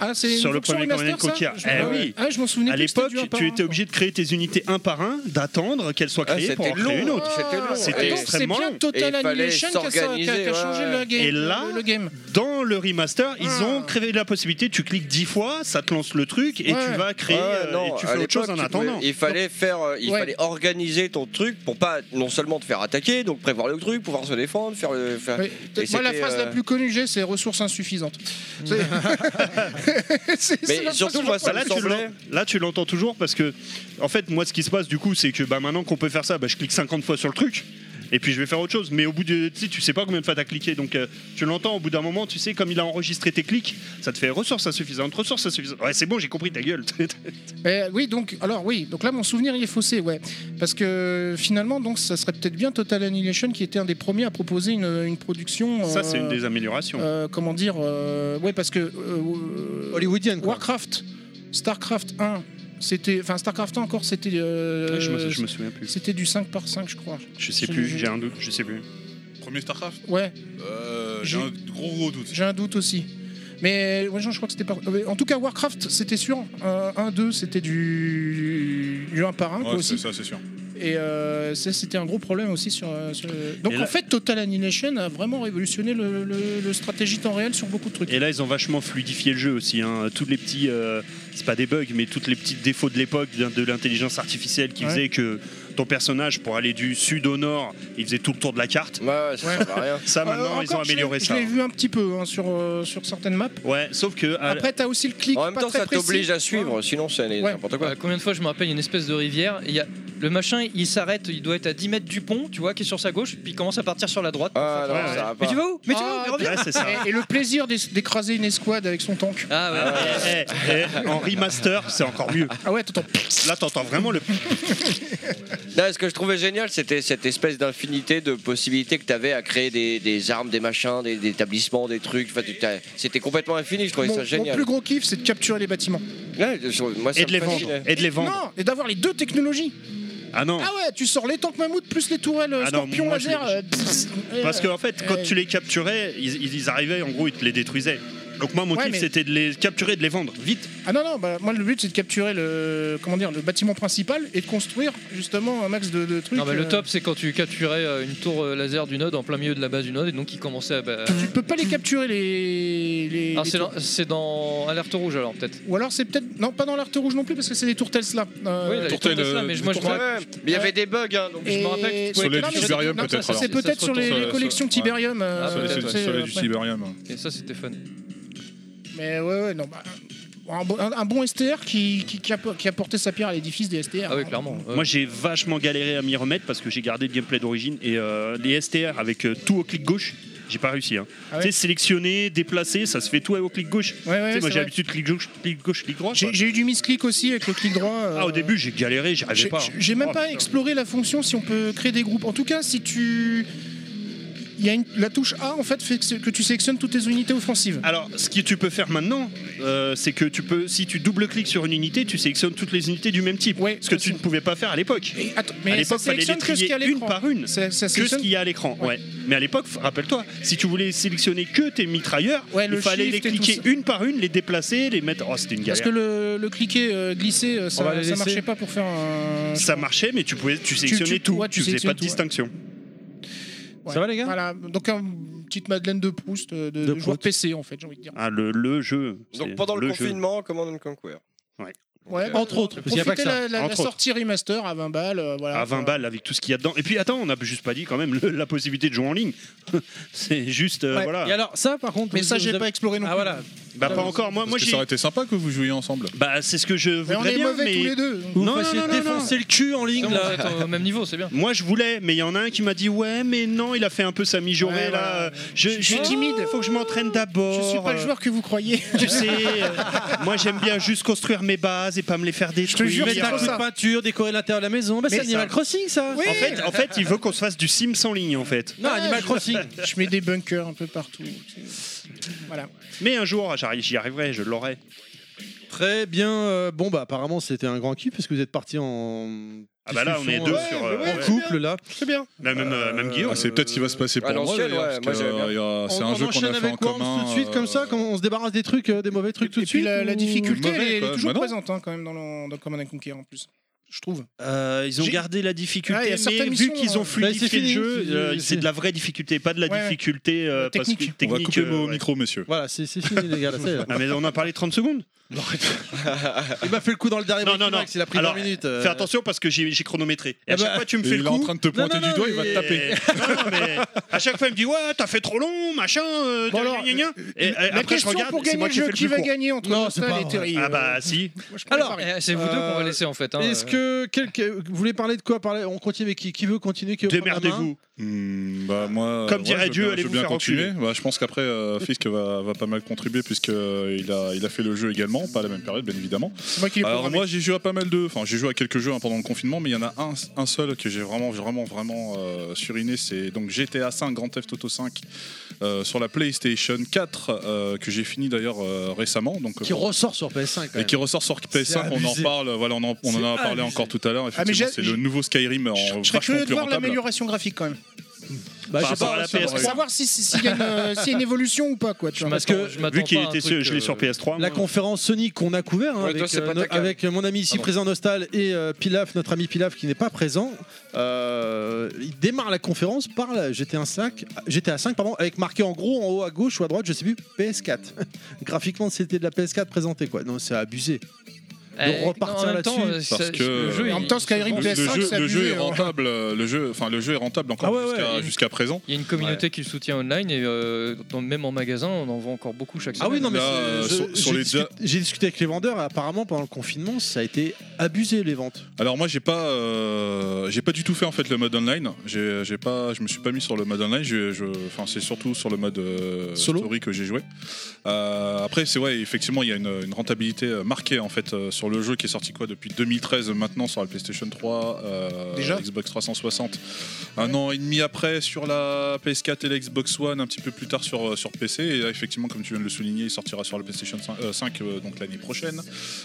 Speaker 3: Ah, c'est une
Speaker 6: sur le
Speaker 3: fonction
Speaker 6: premier
Speaker 3: remaster,
Speaker 6: Command
Speaker 3: ça
Speaker 6: Conquer.
Speaker 3: Je-
Speaker 6: Eh
Speaker 3: ah,
Speaker 6: oui.
Speaker 3: ah, je m'en souvenais
Speaker 6: À
Speaker 3: plus que c'était
Speaker 6: l'époque,
Speaker 3: du un par
Speaker 6: tu
Speaker 3: un.
Speaker 6: étais obligé de créer tes unités un par un, d'attendre qu'elles soient
Speaker 7: Ah,
Speaker 6: créées pour en
Speaker 7: c'était
Speaker 6: créer
Speaker 7: long,
Speaker 6: une autre.
Speaker 7: c'était long.
Speaker 6: Ah, C'était
Speaker 7: Et donc, c'est
Speaker 6: extrêmement
Speaker 7: bien
Speaker 6: long.
Speaker 7: Total Et il fallait Annihilation qui a- qui a- qui a s'organiser, changé ouais. le game-
Speaker 6: Et là,
Speaker 7: le- le game.
Speaker 6: dans le remaster, ils
Speaker 7: Ah.
Speaker 6: ont créé la possibilité, tu cliques 10 fois, ça te lance le truc et
Speaker 7: Ouais.
Speaker 6: tu vas créer
Speaker 7: Ouais,
Speaker 6: euh,
Speaker 7: non,
Speaker 6: et tu
Speaker 7: à
Speaker 6: fais autre chose en
Speaker 7: l'époque, tu
Speaker 6: attendant.
Speaker 7: pouvais- Il fallait faire, euh, il
Speaker 6: Ouais.
Speaker 7: fallait organiser ton truc pour pas non seulement te faire attaquer, donc prévoir le truc, pouvoir se défendre, faire le. faire-
Speaker 3: Oui,
Speaker 7: et
Speaker 3: Moi, la
Speaker 7: c'était,
Speaker 3: phrase la
Speaker 7: euh, Mm.
Speaker 3: plus connue que j'ai, c'est ressources insuffisantes. C'est-
Speaker 7: <laughs>
Speaker 3: c'est- <laughs> c'est la
Speaker 7: Mais
Speaker 3: phrase
Speaker 7: surtout
Speaker 3: que
Speaker 7: moi
Speaker 3: je
Speaker 7: ça
Speaker 3: parle.
Speaker 7: me
Speaker 6: Bah, Là tu,
Speaker 7: semblait.
Speaker 6: l'en- là, tu l'entends toujours parce que, en fait, moi, ce qui se passe du coup, c'est que bah, maintenant qu'on peut faire ça, bah, je clique 50 fois sur le truc et puis je vais faire autre chose. Mais au bout de. Tu sais, tu sais pas combien de fois t'as cliqué, donc euh, tu l'entends au bout d'un moment, tu sais, comme il a enregistré tes clics, ça te fait ressources insuffisantes, ressources insuffisantes. Ouais, c'est bon, j'ai compris ta gueule. <laughs>
Speaker 3: Mais Eh oui, donc, alors oui, donc là mon souvenir il est faussé, ouais. Parce que finalement, donc ça serait peut-être bien Total Annihilation qui était un des premiers à proposer une, une production.
Speaker 6: ça, c'est
Speaker 3: euh,
Speaker 6: une des améliorations.
Speaker 3: euh, comment dire euh, Ouais, parce que. euh,
Speaker 1: Hollywoodienne, quoi.
Speaker 3: Warcraft, StarCraft 1, c'était. Enfin, StarCraft 1 encore, c'était. euh,
Speaker 6: Ouais, je, me, je me souviens plus.
Speaker 3: C'était du 5 par 5 je crois.
Speaker 6: Je sais plus, j'ai un doute, je sais plus.
Speaker 5: Premier StarCraft
Speaker 3: Ouais.
Speaker 5: Euh, J'ai un gros gros doute.
Speaker 3: J'ai un doute aussi. Mais ouais, non, je crois que c'était pas. euh, En tout cas, Warcraft, c'était sûr. 1-2, c'était du... du 1 par 1
Speaker 5: Ouais, c'est
Speaker 3: aussi.
Speaker 5: ça, c'est sûr.
Speaker 3: Et euh, ça, c'était un gros problème aussi sur. euh, sur le- Donc
Speaker 6: Et
Speaker 3: en
Speaker 6: là-
Speaker 3: fait, Total Annihilation a vraiment révolutionné le, le- le stratégie temps réel sur beaucoup de trucs.
Speaker 6: Et là, ils ont vachement fluidifié le jeu aussi. Hein. Tous les petits, euh, c'est pas des bugs, mais tous les petits défauts de l'époque de, de l'intelligence artificielle qui
Speaker 3: Ouais.
Speaker 6: faisait que ton personnage, pour aller du sud au nord, il faisait tout le tour de la carte.
Speaker 7: ça sert à rien.
Speaker 6: Ça,
Speaker 3: Euh,
Speaker 6: maintenant, ils ont
Speaker 3: encore, je l'ai-
Speaker 6: amélioré ça.
Speaker 3: Je l'ai vu un petit peu hein, sur, euh, sur certaines maps.
Speaker 6: Ouais, sauf que. euh, à-
Speaker 3: Après, t'as aussi le clic.
Speaker 7: En même
Speaker 3: pas
Speaker 7: temps,
Speaker 3: très
Speaker 7: ça
Speaker 3: précis.
Speaker 7: t'oblige à suivre, sinon c'est
Speaker 3: Ouais.
Speaker 7: n'importe quoi.
Speaker 4: Euh, combien de fois je me rappelle, il y a une espèce de rivière, et il y a- le machin il s'arrête, il doit être à 10 mètres du pont, tu vois, qui est sur sa gauche, puis il commence à partir sur la droite.
Speaker 7: Ah non, ça va
Speaker 4: Mais
Speaker 7: pas.
Speaker 4: tu vas où Mais tu vas où
Speaker 3: Ah,
Speaker 4: Mais reviens
Speaker 6: Ouais,
Speaker 3: <laughs>
Speaker 6: c'est ça.
Speaker 3: Et, et le plaisir d'es- d'écraser une escouade avec son tank.
Speaker 4: Ah ouais.
Speaker 6: Eh, eh, eh, en remaster, c'est encore mieux.
Speaker 3: Ah ouais, t'entends.
Speaker 6: Là, t'entends vraiment le.
Speaker 7: Là, ce que je trouvais génial, c'était cette espèce d'infinité de possibilités que tu avais à créer des, des armes, des machins, des, des établissements, des trucs. Enfin, tu t'as- c'était complètement infini, je trouvais
Speaker 3: Mon,
Speaker 7: ça
Speaker 3: mon
Speaker 7: génial.
Speaker 3: plus gros kiff, c'est de capturer les bâtiments.
Speaker 7: Ouais, je- moi, ça
Speaker 6: Et de
Speaker 7: me
Speaker 6: les
Speaker 7: fascine.
Speaker 6: vendre. Et de les vendre.
Speaker 3: Non, et d'avoir les deux technologies.
Speaker 6: Ah non.
Speaker 3: Ah ouais, tu sors les tanks mammouth plus les tourelles euh,
Speaker 6: Ah non,
Speaker 3: scorpion
Speaker 6: moi, je
Speaker 3: laser.
Speaker 6: l'ai-
Speaker 3: euh, pss, et,
Speaker 6: Parce
Speaker 3: euh,
Speaker 6: qu'en fait, quand
Speaker 3: euh,
Speaker 6: tu les capturais, ils, ils arrivaient, en gros, ils te les détruisaient. Donc, moi, mon
Speaker 3: Ouais,
Speaker 6: kiff,
Speaker 3: mais-
Speaker 6: c'était de les capturer et de les vendre, vite.
Speaker 3: Ah non, non, bah, moi le but c'est de capturer le, comment dire, le bâtiment principal et de construire justement un max de, de trucs.
Speaker 4: Non, mais le
Speaker 3: euh,
Speaker 4: top, c'est quand tu capturais euh, une tour euh, laser du node en plein milieu de la base du node et donc il commençait à. bah,
Speaker 3: Tu peux pas les capturer les. les-
Speaker 4: alors,
Speaker 3: les
Speaker 4: c'est
Speaker 3: tours.
Speaker 4: dans, c'est dans Alerte Rouge alors peut-être.
Speaker 3: Ou alors c'est peut-être. Non, pas dans l'arte rouge non plus parce que c'est des tourtelles là. Euh,
Speaker 4: Oui, là, les
Speaker 5: Tourtelle,
Speaker 4: tours de cela,
Speaker 5: euh,
Speaker 4: mais je- moi je me
Speaker 7: Ouais,
Speaker 4: rappelle.
Speaker 7: mais il y avait des bugs, hein, donc
Speaker 4: je me rappelle que
Speaker 3: Et-
Speaker 4: tu pouvais
Speaker 5: Sur les
Speaker 3: Non, mais c'est-
Speaker 5: Tiberium,
Speaker 3: non, ça,
Speaker 5: peut-être,
Speaker 3: ça, C'est
Speaker 5: alors.
Speaker 4: Ça, ça
Speaker 3: peut-être
Speaker 4: se
Speaker 3: sur les,
Speaker 4: retourne.
Speaker 3: les collections
Speaker 5: Ouais.
Speaker 3: Tiberium. euh,
Speaker 4: Ah,
Speaker 5: Soleil-
Speaker 4: peut-être,
Speaker 3: tu sais,
Speaker 5: Soleil
Speaker 3: euh,
Speaker 5: du
Speaker 3: ouais.
Speaker 5: Sibérium.
Speaker 4: Et ça c'était fun.
Speaker 3: Mais ouais, ouais, non. bah, un, bon, un- un bon STR qui, qui, qui a, qui a porté sa pierre à l'édifice des STR.
Speaker 4: Ah oui, clairement. Euh,
Speaker 6: Moi j'ai vachement galéré à m'y remettre parce que j'ai gardé le gameplay d'origine et euh, les STR avec euh, tout au clic gauche, j'ai pas réussi. Hein.
Speaker 3: Ah ouais
Speaker 6: Tu sais, sélectionner, déplacer, ça se fait tout au clic gauche.
Speaker 3: Ouais, ouais,
Speaker 6: Tu sais, moi
Speaker 3: c'est
Speaker 6: j'ai
Speaker 3: vrai.
Speaker 6: l'habitude de clic gauche, clic gauche, clic droit.
Speaker 3: J'ai
Speaker 6: quoi.
Speaker 3: j'ai eu du misclick aussi avec le clic droit.
Speaker 6: Ah,
Speaker 3: euh,
Speaker 6: au début j'ai galéré, j'y
Speaker 3: J'ai
Speaker 6: arrivais pas. hein.
Speaker 3: j'ai même
Speaker 6: Oh,
Speaker 3: pas
Speaker 6: putain.
Speaker 3: exploré la fonction si on peut créer des groupes. En tout cas, si tu. Il y a une- La touche A, en fait, fait que, que tu sélectionnes toutes tes unités offensives.
Speaker 6: hein. Alors, ce que tu peux faire maintenant, euh, c'est que tu peux, si tu double-cliques sur une unité, tu sélectionnes toutes les unités du même type.
Speaker 3: Ouais,
Speaker 6: ce que
Speaker 3: aussi.
Speaker 6: tu ne pouvais pas faire à l'époque.
Speaker 3: Et attends,
Speaker 6: Ah, à
Speaker 3: mais ça
Speaker 6: l'époque, fallait les
Speaker 3: sélectionne que ce qu'il y
Speaker 6: trier
Speaker 3: a à
Speaker 6: une
Speaker 3: l'écran.
Speaker 6: par une.
Speaker 3: Ça- ça
Speaker 6: que ce
Speaker 3: sélectionne-
Speaker 6: qu'il y a à l'écran. Ouais.
Speaker 3: Ouais.
Speaker 6: Mais à l'époque, f- rappelle-toi, si tu voulais sélectionner que tes mitrailleurs,
Speaker 3: Ouais, le
Speaker 6: il fallait les
Speaker 3: shift et tout
Speaker 6: cliquer
Speaker 3: ça.
Speaker 6: une par une, les déplacer, les mettre. Oh, c'était une galère.
Speaker 3: Parce que le, le cliquer, euh, glisser, euh,
Speaker 1: va les
Speaker 3: ça, ça
Speaker 1: laisser.
Speaker 3: marchait pas pour faire un.
Speaker 6: Ça marchait, mais tu pouvais, tu sélectionnais
Speaker 3: tu-
Speaker 6: tout.
Speaker 3: ouais,
Speaker 6: tu,
Speaker 3: tu
Speaker 6: faisais pas
Speaker 3: sélectionnes
Speaker 6: de
Speaker 3: tout, ouais.
Speaker 6: distinction.
Speaker 1: Ça va, les gars
Speaker 3: Voilà, donc une petite Madeleine de Proust euh, de, de joueur
Speaker 1: Proust.
Speaker 3: PC en fait, j'ai envie de dire.
Speaker 6: Ah, le, le jeu. c'est
Speaker 7: Donc pendant le,
Speaker 6: jeu.
Speaker 7: confinement, Command and Conquer.
Speaker 6: Ouais.
Speaker 3: Ouais,
Speaker 7: euh,
Speaker 1: Entre autres, parce qu'il n'y a pas que
Speaker 3: Profitez
Speaker 1: ça.
Speaker 3: la, la- la
Speaker 6: Entre autres.
Speaker 3: sortie remaster à 20 balles, euh, voilà.
Speaker 6: à 20 balles avec tout ce qu'il y a dedans. Et puis attends, on n'a juste pas dit quand même le- la possibilité de jouer en ligne. <laughs> c'est juste euh,
Speaker 3: Ouais.
Speaker 6: voilà.
Speaker 1: Et alors, ça, par contre.
Speaker 3: Mais
Speaker 1: vous-
Speaker 3: ça,
Speaker 1: vous
Speaker 3: j'ai
Speaker 1: avez-
Speaker 3: pas exploré non plus.
Speaker 1: Ah, voilà.
Speaker 6: Bah pas encore. Moi,
Speaker 5: Parce
Speaker 6: moi
Speaker 5: que
Speaker 6: j'ai.
Speaker 5: ça aurait été sympa que vous jouiez ensemble.
Speaker 6: Bah c'est ce que je
Speaker 3: Mais on
Speaker 6: voudrais
Speaker 3: est
Speaker 6: bien,
Speaker 3: mauvais
Speaker 6: mais
Speaker 3: tous les deux.
Speaker 1: Vous
Speaker 6: Non,
Speaker 1: fassiez
Speaker 6: non, non, non,
Speaker 1: défoncer le cul en ligne,
Speaker 4: Sûrement,
Speaker 1: là.
Speaker 4: vous êtes au même niveau, c'est bien.
Speaker 6: moi je voulais, mais il y en a un qui m'a dit ouais, mais non, il a fait un peu sa mi-journée
Speaker 3: Ouais,
Speaker 6: là.
Speaker 3: voilà.
Speaker 6: euh, Je,
Speaker 3: Je suis timide.
Speaker 6: Faut que je m'entraîne d'abord.
Speaker 3: Je suis pas le
Speaker 6: euh,
Speaker 3: joueur que vous croyez.
Speaker 6: Tu sais, euh, moi j'aime bien juste construire mes bases et pas me les faire détruire.
Speaker 3: jure,
Speaker 1: Mettre
Speaker 3: c'est
Speaker 1: un
Speaker 3: trop
Speaker 1: coup de
Speaker 3: ça.
Speaker 1: peinture, décorer l'intérieur de la maison. Bah, c'est
Speaker 6: Mais
Speaker 1: Animal
Speaker 6: ça-
Speaker 1: Crossing, ça.
Speaker 6: en fait, en fait, il veut qu'on se fasse du Sims en ligne en fait.
Speaker 1: Non, Animal
Speaker 6: <laughs>
Speaker 1: Crossing.
Speaker 3: Je mets des bunkers un peu partout. Voilà.
Speaker 6: Mais un jour, j'arri- j'y arriverai, je l'aurai.
Speaker 1: Très bien. euh, bon, bah, apparemment, c'était un grand kiff parce que vous êtes partis en.
Speaker 6: Ah bah là, on est
Speaker 1: discussion,
Speaker 6: deux
Speaker 1: euh,
Speaker 6: sur. euh,
Speaker 1: en couple, là.
Speaker 6: C'est bien. Là, même, euh, même Guillaume.
Speaker 5: Ah, c'est peut-être ce qui va se passer pour
Speaker 7: à
Speaker 5: moi.
Speaker 7: l'ancienne,
Speaker 5: d'ailleurs,
Speaker 7: ouais,
Speaker 5: parce que,
Speaker 7: moi, j'aime
Speaker 5: euh, il y a- C'est
Speaker 1: On-
Speaker 5: un
Speaker 1: on
Speaker 5: jeu qu'on a
Speaker 1: enchaîne
Speaker 5: fait en
Speaker 1: avec Worms
Speaker 5: commun.
Speaker 1: tout de suite, comme ça,
Speaker 5: euh,
Speaker 1: quand on se débarrasse des trucs, euh, des mauvais trucs tout de
Speaker 3: Et puis
Speaker 1: suite.
Speaker 3: la, la
Speaker 1: ou-
Speaker 3: difficulté,
Speaker 5: mauvais,
Speaker 3: elle est
Speaker 5: quoi. Bah
Speaker 3: toujours
Speaker 5: non.
Speaker 3: présente hein, quand même dans, le, dans Command and Conquer en plus. Je trouve.
Speaker 6: Euh, ils ont
Speaker 3: J'ai-
Speaker 6: gardé la difficulté,
Speaker 3: Ah, il y a
Speaker 6: mais
Speaker 3: certaines
Speaker 6: vu
Speaker 3: missions,
Speaker 6: qu'ils ont
Speaker 3: euh,
Speaker 1: Bah, c'est
Speaker 6: fluidifié le
Speaker 1: fini,
Speaker 6: jeu,
Speaker 1: c'est-
Speaker 6: euh,
Speaker 1: c'est-
Speaker 6: c'est de la vraie difficulté, pas de la
Speaker 3: Ouais, ouais.
Speaker 6: techniculté euh, parce que-
Speaker 3: Technique.
Speaker 5: On va couper
Speaker 6: euh,
Speaker 5: au
Speaker 6: ouais.
Speaker 5: micro, monsieur.
Speaker 1: Voilà, c'est c'est fini, les gars. là,
Speaker 6: <laughs>
Speaker 1: c'est-
Speaker 6: Ah, mais on a parlé 30 secondes.
Speaker 1: Il m'a fait le coup dans le dernier
Speaker 6: Non, non,
Speaker 1: Breaking
Speaker 6: non.
Speaker 1: Max, il a pris
Speaker 6: Alors,
Speaker 1: 20 minutes. euh.
Speaker 6: Fais attention parce que j'ai j'ai chronométré. Et à
Speaker 1: Ah bah,
Speaker 6: chaque fois, tu me
Speaker 5: Et
Speaker 6: fais
Speaker 5: il
Speaker 6: le
Speaker 5: est en
Speaker 6: coup.
Speaker 5: train de te
Speaker 1: Non,
Speaker 5: pointer
Speaker 1: non,
Speaker 5: du
Speaker 1: non,
Speaker 5: doigt, il va
Speaker 1: mais-
Speaker 5: te taper.
Speaker 6: non, non, mais à chaque fois, il me dit Ouais, t'as fait trop long, machin. euh,
Speaker 3: Bon,
Speaker 6: gna,
Speaker 3: alors,
Speaker 6: gna, gna, gna. Et euh,
Speaker 3: la
Speaker 6: après, je
Speaker 3: question
Speaker 6: regarde,
Speaker 3: pour
Speaker 6: c'est
Speaker 3: gagner
Speaker 6: moi
Speaker 3: le
Speaker 6: qui fais
Speaker 3: jeu,
Speaker 6: le
Speaker 3: qui
Speaker 6: plus
Speaker 3: va
Speaker 6: court.
Speaker 3: gagner entre
Speaker 1: Non,
Speaker 3: non,
Speaker 1: c'est
Speaker 3: Nostal
Speaker 1: pas
Speaker 3: et
Speaker 1: vrai.
Speaker 3: Terry
Speaker 6: Ah
Speaker 3: euh,
Speaker 6: bah si.
Speaker 3: moi, je
Speaker 4: Alors,
Speaker 3: préfère-
Speaker 4: eh, c'est vous deux qu'on va laisser en fait. hein.
Speaker 1: Est-ce que quelqu'un vous voulez parler de quoi parler On continue avec qui Qui veut continuer Qui veut prendre la main
Speaker 6: Démerdez-vous.
Speaker 5: Hmm, bah moi,
Speaker 6: Comme
Speaker 5: euh,
Speaker 6: dirait
Speaker 5: je veux
Speaker 6: Dieu,
Speaker 5: bien-
Speaker 6: allez
Speaker 5: je veux
Speaker 6: vous
Speaker 5: bien
Speaker 6: faire
Speaker 5: continuer. Bah, je pense qu'après, euh, Fisk va, va pas mal contribuer puisqu'il a, il a fait le jeu également, pas à la même période, bien évidemment.
Speaker 3: C'est moi qui l'ai
Speaker 5: Alors
Speaker 3: programmé.
Speaker 5: moi, j'ai joué à pas mal de, enfin, j'ai joué à quelques jeux hein, pendant le confinement, mais il y en a un, un seul que j'ai vraiment, vraiment, vraiment euh, suriné. C'est donc GTA 5, Grand Theft Auto 5 sur la PlayStation 4 euh, que j'ai fini d'ailleurs euh, récemment. Donc
Speaker 1: Qui
Speaker 5: euh,
Speaker 1: ressort sur PS5 quand
Speaker 5: et
Speaker 1: même.
Speaker 5: qui ressort sur PS5, on en
Speaker 1: abusé.
Speaker 5: parle, voilà, on en, on en a
Speaker 1: C'est abusé.
Speaker 5: parlé encore tout à l'heure.
Speaker 3: Ah, mais j'ai-
Speaker 5: Effectivement, c'est le nouveau Skyrim en
Speaker 3: Je, je serais
Speaker 5: vachement
Speaker 3: curieux de
Speaker 5: plus
Speaker 3: voir
Speaker 5: rentable.
Speaker 3: l'amélioration graphique quand même.
Speaker 1: Bah,
Speaker 6: Par
Speaker 1: je sais
Speaker 6: rapport
Speaker 1: pas,
Speaker 6: à la
Speaker 1: sur-
Speaker 6: PS3.
Speaker 3: Pour savoir si- si- s'il y, a une, euh, s'il y a une évolution ou pas. Quoi, tu vois.
Speaker 1: parce que
Speaker 4: Je m'attends
Speaker 6: Vu qu'il
Speaker 4: pas à un
Speaker 6: était,
Speaker 4: truc,
Speaker 6: je l'ai sur
Speaker 4: euh,
Speaker 6: PS3.
Speaker 1: La
Speaker 6: moi.
Speaker 1: conférence Sony qu'on a couvert hein,
Speaker 7: Ouais, toi,
Speaker 1: avec,
Speaker 7: c'est
Speaker 1: euh,
Speaker 7: pas
Speaker 1: no-
Speaker 7: ta cam.
Speaker 1: avec, euh, mon ami ici
Speaker 4: Pardon.
Speaker 1: présent Nostal et euh, Pilaf, notre ami Pilaf qui n'est pas présent. euh, il démarre la conférence par la GTA 5, GTA 5 pardon, avec marqué en gros en haut à gauche ou à droite, je sais plus, PS4. <laughs> Graphiquement, c'était de la PS4 présentée quoi. Non, c'est abusé.
Speaker 4: eh,
Speaker 1: repartir
Speaker 4: non, en même temps,
Speaker 1: là-dessus,
Speaker 4: euh, ça-
Speaker 5: parce que-
Speaker 4: le jeu,
Speaker 3: En même
Speaker 4: il-
Speaker 3: temps, Skyrim
Speaker 5: Le,
Speaker 4: il-
Speaker 5: le
Speaker 3: PS5,
Speaker 5: jeu,
Speaker 3: c'est
Speaker 5: le jeu
Speaker 3: abusé,
Speaker 5: est
Speaker 3: hein.
Speaker 5: rentable. euh, Le jeu, enfin, le jeu est rentable encore
Speaker 1: Ah ouais,
Speaker 5: jusqu'à
Speaker 4: ouais.
Speaker 5: jusqu'à présent.
Speaker 4: Il y a une communauté qui le soutient online et euh, dans- même en magasin, on en vend encore beaucoup chaque
Speaker 1: Ah
Speaker 4: semaine.
Speaker 1: oui, non, mais
Speaker 5: Là,
Speaker 1: c'est-
Speaker 5: euh,
Speaker 1: je-
Speaker 5: sur-
Speaker 1: j'ai
Speaker 5: sur les
Speaker 1: discuté- j'ai discuté avec les vendeurs et apparemment pendant le confinement, ça a été abusé les ventes.
Speaker 5: Alors moi, j'ai pas, euh, j'ai pas du tout fait en fait le mode online. J'ai j'ai pas, je me suis pas mis sur le mode online. Je, je- enfin, c'est surtout sur le mode euh,
Speaker 1: Solo.
Speaker 5: story que j'ai joué. Euh, après, c'est ouais, effectivement, il y a une, une rentabilité euh, marquée en fait euh, sur le jeu qui est sorti quoi depuis 2013 euh, maintenant sur la PlayStation 3, euh,
Speaker 3: Déjà
Speaker 5: Xbox 360. Un an et demi après sur la PS4 et la Xbox One, un petit peu plus tard sur euh, sur PC. Et là, effectivement, comme tu viens de le souligner, il sortira sur la PlayStation 5, euh, 5, euh, donc l'année prochaine.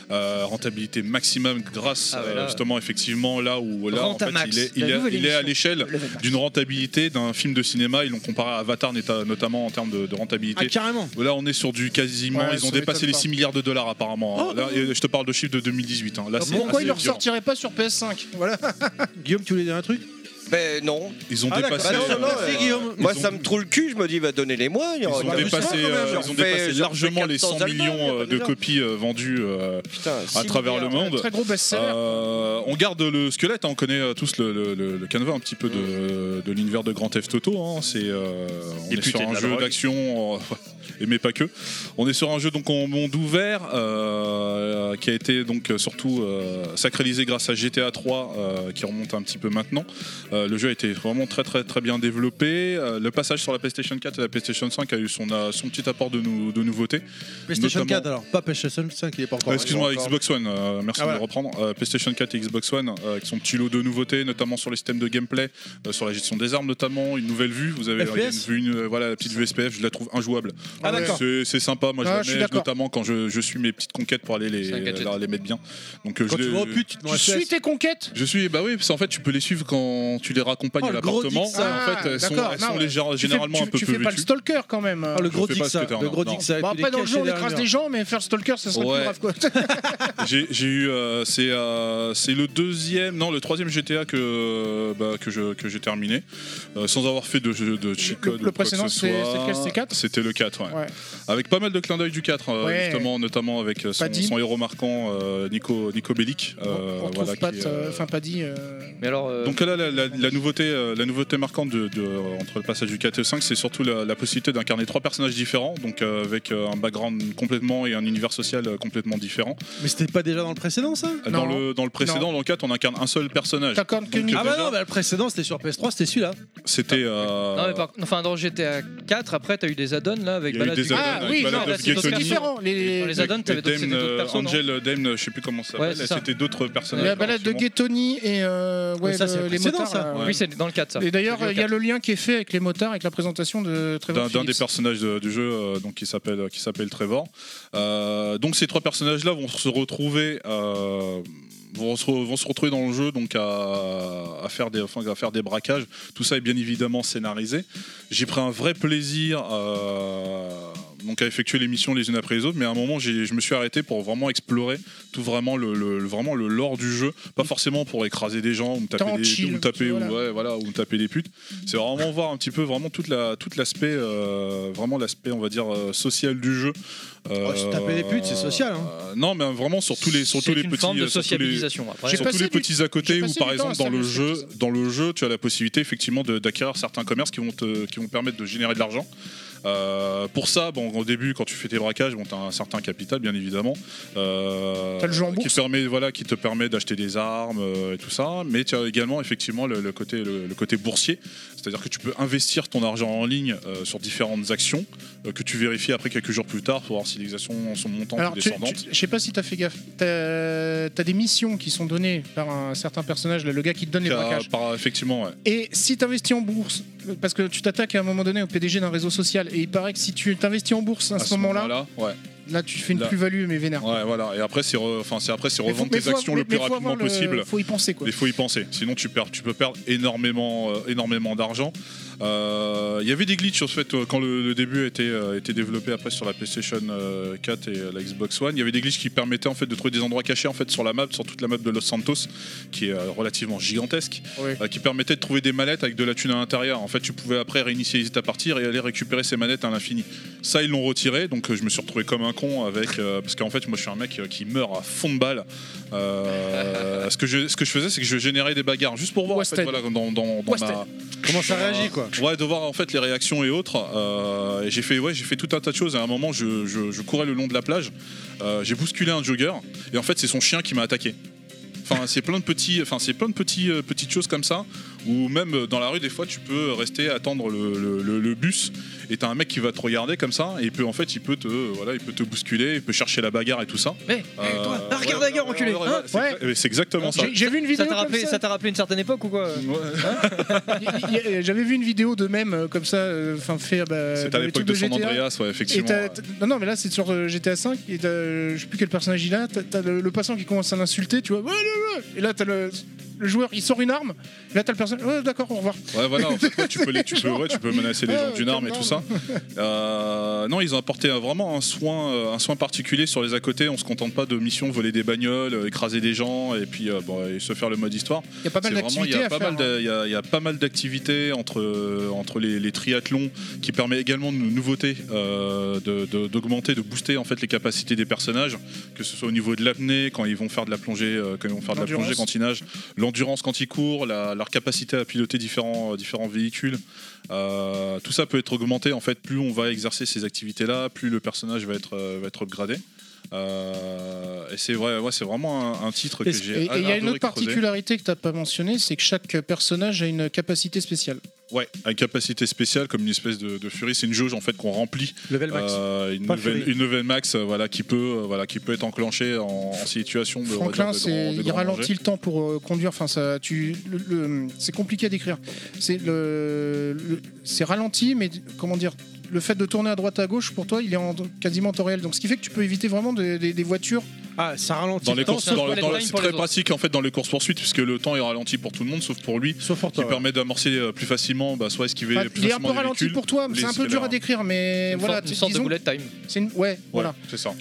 Speaker 5: Euh, rentabilité maximum grâce
Speaker 4: Ah ouais,
Speaker 5: euh,
Speaker 4: là,
Speaker 5: justement effectivement là où là en fait,
Speaker 4: Rentamax,
Speaker 5: il est,
Speaker 4: la
Speaker 5: il est-
Speaker 4: nouvelle
Speaker 5: il est à
Speaker 4: émission.
Speaker 5: l'échelle d'une rentabilité d'un film de cinéma ils l'ont comparé à Avatar nota- notamment en termes de, de
Speaker 1: Ah,
Speaker 5: rentabilité
Speaker 1: carrément.
Speaker 5: Là, on est sur du quasiment.
Speaker 3: Ouais,
Speaker 5: ils ont
Speaker 3: ça
Speaker 5: dépassé
Speaker 3: m'étonne
Speaker 5: les
Speaker 3: pas.
Speaker 5: 6 milliards de dollars apparemment.
Speaker 1: Oh.
Speaker 5: Là, et je te parle de chiffres de 2018. hein. Là, c'est
Speaker 3: Ah,
Speaker 5: assez
Speaker 3: Pourquoi il ne
Speaker 5: violent.
Speaker 3: ressortirait pas sur PS5 Voilà.
Speaker 1: Guillaume, tu voulais dire un truc
Speaker 7: Ben non.
Speaker 5: Ils ont
Speaker 1: Ah, d'accord.
Speaker 5: dépassé.
Speaker 1: Ah, non, non, non,
Speaker 5: euh,
Speaker 1: merci, Guillaume.
Speaker 7: Moi,
Speaker 5: Ils
Speaker 7: ça
Speaker 5: ont-
Speaker 7: me trouve le cul. Je me dis, bah donnez-les-moi. il y
Speaker 5: Ils
Speaker 7: aura-
Speaker 5: ont dépassé,
Speaker 7: quand même,
Speaker 5: euh, ils
Speaker 7: j'en
Speaker 5: ont
Speaker 7: fais-
Speaker 5: dépassé
Speaker 7: j'en fais
Speaker 5: largement les
Speaker 7: 14 Allemands,
Speaker 5: 100
Speaker 7: il y a
Speaker 5: millions
Speaker 7: pas
Speaker 5: euh, de
Speaker 7: bizarre.
Speaker 5: copies euh, vendues euh,
Speaker 7: Putain,
Speaker 5: à
Speaker 7: si-
Speaker 5: travers le monde.
Speaker 3: Très gros best-seller.
Speaker 5: Euh, on garde le squelette, hein, on connaît euh, tous le, le- le- le canevas un petit peu de, de l'univers de Grand Theft Auto. hein, c'est euh, on
Speaker 6: Des
Speaker 5: est sur
Speaker 6: putains de
Speaker 5: un
Speaker 6: la
Speaker 5: jeu
Speaker 6: drogue.
Speaker 5: d'action, euh, <laughs> et mais pas que. On est sur un jeu donc en monde ouvert euh, qui a été donc euh, surtout euh, sacralisé grâce à GTA 3 euh, qui remonte un petit peu maintenant. Euh, le jeu a été vraiment très très très bien développé. Euh, le passage sur la PlayStation 4 et la PlayStation 5 a eu son, euh, son petit apport de, nou- de nouveautés.
Speaker 1: PlayStation
Speaker 5: Notamment-
Speaker 1: 4 alors, pas PlayStation 5, il est pas encore.
Speaker 5: Ouais, Euh, Excuse-moi,
Speaker 1: Encore.
Speaker 5: Xbox One, euh, merci
Speaker 1: Ah,
Speaker 5: de
Speaker 1: voilà.
Speaker 5: me reprendre. Euh, PlayStation 4 et Xbox One euh, qui sont petits lots de nouveautés, notamment sur les systèmes de gameplay, euh, sur la gestion des armes notamment, une nouvelle vue. Vous avez
Speaker 1: FPS?
Speaker 5: il y a une vue, une, euh, voilà, la petite vue SPF, je la trouve injouable.
Speaker 3: Ah, d'accord.
Speaker 5: C'est- C'est sympa, moi je
Speaker 3: Ah,
Speaker 5: la
Speaker 3: je suis
Speaker 5: mets,
Speaker 3: d'accord.
Speaker 5: notamment quand je, je suis mes petites conquêtes pour aller les,
Speaker 3: C'est un gadget.
Speaker 5: les mettre bien. Donc, euh,
Speaker 3: Quand
Speaker 5: je
Speaker 3: tu
Speaker 5: les-
Speaker 3: vas au pute, tu te mets en Tu suis tes conquêtes
Speaker 5: Je suis, bah oui, parce qu'en fait tu peux les suivre quand tu les raccompagnes
Speaker 3: Oh,
Speaker 5: à
Speaker 3: le gros
Speaker 5: l'appartement.
Speaker 3: dick, ça.
Speaker 5: en fait, elles sont,
Speaker 3: Ah, D'accord,
Speaker 5: elles
Speaker 3: non,
Speaker 5: sont
Speaker 3: ouais.
Speaker 5: légère-
Speaker 3: Tu fais-
Speaker 5: généralement
Speaker 3: tu-
Speaker 5: un peu
Speaker 3: Tu
Speaker 5: plus
Speaker 3: fais pas le
Speaker 5: vêtues.
Speaker 3: stalker quand même.
Speaker 5: Ah, le gros Je fais dick, pas ça,
Speaker 3: ça.
Speaker 5: Stalker, le gros non, dick, non. ça,
Speaker 1: Bah,
Speaker 3: Bon,
Speaker 5: tu les
Speaker 3: après, dans le
Speaker 5: caches
Speaker 3: jeu, on
Speaker 5: derrière
Speaker 3: écrase
Speaker 5: un
Speaker 3: des
Speaker 5: mur.
Speaker 3: gens, mais faire stalker, ça serait
Speaker 5: Ouais.
Speaker 3: plus grave quoi.
Speaker 5: J'ai j'ai eu, euh, c'est euh, c'est le deuxième, non le troisième GTA que euh, bah, que je- que j'ai terminé, euh, sans avoir fait de jeu de cheat code.
Speaker 3: le
Speaker 5: ou quoi que ce
Speaker 3: précédent, c'est-
Speaker 5: soit.
Speaker 3: c'est lequel, c'était le 4?
Speaker 5: C'était le 4, ouais.
Speaker 3: <laughs> Ouais.
Speaker 5: Avec pas mal de clins d'œil du 4, euh,
Speaker 3: Ouais.
Speaker 5: justement, notamment avec euh, son,
Speaker 3: Paddy.
Speaker 5: son héros marquant euh, Nico Nico Bellic. euh,
Speaker 3: On
Speaker 5: voilà,
Speaker 3: trouve pas
Speaker 5: qui,
Speaker 3: de-
Speaker 5: euh,
Speaker 3: Enfin, pas dit. euh,
Speaker 4: Mais alors, euh,
Speaker 5: donc là, la, la- la nouveauté, euh, la nouveauté marquante de, de- euh, entre le passage du 4 et 5, c'est surtout la, la possibilité d'incarner trois personnages différents, donc euh, avec euh, un background complètement et un univers social euh, complètement différent.
Speaker 1: Mais c'était pas déjà dans le précédent ça
Speaker 5: Dans le, dans le précédent, dans le 4, on incarne un seul personnage. Donc,
Speaker 1: Ah
Speaker 5: euh,
Speaker 1: bah non, bah le précédent c'était sur PS3, c'était celui-là.
Speaker 5: C'était. euh,
Speaker 4: Non, mais par- enfin, dans GTA 4, après, t'as eu des add-ons là avec
Speaker 5: Il y a eu
Speaker 4: Balade
Speaker 5: des
Speaker 4: du-
Speaker 5: add-ons Ah, avec oui, Balade non, of là, c'est d'autres Gethsemane. différents,
Speaker 3: les-
Speaker 4: Dans les add-ons, t'avais d'autres
Speaker 5: Dame,
Speaker 4: c'était d'autres
Speaker 5: euh,
Speaker 4: personnes. non
Speaker 5: Angel, Dame, je sais plus comment ça
Speaker 4: Ouais,
Speaker 5: s'appelle,
Speaker 4: c'est ça.
Speaker 5: c'était d'autres personnages.
Speaker 3: La balade de
Speaker 5: forcément.
Speaker 3: Ghettoni et euh, ouais,
Speaker 5: ça,
Speaker 3: le-
Speaker 5: c'est le
Speaker 3: les
Speaker 5: précédent,
Speaker 3: motards.
Speaker 5: ça.
Speaker 3: là.
Speaker 5: Ouais.
Speaker 4: Oui, c'est dans le 4 ça.
Speaker 3: Et d'ailleurs,
Speaker 4: C'est
Speaker 3: il
Speaker 4: dans
Speaker 3: y a
Speaker 4: le
Speaker 3: le lien qui est fait avec les motards, avec la présentation de
Speaker 5: d'un
Speaker 3: Trevor
Speaker 5: d'un des
Speaker 3: Phillips.
Speaker 5: personnages de- du jeu euh, donc qui s'appelle qui s'appelle Trevor. Euh, donc ces trois personnages là vont se retrouver euh, vont, se, re- vont se retrouver dans le jeu donc à, à faire des enfin, à faire des braquages. Tout ça est bien évidemment scénarisé. J'ai pris un vrai plaisir euh, donc à effectuer les missions les unes après les autres, mais à un moment j'ai- je me suis arrêté pour vraiment explorer tout vraiment le, le- le- vraiment le lore du jeu, pas forcément pour écraser des gens ou me
Speaker 3: Tant
Speaker 5: taper des,
Speaker 3: chill,
Speaker 5: ou me taper ou
Speaker 3: voilà.
Speaker 5: ouais, voilà, ou me taper des putes. C'est vraiment voir un petit peu vraiment toute la toute l'aspect euh, vraiment l'aspect on va dire euh, social du jeu. Euh,
Speaker 1: se taper des putes, c'est social, hein.
Speaker 5: euh, non, mais vraiment sur tous les sur tous
Speaker 4: C'est
Speaker 5: les
Speaker 4: une
Speaker 5: petits
Speaker 4: forme de
Speaker 5: euh, sur tous les-
Speaker 4: sociabilisation, après. J'ai
Speaker 5: sur tous
Speaker 4: passé
Speaker 5: les
Speaker 4: du-
Speaker 5: petits à côté
Speaker 4: j'ai
Speaker 5: où
Speaker 4: passé
Speaker 5: par
Speaker 4: du temps à
Speaker 5: exemple dans le
Speaker 4: servir
Speaker 5: jeu dans le jeu tu as la possibilité effectivement de- d'acquérir certains commerces qui vont te qui vont permettre de générer de l'argent. Euh, pour ça, bon, au début, quand tu fais tes braquages, bon, t'as un certain capital, bien évidemment, euh,
Speaker 3: T'as le jeu en
Speaker 5: qui te permet, voilà, qui te permet d'acheter des armes euh, et tout ça. Mais tu as également effectivement le, le côté le, le côté boursier, c'est-à-dire que tu peux investir ton argent en ligne euh, sur différentes actions euh, que tu vérifies après quelques jours plus tard pour voir si les actions sont montantes
Speaker 3: Alors,
Speaker 5: ou
Speaker 3: tu-
Speaker 5: descendantes.
Speaker 3: tu- je sais pas si t'as fait gaffe. T'as t'as des missions qui sont données par un certain personnage, là, le gars qui te donne les
Speaker 5: Car-
Speaker 3: braquages.
Speaker 5: par- effectivement, ouais.
Speaker 3: Et si t'investis en bourse, parce que tu t'attaques à un moment donné au PDG d'un réseau social, et il paraît que si tu t'investis en bourse à,
Speaker 5: À
Speaker 3: ce moment-là,
Speaker 5: ouais.
Speaker 3: là tu fais une
Speaker 5: Là.
Speaker 3: plus-value, mais vénère.
Speaker 5: Ouais, voilà. Et après, c'est re- enfin, c'est après, c'est
Speaker 3: Mais faut-
Speaker 5: revendre
Speaker 3: mais
Speaker 5: tes
Speaker 3: faut-
Speaker 5: actions
Speaker 3: mais-
Speaker 5: le plus
Speaker 3: mais faut avoir
Speaker 5: rapidement possible.
Speaker 3: Faut y penser quoi.
Speaker 5: Il faut y penser, sinon tu perds, tu peux perdre énormément, euh, énormément d'argent. Euh, Il y avait des glitches en fait euh, quand le, le début a été, euh, été développé après sur la PlayStation euh, 4 et euh, la Xbox One. Il y avait des glitches qui permettaient en fait de trouver des endroits cachés en fait sur la map, sur toute la map de Los Santos, qui est euh, relativement gigantesque, euh, qui permettait de trouver des mallettes avec de la thune à l'intérieur. En fait, tu pouvais après réinitialiser ta partie et aller récupérer ces manettes à l'infini. Ça, ils l'ont retiré, donc euh, je me suis retrouvé comme un con avec euh, parce qu'en fait, moi, je suis un mec euh, qui meurt à fond de balle. Euh, ce que je ce que je faisais, c'est que je générais des bagarres juste pour voir en fait, voilà, dans, dans, dans
Speaker 1: Wasted.
Speaker 5: ma
Speaker 1: Comment ça
Speaker 5: dans ma-
Speaker 1: réagit, quoi.
Speaker 5: Ouais, de voir en fait les réactions et autres. Euh, et j'ai fait ouais, j'ai fait tout un tas de choses. À un moment, je, je- je courais le long de la plage, Euh, j'ai bousculé un jogger et en fait, c'est son chien qui m'a attaqué. Enfin, c'est plein de petits, enfin c'est plein de petits, euh, petites choses comme ça. Ou même euh, dans la rue, des fois, tu peux rester attendre le, le- le- le bus et t'as un mec qui va te regarder comme ça et il peut en fait, il peut te, euh, voilà, il peut te bousculer, il peut chercher la bagarre et tout ça.
Speaker 4: Mais
Speaker 5: toi,
Speaker 4: regarde la gueule, enculé, hein
Speaker 5: c'est exa- c'est exactement ça.
Speaker 3: J'ai- j'ai vu une vidéo
Speaker 4: Ça t'a
Speaker 3: comme
Speaker 4: rappelé,
Speaker 3: ça.
Speaker 4: ça t'a rappelé une certaine époque ou quoi
Speaker 1: hein
Speaker 3: <laughs> Il y a- J'avais vu une vidéo de même euh, comme ça, euh, enfin fait. Bah,
Speaker 5: C'était à
Speaker 3: dans les
Speaker 5: l'époque
Speaker 3: trucs
Speaker 5: de San
Speaker 3: GTA.
Speaker 5: Andreas, ouais, effectivement,
Speaker 3: Et t'as-
Speaker 5: ouais.
Speaker 3: t- Non, non, mais là c'est sur euh, GTA 5 et t'as, euh, je sais plus quel personnage il a. T'as t'as le, le passant qui commence à l'insulter, tu vois. Ouais, ouais, ouais. Et là t'as le, le joueur, il sort une arme. Et là t'as le personnage. Ouais, d'accord, au revoir.
Speaker 5: Ouais, voilà, en fait, ouais, tu, peux les- tu, peux, ouais, tu peux menacer les gens d'une arme et tout ça. Euh, non, ils ont apporté euh, vraiment un soin, euh, un soin particulier sur les à côté. On se contente pas de missions voler des bagnoles, euh, écraser des gens et puis euh, bon, et se faire le mode histoire.
Speaker 3: Il y a pas mal
Speaker 5: C'est vraiment- il y a
Speaker 3: d'activités à
Speaker 5: pas
Speaker 3: faire, hein.
Speaker 5: mal d'a- Il y, a- il y a pas mal d'activités entre, euh, entre les, les triathlons qui permet également de nouveautés, euh, de- de- d'augmenter, de, booster en fait les capacités des personnages, que ce soit au niveau de l'apnée quand ils vont faire de la plongée, euh, quand ils vont faire de la
Speaker 3: L'endurance.
Speaker 5: plongée quand ils nagent, l'endurance quand ils courent, la- leur capacité à piloter différents, euh, différents véhicules. Euh, tout ça peut être augmenté en fait plus on va exercer ces activités là plus le personnage va être euh, va être upgradé Euh, et c'est vrai ouais, c'est vraiment un, un titre que
Speaker 3: Et
Speaker 5: j'ai
Speaker 3: et il y a
Speaker 5: adoré
Speaker 3: une
Speaker 5: creuser.
Speaker 3: autre particularité que t'as pas mentionné, c'est que chaque personnage a une capacité spéciale.
Speaker 5: Ouais, à capacité spéciale comme une espèce de, de furie, c'est une jauge en fait qu'on remplit.
Speaker 1: Level max.
Speaker 5: Euh, une,
Speaker 1: Pas
Speaker 5: nouvelle,
Speaker 1: furie.
Speaker 5: une nouvelle max, euh, voilà, qui peut, euh, voilà, qui peut être enclenchée en, en situation de.
Speaker 3: Franklin,
Speaker 5: de- de-
Speaker 3: c'est-
Speaker 5: de- de
Speaker 3: il
Speaker 5: grand
Speaker 3: ralentit
Speaker 5: danger.
Speaker 3: le temps pour euh, conduire. Enfin, ça, tu, le- le- c'est compliqué à décrire. C'est le, le- c'est ralenti, mais comment dire, le fait de tourner à droite à gauche, pour toi, il est en, quasiment en temps réel. Donc ce qui fait que tu peux éviter vraiment des, des- des voitures.
Speaker 1: Ah, ça ralentit.
Speaker 5: Dans les
Speaker 3: Attends,
Speaker 5: courses,
Speaker 3: c'est un
Speaker 5: dans-
Speaker 3: bullet
Speaker 5: dans-
Speaker 3: time
Speaker 5: c'est
Speaker 3: pour
Speaker 5: très
Speaker 3: les autres.
Speaker 5: pratique en fait dans les courses poursuites puisque le temps est ralenti pour tout le monde sauf pour lui, qui permet d'amorcer euh, plus facilement, bah, soit esquiver
Speaker 3: Enfin,
Speaker 5: plus
Speaker 3: il est un
Speaker 5: facilement
Speaker 3: peu
Speaker 5: les
Speaker 3: ralenti
Speaker 5: véhicules,
Speaker 3: pour toi, mais
Speaker 5: les
Speaker 3: c'est un peu dur à
Speaker 5: escalades.
Speaker 3: décrire, mais
Speaker 4: Une
Speaker 3: voilà.
Speaker 4: sorte- une
Speaker 3: tu-
Speaker 4: sorte de
Speaker 3: disons-
Speaker 4: bullet time.
Speaker 3: c'est une- Ouais, voilà.
Speaker 5: hein. Ouais, c'est ça.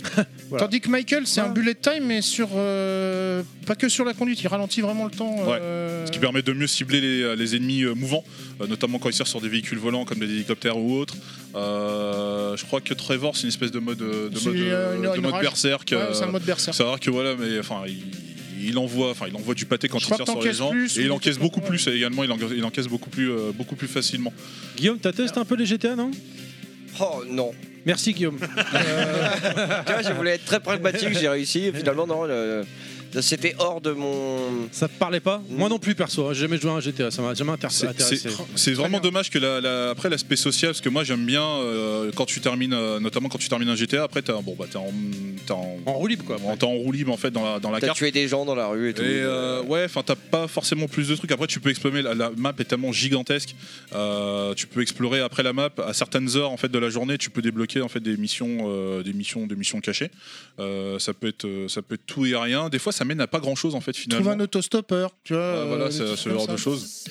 Speaker 3: Tandis que Michael, c'est un bullet time, mais sur euh, pas que sur la conduite, il ralentit vraiment le temps.
Speaker 5: Ouais.
Speaker 3: euh,
Speaker 5: Ce qui permet de mieux cibler les, les ennemis euh, mouvants, euh, notamment quand ils tirent sur des véhicules volants comme des hélicoptères ou autres. Euh, je crois que Trevor, c'est une espèce de mode, euh, de
Speaker 3: C'est,
Speaker 5: mode,
Speaker 3: euh,
Speaker 5: euh,
Speaker 3: une-
Speaker 5: de
Speaker 3: une
Speaker 5: mode
Speaker 3: rage.
Speaker 5: berserk.
Speaker 3: Ouais,
Speaker 5: euh,
Speaker 3: c'est un mode berserk.
Speaker 5: C'est rare que voilà, mais enfin, il, il envoie, enfin, il envoie du pâté quand
Speaker 3: Je
Speaker 5: il
Speaker 3: crois
Speaker 5: tire
Speaker 3: que
Speaker 5: sur les
Speaker 3: t'encaisses
Speaker 5: gens
Speaker 3: plus,
Speaker 5: et il
Speaker 3: ou-
Speaker 5: encaisse beaucoup plus. Et également, il encaisse, il encaisse beaucoup plus, euh, beaucoup plus facilement.
Speaker 1: Guillaume, t'as testé un peu les GTA, non
Speaker 7: Oh non.
Speaker 1: Merci <laughs> Guillaume. Euh,
Speaker 7: tu vois, je voulais être très pragmatique, j'ai réussi. Et finalement, non, le- c'était hors de mon.
Speaker 1: Ça te parlait pas Moi non plus perso, hein, j'ai jamais joué à un GTA, ça m'a jamais inter-
Speaker 5: Mm. C'est-
Speaker 1: intéressé.
Speaker 5: c'est- C'est vraiment dommage que la- la- après l'aspect social, parce que moi j'aime bien euh, quand tu termines, euh, notamment quand tu termines un GTA, après t'es bon, bah, t'es en, t'es en,
Speaker 1: roue libre quoi.
Speaker 5: T'es en roue libre en fait dans la, dans la
Speaker 7: T'as
Speaker 5: carte.
Speaker 7: tué des gens dans la rue et tout.
Speaker 5: Et euh, ouais, enfin t'as pas forcément plus de trucs. Après tu peux explorer, la, la map est tellement gigantesque. Euh, tu peux explorer après la map à certaines heures en fait de la journée. Tu peux débloquer en fait des missions, euh, des missions, des missions cachées. Euh, ça peut être, euh, ça peut être tout et rien. Des fois ça mène à pas grand chose en fait
Speaker 3: Trouve
Speaker 5: finalement.
Speaker 3: un autostoppeur, tu vois.
Speaker 5: Ah,
Speaker 3: euh,
Speaker 5: voilà,
Speaker 3: des
Speaker 5: c'est
Speaker 3: trucs
Speaker 5: ce
Speaker 3: comme
Speaker 5: genre
Speaker 3: ça.
Speaker 5: de choses.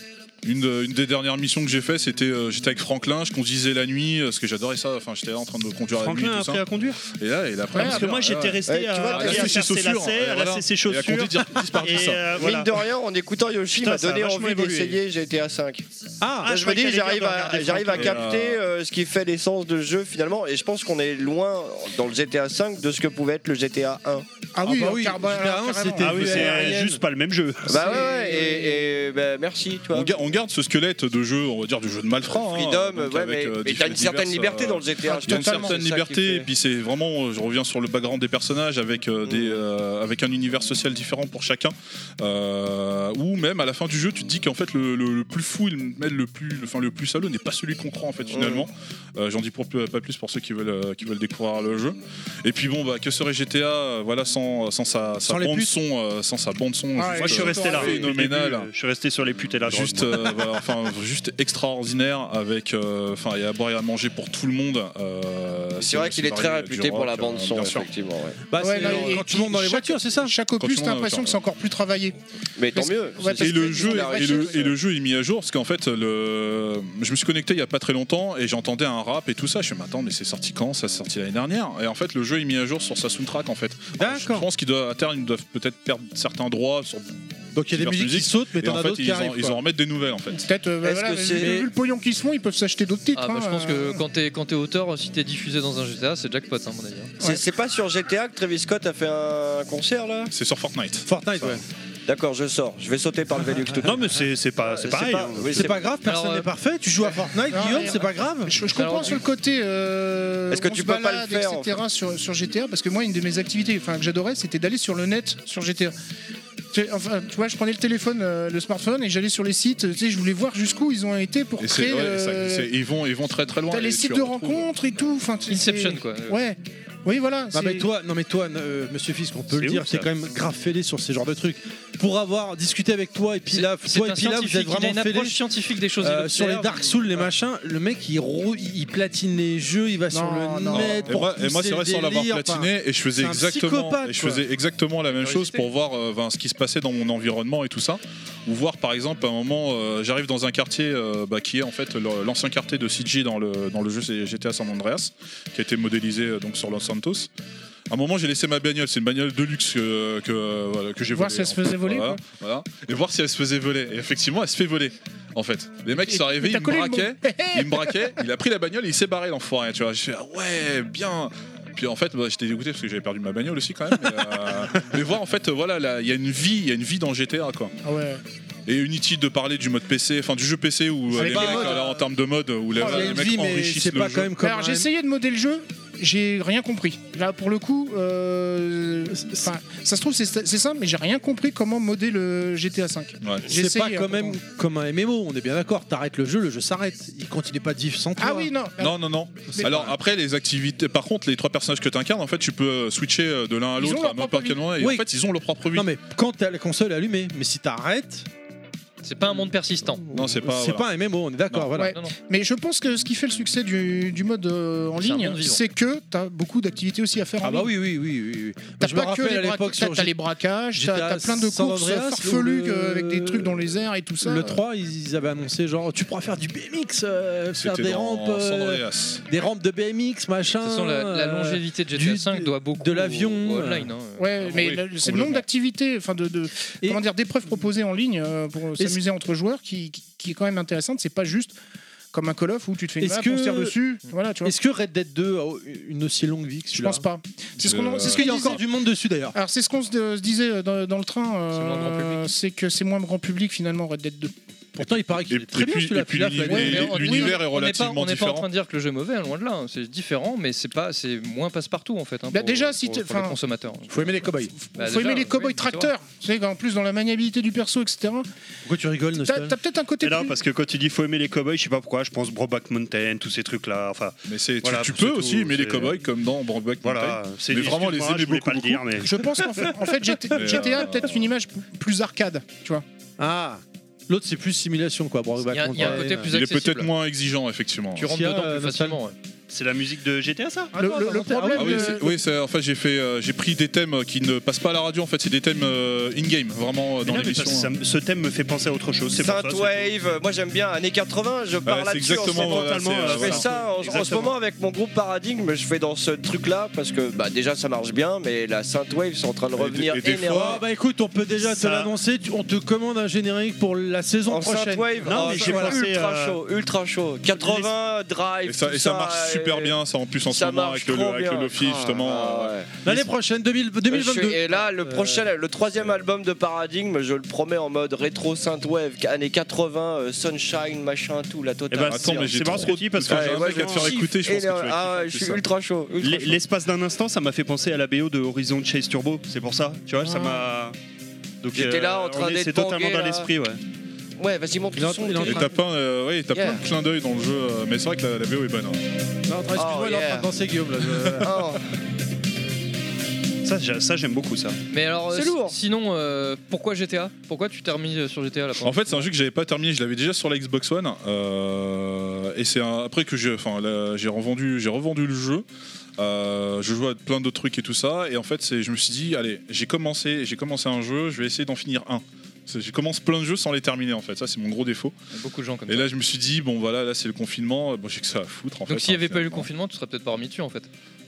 Speaker 5: Une, de- une des dernières missions que j'ai fait, c'était euh, j'étais avec Franklin, je conduisais la nuit, euh, parce que j'adorais ça. Enfin, j'étais là en train de conduire
Speaker 6: Franklin
Speaker 5: la
Speaker 6: a
Speaker 5: nuit. tout ça.
Speaker 6: appris à conduire
Speaker 5: Et là, il a appris
Speaker 6: Ah Ouais,
Speaker 5: à
Speaker 6: Eh, parce que
Speaker 5: conduire,
Speaker 6: moi j'étais
Speaker 5: ouais.
Speaker 6: resté euh,
Speaker 5: Ouais, tu vois,
Speaker 6: à,
Speaker 5: t'as
Speaker 6: à
Speaker 5: laissé
Speaker 6: faire
Speaker 5: ses
Speaker 6: ses
Speaker 5: chaussures,
Speaker 6: lacets,
Speaker 5: et
Speaker 6: à
Speaker 5: voilà.
Speaker 6: lasser ses
Speaker 5: Et à
Speaker 6: chaussures.
Speaker 5: conduire dire- disparaître
Speaker 6: Et,
Speaker 5: ça.
Speaker 6: euh,
Speaker 5: Mine
Speaker 6: voilà.
Speaker 7: Mine de rien, en écoutant Yoshi, il
Speaker 6: Putain,
Speaker 7: m'a
Speaker 6: ça a
Speaker 7: donné
Speaker 6: vachement
Speaker 7: envie
Speaker 6: évolué.
Speaker 7: d'essayer j'étais à 5.
Speaker 1: Ah,
Speaker 7: Là, je me dis,
Speaker 6: croyais
Speaker 7: j'arrive
Speaker 6: bien de regarder
Speaker 7: à, j'arrive à
Speaker 6: Franklin.
Speaker 7: capter euh, ce qui fait l'essence de ce jeu finalement, et je pense qu'on est loin dans le GTA 5 de ce que pouvait être le GTA 1.
Speaker 3: Ah oui,
Speaker 1: bah oui,
Speaker 3: car- bah,
Speaker 1: GTA,
Speaker 3: carrément.
Speaker 1: c'était-
Speaker 6: Ah oui, c'est
Speaker 1: Alien.
Speaker 6: juste pas le même jeu.
Speaker 7: Bah ouais, ouais, et, et, bah, merci, tu vois.
Speaker 5: On, ga- on garde ce squelette de jeu, on va dire du jeu de malfrat. hein,
Speaker 7: Freedom,
Speaker 5: donc
Speaker 7: ouais,
Speaker 5: avec,
Speaker 7: mais
Speaker 5: euh,
Speaker 7: mais
Speaker 5: diff-
Speaker 7: t'as une certaine
Speaker 5: diverses,
Speaker 7: liberté
Speaker 5: euh,
Speaker 7: dans le GTA. je
Speaker 5: Il y a une
Speaker 7: pense.
Speaker 5: certaine
Speaker 7: C'est ça qui
Speaker 5: liberté, et
Speaker 7: fait-
Speaker 5: puis c'est vraiment, euh, je reviens sur le background des personnages avec, euh,
Speaker 7: Mm.
Speaker 5: des, euh, avec un univers social différent pour chacun. euh, Ou même à la fin du jeu, tu te dis qu'en fait le, le- le plus fou, il mêle le plus, le, enfin, le plus salaud n'est pas celui qu'on croit en fait finalement.
Speaker 7: Mm.
Speaker 5: Euh, J'en dis pour, pas plus pour ceux qui veulent, euh, qui veulent découvrir le jeu. Et puis bon, bah, que serait GTA euh, voilà, sans, sans sa, sa
Speaker 1: Sans les
Speaker 5: bande
Speaker 1: putes.
Speaker 5: son, euh, sans sa bande son.
Speaker 3: Ah,
Speaker 5: juste,
Speaker 6: Moi je suis
Speaker 5: euh,
Speaker 6: resté là.
Speaker 5: Phénoménal.
Speaker 6: Au début, Je suis resté sur les putes et la drogue,
Speaker 5: Juste,
Speaker 6: moi.
Speaker 5: euh, voilà, enfin, juste extraordinaire avec, euh, enfin, il y a à boire et à manger pour tout le monde. euh,
Speaker 7: C'est vrai
Speaker 5: le
Speaker 7: qu'il est très
Speaker 5: scénario du
Speaker 7: réputé pour
Speaker 5: rock,
Speaker 7: la bande
Speaker 5: euh,
Speaker 7: son,
Speaker 5: bien sûr.
Speaker 7: effectivement. ouais.
Speaker 1: Bah,
Speaker 3: Ouais,
Speaker 1: c'est
Speaker 3: là,
Speaker 1: euh,
Speaker 3: et-
Speaker 1: quand tu montes dans les
Speaker 3: chaque-
Speaker 1: voitures, c'est ça
Speaker 3: Chaque
Speaker 5: Ah, Quand tu
Speaker 3: opus, t'as
Speaker 5: montes,
Speaker 3: l'impression
Speaker 5: attends.
Speaker 3: que c'est encore plus travaillé.
Speaker 7: Mais tant
Speaker 3: Parce-
Speaker 7: mieux.
Speaker 3: ouais,
Speaker 5: Et
Speaker 3: parce
Speaker 5: le,
Speaker 3: que-
Speaker 5: jeu,
Speaker 3: la
Speaker 5: et,
Speaker 3: vraie chose,
Speaker 5: le, et
Speaker 3: euh,
Speaker 5: le jeu est mis à jour parce qu'en fait, le, je me suis connecté il y a pas très longtemps et j'entendais un rap et tout ça. Je me suis dit, mais attends, mais c'est sorti quand Ça c'est sorti l'année dernière. Et en fait, le jeu est mis à jour sur sa soundtrack en fait. Alors, Je
Speaker 1: D'accord.
Speaker 5: pense qu'ils doivent, à terme, ils doivent peut-être perdre certains droits sur
Speaker 1: Donc il y a des
Speaker 5: diverses
Speaker 1: musiques qui sautent, mais
Speaker 5: Et
Speaker 1: t'en
Speaker 5: en
Speaker 1: as
Speaker 5: fait,
Speaker 1: d'autres
Speaker 5: ils
Speaker 1: qui
Speaker 5: en-
Speaker 1: arrivent.
Speaker 5: ils en
Speaker 1: quoi.
Speaker 5: remettent des nouvelles en fait.
Speaker 3: Peut-être, euh,
Speaker 7: Est-ce
Speaker 3: voilà,
Speaker 7: que
Speaker 3: vu-
Speaker 7: c'est-
Speaker 3: vu le pognon qu'ils se font, ils peuvent s'acheter d'autres titres.
Speaker 4: Ah, bah,
Speaker 3: hein,
Speaker 4: je pense
Speaker 3: euh,
Speaker 4: que quand t'es quand t'es auteur, si t'es diffusé dans un GTA, c'est jackpot, hein, à mon avis. hein.
Speaker 7: C'est- C'est pas sur GTA que Travis Scott a fait un concert là
Speaker 5: C'est sur Fortnite.
Speaker 1: Fortnite, ouais.
Speaker 7: D'accord, je sors. Je vais sauter par le Velux tout de
Speaker 6: Non mais c'est c'est pas c'est pareil. hein.
Speaker 7: oui,
Speaker 1: C'est pas grave, personne
Speaker 4: Alors,
Speaker 1: n'est
Speaker 4: euh,
Speaker 1: parfait. Tu joues à Fortnite,
Speaker 3: non,
Speaker 1: Guillaume,
Speaker 3: mais-
Speaker 1: c'est pas grave.
Speaker 3: Je, je comprends
Speaker 4: Alors,
Speaker 3: sur le côté. euh,
Speaker 7: Est-ce que
Speaker 3: on
Speaker 7: tu
Speaker 3: se
Speaker 7: peux pas le
Speaker 3: balade,
Speaker 7: faire, en
Speaker 3: etc. Sur, sur GTA Parce que moi, une de mes activités enfin, que j'adorais, c'était d'aller sur le net sur GTA. Tu- Enfin, tu vois, je prenais le téléphone, euh, le smartphone, et j'allais sur les sites. Tu sais, je voulais voir jusqu'où ils ont été pour
Speaker 5: Et c'est-
Speaker 3: créer.
Speaker 5: ouais,
Speaker 3: euh,
Speaker 5: ça- c'est- ils vont, ils vont très très loin.
Speaker 3: T'as les
Speaker 5: et
Speaker 3: sites
Speaker 5: tu
Speaker 3: de
Speaker 5: retrouves-
Speaker 3: rencontres et tout. Enfin, tu-
Speaker 4: Inception,
Speaker 3: c'est-
Speaker 4: quoi. Euh,
Speaker 3: Ouais. Oui, voilà.
Speaker 1: Non
Speaker 3: c'est-
Speaker 1: Ah, mais toi, non mais toi, euh, Monsieur Fisk, on peut
Speaker 6: C'est
Speaker 1: le dire,
Speaker 6: ouf,
Speaker 1: t'es
Speaker 6: ça.
Speaker 1: quand même grave fêlé sur ces genres de trucs. Pour avoir discuté avec toi et puis
Speaker 4: C'est-
Speaker 1: là,
Speaker 4: c'est
Speaker 1: toi et
Speaker 4: un
Speaker 1: puis là, vous êtes
Speaker 4: scientifique, il a
Speaker 1: vraiment
Speaker 4: une
Speaker 1: fêlé.
Speaker 4: approche scientifique des choses. il
Speaker 1: Euh, sur les
Speaker 4: observe.
Speaker 1: Dark Souls, les machins, le mec il, rou- il platine les jeux, il va sur
Speaker 3: Non,
Speaker 1: le
Speaker 3: non.
Speaker 1: net.
Speaker 5: Et
Speaker 1: Pour
Speaker 5: moi, et moi,
Speaker 1: pousser
Speaker 5: c'est vrai,
Speaker 1: le
Speaker 5: sans l'avoir
Speaker 1: délire,
Speaker 5: platiné, et je faisais
Speaker 1: c'est un
Speaker 5: exactement,
Speaker 1: psychopathe,
Speaker 5: et je
Speaker 1: quoi.
Speaker 5: faisais exactement la même chose pour voir euh, ben, ce qui se passait dans mon environnement et tout ça. Ou voir, par exemple, à un moment, euh, j'arrive dans un quartier euh, bah, qui est en fait le- l'ancien quartier de CG dans le, dans le jeu c'est GTA San Andreas, qui a été modélisé euh, donc sur Los Santos. À un moment, j'ai laissé ma bagnole, c'est une bagnole de luxe que, que, euh, voilà, que j'ai volée.
Speaker 3: Voir si elle se faisait voler,
Speaker 5: Voilà,
Speaker 3: quoi.
Speaker 5: voilà. Et voir si elle se faisait voler. Et effectivement, elle se fait voler, en fait. Les mecs, ils
Speaker 3: Et-
Speaker 5: sont arrivés,
Speaker 3: et t'as
Speaker 5: ils me
Speaker 3: collé le mot. <laughs>
Speaker 5: braquaient, il me braquait, il a pris la bagnole et il s'est barré l'enfoiré, tu vois. Je fais ah ouais, bien. Puis en fait, bah, j'étais dégoûté parce que j'avais perdu ma bagnole aussi quand même. Mais, euh, <laughs> mais voir en fait, euh, voilà, là, il y a une vie, il y a une vie dans GTA quoi.
Speaker 3: Ah ouais.
Speaker 5: Et inutile de parler du mode PC, enfin du jeu PC où euh,
Speaker 3: Avec
Speaker 5: les
Speaker 3: les
Speaker 5: mecs,
Speaker 3: modes, Oh,
Speaker 5: euh, en termes de mode où les,
Speaker 1: Enfin, il y a
Speaker 5: les
Speaker 1: une
Speaker 5: mecs
Speaker 1: vie, mais
Speaker 5: enrichissent
Speaker 1: c'est
Speaker 5: le
Speaker 1: pas
Speaker 5: jeu.
Speaker 1: quand même comme.
Speaker 3: Alors
Speaker 1: un-
Speaker 3: j'ai essayé de modder le jeu, j'ai rien compris. Là pour le coup, euh, enfin, ça se trouve c'est c'est simple, mais j'ai rien compris comment modder le GTA V.
Speaker 5: Ouais.
Speaker 3: j'ai
Speaker 1: C'est pas
Speaker 3: essayé,
Speaker 1: quand
Speaker 3: hein,
Speaker 1: même comme un MMO, on est bien d'accord. T'arrêtes le jeu, le jeu s'arrête. Il continue pas de vivre sans toi.
Speaker 3: Ah oui non.
Speaker 5: Non, non, non.
Speaker 3: Mais-
Speaker 5: Alors après, les activités, par contre, les trois personnages que tu incarnes, en fait, tu peux euh, switcher euh, de l'un à
Speaker 3: Ils ont
Speaker 5: l'autre
Speaker 3: leur
Speaker 5: à n'importe
Speaker 3: propre
Speaker 5: quel
Speaker 3: vie.
Speaker 5: moment. Et
Speaker 1: Oui.
Speaker 5: en fait, ils ont leur propre vie.
Speaker 1: Non mais quand t'as la console est allumée, mais si t'arrêtes,
Speaker 4: C'est pas un monde persistant.
Speaker 5: Non, c'est pas.
Speaker 1: C'est pas un MMO, on est d'accord. Voilà.
Speaker 3: Ouais. Mais je pense que ce qui fait le succès du, du mode euh, en
Speaker 1: C'est un
Speaker 3: ligne,
Speaker 1: monde vivant.
Speaker 3: c'est que t'as beaucoup d'activités aussi à faire en
Speaker 1: Ah bah oui,
Speaker 3: ligne.
Speaker 1: oui, oui. oui, oui.
Speaker 3: T'as
Speaker 1: Je me
Speaker 3: pas que
Speaker 1: rappelle à
Speaker 3: les, bra-
Speaker 1: l'époque
Speaker 3: t'as-
Speaker 1: sur
Speaker 3: t'as
Speaker 1: G-
Speaker 3: les braquages, t'as
Speaker 1: GTA
Speaker 3: t'as plein de
Speaker 1: San
Speaker 3: courses
Speaker 1: Andreas,
Speaker 3: farfelues
Speaker 1: où le-
Speaker 3: euh, avec des trucs dans les airs et tout ça.
Speaker 1: Le 3, ils ils avaient annoncé genre tu pourras faire du BMX, euh, faire
Speaker 5: C'était
Speaker 1: des
Speaker 5: dans
Speaker 1: rampes, euh,
Speaker 5: San Andreas.
Speaker 1: des rampes de BMX, machin.
Speaker 4: De toute façon, la, la
Speaker 1: euh,
Speaker 4: longévité de
Speaker 1: du-
Speaker 4: GTA V doit beaucoup
Speaker 1: de l'avion, euh,
Speaker 4: au- au online. hein.
Speaker 1: Ah bah
Speaker 3: Ouais, mais
Speaker 4: oui,
Speaker 3: le- c'est le
Speaker 4: complètement.
Speaker 3: nombre d'activités, enfin de, de- comment dire, d'épreuves proposées en ligne euh, pour
Speaker 1: Est-ce-
Speaker 3: s'amuser entre joueurs, qui, qui, qui est quand même intéressante. C'est pas juste comme un Call of où tu te fais une
Speaker 1: Est-ce
Speaker 3: map,
Speaker 1: que-
Speaker 3: on se tire dessus. Voilà, tu vois.
Speaker 1: Est-ce que Red Dead 2 a une aussi longue vie que celui-là
Speaker 3: pense pas. C'est ce qu'on-
Speaker 1: Euh,
Speaker 3: c'est ce
Speaker 1: qu'il y a
Speaker 3: qu'il disait.
Speaker 1: encore du monde dessus d'ailleurs.
Speaker 3: Alors c'est ce qu'on se, se disait dans, dans le train, euh, c'est que c'est moins grand public finalement Red Dead 2.
Speaker 1: Pourtant, il paraît qu'il est très bien celui-là. puis là, fallait-
Speaker 4: Mais on-
Speaker 5: l'univers est
Speaker 4: on n'est pas-
Speaker 5: relativement
Speaker 4: On n'est pas en
Speaker 5: différent.
Speaker 4: train de dire que le jeu est mauvais, hein, loin de là. hein. C'est différent, mais c'est pas, c'est moins passe-partout en fait. hein,
Speaker 3: Bah,
Speaker 4: pour-
Speaker 3: déjà, si
Speaker 4: pour-
Speaker 3: t'es-
Speaker 4: pour les
Speaker 3: enfin,
Speaker 4: consommateurs.
Speaker 1: Faut aimer les cowboys.
Speaker 4: Bah,
Speaker 3: Faut
Speaker 4: déjà,
Speaker 3: aimer les
Speaker 4: oui,
Speaker 3: cowboys
Speaker 4: c'est vrai.
Speaker 3: tracteurs, tu sais, en plus dans la maniabilité du perso, etc.
Speaker 1: Pourquoi tu rigoles,
Speaker 3: T'as
Speaker 6: Nostal
Speaker 3: t'as peut-être un côté.
Speaker 6: Et là,
Speaker 3: plus-
Speaker 6: parce que quand tu dis faut aimer les cowboys, je sais pas pourquoi, je pense Broback Mountain, tous ces trucs-là. Enfin,
Speaker 5: mais c'est tu-
Speaker 6: voilà,
Speaker 5: tu
Speaker 6: c'est
Speaker 5: peux
Speaker 6: tout,
Speaker 5: aussi aimer les
Speaker 6: c'est-
Speaker 5: cowboys comme dans Brokeback
Speaker 6: Voilà,
Speaker 5: Mountain.
Speaker 6: c'est-
Speaker 5: mais vraiment les
Speaker 6: excuse-moi,
Speaker 5: aimer
Speaker 6: je voulais
Speaker 5: beaucoup.
Speaker 6: pas le dire, mais-
Speaker 3: Je pense qu'en fait, en fait, GTA,
Speaker 5: <laughs> Mais,
Speaker 3: GTA a
Speaker 5: euh,
Speaker 3: peut-être une image p- plus arcade, tu vois.
Speaker 1: Ah L'autre, c'est plus simulation quoi. Brokeback Mountain.
Speaker 5: Il est peut-être moins exigeant, effectivement.
Speaker 1: Tu rentres S'il y a, dedans plus euh, facilement,
Speaker 6: C'est la musique de GTA, ça
Speaker 3: Le- le- le problème
Speaker 5: Ah oui,
Speaker 3: de-
Speaker 1: euh,
Speaker 5: c'est- oui, c'est- en fait j'ai fait, euh, j'ai pris des thèmes qui ne passent pas à la radio. En fait, c'est des thèmes euh, in-game, vraiment euh,
Speaker 6: Mais
Speaker 5: dans
Speaker 6: non, mais
Speaker 5: l'émission.
Speaker 6: parce que ça me- ce thème me fait penser à autre chose. C'est pour ça, c'est-
Speaker 7: Synthwave, euh, moi j'aime bien, années 80, je
Speaker 5: Ouais,
Speaker 7: parle
Speaker 5: c'est
Speaker 7: là-dessus. en ce
Speaker 5: exactement,
Speaker 7: moment.
Speaker 5: voilà, c'est, euh,
Speaker 7: je fais
Speaker 5: voilà.
Speaker 7: ça en- en, ce
Speaker 6: Exactement.
Speaker 7: moment avec mon groupe Paradigme, je fais dans ce truc-là parce que bah, déjà ça marche bien, mais la Synthwave c'est en train de revenir
Speaker 5: et des
Speaker 7: énervant.
Speaker 1: Ah bah écoute, on peut déjà te
Speaker 7: Ça-
Speaker 1: l'annoncer. tu- On te commande un générique pour la saison
Speaker 7: en
Speaker 1: prochaine.
Speaker 7: Synthwave,
Speaker 1: Non,
Speaker 7: ah,
Speaker 1: mais
Speaker 7: ça,
Speaker 1: j'ai
Speaker 7: voilà.
Speaker 1: pensé,
Speaker 7: ultra
Speaker 1: euh,
Speaker 7: chaud, ultra chaud. 80, Drive.
Speaker 5: Et ça,
Speaker 7: tout
Speaker 5: et ça marche
Speaker 7: et-
Speaker 5: super bien, ça en plus en ce
Speaker 7: ça
Speaker 5: moment
Speaker 7: marche
Speaker 5: avec le,
Speaker 7: trop
Speaker 5: avec le
Speaker 7: bien.
Speaker 5: Lofi
Speaker 7: Ah,
Speaker 5: justement.
Speaker 7: ah
Speaker 5: euh,
Speaker 7: ouais.
Speaker 1: L'année prochaine, 2000
Speaker 7: Je
Speaker 1: 2022.
Speaker 7: suis- et là, le
Speaker 1: Euh,
Speaker 7: prochain, le troisième album de Paradigme, je le promets en mode rétro synthwave, années 80, euh, Sunshine, machin, tout, la totale.
Speaker 6: Eh ben, attends, mais j'ai C'est marrant trop- ce que tu dis, parce que j'ai un hein.
Speaker 7: moi,
Speaker 6: mec à te
Speaker 7: je
Speaker 6: faire écouter, je
Speaker 7: kiffe
Speaker 6: pense que tu vas
Speaker 7: énorme. Ah,
Speaker 6: kiffer
Speaker 7: je
Speaker 6: tout
Speaker 7: suis
Speaker 6: ça.
Speaker 7: ultra chaud. ultra
Speaker 6: L'e-
Speaker 7: chaud.
Speaker 6: L'espace d'un instant, ça m'a fait penser à la BO de Horizon Chase Turbo. C'est pour ça, tu vois, ça m'a. Donc, euh,
Speaker 7: J'étais là en
Speaker 6: on
Speaker 7: train
Speaker 6: est-
Speaker 7: d'être
Speaker 6: C'est totalement
Speaker 7: tangué,
Speaker 6: dans
Speaker 7: là.
Speaker 6: l'esprit, ouais.
Speaker 7: Ouais, vas-y, monte le son.
Speaker 5: Et t'as plein, euh, ouais, t'as
Speaker 7: Yeah.
Speaker 5: plein de clins d'œil dans le jeu, euh, mais c'est vrai que la, la BO est bonne. hein.
Speaker 1: Non, attends, excuse-moi,
Speaker 7: Oh,
Speaker 1: il est en train
Speaker 7: yeah.
Speaker 1: de danser Guillaume là. je-
Speaker 6: Ça, j'a- ça, j'aime beaucoup ça.
Speaker 4: Mais alors, euh,
Speaker 7: C'est
Speaker 4: si-
Speaker 7: lourd.
Speaker 4: Sinon, euh, pourquoi GTA Pourquoi tu t'es remis euh, sur GTA là
Speaker 5: En fait, c'est un jeu que j'avais pas terminé, je l'avais déjà sur la Xbox One. euh, et c'est un- après que j'ai, enfin, là, j'ai revendu, j'ai revendu le jeu. euh, je jouais à plein d'autres trucs et tout ça. Et en fait, c'est, je me suis dit, allez, j'ai commencé, j'ai commencé un jeu, je vais essayer d'en finir un. C'est- Je commence plein de jeux sans les terminer en fait, ça c'est mon gros défaut.
Speaker 4: beaucoup de gens comme
Speaker 5: Oh. Et
Speaker 4: ça.
Speaker 5: là je me suis dit, bon voilà, là c'est le confinement, euh, bon, j'ai que ça à foutre en fait.
Speaker 4: Donc s'il n'y
Speaker 5: hein,
Speaker 4: avait pas eu le
Speaker 5: finalement.
Speaker 4: confinement, tu serais peut-être pas remis dessus en fait.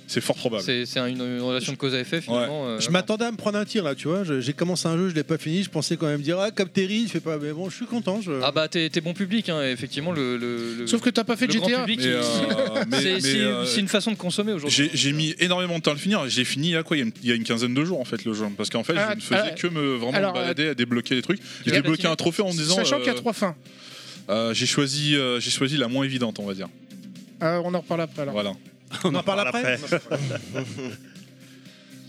Speaker 5: C'est fort probable.
Speaker 4: C'est c'est une, une relation de cause à effet finalement. euh,
Speaker 1: Je m'attendais à me prendre un tir là, tu vois. je- J'ai commencé un jeu, je l'ai pas fini. Je pensais quand même dire ah Cap Terry, je fais pas. Mais bon, je suis content. Je...
Speaker 4: Ah bah t'es t'es bon public, hein, effectivement le, le- le-
Speaker 3: Sauf que t'as pas fait
Speaker 4: le
Speaker 3: GTA.
Speaker 4: grand public,
Speaker 5: Mais, euh,
Speaker 4: <laughs> il-
Speaker 5: mais- mais,
Speaker 4: c'est- c'est
Speaker 5: euh,
Speaker 4: c'est une façon de consommer aujourd'hui.
Speaker 5: J'ai j'ai mis énormément de temps à le finir. J'ai fini à quoi il y a une- Il y a une quinzaine de jours en fait le jeu, parce qu'en fait
Speaker 3: Ah,
Speaker 5: je ne faisais
Speaker 3: ah,
Speaker 5: que me vraiment me
Speaker 3: alors,
Speaker 5: balader à débloquer les trucs.
Speaker 4: y
Speaker 5: J'ai
Speaker 4: a la
Speaker 5: débloqué
Speaker 4: finale.
Speaker 5: un trophée en me disant.
Speaker 3: Sachant
Speaker 5: euh,
Speaker 3: qu'il y a trois fins.
Speaker 5: euh, j'ai choisi, euh, j'ai choisi la moins évidente, on va dire.
Speaker 3: Euh, on en reparle après alors.
Speaker 5: Voilà.
Speaker 1: on, en parle après.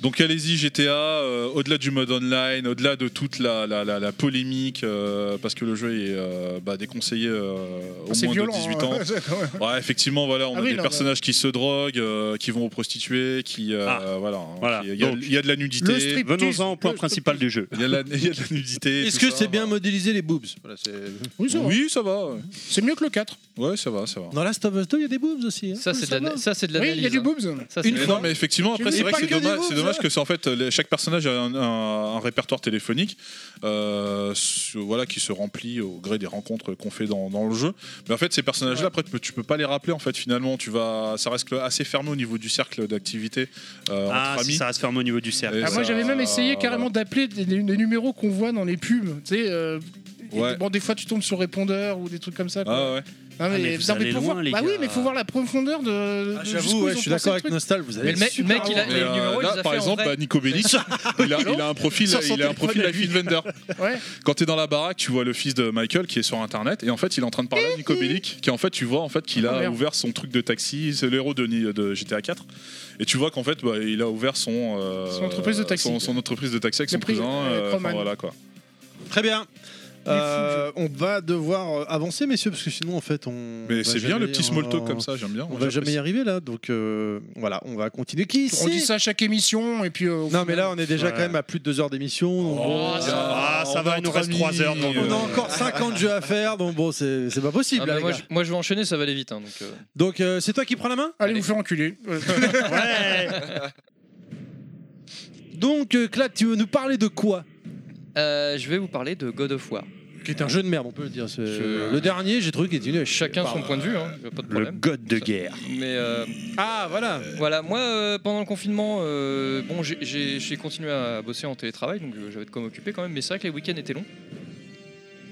Speaker 5: Donc allez-y GTA, euh, au-delà du mode online, au-delà de toute la, la, la- la polémique, euh, parce que le jeu est euh, bah, déconseillé euh, au
Speaker 3: C'est
Speaker 5: moins
Speaker 3: violent.
Speaker 5: de 18
Speaker 3: hein. <laughs>
Speaker 5: ans. Ouais, effectivement, voilà, on
Speaker 3: Ah
Speaker 5: a
Speaker 3: oui,
Speaker 5: des
Speaker 3: non,
Speaker 5: personnages qui se droguent, euh, qui vont aux prostituées, qui euh,
Speaker 6: Ah.
Speaker 5: voilà, hein,
Speaker 6: Voilà.
Speaker 5: qui- il y a-
Speaker 6: Donc,
Speaker 5: il y, a de la nudité.
Speaker 3: le strip-
Speaker 6: Venons-en au point principal du jeu.
Speaker 5: Il y, a de la- il y a de la nudité.
Speaker 1: Est-ce
Speaker 5: tout
Speaker 1: que
Speaker 5: ça,
Speaker 1: c'est bien
Speaker 5: voilà.
Speaker 1: modélisé les boobs Voilà, c'est-
Speaker 3: Oui, c'est vrai.
Speaker 5: Oui, ça va. ouais.
Speaker 3: C'est mieux que le 4.
Speaker 5: Ouais, ça va, ça va.
Speaker 1: Dans Last of Us 2, il y a des boobs aussi. hein.
Speaker 4: Ça c'est de
Speaker 1: va.
Speaker 4: la- ça, c'est de
Speaker 3: Oui, il y
Speaker 4: l'analyse.
Speaker 3: a du
Speaker 4: hein.
Speaker 3: boobs.
Speaker 4: Ça, c'est
Speaker 5: Mais non, mais effectivement, après,
Speaker 3: J'ai
Speaker 5: c'est
Speaker 3: vu
Speaker 5: vrai que
Speaker 3: pas
Speaker 5: c'est
Speaker 3: que des
Speaker 5: dommage,
Speaker 3: boobs,
Speaker 5: c'est dommage
Speaker 3: hein.
Speaker 5: que c'est en fait les- chaque personnage a un, un- un répertoire téléphonique, euh, ce- voilà, qui se remplit au gré des rencontres qu'on fait dans, dans le jeu. Mais en fait, ces personnages-là, après, tu peux, tu peux pas les rappeler. En fait, finalement, tu vas, ça reste assez fermé au niveau du cercle d'activité euh,
Speaker 6: Ah,
Speaker 5: entre
Speaker 6: si
Speaker 5: amis.
Speaker 6: ça va se faire au niveau du cercle.
Speaker 5: Et
Speaker 3: Ah, moi
Speaker 5: ça-
Speaker 3: j'avais même essayé carrément d'appeler des, des- des numéros qu'on voit dans les pubs. Tu sais, euh, et
Speaker 5: Ouais.
Speaker 3: bon, des fois tu tombes sur répondeur ou des trucs comme ça. quoi.
Speaker 5: Ah ouais.
Speaker 3: Non,
Speaker 6: mais vous
Speaker 3: non,
Speaker 6: allez
Speaker 3: pour
Speaker 6: loin,
Speaker 3: voir-
Speaker 6: les
Speaker 3: bah
Speaker 6: gars.
Speaker 3: oui, mais faut voir la profondeur de.
Speaker 1: Ah,
Speaker 3: de
Speaker 1: J'avoue, ouais,
Speaker 3: jusqu'où ils
Speaker 1: je
Speaker 3: ont
Speaker 1: suis
Speaker 3: poussé
Speaker 1: d'accord
Speaker 3: le
Speaker 1: avec
Speaker 3: truc.
Speaker 1: Nostal. Vous
Speaker 4: Mais
Speaker 1: avez
Speaker 4: le, mec-
Speaker 3: super
Speaker 4: mec, il a,
Speaker 5: Mais,
Speaker 4: les
Speaker 5: euh,
Speaker 4: numéros, il
Speaker 5: là,
Speaker 4: les a
Speaker 5: par
Speaker 4: fait en
Speaker 5: exemple,
Speaker 4: vrai. Ah,
Speaker 5: bah,
Speaker 4: <laughs>
Speaker 5: Nico Bellic, il a, il a un profil,
Speaker 6: Ça
Speaker 5: il a un
Speaker 6: sentait
Speaker 5: profil
Speaker 6: la
Speaker 5: Life Invander.
Speaker 3: Ouais.
Speaker 5: Quand t'es dans la baraque, tu vois le fils de Michael qui est sur internet et en fait il est en train de parler à Nico Bellic qui en fait tu vois en fait qu'il
Speaker 3: Ah,
Speaker 5: a
Speaker 3: merde.
Speaker 5: ouvert son truc de taxi, c'est l'héros de, Ni- de GTA 4 et tu vois qu'en fait bah, il a ouvert son euh,
Speaker 3: Son entreprise de taxi.
Speaker 5: son, son entreprise de taxi avec
Speaker 3: Le
Speaker 5: son
Speaker 3: prix-
Speaker 5: cousin,
Speaker 3: euh,
Speaker 5: euh,
Speaker 3: Proman.
Speaker 5: enfin, voilà quoi.
Speaker 1: Très bien. Euh, on va devoir euh, avancer, messieurs, parce que sinon, en fait, on.
Speaker 5: Mais
Speaker 1: va
Speaker 5: c'est bien
Speaker 1: jamais-
Speaker 5: le petit small talk
Speaker 1: on-
Speaker 5: comme ça, j'aime bien.
Speaker 1: On
Speaker 5: moi,
Speaker 1: va jamais
Speaker 5: j'apprécie.
Speaker 1: y arriver là, donc euh, voilà, on va continuer. Qui
Speaker 3: On dit
Speaker 1: sait
Speaker 3: ça à chaque émission et puis. euh, au
Speaker 1: Non,
Speaker 3: final-
Speaker 1: mais là, on est déjà
Speaker 6: Ouais.
Speaker 1: quand même à plus de deux heures d'émission. donc
Speaker 5: Oh,
Speaker 1: bon,
Speaker 5: ça
Speaker 1: euh,
Speaker 5: va,
Speaker 6: Ah, ça va, il nous reste 3 heures. donc,
Speaker 1: On
Speaker 6: euh,
Speaker 1: a encore 50 jeux à faire, donc bon, c'est c'est pas possible.
Speaker 4: Ah, mais
Speaker 1: là, les
Speaker 4: moi,
Speaker 1: gars.
Speaker 4: je, moi, je vais enchaîner, ça va aller vite. hein, donc, euh.
Speaker 1: Donc, euh, c'est toi qui prends la main
Speaker 3: Allez vous faire <laughs> enculer.
Speaker 1: Donc, euh, Clad, tu veux nous parler de quoi
Speaker 4: Euh, je vais vous parler de God of War.
Speaker 1: Qui est un jeu de merde, on peut le dire. c'est-
Speaker 4: Je-
Speaker 1: Le dernier, j'ai trouvé qu'il était nul. à chier.
Speaker 4: Chacun son
Speaker 1: Pardon.
Speaker 4: point de vue, hein, pas de
Speaker 6: Le
Speaker 4: problème.
Speaker 6: god de guerre.
Speaker 4: Mais euh,
Speaker 1: Ah, voilà
Speaker 4: voilà, moi euh, pendant le confinement, euh, bon, j'ai- j'ai j'ai continué à bosser en télétravail, donc euh, j'avais de quoi m'occuper quand même. Mais c'est vrai que les week-ends étaient longs.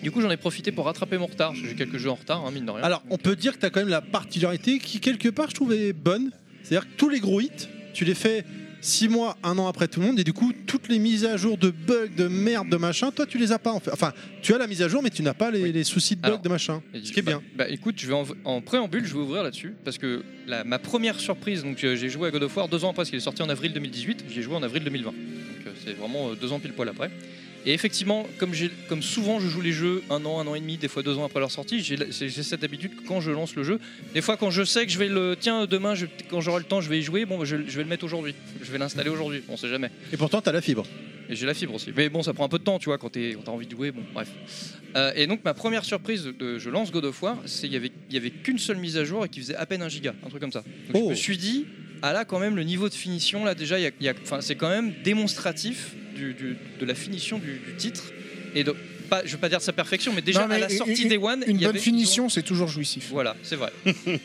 Speaker 4: Du coup, j'en ai profité pour rattraper mon retard. parce que J'ai quelques jeux en retard, hein, mine de rien.
Speaker 1: Alors, on peut dire que t'as quand même la particularité qui, quelque part, je trouve, est bonne. C'est-à-dire que tous les gros hits, tu les fais 6 mois, 1 an après tout le monde, et du coup, toutes les mises à jour de bugs, de merde, de machin, toi, tu les as pas. En fait. Enfin, tu as la mise à jour, mais tu n'as pas les, les soucis de bugs,
Speaker 4: Alors,
Speaker 1: de machin.
Speaker 4: Et
Speaker 1: Ce
Speaker 4: je-
Speaker 1: qui est
Speaker 4: bah-
Speaker 1: bien.
Speaker 4: Bah écoute, je vais en, en préambule, je vais ouvrir là-dessus parce que la- ma première surprise, donc euh, j'ai joué à God of War deux ans après parce qu'il est sorti en avril 2018, j'y ai joué en avril 2020. Donc euh, c'est vraiment euh, deux ans pile poil après. Et effectivement, comme, j'ai- comme souvent je joue les jeux un an, un an et demi, des fois deux ans après leur sortie, j'ai la- j'ai j'ai cette habitude que quand je lance le jeu, des fois quand je sais que je vais le. Tiens, demain, je- quand j'aurai le temps, je vais y jouer, bon, bah, je, je vais le mettre aujourd'hui. Je vais l'installer aujourd'hui, on sait jamais.
Speaker 1: Et pourtant, t'as la fibre.
Speaker 4: Et j'ai la fibre aussi. Mais bon, ça prend un peu de temps, tu vois, quand t'es- quand t'as envie de jouer. Bon, bref. Euh, et donc, ma première surprise, de, je lance God of War, c'est qu'il y avait, il y avait qu'une seule mise à jour et qui faisait à peine un giga, un truc comme ça. Donc,
Speaker 1: Oh.
Speaker 4: je me suis dit, ah là, quand même, le niveau de finition, là, déjà, il y a- il y a- enfin, c'est quand même démonstratif du- du- de la finition du, du titre. Et de, pas, je veux pas dire de sa perfection, mais déjà,
Speaker 3: Non, mais
Speaker 4: à la
Speaker 3: une-
Speaker 4: sortie
Speaker 3: une-
Speaker 4: des One,
Speaker 3: Une
Speaker 4: il y
Speaker 3: bonne
Speaker 4: avait-
Speaker 3: finition, c'est toujours jouissif.
Speaker 4: voilà, c'est vrai.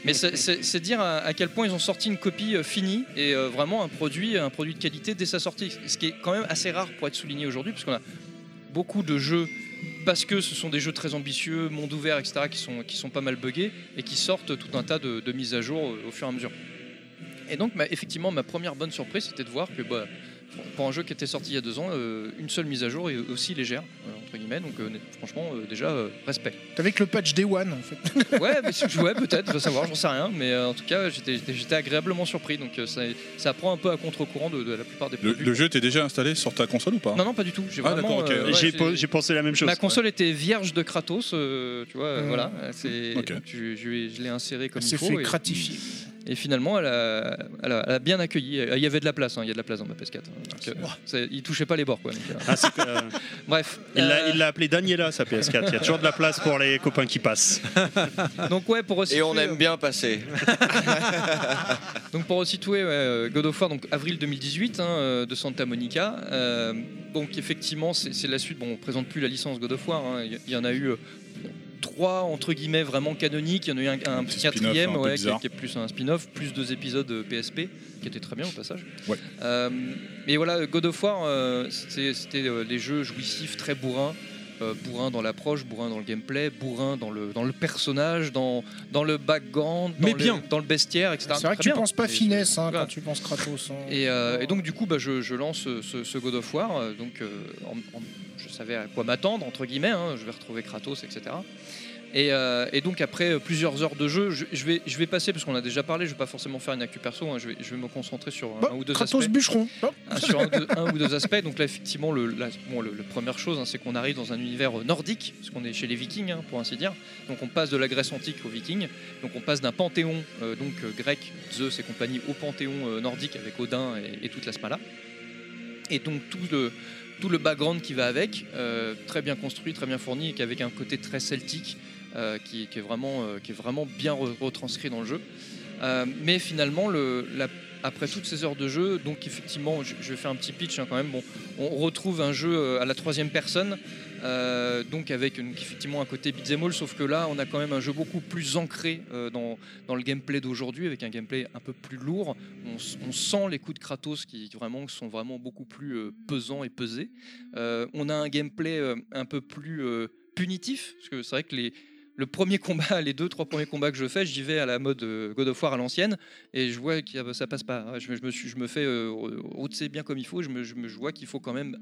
Speaker 4: Mais c'est- c'est c'est dire à, à quel point ils ont sorti une copie euh, finie et euh, vraiment un produit, un produit de qualité dès sa sortie. Ce qui est quand même assez rare pour être souligné aujourd'hui, parce qu'on a beaucoup de jeux, parce que ce sont des jeux très ambitieux, monde ouvert, etc., qui sont, qui sont pas mal buggés et qui sortent tout un tas de, de mises à jour euh, au fur et à mesure. Et donc, ma- effectivement, ma première bonne surprise, c'était de voir que bah, pour- pour un jeu qui était sorti il y a deux ans, euh, une seule mise à jour est aussi légère, euh, entre guillemets. Donc, euh, franchement, euh, déjà, euh, respect.
Speaker 3: Avec le patch Day One, en fait.
Speaker 4: Ouais, mais si- ouais, peut-être, je veux savoir, j'en sais rien. Mais euh, en tout cas, j'étais- j'étais j'étais agréablement surpris. Donc euh, ça, ça prend un peu à contre-courant de, de la plupart des
Speaker 5: Le,
Speaker 4: produits.
Speaker 5: le jeu t'es déjà installé sur ta console ou pas
Speaker 4: Non, non, pas du tout. J'ai
Speaker 5: Ah,
Speaker 4: vraiment,
Speaker 5: d'accord, ok.
Speaker 4: euh, ouais,
Speaker 6: J'ai
Speaker 4: j'ai-
Speaker 6: po- j'ai pensé la même chose.
Speaker 4: Ma console était vierge de Kratos, euh, tu vois, euh,
Speaker 3: Mm.
Speaker 4: voilà. c'est-
Speaker 5: Ok.
Speaker 4: donc, Je, je l'ai- je l'ai inséré comme
Speaker 3: Elle
Speaker 4: il
Speaker 3: s'est
Speaker 4: faut.
Speaker 3: fait
Speaker 4: et-
Speaker 3: gratifier.
Speaker 4: et finalement, elle a, elle a- elle a bien accueilli. Il y avait de la place, hein, il y a de la place dans ma PS4. hein, donc, euh, c'est- il touchait pas les bords, quoi. donc, euh,
Speaker 6: Ah, c'est, euh,
Speaker 4: bref.
Speaker 6: il l'a-
Speaker 4: Euh,
Speaker 6: il l'a appelé Daniela sa PS4. Il y a toujours de la place pour les copains qui passent.
Speaker 4: euh, donc ouais, pour aussi.
Speaker 7: Et on aime bien passer.
Speaker 4: Donc pour resituer ouais, euh, God of War, donc avril 2018 hein, euh, de Santa Monica. Euh, donc effectivement, c'est c'est la suite. Bon, on présente plus la licence God of War. hein. Il y- il y en a eu euh, trois entre guillemets vraiment canoniques. Il y en a eu un, un
Speaker 5: petit spin-off
Speaker 4: quatrième,
Speaker 5: un peu
Speaker 4: ouais, qui,
Speaker 5: bizarre.
Speaker 4: qui est plus un spin-off, plus deux épisodes euh, PSP qui étaient très bien au passage.
Speaker 5: Ouais.
Speaker 4: Euh, mais voilà, God of War, euh, c'était c'était, euh, des jeux jouissifs très bourrins. Euh, bourrin dans l'approche, bourrin dans le gameplay, bourrin dans le, dans le personnage, dans, dans le background, dans,
Speaker 1: Mais
Speaker 4: le-
Speaker 1: bien.
Speaker 4: dans le bestiaire, etc.
Speaker 3: C'est vrai que
Speaker 4: Très
Speaker 3: tu
Speaker 4: bien.
Speaker 3: penses pas
Speaker 4: Et-
Speaker 3: finesse hein,
Speaker 4: voilà.
Speaker 3: quand tu penses Kratos. hein.
Speaker 4: et, euh, et donc du coup, bah, je, je lance ce, ce God of War. euh, Donc, euh, en- en- je savais à quoi m'attendre entre guillemets. hein, je vais retrouver Kratos, etc. Et, euh, et donc après euh, plusieurs heures de jeu, je, je vais, je vais passer parce qu'on a déjà parlé. Je vais pas forcément faire une actu perso. hein, je, vais, je vais me concentrer sur un,
Speaker 3: Bah,
Speaker 4: un ou deux
Speaker 3: Kratos
Speaker 4: aspects.
Speaker 3: bûcheron. Oh, Hop.
Speaker 4: Ah, sur un, ou deux- un ou deux aspects. Donc là, effectivement, le, la, bon, le- la première chose, hein, c'est qu'on arrive dans un univers euh, nordique, parce qu'on est chez les Vikings, hein, pour ainsi dire. Donc on passe de la Grèce antique aux Vikings. Donc on passe d'un panthéon euh, donc euh, grec, Zeus et compagnie, au panthéon euh, nordique avec Odin et, et toute la Smala. Et donc tout le tout le background qui va avec, euh, très bien construit, très bien fourni, et qu'avec un côté très celtique, euh, qui, qui est vraiment, euh, qui est vraiment bien re- retranscrit dans le jeu. Euh, mais finalement, le, la après toutes ces heures de jeu, donc effectivement, je, je fais un petit pitch hein, quand même. Bon, on retrouve un jeu euh, à la troisième personne, euh, donc avec une- effectivement un côté beat'em all, sauf que là, on a quand même un jeu beaucoup plus ancré euh, dans, dans le gameplay d'aujourd'hui, avec un gameplay un peu plus lourd. On, s- on sent les coups de Kratos qui vraiment sont vraiment beaucoup plus euh, pesants et pesés. Euh, on a un gameplay euh, un peu plus euh, punitif, parce que c'est vrai que les le premier combat, <laughs> les deux, trois premiers combats que je fais, j'y vais à la mode euh, God of War à l'ancienne et je vois que ah bah, ça passe pas. Je, me- je me, suis, je me fais euh, router bien comme il faut. Je, me, je me- je vois qu'il faut quand même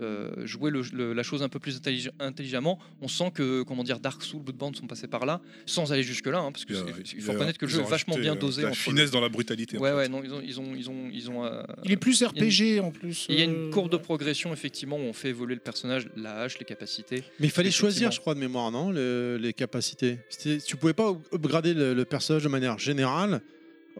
Speaker 4: euh, jouer le- le- la chose un peu plus intellige- intelligemment. On sent que comment dire, Dark Souls, Bloodborne sont passés par là, sans aller jusque là, parce que
Speaker 5: Il y a-
Speaker 4: c'est- il
Speaker 5: il y
Speaker 4: faut
Speaker 5: a-
Speaker 4: reconnaître que le
Speaker 5: ils
Speaker 4: jeu est
Speaker 5: ont
Speaker 4: vachement
Speaker 5: rajouté,
Speaker 4: bien
Speaker 5: euh,
Speaker 4: dosé.
Speaker 5: La
Speaker 4: entre le-
Speaker 5: finesse dans la brutalité. en
Speaker 4: Ouais
Speaker 5: fait.
Speaker 4: ouais non ils ont ils ont ils ont ils ont. euh,
Speaker 3: Il est plus RPG en plus.
Speaker 4: il y a une
Speaker 3: euh,
Speaker 4: courbe de progression effectivement où on fait évoluer le personnage, la hache, les capacités.
Speaker 1: Mais il fallait
Speaker 4: Effectivement.
Speaker 1: choisir, je crois, de mémoire, non le- Les capacités. C'était- Tu pouvais pas up- upgrader le, le personnage de manière générale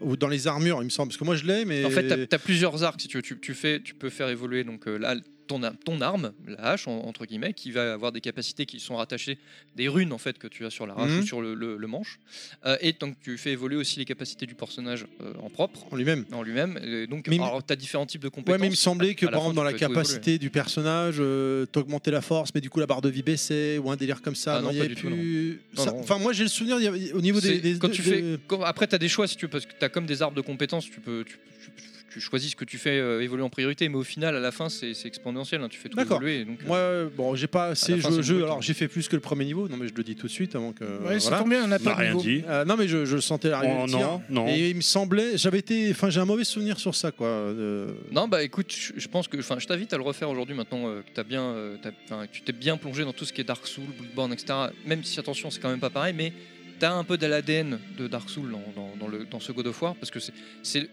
Speaker 1: ou dans les armures, il me semble. Parce que moi, je l'ai, mais.
Speaker 4: En fait, tu as, plusieurs arcs si tu veux. Tu, tu fais, tu peux faire évoluer. Donc euh, là, ton, a- ton arme, la hache en- entre guillemets, qui va avoir des capacités qui sont rattachées des runes en fait que tu as sur la hache
Speaker 1: Mhm.
Speaker 4: ou sur le, le- le manche. Euh, et donc tu fais évoluer aussi les capacités du personnage euh, en propre,
Speaker 1: en lui-même.
Speaker 4: en lui-même. Et Donc
Speaker 1: Mais il me-
Speaker 4: alors, t'as différents types de compétences.
Speaker 1: Ouais, mais il me semblait que
Speaker 4: À la
Speaker 1: par
Speaker 4: fin,
Speaker 1: exemple dans
Speaker 4: tu
Speaker 1: la
Speaker 4: peux tout évoluer.
Speaker 1: capacité du personnage, euh, t'augmentais la force, mais du coup la barre de vie baissait ou un délire comme ça.
Speaker 4: Ah non,
Speaker 1: il y
Speaker 4: pas
Speaker 1: avait
Speaker 4: du tout,
Speaker 1: plus-
Speaker 4: non.
Speaker 1: ça-
Speaker 4: Non, non.
Speaker 1: Enfin, moi j'ai le souvenir il y avait- au niveau des,
Speaker 4: C'est-
Speaker 1: des-
Speaker 4: quand tu
Speaker 1: de-
Speaker 4: fais quand- après t'as des choix si tu veux, parce que t'as comme des arbres de compétences tu peux tu, tu- tu choisis ce que tu fais euh, évoluer en priorité mais au final à la fin c'est c'est exponentiel hein, tu fais tout
Speaker 1: D'accord.
Speaker 4: évoluer et donc euh,
Speaker 1: Moi, euh, bon, j'ai pas assez
Speaker 4: la
Speaker 1: joué
Speaker 4: fin,
Speaker 1: au
Speaker 4: c'est une
Speaker 1: jeu.
Speaker 4: brute,
Speaker 1: Alors,
Speaker 4: hein.
Speaker 1: j'ai fait plus que le premier niveau. Non, mais je le dis tout de suite avant que.
Speaker 3: Ouais, c'est combien, on n'a pas On n'a de rien niveau. dit.
Speaker 1: Euh, non, mais je, je le sentais arriver.
Speaker 6: Oh,
Speaker 1: le tir.
Speaker 6: non, non.
Speaker 1: Et il me semblait, j'avais été, enfin, j'ai un mauvais souvenir sur ça, quoi. euh,
Speaker 4: non bah écoute je je pense que enfin je t'invite à le refaire aujourd'hui maintenant euh, que t'as bien euh, t'as- enfin, que tu t'es bien plongé dans tout ce qui est Dark Souls Bloodborne etc même si attention c'est quand même pas pareil mais t'as un peu de l'ADN de Dark Souls dans, dans- dans le, dans ce God of War parce que c'est- c'est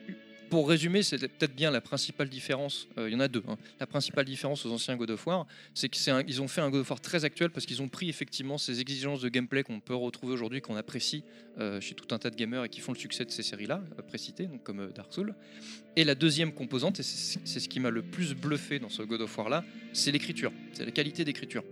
Speaker 4: pour résumer, c'est peut-être bien la principale différence. euh, Il y en a deux. hein. La principale différence aux anciens God of War, c'est qu'ils ont fait un God of War très actuel parce qu'ils ont pris effectivement ces exigences de gameplay qu'on peut retrouver aujourd'hui, qu'on apprécie euh, chez tout un tas de gamers et qui font le succès de ces séries-là, euh, précitées, donc comme euh, Dark Souls. Et la deuxième composante, et c'est c'est ce qui m'a le plus bluffé dans ce God of War-là, c'est l'écriture, c'est la qualité d'écriture.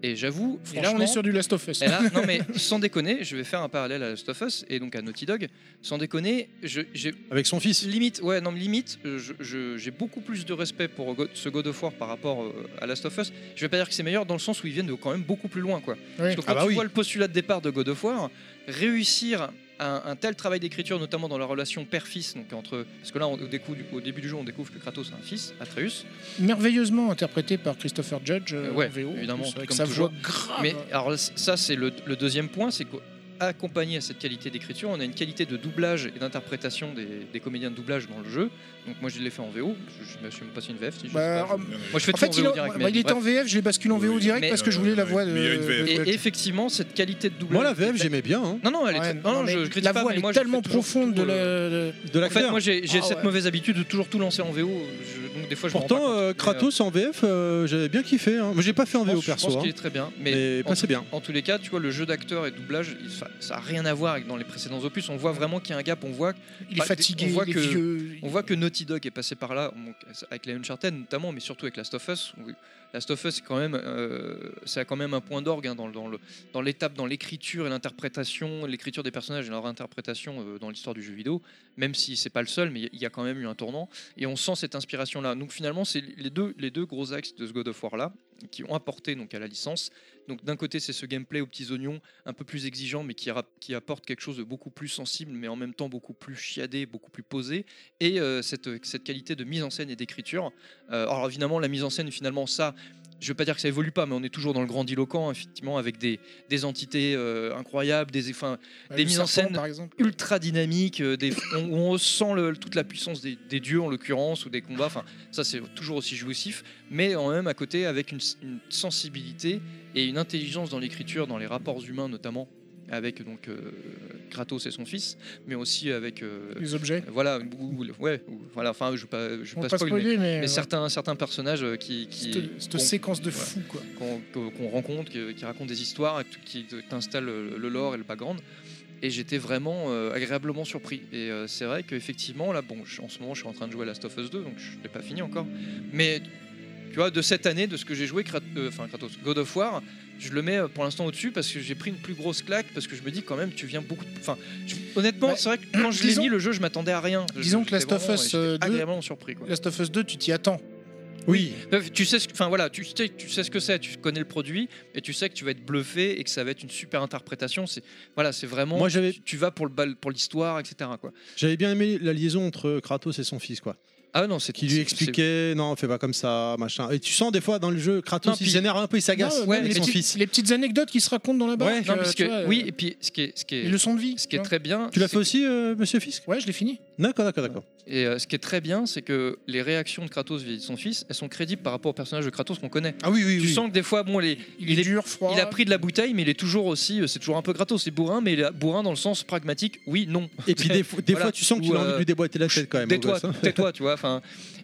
Speaker 4: Et j'avoue,
Speaker 3: Et
Speaker 4: franchement.
Speaker 3: là, on est sur du Last of Us.
Speaker 4: Et
Speaker 3: <laughs>
Speaker 4: là, non mais sans déconner, je vais faire un parallèle à Last of Us et donc à Naughty Dog. Sans déconner, je- j'ai
Speaker 1: avec son fils.
Speaker 4: Limite, ouais, non, mais limite, euh, je- je- j'ai beaucoup plus de respect pour God- ce God of War par rapport euh, à Last of Us. Je vais pas dire que c'est meilleur dans le sens où ils viennent de quand même beaucoup plus loin, quoi. Parce que quand
Speaker 1: Ah bah
Speaker 4: tu
Speaker 1: oui.
Speaker 4: vois le postulat de départ de God of War, réussir un, un tel travail d'écriture, notamment dans la relation père-fils, donc entre, parce que là, on- au, décou- au début du jeu, on découvre que Kratos a un fils, Atreus.
Speaker 3: Merveilleusement interprété par Christopher Judge. euh,
Speaker 4: Euh, ouais,
Speaker 3: en VO, en
Speaker 4: évidemment,
Speaker 3: plus, avec
Speaker 4: comme
Speaker 3: sa
Speaker 4: toujours.
Speaker 3: voix grave.
Speaker 4: Mais alors ça, c'est le, le deuxième point, c'est qu'accompagné à cette qualité d'écriture, on a une qualité de doublage et d'interprétation des, des comédiens de doublage dans le jeu. Donc moi, je l'ai fait en VO. Je ne sais même pas si une VF. Si je sais
Speaker 3: Bah,
Speaker 4: pas, je-
Speaker 3: euh,
Speaker 4: Moi, je fais
Speaker 3: en
Speaker 4: tout
Speaker 3: fait,
Speaker 4: en
Speaker 3: il,
Speaker 4: VO
Speaker 3: a-
Speaker 4: direct.
Speaker 3: bah,
Speaker 4: mais
Speaker 3: il était en
Speaker 4: bref.
Speaker 3: VF, je l'ai basculé en VO direct
Speaker 4: mais-
Speaker 3: parce que je voulais la voix de.
Speaker 4: Et effectivement, cette qualité de doublage.
Speaker 1: Moi, la VF, j'aimais bien. hein.
Speaker 4: Non, non, elle est
Speaker 3: Ouais,
Speaker 4: très- non,
Speaker 3: non,
Speaker 4: non,
Speaker 3: mais
Speaker 4: je critique
Speaker 3: la
Speaker 4: pas,
Speaker 3: voix
Speaker 4: mais
Speaker 3: elle
Speaker 4: moi,
Speaker 3: est
Speaker 4: je fais
Speaker 3: tellement
Speaker 4: toujours
Speaker 3: profonde
Speaker 4: tout,
Speaker 3: de
Speaker 4: euh,
Speaker 3: la-
Speaker 1: de
Speaker 4: En fait,
Speaker 1: l'acteur.
Speaker 4: moi, j'ai j'ai
Speaker 3: Ah
Speaker 4: cette
Speaker 3: ouais.
Speaker 4: mauvaise habitude de toujours tout lancer en VO. je- donc, des fois, je me rends pas
Speaker 1: Pourtant,
Speaker 4: compte,
Speaker 1: euh,
Speaker 4: mais,
Speaker 1: Kratos en VF, euh, j'avais bien kiffé. Hein. Moi, j'ai pas fait en
Speaker 4: Je
Speaker 1: VO
Speaker 4: pense- Je pense
Speaker 1: perso.
Speaker 4: qu'il
Speaker 1: hein.
Speaker 4: est très bien, mais,
Speaker 1: Mais
Speaker 4: en
Speaker 1: passez
Speaker 4: tout-
Speaker 1: bien.
Speaker 4: En tous les cas, tu vois, le jeu d'acteur et de doublage, il- ça, ça a rien à voir avec dans les précédents opus. On voit vraiment qu'il y a un gap. On voit,
Speaker 3: Il
Speaker 4: bah,
Speaker 3: est fatigué,
Speaker 4: on voit
Speaker 3: il est
Speaker 4: que,
Speaker 3: vieux.
Speaker 4: on voit que Naughty Dog est passé par là, donc, avec les Uncharted notamment, mais surtout avec Last of Us. où- Last of Us, c'est quand même, euh, ça a quand même un point d'orgue hein, dans, le- dans le- dans l'étape, dans l'écriture et l'interprétation, l'écriture des personnages et leur interprétation euh, dans l'histoire du jeu vidéo. Même si c'est pas le seul, mais il y a- il y a quand même eu un tournant et on sent cette inspiration là. Donc finalement, c'est les deux, les deux gros axes de ce God of War là qui ont apporté donc à la licence. Donc d'un côté, c'est ce gameplay aux petits oignons, un peu plus exigeant, mais qui, rap- qui apporte quelque chose de beaucoup plus sensible, mais en même temps beaucoup plus chiadé, beaucoup plus posé, et euh, cette, cette qualité de mise en scène et d'écriture. Euh, alors évidemment, la mise en scène, finalement, ça. Je veux pas dire que ça évolue pas, mais on est toujours dans le grandiloquent, effectivement, avec des, des entités euh, incroyables, des, enfin,
Speaker 3: Bah,
Speaker 4: des
Speaker 3: le
Speaker 4: mises en
Speaker 3: serpent,
Speaker 4: scène
Speaker 3: par exemple.
Speaker 4: ultra dynamique, euh, des, on, on ressent le- toute la puissance des, des dieux en l'occurrence ou des combats. Enfin, ça c'est toujours aussi jouissif, mais en même à côté avec une, une sensibilité et une intelligence dans l'écriture, dans les rapports humains notamment avec donc euh, Kratos et son fils, mais aussi avec euh,
Speaker 3: Les objets.
Speaker 4: Voilà, ou- ou- ouais, ou- voilà. Enfin, je vais pas, je vais
Speaker 3: On
Speaker 4: pas
Speaker 3: va pas
Speaker 4: spoiler,
Speaker 3: spoiler, hein.
Speaker 4: mais,
Speaker 3: mais,
Speaker 4: mais
Speaker 3: ouais.
Speaker 4: certains certains personnages euh, qui, qui
Speaker 3: Cette- cette
Speaker 4: qu'on-
Speaker 3: séquence de
Speaker 4: voilà
Speaker 3: fou, quoi.
Speaker 4: qu'on qu'on- qu'on rencontre, que- qui raconte des histoires, et tout- qui t'installe le le lore et le background. Et j'étais vraiment euh, agréablement surpris. Et euh, c'est vrai qu'effectivement, là, bon, je- en ce moment, je suis en train de jouer à Last of Us 2, donc je n'ai pas fini encore. Mais tu vois, de cette année, de ce que j'ai joué, Krat- euh, enfin Kratos, God of War, je le mets euh, pour l'instant au-dessus parce que j'ai pris une plus grosse claque, parce que je me dis quand même, tu viens beaucoup. de- Enfin, je- honnêtement,
Speaker 3: Bah,
Speaker 4: c'est vrai que quand je l'ai
Speaker 3: disons-
Speaker 4: mis, le jeu, je m'attendais à rien. Je-
Speaker 3: Disons que
Speaker 4: j'étais
Speaker 3: Last of
Speaker 4: vraiment-
Speaker 3: Us euh,
Speaker 4: et j'étais
Speaker 3: 2
Speaker 4: agréablement surpris. Quoi.
Speaker 3: Last of Us 2, tu t'y attends.
Speaker 1: Oui.
Speaker 4: Euh, Tu sais, ce, enfin voilà, tu sais, tu sais ce que c'est, tu connais le produit et tu sais que tu vas être bluffé et que ça va être une super interprétation. C'est voilà, c'est vraiment.
Speaker 1: Moi, j'avais-
Speaker 4: tu, tu vas pour le bal- pour l'histoire, etc. Quoi.
Speaker 1: J'avais bien aimé la liaison entre Kratos et son fils, quoi.
Speaker 4: Ah non, c'est
Speaker 1: Qui lui expliquait, non, fais pas comme ça, machin. Et tu sens des fois dans le jeu, Kratos,
Speaker 4: Non,
Speaker 1: il
Speaker 4: puis-
Speaker 1: s'énerve un peu, il s'agace
Speaker 3: Non,
Speaker 4: ouais,
Speaker 1: avec
Speaker 4: mais
Speaker 1: son
Speaker 4: tu-
Speaker 1: fils.
Speaker 3: Les petites anecdotes qui se racontent dans la barque.
Speaker 4: Non,
Speaker 3: euh,
Speaker 4: parce
Speaker 3: tu
Speaker 4: que-
Speaker 3: vois,
Speaker 4: oui,
Speaker 3: euh,
Speaker 4: et puis ce qui est, ce qui est,
Speaker 3: les leçons de vie.
Speaker 4: ce qui
Speaker 3: tu
Speaker 4: est
Speaker 3: vois.
Speaker 4: très bien.
Speaker 1: Tu l'as
Speaker 4: c'est
Speaker 1: fait aussi, euh, Monsieur Fisk
Speaker 3: Ouais, je l'ai fini.
Speaker 1: D'accord, d'accord, d'accord.
Speaker 4: Et euh, ce qui est très bien, c'est que les réactions de Kratos vis-à-vis de son fils, elles sont crédibles par rapport au personnage de Kratos qu'on connaît.
Speaker 1: Ah oui, oui,
Speaker 4: tu
Speaker 1: oui.
Speaker 4: sens que des fois, bon, les,
Speaker 3: Il, est dur, froid.
Speaker 4: il a pris de la bouteille, mais il est toujours aussi, euh, c'est toujours un peu Kratos, c'est bourrin, mais il est bourrin dans le sens pragmatique, oui, non.
Speaker 1: Et puis des, <laughs> fois- des
Speaker 4: Voilà.
Speaker 1: fois, tu sens
Speaker 4: Ou,
Speaker 1: qu'il a envie
Speaker 4: euh,
Speaker 1: de lui déboîter la tête quand même. au
Speaker 4: Tais-toi,
Speaker 1: gosse, hein. <laughs>
Speaker 4: tais-toi, tu vois. Enfin,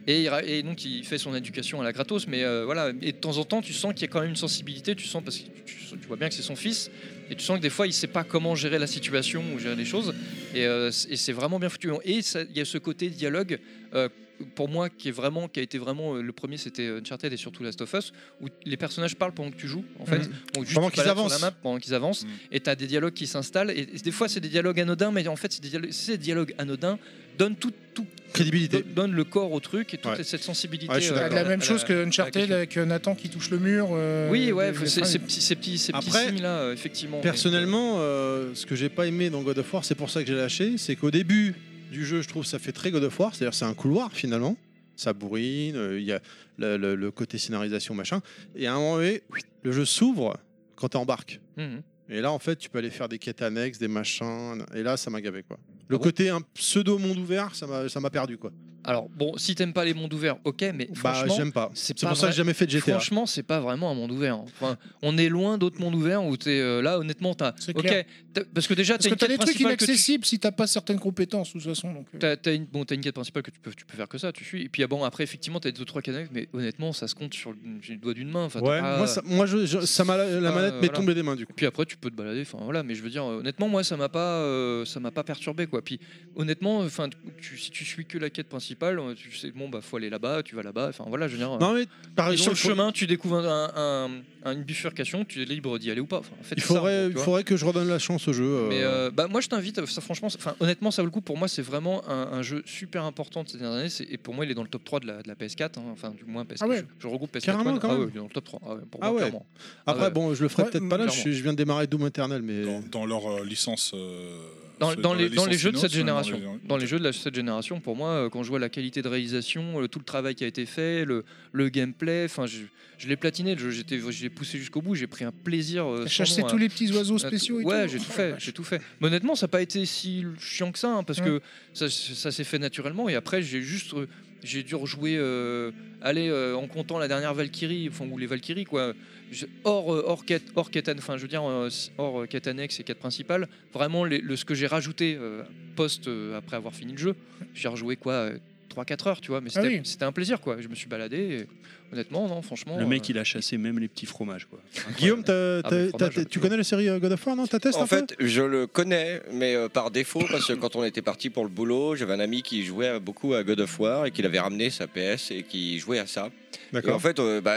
Speaker 4: et, il ra- et donc il fait son éducation à la gratos, mais euh, voilà. Et de temps en temps, tu sens qu'il y a quand même une sensibilité. Tu sens parce que tu, tu vois bien que c'est son fils, Et tu sens que des fois, il sait pas comment gérer la situation ou gérer les choses. Et, euh, c- et c'est vraiment bien foutu. Et ça- il y a ce côté dialogue. euh, pour moi, qui est vraiment, qui a été vraiment euh, le premier, c'était Uncharted et surtout Last of Us, où les personnages parlent pendant que tu joues, en fait,
Speaker 1: Mhm.
Speaker 4: Donc, juste
Speaker 1: Pendant
Speaker 4: tu
Speaker 1: qu'ils
Speaker 4: balades sur la
Speaker 1: avancent. Mhm.
Speaker 4: map, pendant qu'ils avancent, et t'as des dialogues qui s'installent. Et, et des fois, c'est des dialogues anodins, mais en fait, c'est des dialogues- ces dialogues anodins donnent tout, tout
Speaker 1: crédibilité,
Speaker 4: donnent le corps au truc et toute
Speaker 1: Ouais.
Speaker 4: cette sensibilité.
Speaker 1: Ouais, je suis
Speaker 4: euh,
Speaker 1: d'accord.
Speaker 3: la même
Speaker 4: à
Speaker 3: chose
Speaker 4: à
Speaker 3: que
Speaker 4: la
Speaker 3: Uncharted
Speaker 4: question.
Speaker 3: avec euh, Nathan qui touche le mur. euh,
Speaker 4: Oui, ouais,
Speaker 3: les-
Speaker 4: faut-
Speaker 3: les
Speaker 4: c'est-
Speaker 3: fringues.
Speaker 4: ces petits, ces petits, ces petits
Speaker 3: Après,
Speaker 4: signes là, effectivement.
Speaker 1: Personnellement, euh, ce que j'ai pas aimé dans God of War, c'est pour ça que j'ai lâché, c'est qu'au début du jeu, je trouve ça fait très God of War, c'est-à-dire c'est un couloir finalement, ça bourrine, euh, il y a le, le- le côté scénarisation machin, et à un moment donné, le jeu s'ouvre quand t'embarques.
Speaker 4: Mhm.
Speaker 1: Et là, en fait, tu peux aller faire des quêtes annexes, des machins, et là, ça m'a gavé quoi.
Speaker 4: Ah
Speaker 1: Le côté un pseudo monde ouvert, ça m'a ça m'a perdu quoi.
Speaker 4: Alors bon, si t'aimes pas les mondes ouverts, ok, mais
Speaker 1: Bah
Speaker 4: franchement,
Speaker 1: j'aime pas.
Speaker 4: c'est
Speaker 1: C'est
Speaker 4: pas
Speaker 1: pour ça que
Speaker 4: vrai-
Speaker 1: j'ai jamais fait de GTA.
Speaker 4: Franchement, c'est pas vraiment un monde ouvert. hein. Enfin, on est loin d'autres mondes ouverts où t'es euh, là, honnêtement, t'as. Ok,
Speaker 3: clair.
Speaker 4: t'as- parce que déjà,
Speaker 3: Parce
Speaker 4: t'as
Speaker 3: que
Speaker 4: une
Speaker 3: t'as
Speaker 4: quête
Speaker 3: des trucs
Speaker 4: principale que tu-
Speaker 3: inaccessibles si t'as pas certaines compétences, de toute façon. Donc, euh,
Speaker 4: T'as, t'as une, bon, t'as une quête principale que tu peux, tu peux faire que ça, tu suis. Et puis ah bon, après, effectivement, t'as deux trois canaques, mais honnêtement, ça se compte sur le, j'ai le doigt d'une main. Enfin, t'as
Speaker 1: Ouais,
Speaker 4: pas-
Speaker 1: moi, ça, moi je, je- ça m'a la, la
Speaker 4: pas,
Speaker 1: manette
Speaker 4: euh,
Speaker 1: m'est
Speaker 4: voilà.
Speaker 1: tombée des mains du coup.
Speaker 4: Puis après, tu peux te balader. Enfin voilà, mais je veux dire, euh, honnêtement, moi, ça m'a pas, euh, ça m'a pas perturbé quoi. Puis honnêtement, enfin, tu- si tu suis que la quête principale, euh, tu sais, bon bah, faut aller là-bas, tu vas là-bas. Enfin voilà, je veux dire. euh,
Speaker 1: Non mais par
Speaker 4: et
Speaker 1: exemple,
Speaker 4: sur le chemin, tu découvres un- un- un- une bifurcation, tu es libre d'y aller ou pas. Enfin, en fait,
Speaker 1: il
Speaker 4: c'est ça, en
Speaker 1: faudrait,
Speaker 4: gros, tu
Speaker 1: il
Speaker 4: vois.
Speaker 1: faudrait que je redonne la chance au jeu. euh.
Speaker 4: Mais euh, bah, moi je t'invite, ça franchement, ça- enfin, honnêtement ça vaut le coup, pour moi c'est vraiment un, un jeu super important de ces dernières années, c'est- et pour moi il est dans le top 3 de la, de la PS4, hein, enfin du moins PS4,
Speaker 3: Ah ouais.
Speaker 4: je, je regroupe PS4,
Speaker 1: Carrément,
Speaker 4: One.
Speaker 1: quand
Speaker 4: ah
Speaker 1: même.
Speaker 4: ouais, il est dans le top 3, ah ouais, pour
Speaker 1: Ah
Speaker 4: moi
Speaker 1: ouais.
Speaker 4: clairement.
Speaker 1: Après
Speaker 4: Ah ouais.
Speaker 1: bon, je le ferai
Speaker 4: Ouais,
Speaker 1: peut-être pas là. Je,
Speaker 4: clairement.
Speaker 1: suis- je viens de démarrer Doom Eternal, mais
Speaker 5: Dans leur euh, licence. euh,
Speaker 4: dans,
Speaker 5: ce-
Speaker 4: dans les,
Speaker 5: la
Speaker 4: dans les
Speaker 5: licence
Speaker 4: jeux de
Speaker 5: Inos,
Speaker 4: cette
Speaker 5: dans les-
Speaker 4: génération. Dans les jeux de la- cette génération, pour moi, euh, quand je vois la qualité de réalisation, euh, tout le travail qui a été fait, le, le gameplay, enfin, je, je l'ai platiné, le jeu, j'étais- je, l'ai poussé jusqu'au bout, j'ai pris un plaisir. euh,
Speaker 3: t'as
Speaker 4: sans
Speaker 3: chassé
Speaker 4: nom à-
Speaker 3: tous les petits oiseaux
Speaker 4: à Bah, tout-
Speaker 3: spéciaux et
Speaker 4: ouais,
Speaker 3: tout. Oh
Speaker 4: j'ai tout fait, j'ai tout fait. Mais honnêtement, ça n'a pas été si chiant que ça, hein, parce que ça, ça s'est fait naturellement. Et après, j'ai juste, euh, j'ai dû rejouer, euh, aller euh, en comptant la dernière Valkyrie, enfin ou les Valkyries quoi. Je- Hors, euh, hors quête, hors quête, an- enfin je veux dire euh, s- hors euh, quête annexe et quête principale. Vraiment, les- le ce que j'ai rajouté euh, post euh, après avoir fini le jeu, j'ai rejoué quoi. 3-4 heures, tu vois, mais
Speaker 3: Ah
Speaker 4: c'était
Speaker 3: oui.
Speaker 4: c'était un plaisir, quoi. Je me suis baladé, et honnêtement, non, franchement.
Speaker 6: Le mec,
Speaker 4: euh,
Speaker 6: il a chassé même les petits fromages. Quoi.
Speaker 1: Guillaume, t'as-
Speaker 4: Ah,
Speaker 1: t'as-
Speaker 4: mais
Speaker 1: t'as-
Speaker 4: fromage,
Speaker 1: tu connais la série euh, God of War, non T'as testé un
Speaker 7: En
Speaker 1: peu
Speaker 7: fait, je le connais, mais euh, par défaut, parce que quand on était parti pour le boulot, j'avais un ami qui jouait beaucoup à God of War et qu'il avait ramené sa PS et qui jouait à ça. Et
Speaker 1: D'accord.
Speaker 7: en fait, euh, bah,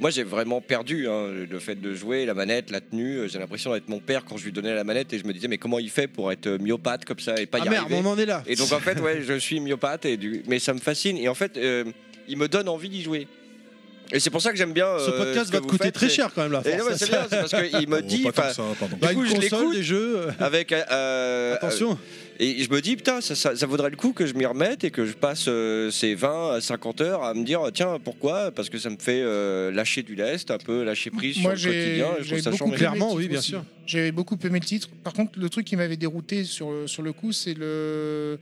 Speaker 7: moi j'ai vraiment perdu hein, le fait de jouer, la manette, la tenue. euh, J'ai l'impression d'être mon père quand je lui donnais la manette et je me disais, mais comment il fait pour être euh, myopathe comme ça et pas y
Speaker 1: ah merde,
Speaker 7: arriver
Speaker 1: on en est là.
Speaker 7: Et donc en fait, ouais, je suis myopathe, et du... mais ça me fascine. Et en fait, euh, il me donne envie d'y jouer. Et c'est pour ça que j'aime bien.
Speaker 1: ce
Speaker 7: euh,
Speaker 1: podcast
Speaker 7: ce
Speaker 1: va te
Speaker 7: que vous
Speaker 1: coûter
Speaker 7: faites,
Speaker 1: très
Speaker 7: c'est-
Speaker 1: cher quand même là.
Speaker 7: Et non, mais c'est bien, c'est parce
Speaker 1: <laughs>
Speaker 7: qu'il me
Speaker 5: Oh,
Speaker 7: dit.
Speaker 5: pas tant
Speaker 7: enfin,
Speaker 5: que ça, pardon.
Speaker 1: Bah,
Speaker 7: du coup,
Speaker 1: une
Speaker 7: je
Speaker 1: console,
Speaker 7: l'écoute
Speaker 1: des jeux. euh,
Speaker 7: avec. euh,
Speaker 1: Attention.
Speaker 7: Et je me dis, putain, ça, ça, ça vaudrait le coup que je m'y remette et que je passe euh, ces 20 à 50 heures à me dire, oh, tiens, pourquoi Parce que ça me fait euh, lâcher du lest, un peu lâcher prise
Speaker 3: Moi,
Speaker 7: sur le
Speaker 3: j'ai-
Speaker 7: quotidien. et je trouve
Speaker 3: j'ai
Speaker 7: ça
Speaker 3: beaucoup
Speaker 7: charmant.
Speaker 3: aimé
Speaker 1: Clairement,
Speaker 3: le
Speaker 1: oui,
Speaker 3: titre
Speaker 1: bien
Speaker 3: aussi.
Speaker 1: sûr.
Speaker 3: J'avais beaucoup aimé le titre. Par contre, le truc qui m'avait dérouté sur, sur le coup, c'est le.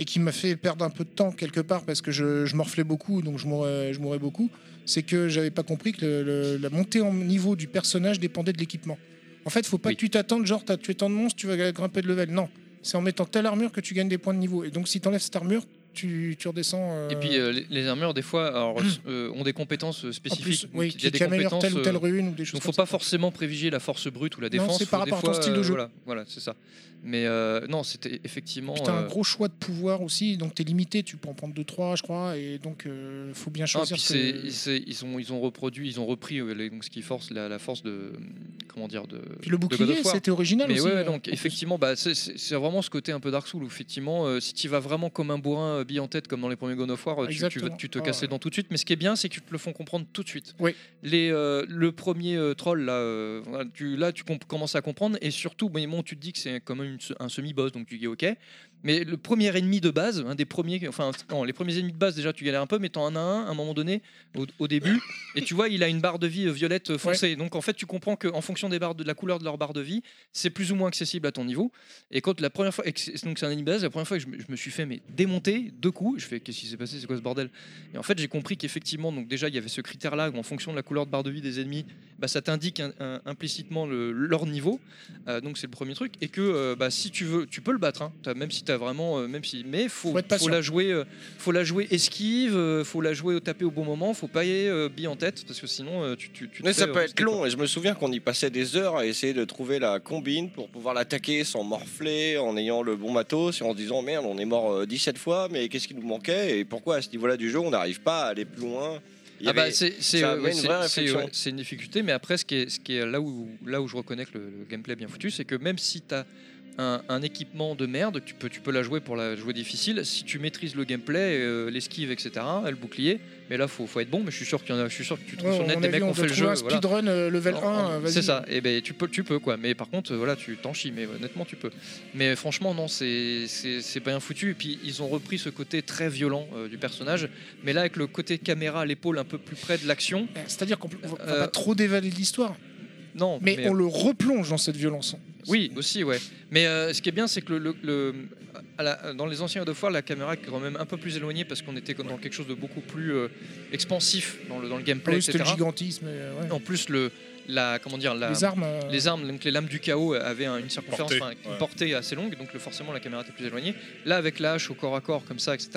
Speaker 3: Et qui m'a fait perdre un peu de temps quelque part parce que je, je morflais beaucoup, donc je mourais, je mourais beaucoup. C'est que j'avais pas compris que le- le- la montée en niveau du personnage dépendait de l'équipement. En fait, faut pas
Speaker 4: Oui.
Speaker 3: que tu t'attendes, genre, t'as tué tant de monstres, tu vas grimper de level. Non. C'est en mettant telle armure que tu gagnes des points de niveau. Et donc, si t'enlèves cette armure, tu, tu redescends. euh,
Speaker 4: Et puis euh, les, les armures, des fois, alors, euh, ont des compétences euh,
Speaker 3: Hmm. en plus,
Speaker 4: spécifiques.
Speaker 3: oui,
Speaker 4: Il y a
Speaker 3: qui,
Speaker 4: des
Speaker 3: qui améliore telle ou
Speaker 4: compétences,
Speaker 3: telle
Speaker 4: euh,
Speaker 3: rune ou des choses
Speaker 4: donc, faut
Speaker 3: comme ça.
Speaker 4: pas forcément privilégier la force brute ou la défense.
Speaker 3: c'est par
Speaker 4: faut des
Speaker 3: rapport à ton
Speaker 4: fois,
Speaker 3: style de
Speaker 4: euh,
Speaker 3: jeu.
Speaker 4: Voilà, voilà, c'est ça. Mais euh, non, c'était effectivement.
Speaker 3: Puis t'as un
Speaker 4: euh,
Speaker 3: gros choix de pouvoir aussi, donc t'es limité, tu peux en prendre 2-3 je crois, et donc euh, faut bien
Speaker 4: ah,
Speaker 3: choisir.
Speaker 4: puis
Speaker 3: ce
Speaker 4: c'est-
Speaker 3: que-
Speaker 4: c'est- ils, ont, ils ont reproduit, ils ont repris euh, les- donc, ce qui force la, la force de comment dire de.
Speaker 3: Puis le
Speaker 4: de God of
Speaker 3: bouclier,
Speaker 4: War.
Speaker 3: c'était original
Speaker 4: Mais
Speaker 3: aussi.
Speaker 4: ouais,
Speaker 3: euh,
Speaker 4: ouais, donc effectivement, bah, c'est- c'est c'est vraiment ce côté un peu Dark Souls où effectivement, euh, si tu vas vraiment comme un bourrin euh, bille en tête comme dans les premiers God of War, euh, tu- tu, vas-
Speaker 3: Exactement.
Speaker 4: tu te
Speaker 3: Ah
Speaker 4: casses les
Speaker 3: ouais.
Speaker 4: dents tout de suite. Mais ce qui est bien, c'est qu'ils te le font comprendre tout de suite.
Speaker 3: Oui.
Speaker 4: Les, euh, le premier euh, troll là, euh, voilà, tu, là, tu comp- commences à comprendre et surtout, bon, bon, tu te dis que c'est quand même une se- un semi-boss, donc tu dis ok. Mais le premier ennemi de base, un des premiers, enfin non, les premiers ennemis de base déjà tu galères un peu, mais t'en as un à un moment donné au, au début et tu vois il a une barre de vie euh, violette euh, foncée. Donc en fait tu comprends que en fonction des barres de de la couleur de leur barre de vie, c'est plus ou moins accessible à ton niveau. Et quand la première fois, et que c'est- donc c'est un ennemi de base, la première fois que je me, je me suis fait mais démonter deux coups, je fais qu'est-ce qui s'est passé, c'est quoi ce bordel Et en fait j'ai compris qu'effectivement donc déjà il y avait ce critère là où en fonction de la couleur de barre de vie des ennemis, bah, ça t'indique un- un- implicitement le- leur niveau. Euh, donc c'est le premier truc et que euh, bah, si tu veux, tu peux le battre. hein. T'as- même si t'as vraiment, euh, même si, mais faut,
Speaker 3: Faut être patient.
Speaker 4: faut la jouer, euh, faut la jouer esquive, euh, faut la jouer au taper au bon moment, faut pas y aller euh, bille en tête parce que sinon euh, tu, tu, tu te
Speaker 7: Mais ça
Speaker 4: fais,
Speaker 7: peut
Speaker 4: euh,
Speaker 7: être long, et je me souviens qu'on y passait des heures à essayer de trouver la combine pour pouvoir l'attaquer sans morfler, en ayant le bon matos, et en se disant merde, on est mort euh, 17 fois, mais qu'est-ce qui nous manquait, et pourquoi à ce niveau-là du jeu, on n'arrive pas à aller plus loin Il y
Speaker 4: Ah bah
Speaker 7: avait-
Speaker 4: c'est c'est,
Speaker 7: ça
Speaker 4: euh,
Speaker 7: amène
Speaker 4: ouais,
Speaker 7: une
Speaker 4: c'est-
Speaker 7: vraie
Speaker 4: c'est,
Speaker 7: réflexion.
Speaker 4: ouais, c'est une difficulté, mais après ce qui est, ce qui est là où là où je reconnais que le, le gameplay est bien foutu, c'est que même si t'as un, un équipement de merde, tu peux tu peux la jouer pour la jouer difficile. Si tu maîtrises le gameplay, euh, l'esquive, etc., le bouclier, mais là faut faut être bon. Mais je suis sûr qu'il y en a, je suis sûr que tu trouves
Speaker 3: Ouais,
Speaker 4: sur le net
Speaker 3: on a
Speaker 4: des
Speaker 3: vu,
Speaker 4: mecs qui
Speaker 3: on
Speaker 4: ont
Speaker 3: doit
Speaker 4: fait le
Speaker 3: trouver
Speaker 4: jeu.
Speaker 3: un
Speaker 4: voilà.
Speaker 3: speedrun euh, level
Speaker 4: Alors,
Speaker 3: 1, euh, vas-y.
Speaker 4: C'est ça. Et ben tu peux, tu peux quoi. Mais par contre, euh, voilà, tu t'en chies. Mais honnêtement, tu peux. Mais franchement, non, c'est c'est c'est bien foutu. Et puis ils ont repris ce côté très violent euh, du personnage, mais là avec le côté caméra à l'épaule un peu plus près de l'action.
Speaker 3: Eh, C'est-à-dire qu'on peut- on va
Speaker 4: Euh,
Speaker 3: pas trop dévaler l'histoire,
Speaker 4: Non. euh,
Speaker 3: mais, on le replonge dans cette violence.
Speaker 4: Oui, aussi, ouais. Mais euh, ce qui est bien, c'est que le, le- le- à la- dans les anciens God of War, la caméra est quand même un peu plus éloignée parce qu'on était dans quelque chose de beaucoup plus euh, expansif dans le, dans le gameplay,
Speaker 3: Plus Ah le
Speaker 4: etc.
Speaker 3: gigantisme. euh, ouais.
Speaker 4: En plus, le, la, comment dire, la-
Speaker 3: Les armes, euh,
Speaker 4: les armes, donc les lames du chaos avaient un- une circonférence,
Speaker 6: Portée,
Speaker 4: enfin, une
Speaker 6: ouais.
Speaker 4: portée assez longue, donc le- forcément la caméra était plus éloignée. Là, avec la hache au corps à corps, comme ça, etc.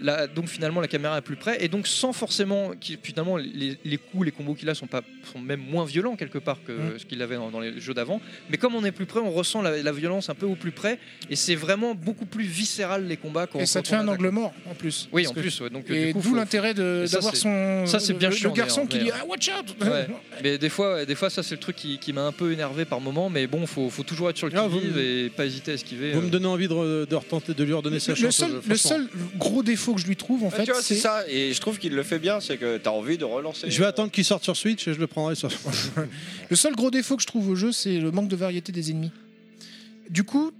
Speaker 4: Là, donc finalement, la caméra est plus près, et donc sans forcément, qu'il- finalement, les, les coups, les combos qu'il a sont, pas, sont même moins violents quelque part que
Speaker 3: Mm.
Speaker 6: Mmh.
Speaker 4: ce qu'il avait dans, dans les jeux d'avant. Mais comme on est plus près, on ressent la, la violence un peu au plus près, et c'est vraiment beaucoup plus viscéral les combats. Quand,
Speaker 3: et ça
Speaker 4: quand
Speaker 3: te fait
Speaker 4: on
Speaker 3: un
Speaker 4: attaque.
Speaker 3: angle mort en plus.
Speaker 4: Oui,
Speaker 3: Parce
Speaker 4: en
Speaker 3: que-
Speaker 4: plus, ouais, donc, euh,
Speaker 3: et
Speaker 4: du coup,
Speaker 3: d'où
Speaker 4: faut-
Speaker 3: l'intérêt de-
Speaker 4: et ça,
Speaker 3: d'avoir
Speaker 4: c'est-
Speaker 3: son.
Speaker 4: ça, c'est
Speaker 3: le-
Speaker 4: bien
Speaker 3: le,
Speaker 4: chiant,
Speaker 3: garçon
Speaker 4: d'ailleurs,
Speaker 3: qui dit
Speaker 4: d'ailleurs.
Speaker 3: Ah, watch out
Speaker 4: hein.
Speaker 3: <laughs>
Speaker 4: Ouais. Mais des fois, ouais, des fois, ça c'est le truc qui, qui m'a un peu énervé par moment, mais bon, faut, faut toujours être sur le
Speaker 1: Ah, vous-
Speaker 4: qui vive et pas hésiter à esquiver.
Speaker 1: Vous
Speaker 4: euh.
Speaker 1: me donnez envie de, re- de retenter- de lui redonner sa
Speaker 3: Le-
Speaker 1: chance.
Speaker 3: Le seul,
Speaker 1: euh,
Speaker 3: le
Speaker 1: franchement.
Speaker 3: seul gros défaut que je lui trouve, en
Speaker 7: Ah,
Speaker 3: fait,
Speaker 7: tu vois, c'est
Speaker 3: c'est.
Speaker 7: ça, et je trouve qu'il le fait bien, c'est que t'as envie de relancer.
Speaker 1: Je vais attendre qu'il sorte sur Switch et je le prendrai sur.
Speaker 3: Le seul gros défaut que je trouve au jeu, c'est le manque de variété des ennemis. Du coup,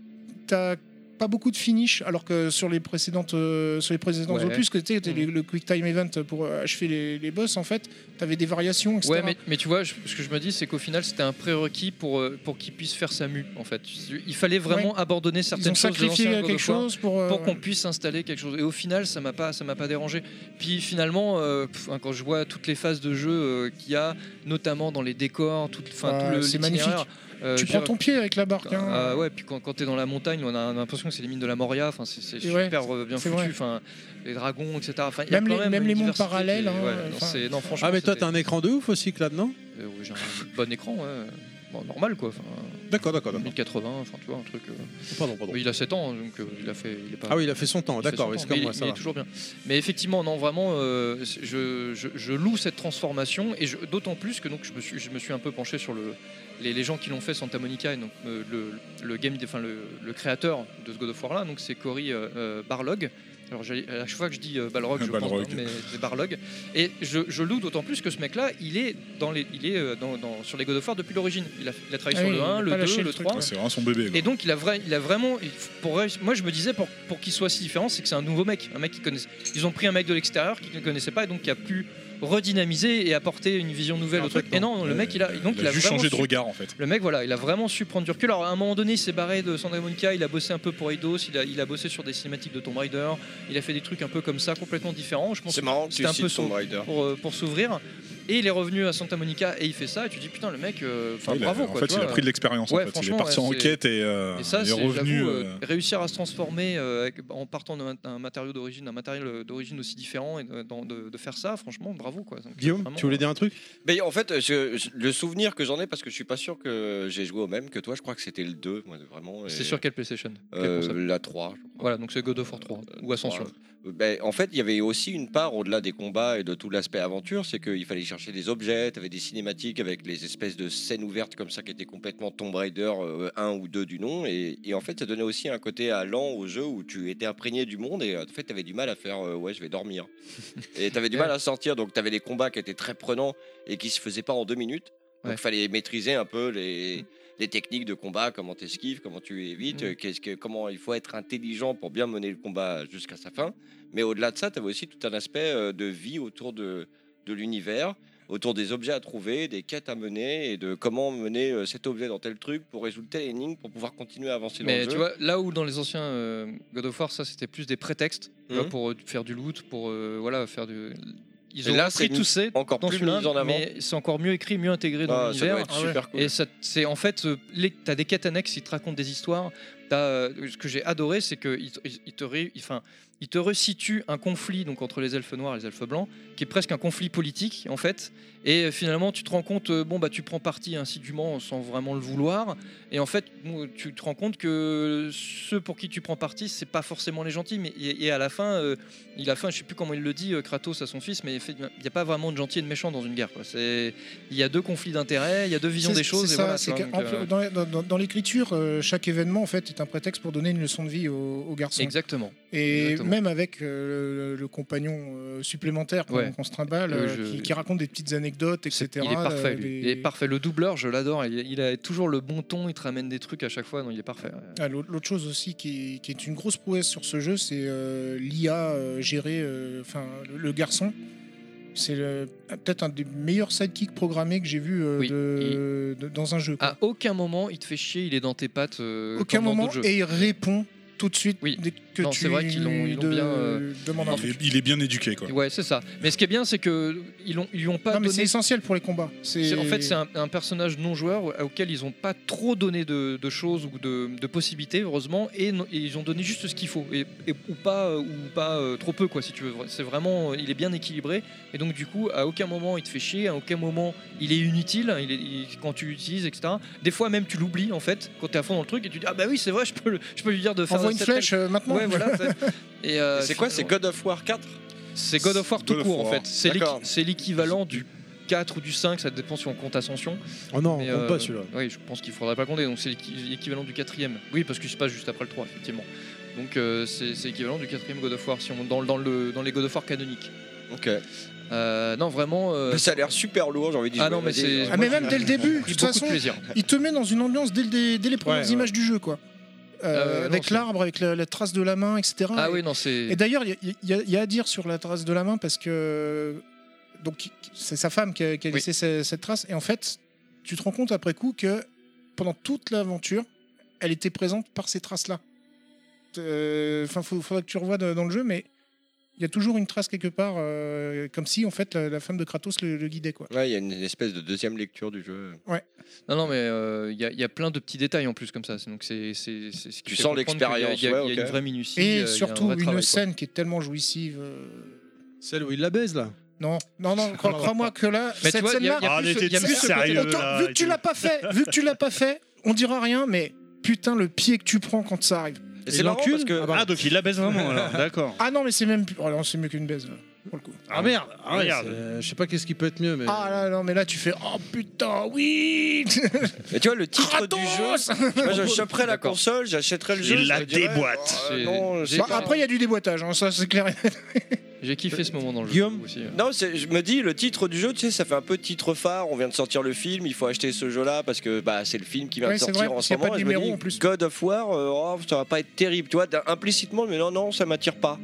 Speaker 3: t'as pas beaucoup de finish, alors que sur les précédentes, euh, sur les précédents
Speaker 4: Ouais. Mm.
Speaker 3: opus, que t'es t'es le, le quick time event pour euh, achever les, les boss, en fait, t'avais des variations, etc.
Speaker 4: Ouais, mais, mais tu vois, je- ce que je me dis, c'est qu'au final, c'était un prérequis pour, euh, pour qu'il puisse faire sa mue, en fait. Il fallait vraiment abandonner
Speaker 3: Ils
Speaker 4: certaines
Speaker 3: ont
Speaker 4: choses de
Speaker 3: sacrifié
Speaker 4: l'ancien God
Speaker 3: quelque
Speaker 4: of War
Speaker 3: chose pour. euh,
Speaker 4: pour qu'on puisse installer quelque chose. Et au final, ça m'a pas, ça m'a pas dérangé. Puis finalement, euh, pff, hein, quand je vois toutes les phases de jeu euh, qu'il y a, notamment dans les décors, tout, enfin,
Speaker 3: Ah,
Speaker 4: tout le
Speaker 3: c'est
Speaker 4: l'itinéraire,
Speaker 3: magnifique.
Speaker 4: euh, je
Speaker 3: tu
Speaker 4: veux
Speaker 3: prends
Speaker 4: dire,
Speaker 3: ton pied avec la barque. hein.
Speaker 4: Ah ouais, puis quand, quand t'es dans la montagne, on a l'impression que c'est les mines de la Moria, enfin, c'est c'est
Speaker 3: Et ouais,
Speaker 4: super euh, bien
Speaker 3: c'est
Speaker 4: foutu,
Speaker 3: vrai.
Speaker 4: enfin, les dragons, etc. Enfin, il y a
Speaker 3: Même
Speaker 4: quand
Speaker 3: les- même
Speaker 4: une
Speaker 3: les mondes
Speaker 4: diversité qui est-
Speaker 3: parallèles, hein,
Speaker 4: ouais, non,
Speaker 3: enfin.
Speaker 4: c'est- non, franchement,
Speaker 1: Ah mais toi
Speaker 4: c'était-
Speaker 1: t'as un écran de ouf aussi que là-dedans.
Speaker 4: euh, oui, j'ai un bon écran, ouais. Bon, normal quoi, enfin,
Speaker 1: D'accord, d'accord, d'accord.
Speaker 4: 1080, enfin tu vois, un truc. euh,
Speaker 1: Pardon, pardon.
Speaker 4: mais Il a 7 ans, donc euh, il a fait. Il est pas...
Speaker 1: Ah oui, il a fait son temps.
Speaker 4: il fait
Speaker 1: D'accord,
Speaker 4: son
Speaker 1: oui,
Speaker 4: temps,
Speaker 1: c'est
Speaker 4: mais
Speaker 1: comme
Speaker 4: il-
Speaker 1: moi
Speaker 4: mais
Speaker 1: ça.
Speaker 4: il
Speaker 1: va.
Speaker 4: est toujours bien. Mais effectivement, non, vraiment, euh, c'est- je, je- je loue cette transformation et je- d'autant plus que donc je me suis, je me suis un peu penché sur le, les, les gens qui l'ont fait Santa Monica et donc euh, le, le game, enfin le, le créateur de ce God of War là, donc c'est Cory euh, euh, Barlog. Alors j'ai- à chaque fois que je dis euh, Balrog, je pense,
Speaker 5: Balrog.
Speaker 4: hein, mais c'est Barlog. Et je, je loue d'autant plus que ce mec-là, il est dans les, il est euh, dans, dans- sur les God of War depuis l'origine. Il a, il a travaillé
Speaker 3: Ah
Speaker 4: sur
Speaker 3: oui,
Speaker 4: le
Speaker 3: il a
Speaker 4: 1,
Speaker 3: pas
Speaker 4: le
Speaker 3: lâché
Speaker 4: 2,
Speaker 3: le
Speaker 4: le
Speaker 3: truc,
Speaker 4: 3.
Speaker 5: Ah, C'est vraiment son bébé. quoi.
Speaker 4: Et donc il a, vrai, il a vraiment, il- pour, réussir- moi je me disais pour, pour qu'il soit si différent, c'est que c'est un nouveau mec, un mec qui connaissait. Ils ont pris un mec de l'extérieur qui ne connaissait pas et donc qui a pu redynamiser et apporter une vision nouvelle au truc. Et non, le mec il a, donc il a
Speaker 5: juste
Speaker 4: vraiment
Speaker 5: changé de
Speaker 4: su-
Speaker 5: regard en fait.
Speaker 4: le mec, voilà, il a vraiment su prendre du recul. Alors, à un moment donné, il s'est barré de Santa Monica, il a bossé un peu pour Eidos, il a, il a bossé sur des cinématiques de Tomb Raider, il a fait des trucs un peu comme ça, complètement différents. Je pense
Speaker 7: C'est marrant que tu
Speaker 4: c'était un peu
Speaker 7: cites
Speaker 4: son-
Speaker 7: Tomb Raider.
Speaker 4: pour, euh, pour s'ouvrir. Et il est revenu à Santa Monica et il fait ça, et tu dis putain, le mec, euh, enfin
Speaker 5: Il a-
Speaker 4: bravo
Speaker 5: en
Speaker 4: quoi.
Speaker 5: fait,
Speaker 4: tu
Speaker 5: il a
Speaker 4: vois.
Speaker 5: pris de l'expérience.
Speaker 4: Ouais,
Speaker 5: en fait. Il est
Speaker 4: franchement,
Speaker 5: parti
Speaker 4: ouais,
Speaker 5: en
Speaker 4: c'est-
Speaker 5: quête et, euh,
Speaker 4: Et ça,
Speaker 5: il
Speaker 4: c'est
Speaker 5: est revenu.
Speaker 4: j'avoue, euh,
Speaker 5: euh,
Speaker 4: réussir à se transformer euh, avec- en partant d'un d'un matériau d'origine, un matériel euh, d'origine aussi différent et de, dans- de- de faire ça, franchement, bravo quoi. Donc,
Speaker 1: Guillaume,
Speaker 4: vraiment,
Speaker 1: tu voulais dire un truc
Speaker 7: Mais en fait, je- je- le souvenir que j'en ai, parce que je suis pas sûr que j'ai joué au même que toi, je crois que c'était le 2, moi, vraiment. et-
Speaker 4: euh, C'est sur quelle PlayStation Quelle
Speaker 7: euh,
Speaker 4: console
Speaker 7: La 3. je crois.
Speaker 4: Voilà, donc c'est God of War 3 ou Ascension.
Speaker 7: Euh, ben, en fait, il y avait aussi une part, au-delà des combats et de tout l'aspect aventure, c'est qu'il fallait chercher des objets, t'avais des cinématiques avec les espèces de scènes ouvertes comme ça qui étaient complètement Tomb Raider 1 ou 2 du nom. Et, et en fait, ça donnait aussi un côté allant au jeu où tu étais imprégné du monde et euh, en fait, t'avais du mal à faire euh, ouais, je vais dormir. et t'avais du mal à sortir, donc t'avais des combats qui étaient très prenants et qui se faisaient pas en deux minutes. Donc, il
Speaker 4: Ouais.
Speaker 7: fallait maîtriser un peu les les techniques de combat, comment tu esquives, comment tu évites,
Speaker 4: Mm.
Speaker 7: euh, qu'est-ce que, comment il faut être intelligent pour bien mener le combat jusqu'à sa fin. Mais au-delà de ça, tu avais aussi tout un aspect euh, de vie autour de, de l'univers, autour des objets à trouver, des quêtes à mener et de comment mener euh, cet objet dans tel truc pour résoudre telle énigme pour pouvoir continuer à avancer dans
Speaker 4: Mais
Speaker 7: le
Speaker 4: tu
Speaker 7: jeu.
Speaker 4: vois, là où dans les anciens euh, God of War, ça c'était plus des prétextes tu vois,
Speaker 7: Mhm.
Speaker 4: pour euh, faire du loot, pour euh, voilà faire du. Ils
Speaker 7: Et
Speaker 4: ont
Speaker 7: là, c'est
Speaker 4: repris tout ça
Speaker 7: encore
Speaker 4: dans
Speaker 7: plus
Speaker 4: celui-là,
Speaker 7: mis en avant.
Speaker 4: mais c'est encore mieux écrit, mieux intégré dans
Speaker 7: Ah, ça doit
Speaker 4: l'univers.
Speaker 7: être super cool.
Speaker 4: Et ça, c'est en fait, euh, les- t'as des quêtes annexes, ils te racontent des histoires. t'as, euh, ce que j'ai adoré, c'est qu'il te, ré- il- enfin, il te resitue un conflit donc, entre les elfes noirs et les elfes blancs, qui est presque un conflit politique, en fait. Et euh, finalement, tu te rends compte, euh, bon, bah, tu prends parti insidieusement sans vraiment le vouloir. Et en fait, bon, tu te rends compte que ceux pour qui tu prends parti, c'est pas forcément les gentils. Mais, et, et à la fin, euh, il a fin, je sais plus comment il le dit, euh, Kratos à son fils, mais il n'y a pas vraiment de gentil et de méchant dans une guerre. quoi. C'est- Il y a deux conflits d'intérêts, il y a deux visions
Speaker 3: C'est-
Speaker 4: des choses.
Speaker 3: c'est
Speaker 4: et
Speaker 3: ça,
Speaker 4: voilà, tu
Speaker 3: c'est
Speaker 4: vois,
Speaker 3: que-
Speaker 4: donc,
Speaker 3: en-
Speaker 4: euh,
Speaker 3: dans, dans- dans- dans l'écriture, euh, chaque événement en fait est un prétexte pour donner une leçon de vie aux, aux garçons.
Speaker 4: Exactement.
Speaker 3: Et
Speaker 4: Exactement.
Speaker 3: même avec euh, le, le compagnon euh, supplémentaire qu'on
Speaker 4: Ouais.
Speaker 3: qu'on se trimballe,
Speaker 4: Euh,
Speaker 3: euh,
Speaker 4: je-
Speaker 3: qui, qui raconte des petites anecdotes, etc.
Speaker 4: Il est
Speaker 3: euh,
Speaker 4: parfait, lui.
Speaker 3: les-
Speaker 4: Il est parfait. Le doubleur, je l'adore. Il, il a toujours le bon ton. Il te ramène des trucs à chaque fois. Non, il est parfait.
Speaker 3: Ah, L'autre l'autre chose aussi qui, qui est une grosse prouesse sur ce jeu, c'est euh, l'IA euh, gérée, euh, enfin le, le garçon. C'est le- ah, peut-être un des meilleurs sidekicks programmés que j'ai vu euh, de- de- dans un jeu. quoi.
Speaker 4: À aucun moment, il te fait chier. Il est dans tes pattes. Ah, euh,
Speaker 3: Aucun
Speaker 4: comme dans
Speaker 3: moment
Speaker 4: d'autres jeux.
Speaker 3: et il répond tout de suite dès que
Speaker 4: Non,
Speaker 3: tu
Speaker 4: c'est vrai qu'ils l'ont- ils l'ont
Speaker 3: de-
Speaker 4: bien, euh,
Speaker 3: demandes un
Speaker 5: il,
Speaker 3: truc.
Speaker 5: est, il est bien éduqué quoi.
Speaker 4: Ouais, c'est ça. Mais ce qui est bien, c'est que ils ont, ils ont pas
Speaker 3: Non, mais
Speaker 4: donné.
Speaker 3: c'est essentiel pour les combats.
Speaker 4: C'est- En fait, c'est un, un personnage non joueur au- auquel ils n'ont pas trop donné de, de choses ou de, de possibilités, heureusement, et, non- et ils ont donné juste ce qu'il faut, et, et- ou pas, euh, ou pas euh, trop peu, quoi, si tu veux. C'est vraiment, euh, il est bien équilibré, et donc du coup, à aucun moment il te fait chier, à aucun moment il est inutile, hein, il est- il- quand tu l'utilises, etc. Des fois même tu l'oublies en fait, quand t'es à fond dans le truc, et tu dis ah bah oui c'est vrai, je peux, le- je peux lui dire de faire
Speaker 3: Envoie une
Speaker 4: cette- telle-
Speaker 3: flèche, euh, maintenant.
Speaker 4: Ouais, voilà,
Speaker 3: <laughs>
Speaker 4: t'as- et, euh,
Speaker 7: C'est quoi, c'est
Speaker 4: finalement-
Speaker 7: God of War 4
Speaker 4: c'est God of War tout
Speaker 7: God of
Speaker 4: court en
Speaker 7: War.
Speaker 4: fait. C'est l'équi-
Speaker 7: D'accord.
Speaker 4: c'est l'équivalent du 4 ou du 5, ça dépend si on compte Ascension. euh,
Speaker 1: Oh non, on compte pas, celui-là.
Speaker 4: Oui, je pense qu'il faudrait pas compter, donc c'est l'équi- l'équivalent du 4 Oui, parce qu'il se passe juste après le 3, effectivement. Donc euh, c'est c'est l'équivalent du 4 God of War si on, dans, dans, le, dans les God of War canoniques.
Speaker 7: Ok.
Speaker 4: Euh, non, vraiment. euh,
Speaker 7: Ça a l'air super lourd, j'ai envie de dire.
Speaker 4: Ah non, mais c'est.
Speaker 3: Ah, mais même dès le début, de
Speaker 4: J'ai
Speaker 3: toute
Speaker 4: beaucoup
Speaker 3: façon,
Speaker 4: de plaisir.
Speaker 3: il te met dans une ambiance dès, le dé- dès les premières
Speaker 4: Ouais, ouais.
Speaker 3: images du jeu, quoi. Euh,
Speaker 4: Euh, non,
Speaker 3: avec
Speaker 4: c'est-
Speaker 3: l'arbre, avec la, la trace de la main, etc.
Speaker 4: Ah
Speaker 3: Et-
Speaker 4: oui, non, c'est.
Speaker 3: Et d'ailleurs, il y, a- il y a- il y a à dire sur la trace de la main parce que donc c'est sa femme qui a, qui a laissé ce- cette trace. Et en fait, tu te rends compte après coup que pendant toute l'aventure, elle était présente par ces traces-là. Euh, Enfin, faudra que tu revoies de- dans le jeu, mais il y a toujours une trace quelque part, euh, comme si en fait la, la femme de Kratos le, le guidait, quoi.
Speaker 7: Ouais, il y a une espèce de deuxième lecture du jeu.
Speaker 3: Ouais.
Speaker 4: Non, non, mais euh, il y, a- il y a plein de petits détails en plus comme ça. c'est- Donc c'est c'est- c'est ce qui
Speaker 7: Tu
Speaker 4: fait
Speaker 7: sens
Speaker 4: comprendre qu'il y a-
Speaker 7: l'expérience,
Speaker 4: Il y a,
Speaker 7: ouais,
Speaker 4: il y a
Speaker 7: ok.
Speaker 4: une vraie minutie. euh, il y
Speaker 3: Et
Speaker 4: a un
Speaker 3: surtout
Speaker 4: vrai
Speaker 3: une
Speaker 4: travail, quoi.
Speaker 3: scène qui est tellement jouissive. euh,
Speaker 1: Celle où il la baise là
Speaker 3: Non, non, <laughs> non, crois- crois-moi que là,
Speaker 1: Mais tu
Speaker 3: cette
Speaker 1: vois, y a-
Speaker 3: scène-là,
Speaker 1: y a Ah, plus ce- mais y a t'es plus ce côté- sérieux,
Speaker 3: Autant-
Speaker 1: là,
Speaker 3: vu que
Speaker 1: et
Speaker 3: tu
Speaker 1: tout.
Speaker 3: l'as pas fait, vu que tu l'as pas fait, on dira rien, mais putain le pied que tu prends quand ça arrive.
Speaker 7: Et c'est marrant parce que.
Speaker 6: Ah, donc il la baisse vraiment alors, d'accord.
Speaker 3: Ah non, mais c'est même, plus- oh, non, c'est mieux qu'une baise. là, pour le coup.
Speaker 1: Ah merde,
Speaker 6: Ah, regarde.
Speaker 1: c'est- euh, Je sais pas qu'est-ce qui peut être mieux, mais.
Speaker 3: Ah là, non, mais là tu fais, oh putain, oui.
Speaker 7: Mais tu vois, le titre
Speaker 3: Kratos
Speaker 7: du
Speaker 3: <laughs>
Speaker 7: jeu. Moi, je choperais la console, j'achèterais le jeu.
Speaker 6: Il
Speaker 7: je
Speaker 6: la
Speaker 7: me dirais,
Speaker 6: déboîte.
Speaker 7: oh, non,
Speaker 4: C'est-
Speaker 7: j'ai
Speaker 3: Bah,
Speaker 7: pas-
Speaker 3: après il y a du déboîtage, hein, ça c'est clair.
Speaker 4: J'ai kiffé ce moment dans le jeu aussi. euh.
Speaker 7: Non, c'est- je me dis, le titre du jeu, tu sais, ça fait un peu titre phare. On vient de sortir le film, il faut acheter ce jeu-là parce que bah, c'est le film qui vient
Speaker 3: Ouais,
Speaker 7: de
Speaker 3: c'est
Speaker 7: sortir
Speaker 3: vrai,
Speaker 7: en
Speaker 3: parce
Speaker 7: ce
Speaker 3: qu'il y a
Speaker 7: moment.
Speaker 3: pas
Speaker 7: et
Speaker 3: de
Speaker 7: je me
Speaker 3: numéro
Speaker 7: dis,
Speaker 3: en plus.
Speaker 7: God of War, euh, oh, ça va pas être terrible. Tu vois, d- implicitement, mais non, non, ça m'attire pas.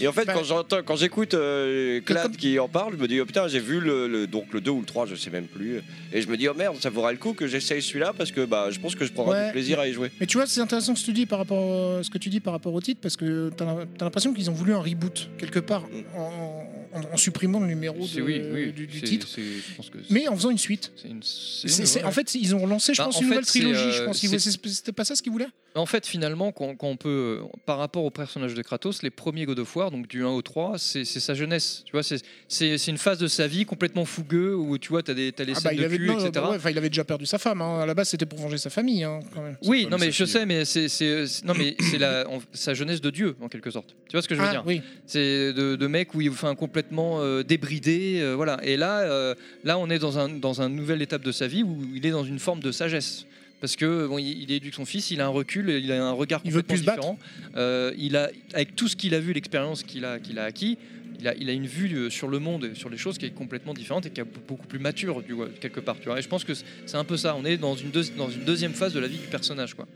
Speaker 7: Et en
Speaker 3: Bah,
Speaker 7: fait, quand j'entends, quand j'écoute euh, Clad qui en parle, je me dis, oh putain, j'ai vu le, le- donc le 2 ou le 3, je sais même plus. Et je me dis, oh merde, ça vaudra le coup que j'essaye celui-là parce que bah, je pense que je prendrai
Speaker 3: Ouais.
Speaker 7: du plaisir à y jouer.
Speaker 3: Mais tu vois, c'est intéressant ce que tu dis par rapport, euh, ce que tu dis par rapport au titre, parce que t'as l'im- t'as l'impression qu'ils ont voulu un reboot quelque part en, en- en supprimant le numéro
Speaker 4: C'est
Speaker 3: de-
Speaker 4: oui, oui,
Speaker 3: du, du
Speaker 4: c'est-
Speaker 3: titre,
Speaker 4: c'est- je pense que c'est-
Speaker 3: mais en faisant une suite.
Speaker 4: c'est une- c'est-
Speaker 3: C'est- c'est-
Speaker 4: ouais.
Speaker 3: En fait, ils ont lancé, je
Speaker 4: Bah,
Speaker 3: pense,
Speaker 4: en
Speaker 3: une
Speaker 4: fait,
Speaker 3: nouvelle
Speaker 4: c'est,
Speaker 3: trilogie.
Speaker 4: euh,
Speaker 3: je pense qu'ils
Speaker 4: c'est-
Speaker 3: voulaient- c'était pas ça ce qu'ils voulaient.
Speaker 4: En fait, finalement, quand, quand on peut, euh, par rapport au personnage de Kratos, les premiers God of War, donc du 1 au 3, c'est c'est sa jeunesse. Tu vois, c'est- c'est c'est une phase de sa vie complètement fougueux où tu vois, t'as des- t'as les
Speaker 3: Ah bah,
Speaker 4: scènes
Speaker 3: il,
Speaker 4: de
Speaker 3: avait,
Speaker 4: cul,
Speaker 3: non,
Speaker 4: etc.
Speaker 3: bah ouais, enfin, il avait déjà perdu sa femme. hein. À la base, c'était pour venger sa famille. hein, quand même.
Speaker 4: Oui, non mais je sais, mais c'est c'est- c'est- non mais c'est la en- sa jeunesse de Dieu en quelque sorte. Tu vois ce que je veux
Speaker 3: Ah,
Speaker 4: dire Euh,
Speaker 3: oui.
Speaker 4: C'est de, de mec où il enfin complètement euh, débridé, euh, voilà. Et là, euh, là on est dans un dans une nouvelle étape de sa vie où il est dans une forme de sagesse. Parce que bon, il, il éduque son fils, il a un recul, il a un regard
Speaker 3: Il veut
Speaker 4: complètement
Speaker 3: plus se battre.
Speaker 4: différent. Euh, il a, avec tout ce qu'il a vu, l'expérience qu'il a, qu'il a acquis, il a, il a une vue euh, sur le monde, et sur les choses qui est complètement différente et qui est beaucoup plus mature du coup, quelque part. Tu vois. Et je pense que c'est c'est un peu ça. On est dans une, deuxi- dans une deuxième phase de la vie du personnage, quoi.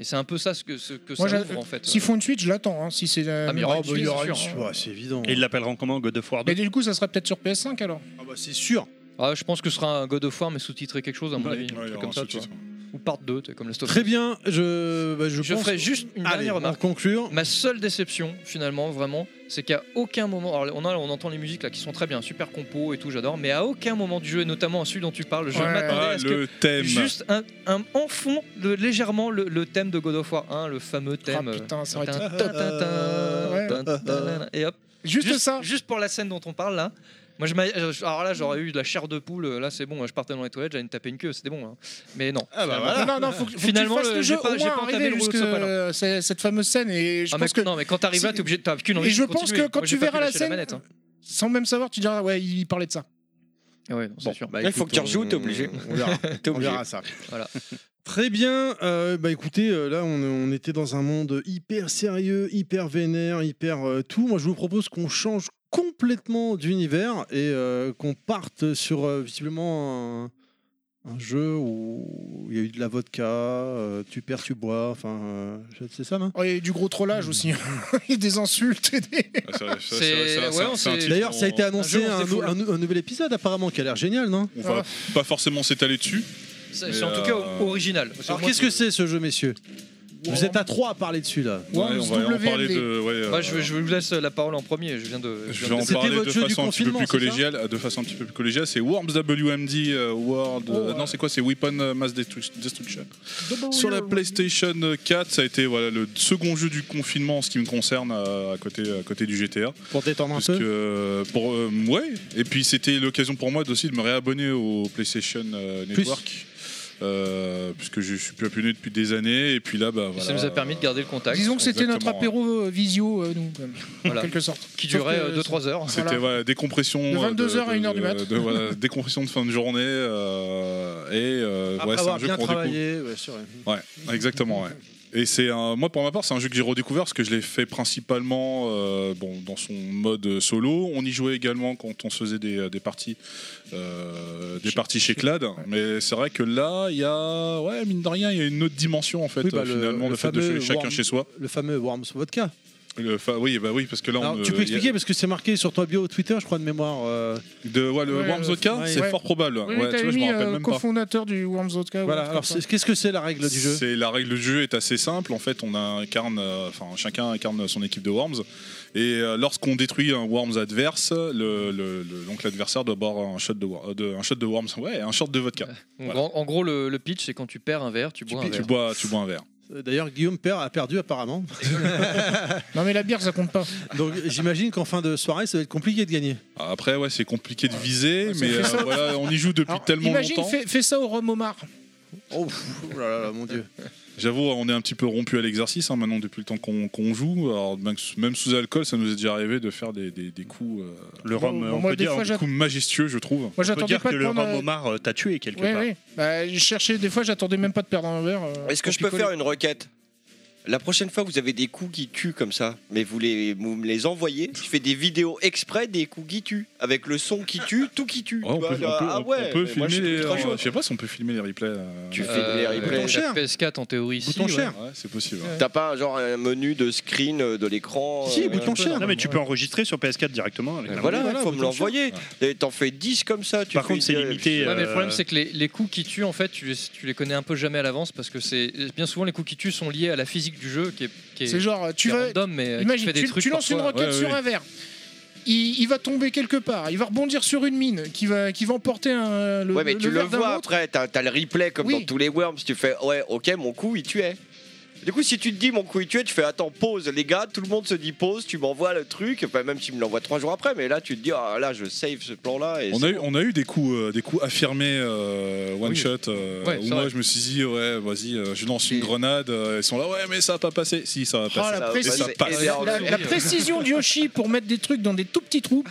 Speaker 4: Et c'est un peu ça ce que, ce que
Speaker 3: Moi,
Speaker 4: ça
Speaker 3: j'a-
Speaker 4: ouvre en fait.
Speaker 3: S'ils font une suite, je l'attends. hein, Si c'est la
Speaker 4: Ah, mais il y
Speaker 3: même
Speaker 4: aura
Speaker 3: réussite,
Speaker 4: une suite,
Speaker 3: il y aura
Speaker 4: c'est
Speaker 3: une
Speaker 4: sûr.
Speaker 3: suite.
Speaker 1: Ouais, c'est évident.
Speaker 6: Et ils l'appelleront comment God of War 2
Speaker 3: Mais du coup, ça sera peut-être sur PS5 alors.
Speaker 1: Ah bah c'est sûr.
Speaker 4: Ah, je pense que ce sera un God of War mais sous-titré quelque chose à mon
Speaker 6: Ouais,
Speaker 4: avis,
Speaker 6: ouais,
Speaker 4: un truc
Speaker 6: il y aura
Speaker 4: comme
Speaker 6: un
Speaker 4: ça. tu vois.
Speaker 6: sous-titre.
Speaker 4: Ou part 2, comme le stock.
Speaker 1: Très bien, je, bah, je,
Speaker 4: Je
Speaker 1: pense-
Speaker 4: ferai juste une
Speaker 1: Allez,
Speaker 4: dernière remarque.
Speaker 1: Pour conclure,
Speaker 4: Ma seule déception, finalement, vraiment, c'est qu'à aucun moment. Alors, on, a- on entend les musiques là qui sont très bien, super compo et tout, j'adore, mais à aucun moment du jeu, et notamment à celui dont tu parles, je
Speaker 5: Ouais.
Speaker 4: m'attendais
Speaker 5: Ah,
Speaker 4: à ce
Speaker 5: le
Speaker 4: que.
Speaker 5: thème.
Speaker 4: Juste un, un- en fond, le- légèrement, le, le thème de God of War 1, le fameux thème. euh,
Speaker 3: Ah, putain, ça aurait été-
Speaker 4: tin, tin, tin, tin, tin, tin, tin, Et hop.
Speaker 3: Juste ça.
Speaker 4: Juste pour la scène dont on parle là. Moi, je m'a- euh, je- alors là, j'aurais eu de la chair de poule. euh, Là, c'est bon. Je partais dans les toilettes, j'allais me taper une queue. C'était bon. hein. Mais non.
Speaker 3: Ah bah
Speaker 4: Finalement-
Speaker 3: voilà. Non, non, faut que, faut que
Speaker 4: finalement,
Speaker 3: tu fasses le
Speaker 4: j'ai
Speaker 3: jeu
Speaker 4: pas,
Speaker 3: au
Speaker 4: j'ai
Speaker 3: moins
Speaker 4: pas entamé
Speaker 3: arriver
Speaker 4: le rouleau de
Speaker 3: jusque
Speaker 4: sopalin.
Speaker 3: euh, c'est- cette fameuse scène et je
Speaker 4: Ah, mais-
Speaker 3: pense que
Speaker 4: non, mais quand t'arrives là,
Speaker 3: si-
Speaker 4: t'es obligé, t'as qu'une envie.
Speaker 3: Et
Speaker 4: de
Speaker 3: je pense
Speaker 4: continuer.
Speaker 3: que quand
Speaker 4: Moi,
Speaker 3: tu
Speaker 4: j'ai pas
Speaker 3: verras
Speaker 4: pu
Speaker 3: la
Speaker 4: lâcher
Speaker 3: scène,
Speaker 4: manette, hein.
Speaker 3: sans même savoir, tu diras ouais, il parlait de ça.
Speaker 5: Ah
Speaker 4: Ouais, non, c'est sûr.
Speaker 7: Là, il faut que tu rejoues, t'es obligé.
Speaker 1: bah, on verra.
Speaker 7: T'es obligé.
Speaker 1: On verra ça.
Speaker 4: Voilà.
Speaker 1: Très bien. euh, bah écoutez, euh, là on, on était dans un monde hyper sérieux, hyper vénère, hyper euh, tout. Moi je vous propose qu'on change complètement d'univers et euh, qu'on parte sur euh, visiblement un, un jeu où il y a eu de la vodka, euh, tu perds, tu bois, enfin euh, c'est ça non
Speaker 3: Oh, il y a eu du gros
Speaker 4: Hmm.
Speaker 3: trollage aussi. <laughs> Il y a des insultes. et des-
Speaker 5: Ah,
Speaker 1: D'ailleurs ça a été annoncé
Speaker 5: jeu, on
Speaker 1: un,
Speaker 5: se défoule.
Speaker 1: nou- un nou- un nouvel épisode apparemment qui a l'air génial non
Speaker 5: On va
Speaker 4: Ah.
Speaker 5: pas forcément s'étaler dessus.
Speaker 4: C'est
Speaker 5: mais,
Speaker 4: c'est en tout
Speaker 5: euh,
Speaker 4: cas o- original. Parce
Speaker 1: Alors
Speaker 4: moi,
Speaker 1: qu'est-ce que c'est ce jeu messieurs Vous êtes à trois à parler dessus là.
Speaker 5: Ouais, on va en parler de. ouais, euh,
Speaker 4: Moi, je, je vous laisse la parole en premier. Je viens de.
Speaker 5: Je
Speaker 4: viens
Speaker 5: vais en
Speaker 4: de-
Speaker 5: parler de
Speaker 1: votre jeu du
Speaker 5: façon un petit peu
Speaker 1: confinement,
Speaker 5: plus
Speaker 1: c'est ça
Speaker 5: collégiale. euh, De façon un petit peu plus collégiale, c'est Worms WMD euh, World. euh,
Speaker 1: Oh.
Speaker 5: Non, c'est quoi C'est Weapon euh, Mass Destru- Destruction. Sur la PlayStation 4, ça a été voilà le second jeu du confinement en ce qui me concerne euh, à côté à côté du GTA.
Speaker 1: Pour détendre un
Speaker 5: Parce
Speaker 1: peu.
Speaker 5: que, euh, pour euh, ouais. Et puis c'était l'occasion pour moi aussi de me réabonner au PlayStation euh,
Speaker 1: Plus.
Speaker 5: Network. euh, puisque je, je suis plus abonné depuis des années et puis là bah voilà
Speaker 4: Ça nous a permis de garder le contact.
Speaker 3: <laughs> Disons que c'était notre
Speaker 5: Exactement,
Speaker 3: apéro euh, visio, euh, nous, quand même,
Speaker 4: Voilà.
Speaker 3: en quelque sorte.
Speaker 4: Qui
Speaker 3: Sauf
Speaker 4: durait
Speaker 3: que,
Speaker 4: euh, 2-3 heures.
Speaker 5: C'était
Speaker 3: Voilà.
Speaker 5: voilà, décompression.
Speaker 3: De
Speaker 5: euh,
Speaker 3: 22 heures à une heure du mat.
Speaker 1: <laughs>
Speaker 5: de- voilà, décompression de fin de journée. euh, et euh,
Speaker 1: Après
Speaker 5: ouais, c'est
Speaker 1: avoir
Speaker 5: un jeu
Speaker 1: bien
Speaker 5: qu'on redécouvre.
Speaker 1: travaillé, ouais, sûr, ouais.
Speaker 5: Ouais, exactement. ouais. Et c'est un, moi pour ma part, c'est un jeu que j'ai redécouvert parce que je l'ai fait principalement euh, bon, dans son mode solo. On y jouait également quand on se faisait des, des parties, euh, des parties chez Clad. Mais c'est vrai que là, il y a, ouais, mine de rien, il y a une autre dimension en fait
Speaker 1: Oui, bah,
Speaker 5: euh,
Speaker 1: le-
Speaker 5: finalement le,
Speaker 1: le
Speaker 5: fait de jouer
Speaker 1: fameux
Speaker 5: chacun
Speaker 1: Worm-
Speaker 5: chez soi.
Speaker 1: Le fameux Worms Vodka.
Speaker 5: Le fa- oui, bah oui, parce que là,
Speaker 1: Alors,
Speaker 5: on,
Speaker 1: tu peux
Speaker 5: euh, il y a-
Speaker 1: expliquer parce que c'est marqué sur toi bio Twitter, je crois de mémoire. euh,
Speaker 5: de ouais, le
Speaker 3: Ouais,
Speaker 5: Worms
Speaker 3: le-
Speaker 5: Vodka,
Speaker 1: ouais.
Speaker 5: c'est
Speaker 3: Ouais.
Speaker 5: fort probable.
Speaker 3: Oui,
Speaker 5: Ouais,
Speaker 3: t'avais
Speaker 5: tu vois, je me
Speaker 3: mis,
Speaker 5: rappelle
Speaker 3: euh,
Speaker 5: même pas.
Speaker 3: cofondateur du Worms Vodka. ou un
Speaker 1: Voilà.
Speaker 3: truc
Speaker 1: Alors
Speaker 3: comme
Speaker 1: c'est- qu'est-ce que c'est la règle du jeu
Speaker 5: C'est la règle du jeu est assez simple. En fait, on incarne, euh, enfin chacun incarne son équipe de worms. Et euh, lorsqu'on détruit un worms adverse, le, le- le- donc l'adversaire doit boire un shot de, wor- euh, de- un shot de worms. Ouais, un shot de vodka.
Speaker 4: En
Speaker 5: Voilà.
Speaker 4: gros- En gros, le, le pitch, c'est quand tu perds un verre, tu bois un
Speaker 5: Tu
Speaker 4: verre.
Speaker 5: bois, tu bois un verre.
Speaker 1: Euh, D'ailleurs, Guillaume Père a perdu apparemment.
Speaker 3: ça. Non, mais la bière, ça compte pas.
Speaker 1: Donc j'imagine qu'en fin de soirée, ça va être compliqué de gagner.
Speaker 5: Après, ouais, c'est compliqué de viser, mais
Speaker 3: fait
Speaker 5: euh,
Speaker 3: ça.
Speaker 5: voilà, on y joue depuis
Speaker 3: Alors,
Speaker 5: tellement
Speaker 3: imagine,
Speaker 5: longtemps.
Speaker 3: Fais, fais ça au rhum homard.
Speaker 1: Oh, pff, oh là là, là, mon dieu.
Speaker 5: J'avoue, on est un petit peu rompu à l'exercice hein, maintenant depuis le temps qu'on qu'on joue. Alors, même sous- même sous alcool, ça nous est déjà arrivé de faire des, des- des coups, euh,
Speaker 6: Le
Speaker 3: Bon,
Speaker 6: rhum,
Speaker 3: bon,
Speaker 6: euh, on
Speaker 3: moi,
Speaker 6: peut
Speaker 3: des
Speaker 6: dire,
Speaker 3: fois,
Speaker 6: on
Speaker 5: des coups majestueux, je trouve.
Speaker 3: Moi,
Speaker 6: peut
Speaker 3: j'attendais
Speaker 6: dire
Speaker 3: pas
Speaker 6: que
Speaker 3: de
Speaker 6: le
Speaker 3: prendre.
Speaker 6: rhum
Speaker 3: euh,
Speaker 6: homard euh, t'a tué quelque
Speaker 3: Oui,
Speaker 6: part.
Speaker 3: oui. Bah, je cherchais, des fois, j'attendais même pas de perdre un verre. euh,
Speaker 7: Est-ce que je peux
Speaker 3: copier-coller.
Speaker 7: faire une requête La prochaine fois que vous avez des coups qui tuent comme ça, mais vous, les, vous me les envoyez, je fais des vidéos exprès des coups qui tuent, avec le son qui tue, tout qui tue.
Speaker 5: Ouais, oh, on
Speaker 7: Tu vois,
Speaker 5: peut, on
Speaker 7: là,
Speaker 5: peut-
Speaker 7: ah
Speaker 5: on
Speaker 7: ouais,
Speaker 5: peut
Speaker 7: mais moi, je
Speaker 5: filmer euh,
Speaker 7: suis
Speaker 5: les.
Speaker 7: ultra chaud.
Speaker 5: Je sais pas si on peut filmer les replays. euh,
Speaker 7: Tu
Speaker 5: euh,
Speaker 7: fais des replays.
Speaker 4: la
Speaker 1: cher.
Speaker 4: PS4 en théorie ici.
Speaker 1: Bouton cher.
Speaker 5: Ouais, c'est possible.
Speaker 7: T'as pas genre un menu de screen euh, de l'écran
Speaker 1: Si,
Speaker 7: euh,
Speaker 1: bouton cher.
Speaker 6: Non, mais tu peux enregistrer sur PS4 directement. avec
Speaker 7: euh,
Speaker 6: la
Speaker 7: Voilà,
Speaker 6: manette.
Speaker 5: Ah,
Speaker 1: voilà,
Speaker 7: faut me
Speaker 1: bouton
Speaker 7: l'envoyer. Et T'en fais 10 comme ça. Tu
Speaker 6: Par
Speaker 7: fais
Speaker 6: contre,
Speaker 7: une-
Speaker 6: c'est limité.
Speaker 4: Ouais, mais le
Speaker 6: euh,
Speaker 4: problème, c'est que les, les coups qui tuent, en fait, tu les, tu les connais un peu jamais à l'avance parce que c'est bien souvent les coups qui tuent sont liés à la physique du jeu qui est, qui est-
Speaker 3: C'est genre,
Speaker 4: qui
Speaker 3: tu
Speaker 4: est
Speaker 3: vas,
Speaker 4: random, mais euh, qui
Speaker 3: Imagine,
Speaker 4: fait des
Speaker 3: tu,
Speaker 4: trucs
Speaker 3: tu lances une
Speaker 4: parfois.
Speaker 5: ouais,
Speaker 3: roquette sur
Speaker 5: oui.
Speaker 3: un verre. Il, il va tomber quelque part, il va rebondir sur une mine qui va, qui va emporter un, le,
Speaker 7: Ouais, mais
Speaker 3: le-
Speaker 7: tu
Speaker 3: le
Speaker 7: le
Speaker 3: verre d'un
Speaker 7: vois
Speaker 3: autre.
Speaker 7: après, t'as t'as le replay comme
Speaker 3: Oui.
Speaker 7: dans tous les Worms. Tu fais, ouais, ok, mon coup, il tuait. Du coup, si tu te dis mon coup, il tuait, tu fais, attends, pause, les gars, tout le monde se dit pause, tu m'envoies le truc, enfin, même si tu me l'envoies trois jours après, mais là, tu te dis, ah là, je save ce plan-là. et
Speaker 5: On
Speaker 7: c'est
Speaker 5: a, eu,
Speaker 7: bon.
Speaker 5: on a eu des coups, euh, des coups affirmés euh, one
Speaker 4: Oui.
Speaker 5: shot. euh,
Speaker 4: Ouais,
Speaker 5: où
Speaker 4: c'est
Speaker 5: moi,
Speaker 4: vrai.
Speaker 5: je me suis dit, ouais, vas-y, euh, je lance une
Speaker 7: Et-
Speaker 5: grenade. euh, ils sont là, ouais, mais ça va pas passer. Si, ça va
Speaker 3: Oh,
Speaker 5: passer.
Speaker 3: la,
Speaker 7: Ça,
Speaker 3: précision-
Speaker 5: ça passe.
Speaker 7: énorme.
Speaker 3: la- la précision de Yoshi pour mettre des trucs dans des tout petits trous.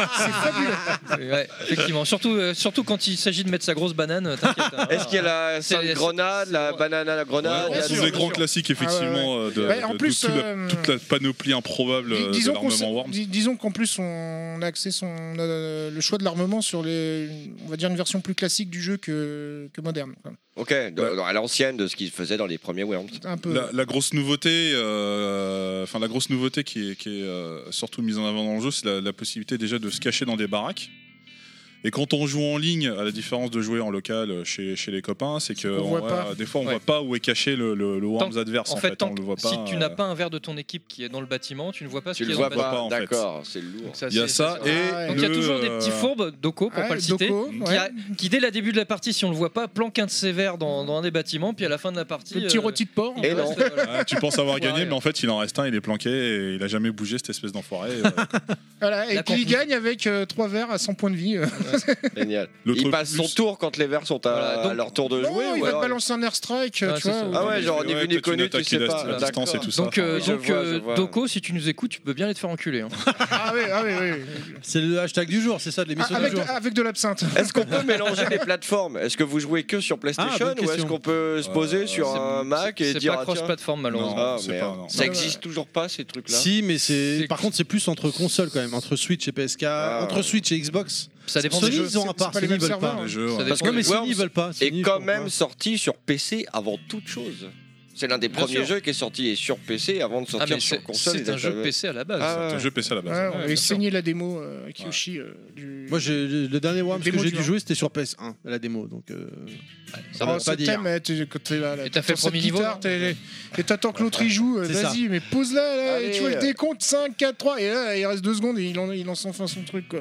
Speaker 4: <laughs> Ouais, effectivement. Surtout, euh, surtout quand il s'agit de mettre sa grosse banane, euh, t'inquiète. hein.
Speaker 7: Est-ce qu'il y a
Speaker 3: Ah.
Speaker 7: la
Speaker 4: C'est-
Speaker 7: sainte
Speaker 4: c'est-
Speaker 7: grenade, la
Speaker 4: c'est-
Speaker 7: banane à la
Speaker 5: Ouais,
Speaker 7: grenade
Speaker 5: on
Speaker 7: la-
Speaker 5: retrouve
Speaker 3: sûr,
Speaker 5: les
Speaker 3: bien
Speaker 5: grands
Speaker 3: sûr.
Speaker 5: classiques, effectivement, euh, de,
Speaker 3: Ah Ouais, en
Speaker 5: de-
Speaker 3: plus,
Speaker 5: de tout la-
Speaker 3: euh,
Speaker 5: toute la panoplie improbable
Speaker 3: Dis-
Speaker 5: euh, de
Speaker 3: disons qu'on
Speaker 5: l'armement
Speaker 3: se-
Speaker 5: Worms.
Speaker 3: dis- disons qu'en plus, on a axé son, euh, le choix de l'armement sur les, on va dire une version plus classique du jeu que, que moderne. quoi.
Speaker 7: Ok, de- à l'ancienne de ce qu'il faisait dans les premiers Worms.
Speaker 3: Un peu.
Speaker 5: La, la grosse nouveauté, euh, enfin la grosse nouveauté qui est, qui est, euh, surtout mise en avant dans le jeu, c'est la, la possibilité déjà de se cacher dans des baraques. Et quand on joue en ligne, à la différence de jouer en local euh, chez, chez les copains, c'est que
Speaker 3: On
Speaker 5: en
Speaker 3: voit
Speaker 5: vrai,
Speaker 3: pas.
Speaker 5: euh, des fois on
Speaker 4: Ouais.
Speaker 5: voit pas où est caché le, le, le Worms
Speaker 4: Tant-
Speaker 5: adverse. En fait,
Speaker 4: tant
Speaker 5: on
Speaker 4: que-
Speaker 5: le voit pas.
Speaker 4: si tu n'as
Speaker 5: euh,
Speaker 4: pas un verre de ton équipe qui est dans le bâtiment, tu ne vois pas ce
Speaker 7: Tu
Speaker 4: qui
Speaker 7: le
Speaker 4: est dans
Speaker 7: vois
Speaker 4: le bâtiment.
Speaker 7: pas,
Speaker 5: en fait.
Speaker 7: d'accord, c'est lourd.
Speaker 4: Ça,
Speaker 5: Il y a
Speaker 4: c'est-
Speaker 5: ça
Speaker 4: c'est-
Speaker 5: et
Speaker 4: Ah Donc il y a
Speaker 5: le,
Speaker 4: toujours des petits
Speaker 5: euh,
Speaker 4: fourbes, Doko pour
Speaker 3: Ouais,
Speaker 4: pas le citer,
Speaker 3: Doko,
Speaker 4: qui,
Speaker 3: ouais.
Speaker 4: a- qui, dès la début de la partie, si on le voit pas, planque un de ses verres dans, dans un des bâtiments, puis à la fin de la partie.
Speaker 3: Le petit
Speaker 4: euh,
Speaker 3: rôti de porc.
Speaker 4: il
Speaker 7: Et
Speaker 4: reste,
Speaker 7: non.
Speaker 4: euh, voilà.
Speaker 5: Ah, tu penses
Speaker 4: <laughs>
Speaker 5: avoir
Speaker 4: Enfoiré,
Speaker 5: gagné,
Speaker 4: euh.
Speaker 5: mais en fait, il en reste un, il est planqué et il a jamais bougé, cette espèce d'enfoiré. euh,
Speaker 3: Voilà, et
Speaker 4: La
Speaker 3: puis il
Speaker 4: confusion.
Speaker 3: gagne avec 3 verres à 100 points de vie. euh.
Speaker 5: <laughs>
Speaker 7: Génial.
Speaker 5: L'autre
Speaker 7: Il passe son
Speaker 5: plus-
Speaker 7: tour quand les verts sont à,
Speaker 4: Voilà, donc-
Speaker 7: à leur tour de
Speaker 3: <laughs> Non,
Speaker 7: jouer. ou
Speaker 3: il va te
Speaker 7: alors-
Speaker 3: balancer un air strike,
Speaker 4: Ah,
Speaker 3: tu
Speaker 4: c'est
Speaker 3: vois.
Speaker 4: ça.
Speaker 3: ou-
Speaker 7: Ah ouais, genre
Speaker 5: Ouais,
Speaker 7: ni vu
Speaker 5: peut-être
Speaker 7: ni
Speaker 5: une
Speaker 7: connu,
Speaker 5: attaque
Speaker 7: tu
Speaker 5: qui
Speaker 7: sais
Speaker 5: reste
Speaker 7: pas.
Speaker 5: à la distance et
Speaker 7: D'accord.
Speaker 5: tout ça.
Speaker 4: Donc, euh,
Speaker 7: Je
Speaker 4: donc,
Speaker 7: vois,
Speaker 4: euh,
Speaker 7: je vois.
Speaker 4: Doko, si tu nous écoutes, tu peux bien aller te faire enculer. hein.
Speaker 3: Ah ouais, ah ouais, ouais.
Speaker 1: C'est le hashtag du jour, c'est ça, de l'émission
Speaker 3: Ah, Avec,
Speaker 1: du jour.
Speaker 3: avec de l'absinthe.
Speaker 7: Est-ce qu'on
Speaker 5: <laughs>
Speaker 7: peut mélanger les plateformes Est-ce que vous jouez que
Speaker 5: Ah,
Speaker 7: sur PlayStation
Speaker 1: bonne
Speaker 7: ou est-ce
Speaker 1: question.
Speaker 7: qu'on peut se poser
Speaker 5: Euh,
Speaker 7: sur
Speaker 4: C'est-
Speaker 7: un Mac et
Speaker 4: C'est
Speaker 7: dire
Speaker 4: pas
Speaker 7: ah, tiens,
Speaker 4: cross-platform,
Speaker 5: Non,
Speaker 4: malheureusement.
Speaker 7: Ah,
Speaker 5: c'est
Speaker 7: merde.
Speaker 5: pas- non.
Speaker 7: ça existe toujours pas ces trucs-là
Speaker 1: Si, mais c'est.
Speaker 4: C'est-
Speaker 1: Par contre, c'est plus entre consoles quand même, entre Switch et PSK,
Speaker 7: Ah.
Speaker 1: entre Switch et Xbox.
Speaker 4: Ça dépend
Speaker 1: Sony,
Speaker 4: des jeux.
Speaker 1: ils ont
Speaker 3: C'est-
Speaker 1: à part,
Speaker 3: c'est pas
Speaker 1: Sony,
Speaker 3: les
Speaker 1: ils
Speaker 3: mêmes
Speaker 1: veulent pas.
Speaker 3: serveurs. hein.
Speaker 5: les jeux,
Speaker 4: Ça
Speaker 5: ouais.
Speaker 4: dépend
Speaker 7: Parce que
Speaker 1: Non,
Speaker 4: des
Speaker 1: mais
Speaker 4: jeux.
Speaker 1: Sony,
Speaker 7: Worms
Speaker 1: ils veulent pas. Sony,
Speaker 7: est quand
Speaker 1: ils font-
Speaker 7: même
Speaker 1: ouais.
Speaker 7: sorti sur PC avant toute chose. C'est l'un des
Speaker 4: Bien
Speaker 7: premiers
Speaker 4: sûr.
Speaker 7: jeux qui est sorti sur PC avant de
Speaker 4: Ah,
Speaker 7: sortir
Speaker 4: mais
Speaker 7: sur
Speaker 4: c'est
Speaker 7: console.
Speaker 4: c'est
Speaker 7: et
Speaker 4: un jeu
Speaker 7: d'attaque.
Speaker 4: PC à la base.
Speaker 7: Ah,
Speaker 5: C'est un jeu PC à la base.
Speaker 3: Ouais, on avait
Speaker 4: bien
Speaker 3: saigné la démo euh, Kiyoshi euh, du.
Speaker 1: Moi, j'ai- le dernier Worms que
Speaker 3: Démo
Speaker 1: j'ai
Speaker 3: du
Speaker 1: dû
Speaker 3: jeu.
Speaker 1: jouer, c'était sur PS1, la démo. Donc, euh, ça
Speaker 3: Oh,
Speaker 1: va
Speaker 3: ce
Speaker 1: pas dire.
Speaker 3: thème, eh, tu- quand t'es là, là,
Speaker 4: Et t'as fait
Speaker 3: t'entends cette
Speaker 4: premier niveau, hein.
Speaker 3: guitare,
Speaker 4: non
Speaker 3: t'es- Et t'attends que l'autre y joue, euh,
Speaker 1: C'est ça.
Speaker 3: vas-y, mais pose-la, là, et
Speaker 7: Allez.
Speaker 3: tu vois le décompte 5, 4, 3, et là, il reste 2 secondes et il, en, il lance enfin son truc. Quoi.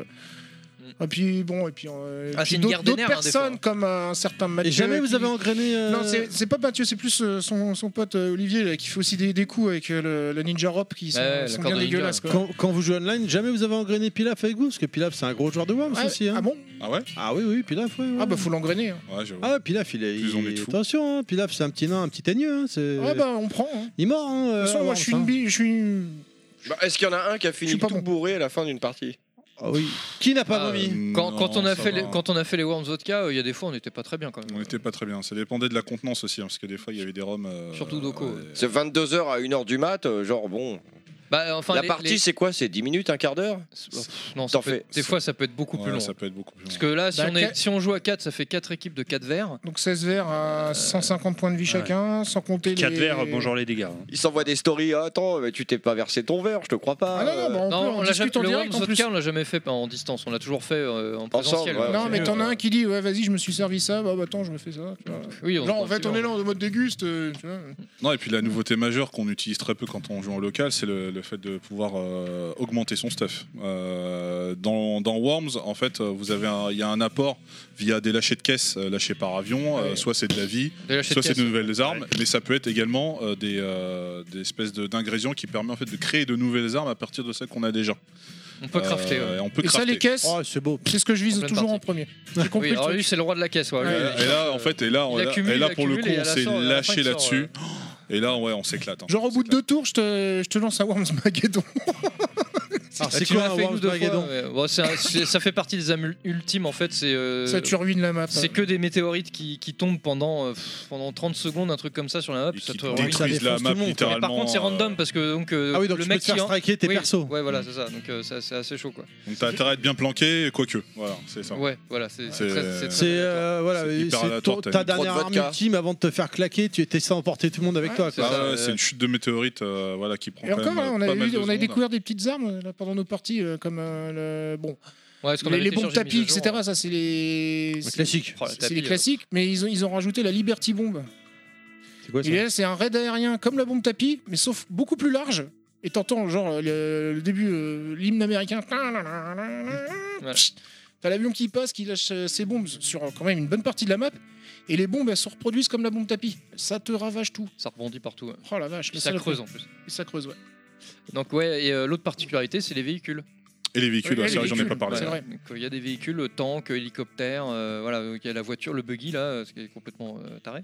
Speaker 3: Et puis, bon, et puis, euh, et
Speaker 4: Mm. Ah,
Speaker 3: puis
Speaker 4: c'est une guerre
Speaker 3: d'autres
Speaker 4: des
Speaker 3: d'autres
Speaker 4: nerfs, hein, des
Speaker 3: personnes comme euh, un certain Mathieu.
Speaker 1: Et jamais vous
Speaker 3: qui-
Speaker 1: avez engrainé. euh,
Speaker 3: Non, c'est c'est pas Mathieu, c'est plus euh, son, son pote euh, Olivier là, qui fait aussi des, des coups avec euh, le, la Ninja Rope qui sont,
Speaker 4: Ouais,
Speaker 3: sont
Speaker 4: l'accord de
Speaker 3: bien
Speaker 4: ninja.
Speaker 3: dégueulasses. Quoi.
Speaker 1: Quand, quand vous jouez online, jamais vous avez engrainé Pilaf avec vous Parce que Pilaf, c'est un gros joueur de Worms
Speaker 3: Ouais,
Speaker 1: aussi. hein.
Speaker 3: Ah bon
Speaker 5: Ah ouais
Speaker 1: Ah oui, oui, Pilaf, ouais. ouais.
Speaker 3: Ah bah faut l'engrainer. hein.
Speaker 5: Ouais, j'avoue.
Speaker 1: Ah, Pilaf, il est.
Speaker 5: Plus on est de fous.
Speaker 1: Attention, hein, Pilaf, c'est un petit nain, un petit teigneux. hein, c'est-
Speaker 3: Ah bah on prend. hein.
Speaker 1: Il est mort. Hein,
Speaker 3: De toute façon, moi je suis une bille, je suis. une-
Speaker 7: Bah, Est-ce qu'il y en a un qui a
Speaker 3: Je
Speaker 7: fini
Speaker 3: suis pas
Speaker 7: tout
Speaker 3: bon.
Speaker 7: bourré à la fin d'une partie
Speaker 4: Euh.
Speaker 1: Ah oui. Qui n'a pas
Speaker 4: Ah,
Speaker 1: vomi
Speaker 5: euh,
Speaker 4: Quand, quand
Speaker 5: non,
Speaker 4: on a
Speaker 5: ça
Speaker 4: fait
Speaker 5: va.
Speaker 4: les, quand on a fait les Worms Vodka, euh, il y a des fois on n'était pas très bien quand même.
Speaker 5: On était pas très bien. Ça dépendait de la contenance aussi, hein, parce que des fois il y avait des roms. euh,
Speaker 4: Surtout Doko,
Speaker 5: ouais.
Speaker 4: ouais.
Speaker 7: C'est 22h à 1h du mat, euh, genre bon.
Speaker 4: Bah, enfin,
Speaker 7: la
Speaker 4: les-
Speaker 7: partie, c'est quoi C'est 10 minutes, un quart d'heure
Speaker 4: les- Pff, non,
Speaker 7: T'en
Speaker 4: ça peut être-
Speaker 7: fais-
Speaker 4: des fois ça peut être beaucoup
Speaker 5: Ouais,
Speaker 4: plus long.
Speaker 5: Ça peut être beaucoup plus long.
Speaker 4: Parce que là, si,
Speaker 3: Bah,
Speaker 4: on est,
Speaker 3: que-
Speaker 4: si on joue à 4, ça fait 4 équipes de 4 verres.
Speaker 3: Donc 16 verres à 150 points de vie chacun, sans compter
Speaker 6: 4
Speaker 3: les.
Speaker 6: verres, bonjour les dégâts.
Speaker 7: Il s'envoie des stories. Ah, attends, mais tu t'es pas versé ton verre, je te crois pas.
Speaker 3: Ah non, non, bah,
Speaker 4: Non,
Speaker 3: on, peut,
Speaker 4: on
Speaker 3: on,
Speaker 4: l'a jamais,
Speaker 3: discute en
Speaker 4: le
Speaker 3: direct
Speaker 4: Worms
Speaker 3: en plus.
Speaker 4: Vodka, on l'a jamais fait en distance, on l'a toujours fait euh, en présentiel.
Speaker 7: ouais,
Speaker 4: quoi.
Speaker 3: Non, mais t'en as un qui dit, ouais, vas-y, je me suis servi ça, bah, bah, attends, je me fais ça. tu vois.
Speaker 4: Oui,
Speaker 3: Genre,
Speaker 4: un
Speaker 3: en
Speaker 4: petit
Speaker 3: fait, on
Speaker 4: peu-
Speaker 3: est là en mode déguste. euh, tu vois.
Speaker 5: Non, et puis la nouveauté majeure qu'on utilise très peu quand on joue en local, c'est le, le fait de pouvoir euh, augmenter son stuff. Euh, dans, dans Worms, en fait, euh, vous avez un- il y a un apport via des lâchers de caisse euh, lâchés par avion, euh, soit c'est de la vie,
Speaker 4: Des lâchers de
Speaker 5: soit c'est de
Speaker 4: caisse.
Speaker 5: nouvelles armes, mais ça peut être également euh, des, euh, des espèces de- d'ingrédients qui permettent en fait de créer de nouvelles armes à partir de celles qu'on a déjà.
Speaker 4: On peut crafter. ouais.
Speaker 5: Euh, et on peut
Speaker 3: Et ça,
Speaker 5: crafter.
Speaker 3: les caisses,
Speaker 1: Oh, c'est beau.
Speaker 3: c'est ce que je vise
Speaker 4: En pleine
Speaker 3: toujours en
Speaker 4: partie.
Speaker 3: premier. J'ai compris
Speaker 4: Oui,
Speaker 3: le
Speaker 4: alors
Speaker 3: truc.
Speaker 4: lui, c'est le roi de la caisse. ouais,
Speaker 3: Ouais.
Speaker 4: lui,
Speaker 5: Et
Speaker 4: il
Speaker 5: là, et là, en fait, et là, on-
Speaker 4: il accumule,
Speaker 5: et là
Speaker 4: il
Speaker 5: pour le coup,
Speaker 4: accumule, et à
Speaker 5: on
Speaker 4: la
Speaker 5: s'est
Speaker 4: fin, il
Speaker 5: lâché
Speaker 4: sort, euh,
Speaker 5: là-dessus. Et là, ouais, on s'éclate. hein.
Speaker 3: Genre, au bout de deux tours, je te, je te lance un Worms Mageddon.
Speaker 1: Alors,
Speaker 4: Ah, Tu
Speaker 1: Ah, c'est quoi
Speaker 4: l'as
Speaker 1: un
Speaker 4: fait une ou
Speaker 1: Worms
Speaker 4: deux fois,
Speaker 1: Mageddon
Speaker 4: ouais. Bon, c'est un- c'est- Ça fait partie des âmes ultimes en fait. C'est euh,
Speaker 3: Ça, tu ruines la map.
Speaker 4: c'est que des météorites qui, qui tombent pendant, euh, pff, pendant 30 secondes, un truc comme ça sur la map.
Speaker 5: Et
Speaker 4: ça
Speaker 5: qui
Speaker 4: te rend-
Speaker 1: détruit ça
Speaker 5: détruisent la
Speaker 1: défonce
Speaker 5: map
Speaker 1: tout le monde, quoi.
Speaker 4: Mais
Speaker 5: littéralement.
Speaker 4: par contre, c'est random
Speaker 5: euh,
Speaker 4: parce que donc, euh,
Speaker 1: Ah oui, donc
Speaker 4: le
Speaker 1: tu
Speaker 4: mec
Speaker 1: peux te faire
Speaker 4: qui en-
Speaker 1: striker tes
Speaker 4: Oui,
Speaker 1: persos.
Speaker 4: Ouais, voilà, c'est ça. Donc euh, ça- c'est assez chaud quoi.
Speaker 5: Donc t'as euh, intérêt à être bien planqué, quoique. Voilà, c'est ça.
Speaker 4: Ouais, voilà, c'est c'est
Speaker 5: C'est-
Speaker 4: très- c'est très
Speaker 1: C'est
Speaker 4: aléatoire.
Speaker 1: euh, voilà,
Speaker 5: C'est
Speaker 1: et
Speaker 5: hyper
Speaker 1: c'est
Speaker 5: aléatoire,
Speaker 1: ton-
Speaker 5: t'as
Speaker 1: ta
Speaker 5: une
Speaker 1: dernière
Speaker 7: croix de
Speaker 1: arme
Speaker 7: vodka.
Speaker 1: ultime avant de te faire claquer, tu essaies d'emporter tout le monde avec
Speaker 3: Ouais,
Speaker 1: toi.
Speaker 4: c'est
Speaker 1: quoi.
Speaker 5: Ah
Speaker 4: ça. euh,
Speaker 5: ouais, c'est une chute de météorite euh, voilà, qui prend
Speaker 3: Et
Speaker 5: quand
Speaker 3: encore,
Speaker 5: même,
Speaker 3: là,
Speaker 5: euh,
Speaker 3: on
Speaker 5: pas
Speaker 3: a,
Speaker 5: mal
Speaker 3: eu-
Speaker 5: de
Speaker 3: on a
Speaker 5: secondes.
Speaker 3: découvert des petites armes là, pendant nos parties, euh, comme euh, le bon,
Speaker 4: Ouais, parce qu'on
Speaker 3: les,
Speaker 4: avait
Speaker 3: les
Speaker 4: été
Speaker 3: bombes
Speaker 4: sur une
Speaker 3: tapis,
Speaker 4: mise à jour,
Speaker 3: etc.
Speaker 4: hein.
Speaker 3: Ça, c'est les,
Speaker 1: Un classique.
Speaker 4: Oh, la
Speaker 3: c'est
Speaker 4: tapis,
Speaker 3: les
Speaker 4: euh,
Speaker 3: classiques. Mais ils ont, ils ont rajouté la Liberty Bomb.
Speaker 1: C'est quoi ça
Speaker 3: Et là, c'est un raid aérien comme la bombe tapis, mais sauf beaucoup plus large. Et t'entends, genre, le, le début, euh, l'hymne américain. Psst. T'as l'avion qui passe, qui lâche euh, ses bombes sur euh, quand même une bonne partie de la map. Et les bombes, elles se reproduisent comme la bombe tapis. Ça te ravage tout.
Speaker 4: Ça rebondit partout. ouais.
Speaker 3: Oh la vache.
Speaker 4: Puis
Speaker 3: le
Speaker 4: ça
Speaker 3: saloperie.
Speaker 4: creuse en plus.
Speaker 3: Et ça creuse, ouais.
Speaker 4: Donc ouais, et euh, l'autre particularité, c'est les véhicules.
Speaker 5: Et les véhicules,
Speaker 3: Ouais,
Speaker 5: ouais,
Speaker 3: les
Speaker 5: c'est vrai, j'en ai pas
Speaker 3: véhicules,
Speaker 5: parlé.
Speaker 3: ouais. C'est vrai.
Speaker 4: Donc, euh, il y a des véhicules, euh, tanks, hélicoptères, euh, voilà, euh, il y a la voiture, le buggy là, euh, ce qui est complètement euh, taré.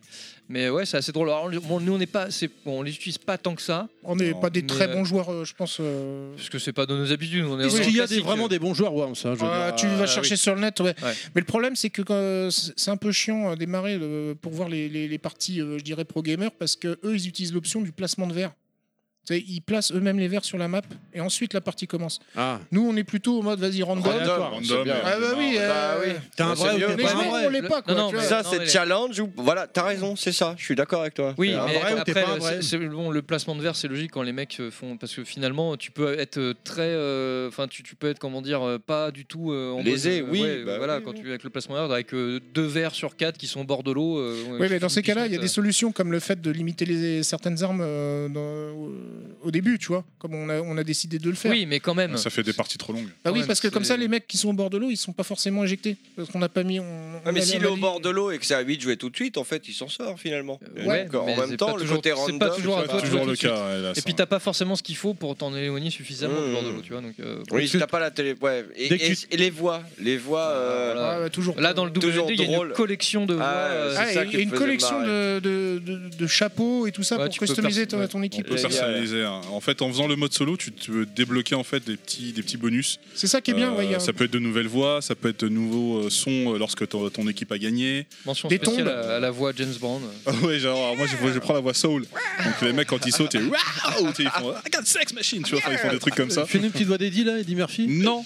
Speaker 4: Mais ouais, c'est assez drôle. Alors, bon, nous on n'est pas, c'est- bon, on les utilise pas tant que ça,
Speaker 3: On n'est
Speaker 5: Non,
Speaker 3: pas des
Speaker 4: mais,
Speaker 3: très
Speaker 4: euh,
Speaker 3: bons joueurs, euh, je pense. euh,
Speaker 4: parce que c'est pas dans nos habitudes. On est
Speaker 1: Est-ce
Speaker 4: dans
Speaker 1: qu'il y a
Speaker 4: le
Speaker 1: des,
Speaker 4: classique,
Speaker 1: vraiment
Speaker 4: euh,
Speaker 1: des bons joueurs Worms hein, je veux
Speaker 3: Ah,
Speaker 1: dire,
Speaker 3: tu
Speaker 1: euh,
Speaker 3: vas chercher sur le net, ouais.
Speaker 4: Ouais.
Speaker 3: Mais le problème, c'est que euh, c'est c'est un peu chiant euh, démarrer euh, pour voir les, les- les parties, euh, je dirais, pro gamer, parce que eux, ils utilisent l'option du placement de verre. Tu sais, Ils placent eux-mêmes les verres sur la map et ensuite la partie commence.
Speaker 1: Ah.
Speaker 3: Nous, on est plutôt au mode vas-y, random.
Speaker 7: Random,
Speaker 3: Aléatoire.
Speaker 7: c'est bien.
Speaker 3: Ah bah oui,
Speaker 7: Bah
Speaker 3: euh,
Speaker 7: oui.
Speaker 1: T'as un
Speaker 7: Ouais,
Speaker 1: vrai Bah,
Speaker 7: c'est
Speaker 1: ou
Speaker 7: mieux.
Speaker 1: t'es
Speaker 3: Mais
Speaker 1: pas
Speaker 3: je
Speaker 1: un
Speaker 3: mets-
Speaker 1: vrai
Speaker 3: on l'est pas, quoi.
Speaker 4: Non, non,
Speaker 3: tu
Speaker 4: mais
Speaker 3: vois.
Speaker 7: Ça,
Speaker 4: non,
Speaker 7: c'est
Speaker 4: mais-
Speaker 7: challenge ou. Voilà, t'as raison, c'est ça. Je suis d'accord avec toi.
Speaker 4: Oui,
Speaker 1: Un
Speaker 4: mais
Speaker 1: vrai ou t'es
Speaker 4: après,
Speaker 1: pas un vrai
Speaker 4: c'est- c'est- bon, le placement de verre, c'est logique quand les mecs euh, font. Parce que finalement, tu peux être euh, très. euh, Enfin, tu, tu peux être, comment dire, euh, pas du tout. euh, en
Speaker 7: Lésé,
Speaker 4: mode,
Speaker 7: oui,
Speaker 4: ouais,
Speaker 7: bah
Speaker 4: voilà,
Speaker 7: oui,
Speaker 4: quand
Speaker 7: oui.
Speaker 4: tu avec le placement de verre, avec euh, deux verres sur quatre qui sont au bord de l'eau. euh, ouais,
Speaker 3: Oui,
Speaker 4: qui
Speaker 3: mais dans
Speaker 4: sont-
Speaker 3: ces
Speaker 4: qui
Speaker 3: cas-là, il y a
Speaker 4: sont,
Speaker 3: des
Speaker 4: euh,
Speaker 3: solutions comme le fait de limiter les, certaines armes euh, dans- au début, tu vois, comme on a, on a décidé de le faire.
Speaker 4: Oui, mais quand même.
Speaker 5: Ça fait des parties trop longues.
Speaker 3: Bah
Speaker 4: quand
Speaker 3: oui,
Speaker 4: même,
Speaker 3: parce que comme
Speaker 4: c'est-
Speaker 3: ça, les mecs qui sont au bord de l'eau, ils sont pas forcément éjectés. Parce qu'on n'a pas mis. on-
Speaker 7: Ouais, mais
Speaker 3: on a-
Speaker 7: s'il
Speaker 3: on
Speaker 7: est
Speaker 3: a
Speaker 7: au
Speaker 3: dit-
Speaker 7: bord de l'eau et que c'est à 8 jouer tout de suite, en fait, il s'en sort finalement.
Speaker 4: Euh,
Speaker 7: Donc,
Speaker 4: ouais, mais
Speaker 7: en
Speaker 4: c'est
Speaker 7: même temps,
Speaker 4: pas
Speaker 7: le
Speaker 4: toujours-
Speaker 7: côté
Speaker 4: c'est
Speaker 7: random.
Speaker 4: pas toujours à toi
Speaker 5: C'est
Speaker 4: de
Speaker 5: toujours
Speaker 4: jouer
Speaker 5: le
Speaker 4: tout de suite.
Speaker 5: cas. ouais, là,
Speaker 4: Et
Speaker 5: ça.
Speaker 4: puis t'as pas forcément ce qu'il faut pour t'en éloigner suffisamment du bord de l'eau, tu vois. Donc, euh,
Speaker 7: Mmh. Oui,
Speaker 1: Parce que-
Speaker 7: t'as pas la télé. Ouais. Et,
Speaker 1: Dès que
Speaker 7: et-
Speaker 1: tu-
Speaker 7: et les voix. Les voix. euh,
Speaker 4: Voilà.
Speaker 3: Ah, ouais, toujours.
Speaker 4: Là, dans le
Speaker 7: Toujours
Speaker 4: WD, il y a une
Speaker 7: drôle.
Speaker 4: collection de voix.
Speaker 7: Ah,
Speaker 4: euh,
Speaker 7: c'est
Speaker 3: Ah,
Speaker 7: ça
Speaker 3: et-
Speaker 7: qui
Speaker 3: et une
Speaker 7: faisait
Speaker 3: collection
Speaker 7: marrer.
Speaker 3: de, de- de- de chapeaux et tout ça
Speaker 4: Ouais, tu
Speaker 3: pour
Speaker 4: peux
Speaker 3: customiser
Speaker 4: perso-
Speaker 3: ton,
Speaker 4: ouais.
Speaker 3: ton
Speaker 5: On
Speaker 3: équipe.
Speaker 5: peut
Speaker 7: Génial.
Speaker 5: personnaliser. hein. En fait, en faisant le mode solo, tu tu peux débloquer en fait des petits, des petits bonus.
Speaker 3: C'est ça qui est bien.
Speaker 5: Euh,
Speaker 3: ouais, hein. il y a-
Speaker 5: Ça peut être de nouvelles voix, ça peut être de nouveaux euh, sons euh, lorsque ton, ton équipe a gagné.
Speaker 4: Mention
Speaker 3: Des
Speaker 4: spéciale
Speaker 3: tombes.
Speaker 4: à, à la voix de James Brown.
Speaker 5: <laughs> Ah ouais, genre alors, moi je, je prends la voix soul. Donc les mecs quand ils sautent, ils, Waouh Tu sais, ils font I got sex machine, tu vois, enfin, ils font des trucs comme ça.
Speaker 1: Fais-nous une petite voix d'Eddie là, Eddie Murphy.
Speaker 5: Non,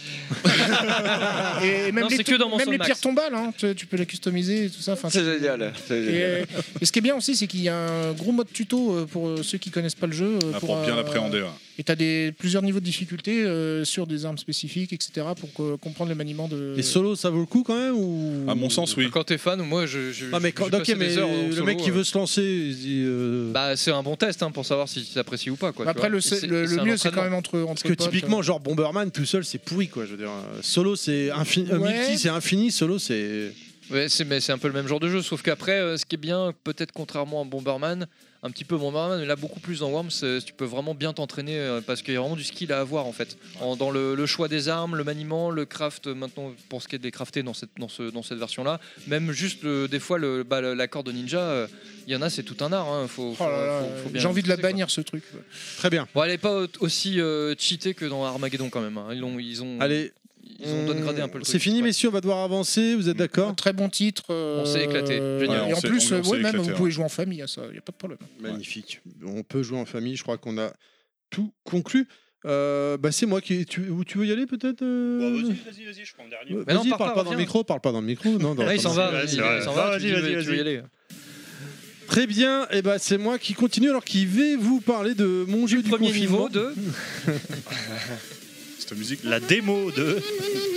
Speaker 3: Et même
Speaker 4: Non,
Speaker 3: les,
Speaker 4: c'est que dans mon
Speaker 3: même les
Speaker 4: Soulmax.
Speaker 3: pierres tombales, hein, tu, tu peux les customiser et tout ça. Enfin,
Speaker 7: C'est génial. c'est
Speaker 3: Et,
Speaker 7: génial.
Speaker 3: euh, et ce qui est bien aussi, c'est qu'il y a un gros mode tuto euh, pour euh, ceux qui connaissent pas le jeu. euh,
Speaker 5: Ah, pour bien
Speaker 3: euh,
Speaker 5: l'appréhender. ouais.
Speaker 3: Et t'as des plusieurs niveaux de difficulté euh, sur des armes spécifiques, etc. pour que- comprendre le maniement de.
Speaker 1: Et solo, ça vaut le coup quand même ou
Speaker 5: À mon sens, oui.
Speaker 4: Quand t'es fan, moi, je. je
Speaker 1: Non Ah, mais
Speaker 4: je-
Speaker 1: quand,
Speaker 4: j'ai
Speaker 1: ok,
Speaker 4: passé
Speaker 1: mais
Speaker 4: des heures en
Speaker 1: le
Speaker 4: solo,
Speaker 1: mec qui
Speaker 4: euh,
Speaker 1: veut se lancer, il dit, euh,
Speaker 4: Bah, c'est un bon test hein, pour savoir si tu t'apprécies ou pas. Quoi,
Speaker 3: Bah,
Speaker 4: tu vois.
Speaker 3: Après, le,
Speaker 4: Et c'est-
Speaker 3: le-
Speaker 4: et
Speaker 3: le
Speaker 4: un
Speaker 3: mieux, c'est
Speaker 4: entraînement.
Speaker 3: quand même entre. entre
Speaker 1: parce que
Speaker 3: potes, hein.
Speaker 1: typiquement, genre Bomberman tout seul, c'est pourri quoi. Je veux dire, euh, solo c'est infini, euh,
Speaker 3: Ouais.
Speaker 1: multi c'est infini, solo c'est.
Speaker 4: Ouais, c'est, mais c'est un peu le même genre de jeu, sauf qu'après, euh, ce qui est bien, peut-être contrairement à Bomberman, un petit peu Bomberman, mais là beaucoup plus dans Worms, euh, tu peux vraiment bien t'entraîner euh, parce qu'il y a vraiment du skill à avoir en fait. En- dans le, le choix des armes, le maniement, le craft, euh, maintenant pour ce qui est des craftés dans cette, dans ce- dans cette version-là, même juste euh, des fois le, bah, le- la corde de ninja, euh, il y en a, c'est tout un art. hein, faut-
Speaker 3: euh,
Speaker 4: faut-
Speaker 3: oh là là,
Speaker 4: faut- faut bien
Speaker 3: J'ai envie de la
Speaker 4: maîtriser, quoi.
Speaker 3: bannir ce truc.
Speaker 1: Très bien.
Speaker 4: Bon, elle est pas au- aussi euh, cheatée que dans Armageddon quand même. hein. Ils, ont, ils, ont,
Speaker 1: Allez,
Speaker 4: ils ont dégradé un peu le
Speaker 1: C'est
Speaker 4: truc,
Speaker 1: fini,
Speaker 4: ouais. Mm.
Speaker 1: messieurs, on va devoir avancer. Vous êtes d'accord
Speaker 3: Très bon titre. euh,
Speaker 4: On s'est éclaté, génial.
Speaker 5: Ouais,
Speaker 3: Et
Speaker 5: on
Speaker 3: en
Speaker 5: s'est-
Speaker 3: plus,
Speaker 5: on- on
Speaker 3: euh,
Speaker 5: s'est
Speaker 3: ouais, même
Speaker 5: éclaté,
Speaker 3: vous
Speaker 1: hein.
Speaker 5: ouais.
Speaker 3: pouvez jouer en famille, il n'y a pas de problème.
Speaker 1: Magnifique. On peut jouer en famille. Je crois qu'on a tout conclu. Euh, bah c'est moi qui. Tu, ou tu veux y aller peut-être euh
Speaker 6: Bon, vas-y, Bah, vas-y, vas-y, je prends le dernier.
Speaker 1: Euh,
Speaker 4: Mais non,
Speaker 1: Vas-y,
Speaker 4: pars
Speaker 1: parle
Speaker 4: pas,
Speaker 1: pas dans le
Speaker 4: reviens.
Speaker 1: micro, parle pas dans le micro. Non,
Speaker 4: <laughs>
Speaker 1: dans-
Speaker 4: Ah, il s'en va,
Speaker 6: Ouais,
Speaker 4: il
Speaker 6: c'est
Speaker 4: il
Speaker 6: vrai.
Speaker 4: s'en va,
Speaker 6: Vas-y,
Speaker 4: tu veux-
Speaker 6: vas-y,
Speaker 4: tu veux y
Speaker 6: vas-y.
Speaker 4: aller.
Speaker 1: Très bien. Et bah c'est moi qui continue alors qui vais vous parler de mon jeu du
Speaker 4: Premier
Speaker 1: confinement.
Speaker 4: niveau de
Speaker 5: Cette musique.
Speaker 6: La démo de.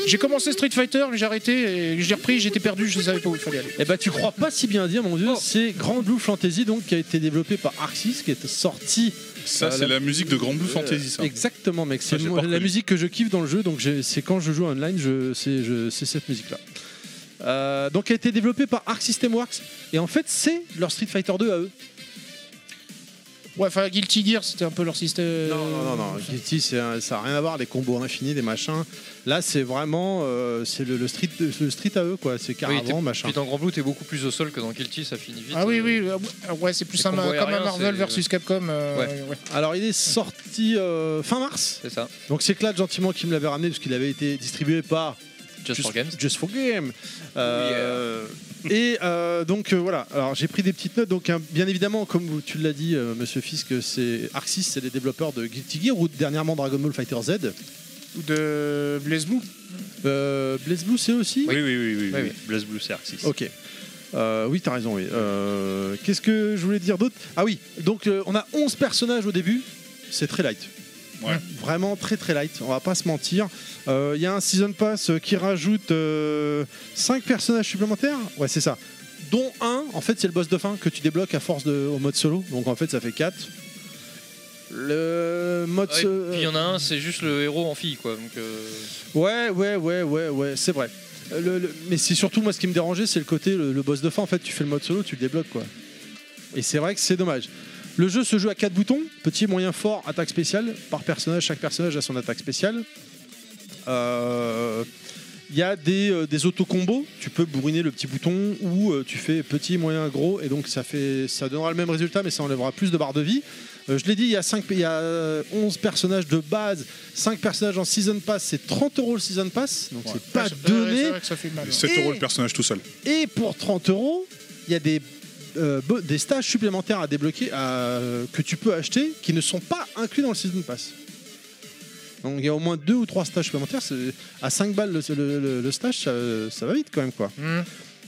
Speaker 3: J'ai commencé Street Fighter, mais j'ai arrêté, et j'ai repris, j'étais perdu, je ne savais pas où il fallait aller.
Speaker 1: Eh ben tu crois pas si bien dire mon dieu,
Speaker 4: Oh.
Speaker 1: c'est Grand Blue Fantasy donc qui a été développé par Arxis qui est sorti
Speaker 5: Ça,
Speaker 1: Euh,
Speaker 3: Bah,
Speaker 5: c'est
Speaker 1: la-
Speaker 5: la musique de Grand Blue Fantasy, ça.
Speaker 1: exactement mec, c'est
Speaker 5: j'ai
Speaker 1: mo-
Speaker 5: pas
Speaker 1: la
Speaker 5: reconnu.
Speaker 1: musique que je kiffe dans le jeu donc j'ai- c'est quand je joue online, je c'est je- c'est cette musique là. donc a été développé par Arc System Works et en fait c'est leur Street Fighter 2 à eux.
Speaker 3: Ouais, enfin, Guilty Gear, c'était un peu leur système.
Speaker 1: Non non non, non. Guilty c'est un- ça a rien à voir les combos infinis des machins. Là c'est vraiment euh, c'est le, le street le street à eux quoi, c'est
Speaker 4: Oui, t'es-
Speaker 1: caravane machin.
Speaker 4: Puis dans Grand Blue, t'es beaucoup plus au sol que dans Guilty, ça finit vite.
Speaker 3: Ah oui,
Speaker 4: euh,
Speaker 3: oui, euh, ouais, c'est plus
Speaker 4: les
Speaker 3: un, ma-
Speaker 4: combos
Speaker 3: comme
Speaker 4: aériens,
Speaker 3: un Marvel
Speaker 4: c'est-
Speaker 3: versus Capcom. euh, ouais.
Speaker 1: Alors il est sorti euh, fin mars.
Speaker 4: C'est ça,
Speaker 1: Donc c'est Clad gentiment qui me l'avait ramené parce qu'il avait été distribué par
Speaker 4: Just for Games. Oh
Speaker 1: Just for Game. Euh, <laughs> Et euh, donc euh, voilà, alors j'ai pris des petites notes. Donc hein, bien évidemment, comme vous- tu l'as dit, euh, Monsieur Fisk, c'est Arxis, c'est les développeurs de Guilty Gear ou dernièrement Dragon Ball Fighter Z.
Speaker 3: Ou de Blaze Blue.
Speaker 1: Euh, Blaze Blue, c'est aussi.
Speaker 6: Oui, oui, oui, oui.
Speaker 4: Oui,
Speaker 6: oui. Blaze Blue Cercle 6.
Speaker 1: Ok. Euh, oui, t'as raison. Oui. Euh, Qu'est-ce que je voulais dire d'autre Ah oui, donc euh, on a 11 personnages au début. C'est très light.
Speaker 5: Ouais.
Speaker 1: Vraiment très très light, on va pas se mentir. Euh, Il y a un season pass euh, qui rajoute 5 personnages supplémentaires. Ouais, c'est ça. Dont un, en fait, c'est le boss de fin que tu débloques à force de, au mode solo. Donc en fait, ça fait 4. Le mode.
Speaker 4: Ouais,
Speaker 1: so-
Speaker 4: puis il y en a un, c'est juste le héros en fille, quoi. Donc, euh,
Speaker 1: Ouais, ouais, ouais, ouais, ouais, c'est vrai. Euh, le- le- mais c'est surtout moi ce qui me dérangeait, c'est le côté le, le boss de fin. En fait, tu fais le mode solo, tu le débloques quoi. Et c'est vrai que c'est dommage. Le jeu se joue à quatre boutons petit, moyen, fort, attaque spéciale. Par personnage, chaque personnage a son attaque spéciale. Euh, Il y a des, euh, des auto-combos. Tu peux bourriner le petit bouton ou euh, tu fais petit, moyen, gros. Et donc ça, fait, ça donnera le même résultat, mais ça enlèvera plus de barres de vie. Euh, je l'ai dit, il y, a cinq- il y a euh, 11 personnages de base, 5 personnages en season pass. C'est 30 euros le season pass. Donc
Speaker 5: Ouais.
Speaker 1: c'est pas
Speaker 3: Ouais, c'est
Speaker 1: donné.
Speaker 3: vrai que ça fait mal.
Speaker 5: Et 7 euros le personnage tout seul.
Speaker 1: Et pour 30 euros, il y a des euh, bo- des stages supplémentaires à débloquer à- que tu peux acheter qui ne sont pas inclus dans le Season Pass. Donc il y a au moins deux ou trois stages supplémentaires. c'est- À 5 balles le, le- le- le stage, ça, ça va vite quand même quoi.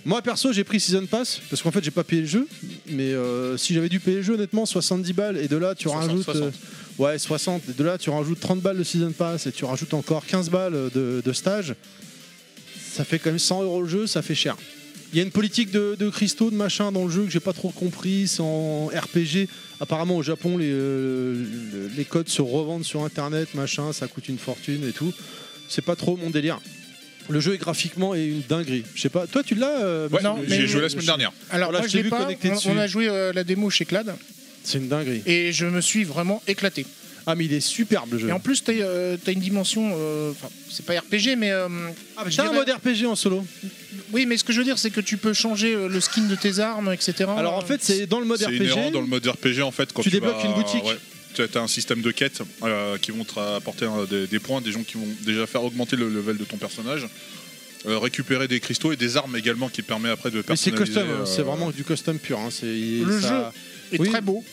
Speaker 1: Moi perso j'ai pris Season Pass parce qu'en fait j'ai pas payé le jeu mais euh, si j'avais dû payer le jeu honnêtement 70 balles et de là tu rajoutes euh, ouais 60 et de là tu rajoutes 30 balles de Season Pass et tu rajoutes encore 15 balles de, de stage ça fait quand même 100 euros le jeu ça fait cher il y a une politique de, de cristaux de machin dans le jeu que j'ai pas trop compris c'est en RPG apparemment au Japon les, euh, le- les codes se revendent sur internet machin ça coûte une fortune et tout c'est pas trop mon délire le jeu est graphiquement est une dinguerie. Je sais pas. Toi, tu l'as euh,
Speaker 5: Ouais,
Speaker 1: Maxime
Speaker 5: j'ai joué la semaine dernière.
Speaker 3: Alors,
Speaker 1: Voilà,
Speaker 3: moi,
Speaker 1: je
Speaker 3: je
Speaker 1: t'ai
Speaker 3: l'ai
Speaker 1: vu
Speaker 3: pas.
Speaker 1: connecté
Speaker 3: On,
Speaker 1: dessus.
Speaker 3: on a joué euh, la démo chez Clad
Speaker 1: C'est une dinguerie.
Speaker 3: et je me suis vraiment éclaté.
Speaker 1: Ah, mais il est superbe le jeu.
Speaker 3: Et en plus, t'as euh, t'as une dimension. euh, Enfin, c'est pas RPG, mais. euh, je
Speaker 1: C'est un
Speaker 3: dirais-
Speaker 1: mode RPG en solo.
Speaker 3: Oui, mais ce que je veux dire, c'est que tu peux changer euh, le skin de tes armes, etc.
Speaker 1: Alors en fait, c'est dans le mode
Speaker 5: C'est inhérent
Speaker 1: RPG.
Speaker 5: dans le mode RPG en fait quand
Speaker 1: Tu
Speaker 5: tu,
Speaker 1: débloques
Speaker 5: vas-
Speaker 1: une boutique.
Speaker 5: ouais, tu as- t'as un système de quêtes euh, qui vont te apporter euh, des, des points, des gens qui vont déjà faire augmenter le level de ton personnage, euh, récupérer des cristaux et des armes également qui te permet après de
Speaker 1: Mais c'est
Speaker 5: personnaliser.
Speaker 1: custom, hein,
Speaker 5: euh,
Speaker 1: c'est vraiment du custom pur. hein, c'est-
Speaker 3: Le jeu est
Speaker 1: Oui.
Speaker 3: très beau.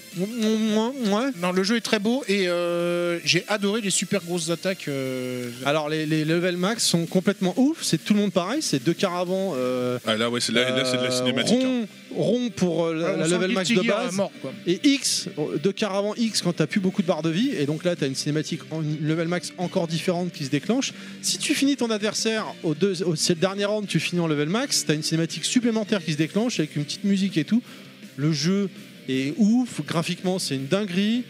Speaker 3: Non, le jeu est très beau et euh, j'ai adoré les super grosses attaques. euh,
Speaker 1: Alors les, les level max sont complètement ouf. C'est tout le monde pareil. C'est deux caravans. euh,
Speaker 5: Ah, là ouais, c'est là, là, c'est de la
Speaker 1: euh,
Speaker 5: cinématique. hein.
Speaker 1: rond, rond pour euh, la,
Speaker 3: Ouais, Ah, on
Speaker 1: la
Speaker 3: sent
Speaker 1: level
Speaker 3: le
Speaker 1: max
Speaker 3: Guilty
Speaker 1: de
Speaker 3: Gear à
Speaker 1: base.
Speaker 3: mort, quoi.
Speaker 1: Et X, euh, de caravans X quand t'as plus beaucoup de barres de vie, et donc là t'as une cinématique, en- une level max encore différente qui se déclenche. Si tu finis ton adversaire au deux, au- c'est le dernier round, tu finis en level max, t'as une cinématique supplémentaire qui se déclenche avec une petite musique et tout. Le jeu est ouf, graphiquement c'est une dinguerie.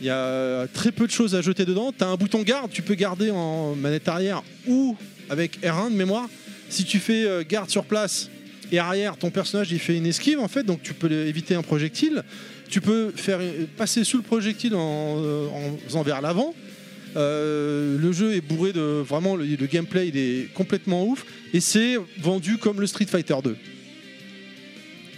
Speaker 1: Il y a très peu de choses à jeter dedans. T'as un bouton garde, tu peux garder en manette arrière ou avec R1 de mémoire. Si tu fais euh, garde sur place et arrière, ton personnage il fait une esquive en fait, donc tu peux le- éviter un projectile. Tu peux faire euh, passer sous le projectile en, euh, en faisant vers l'avant. Euh, le jeu est bourré de vraiment le, le gameplay il est complètement ouf et c'est vendu comme le Street Fighter 2.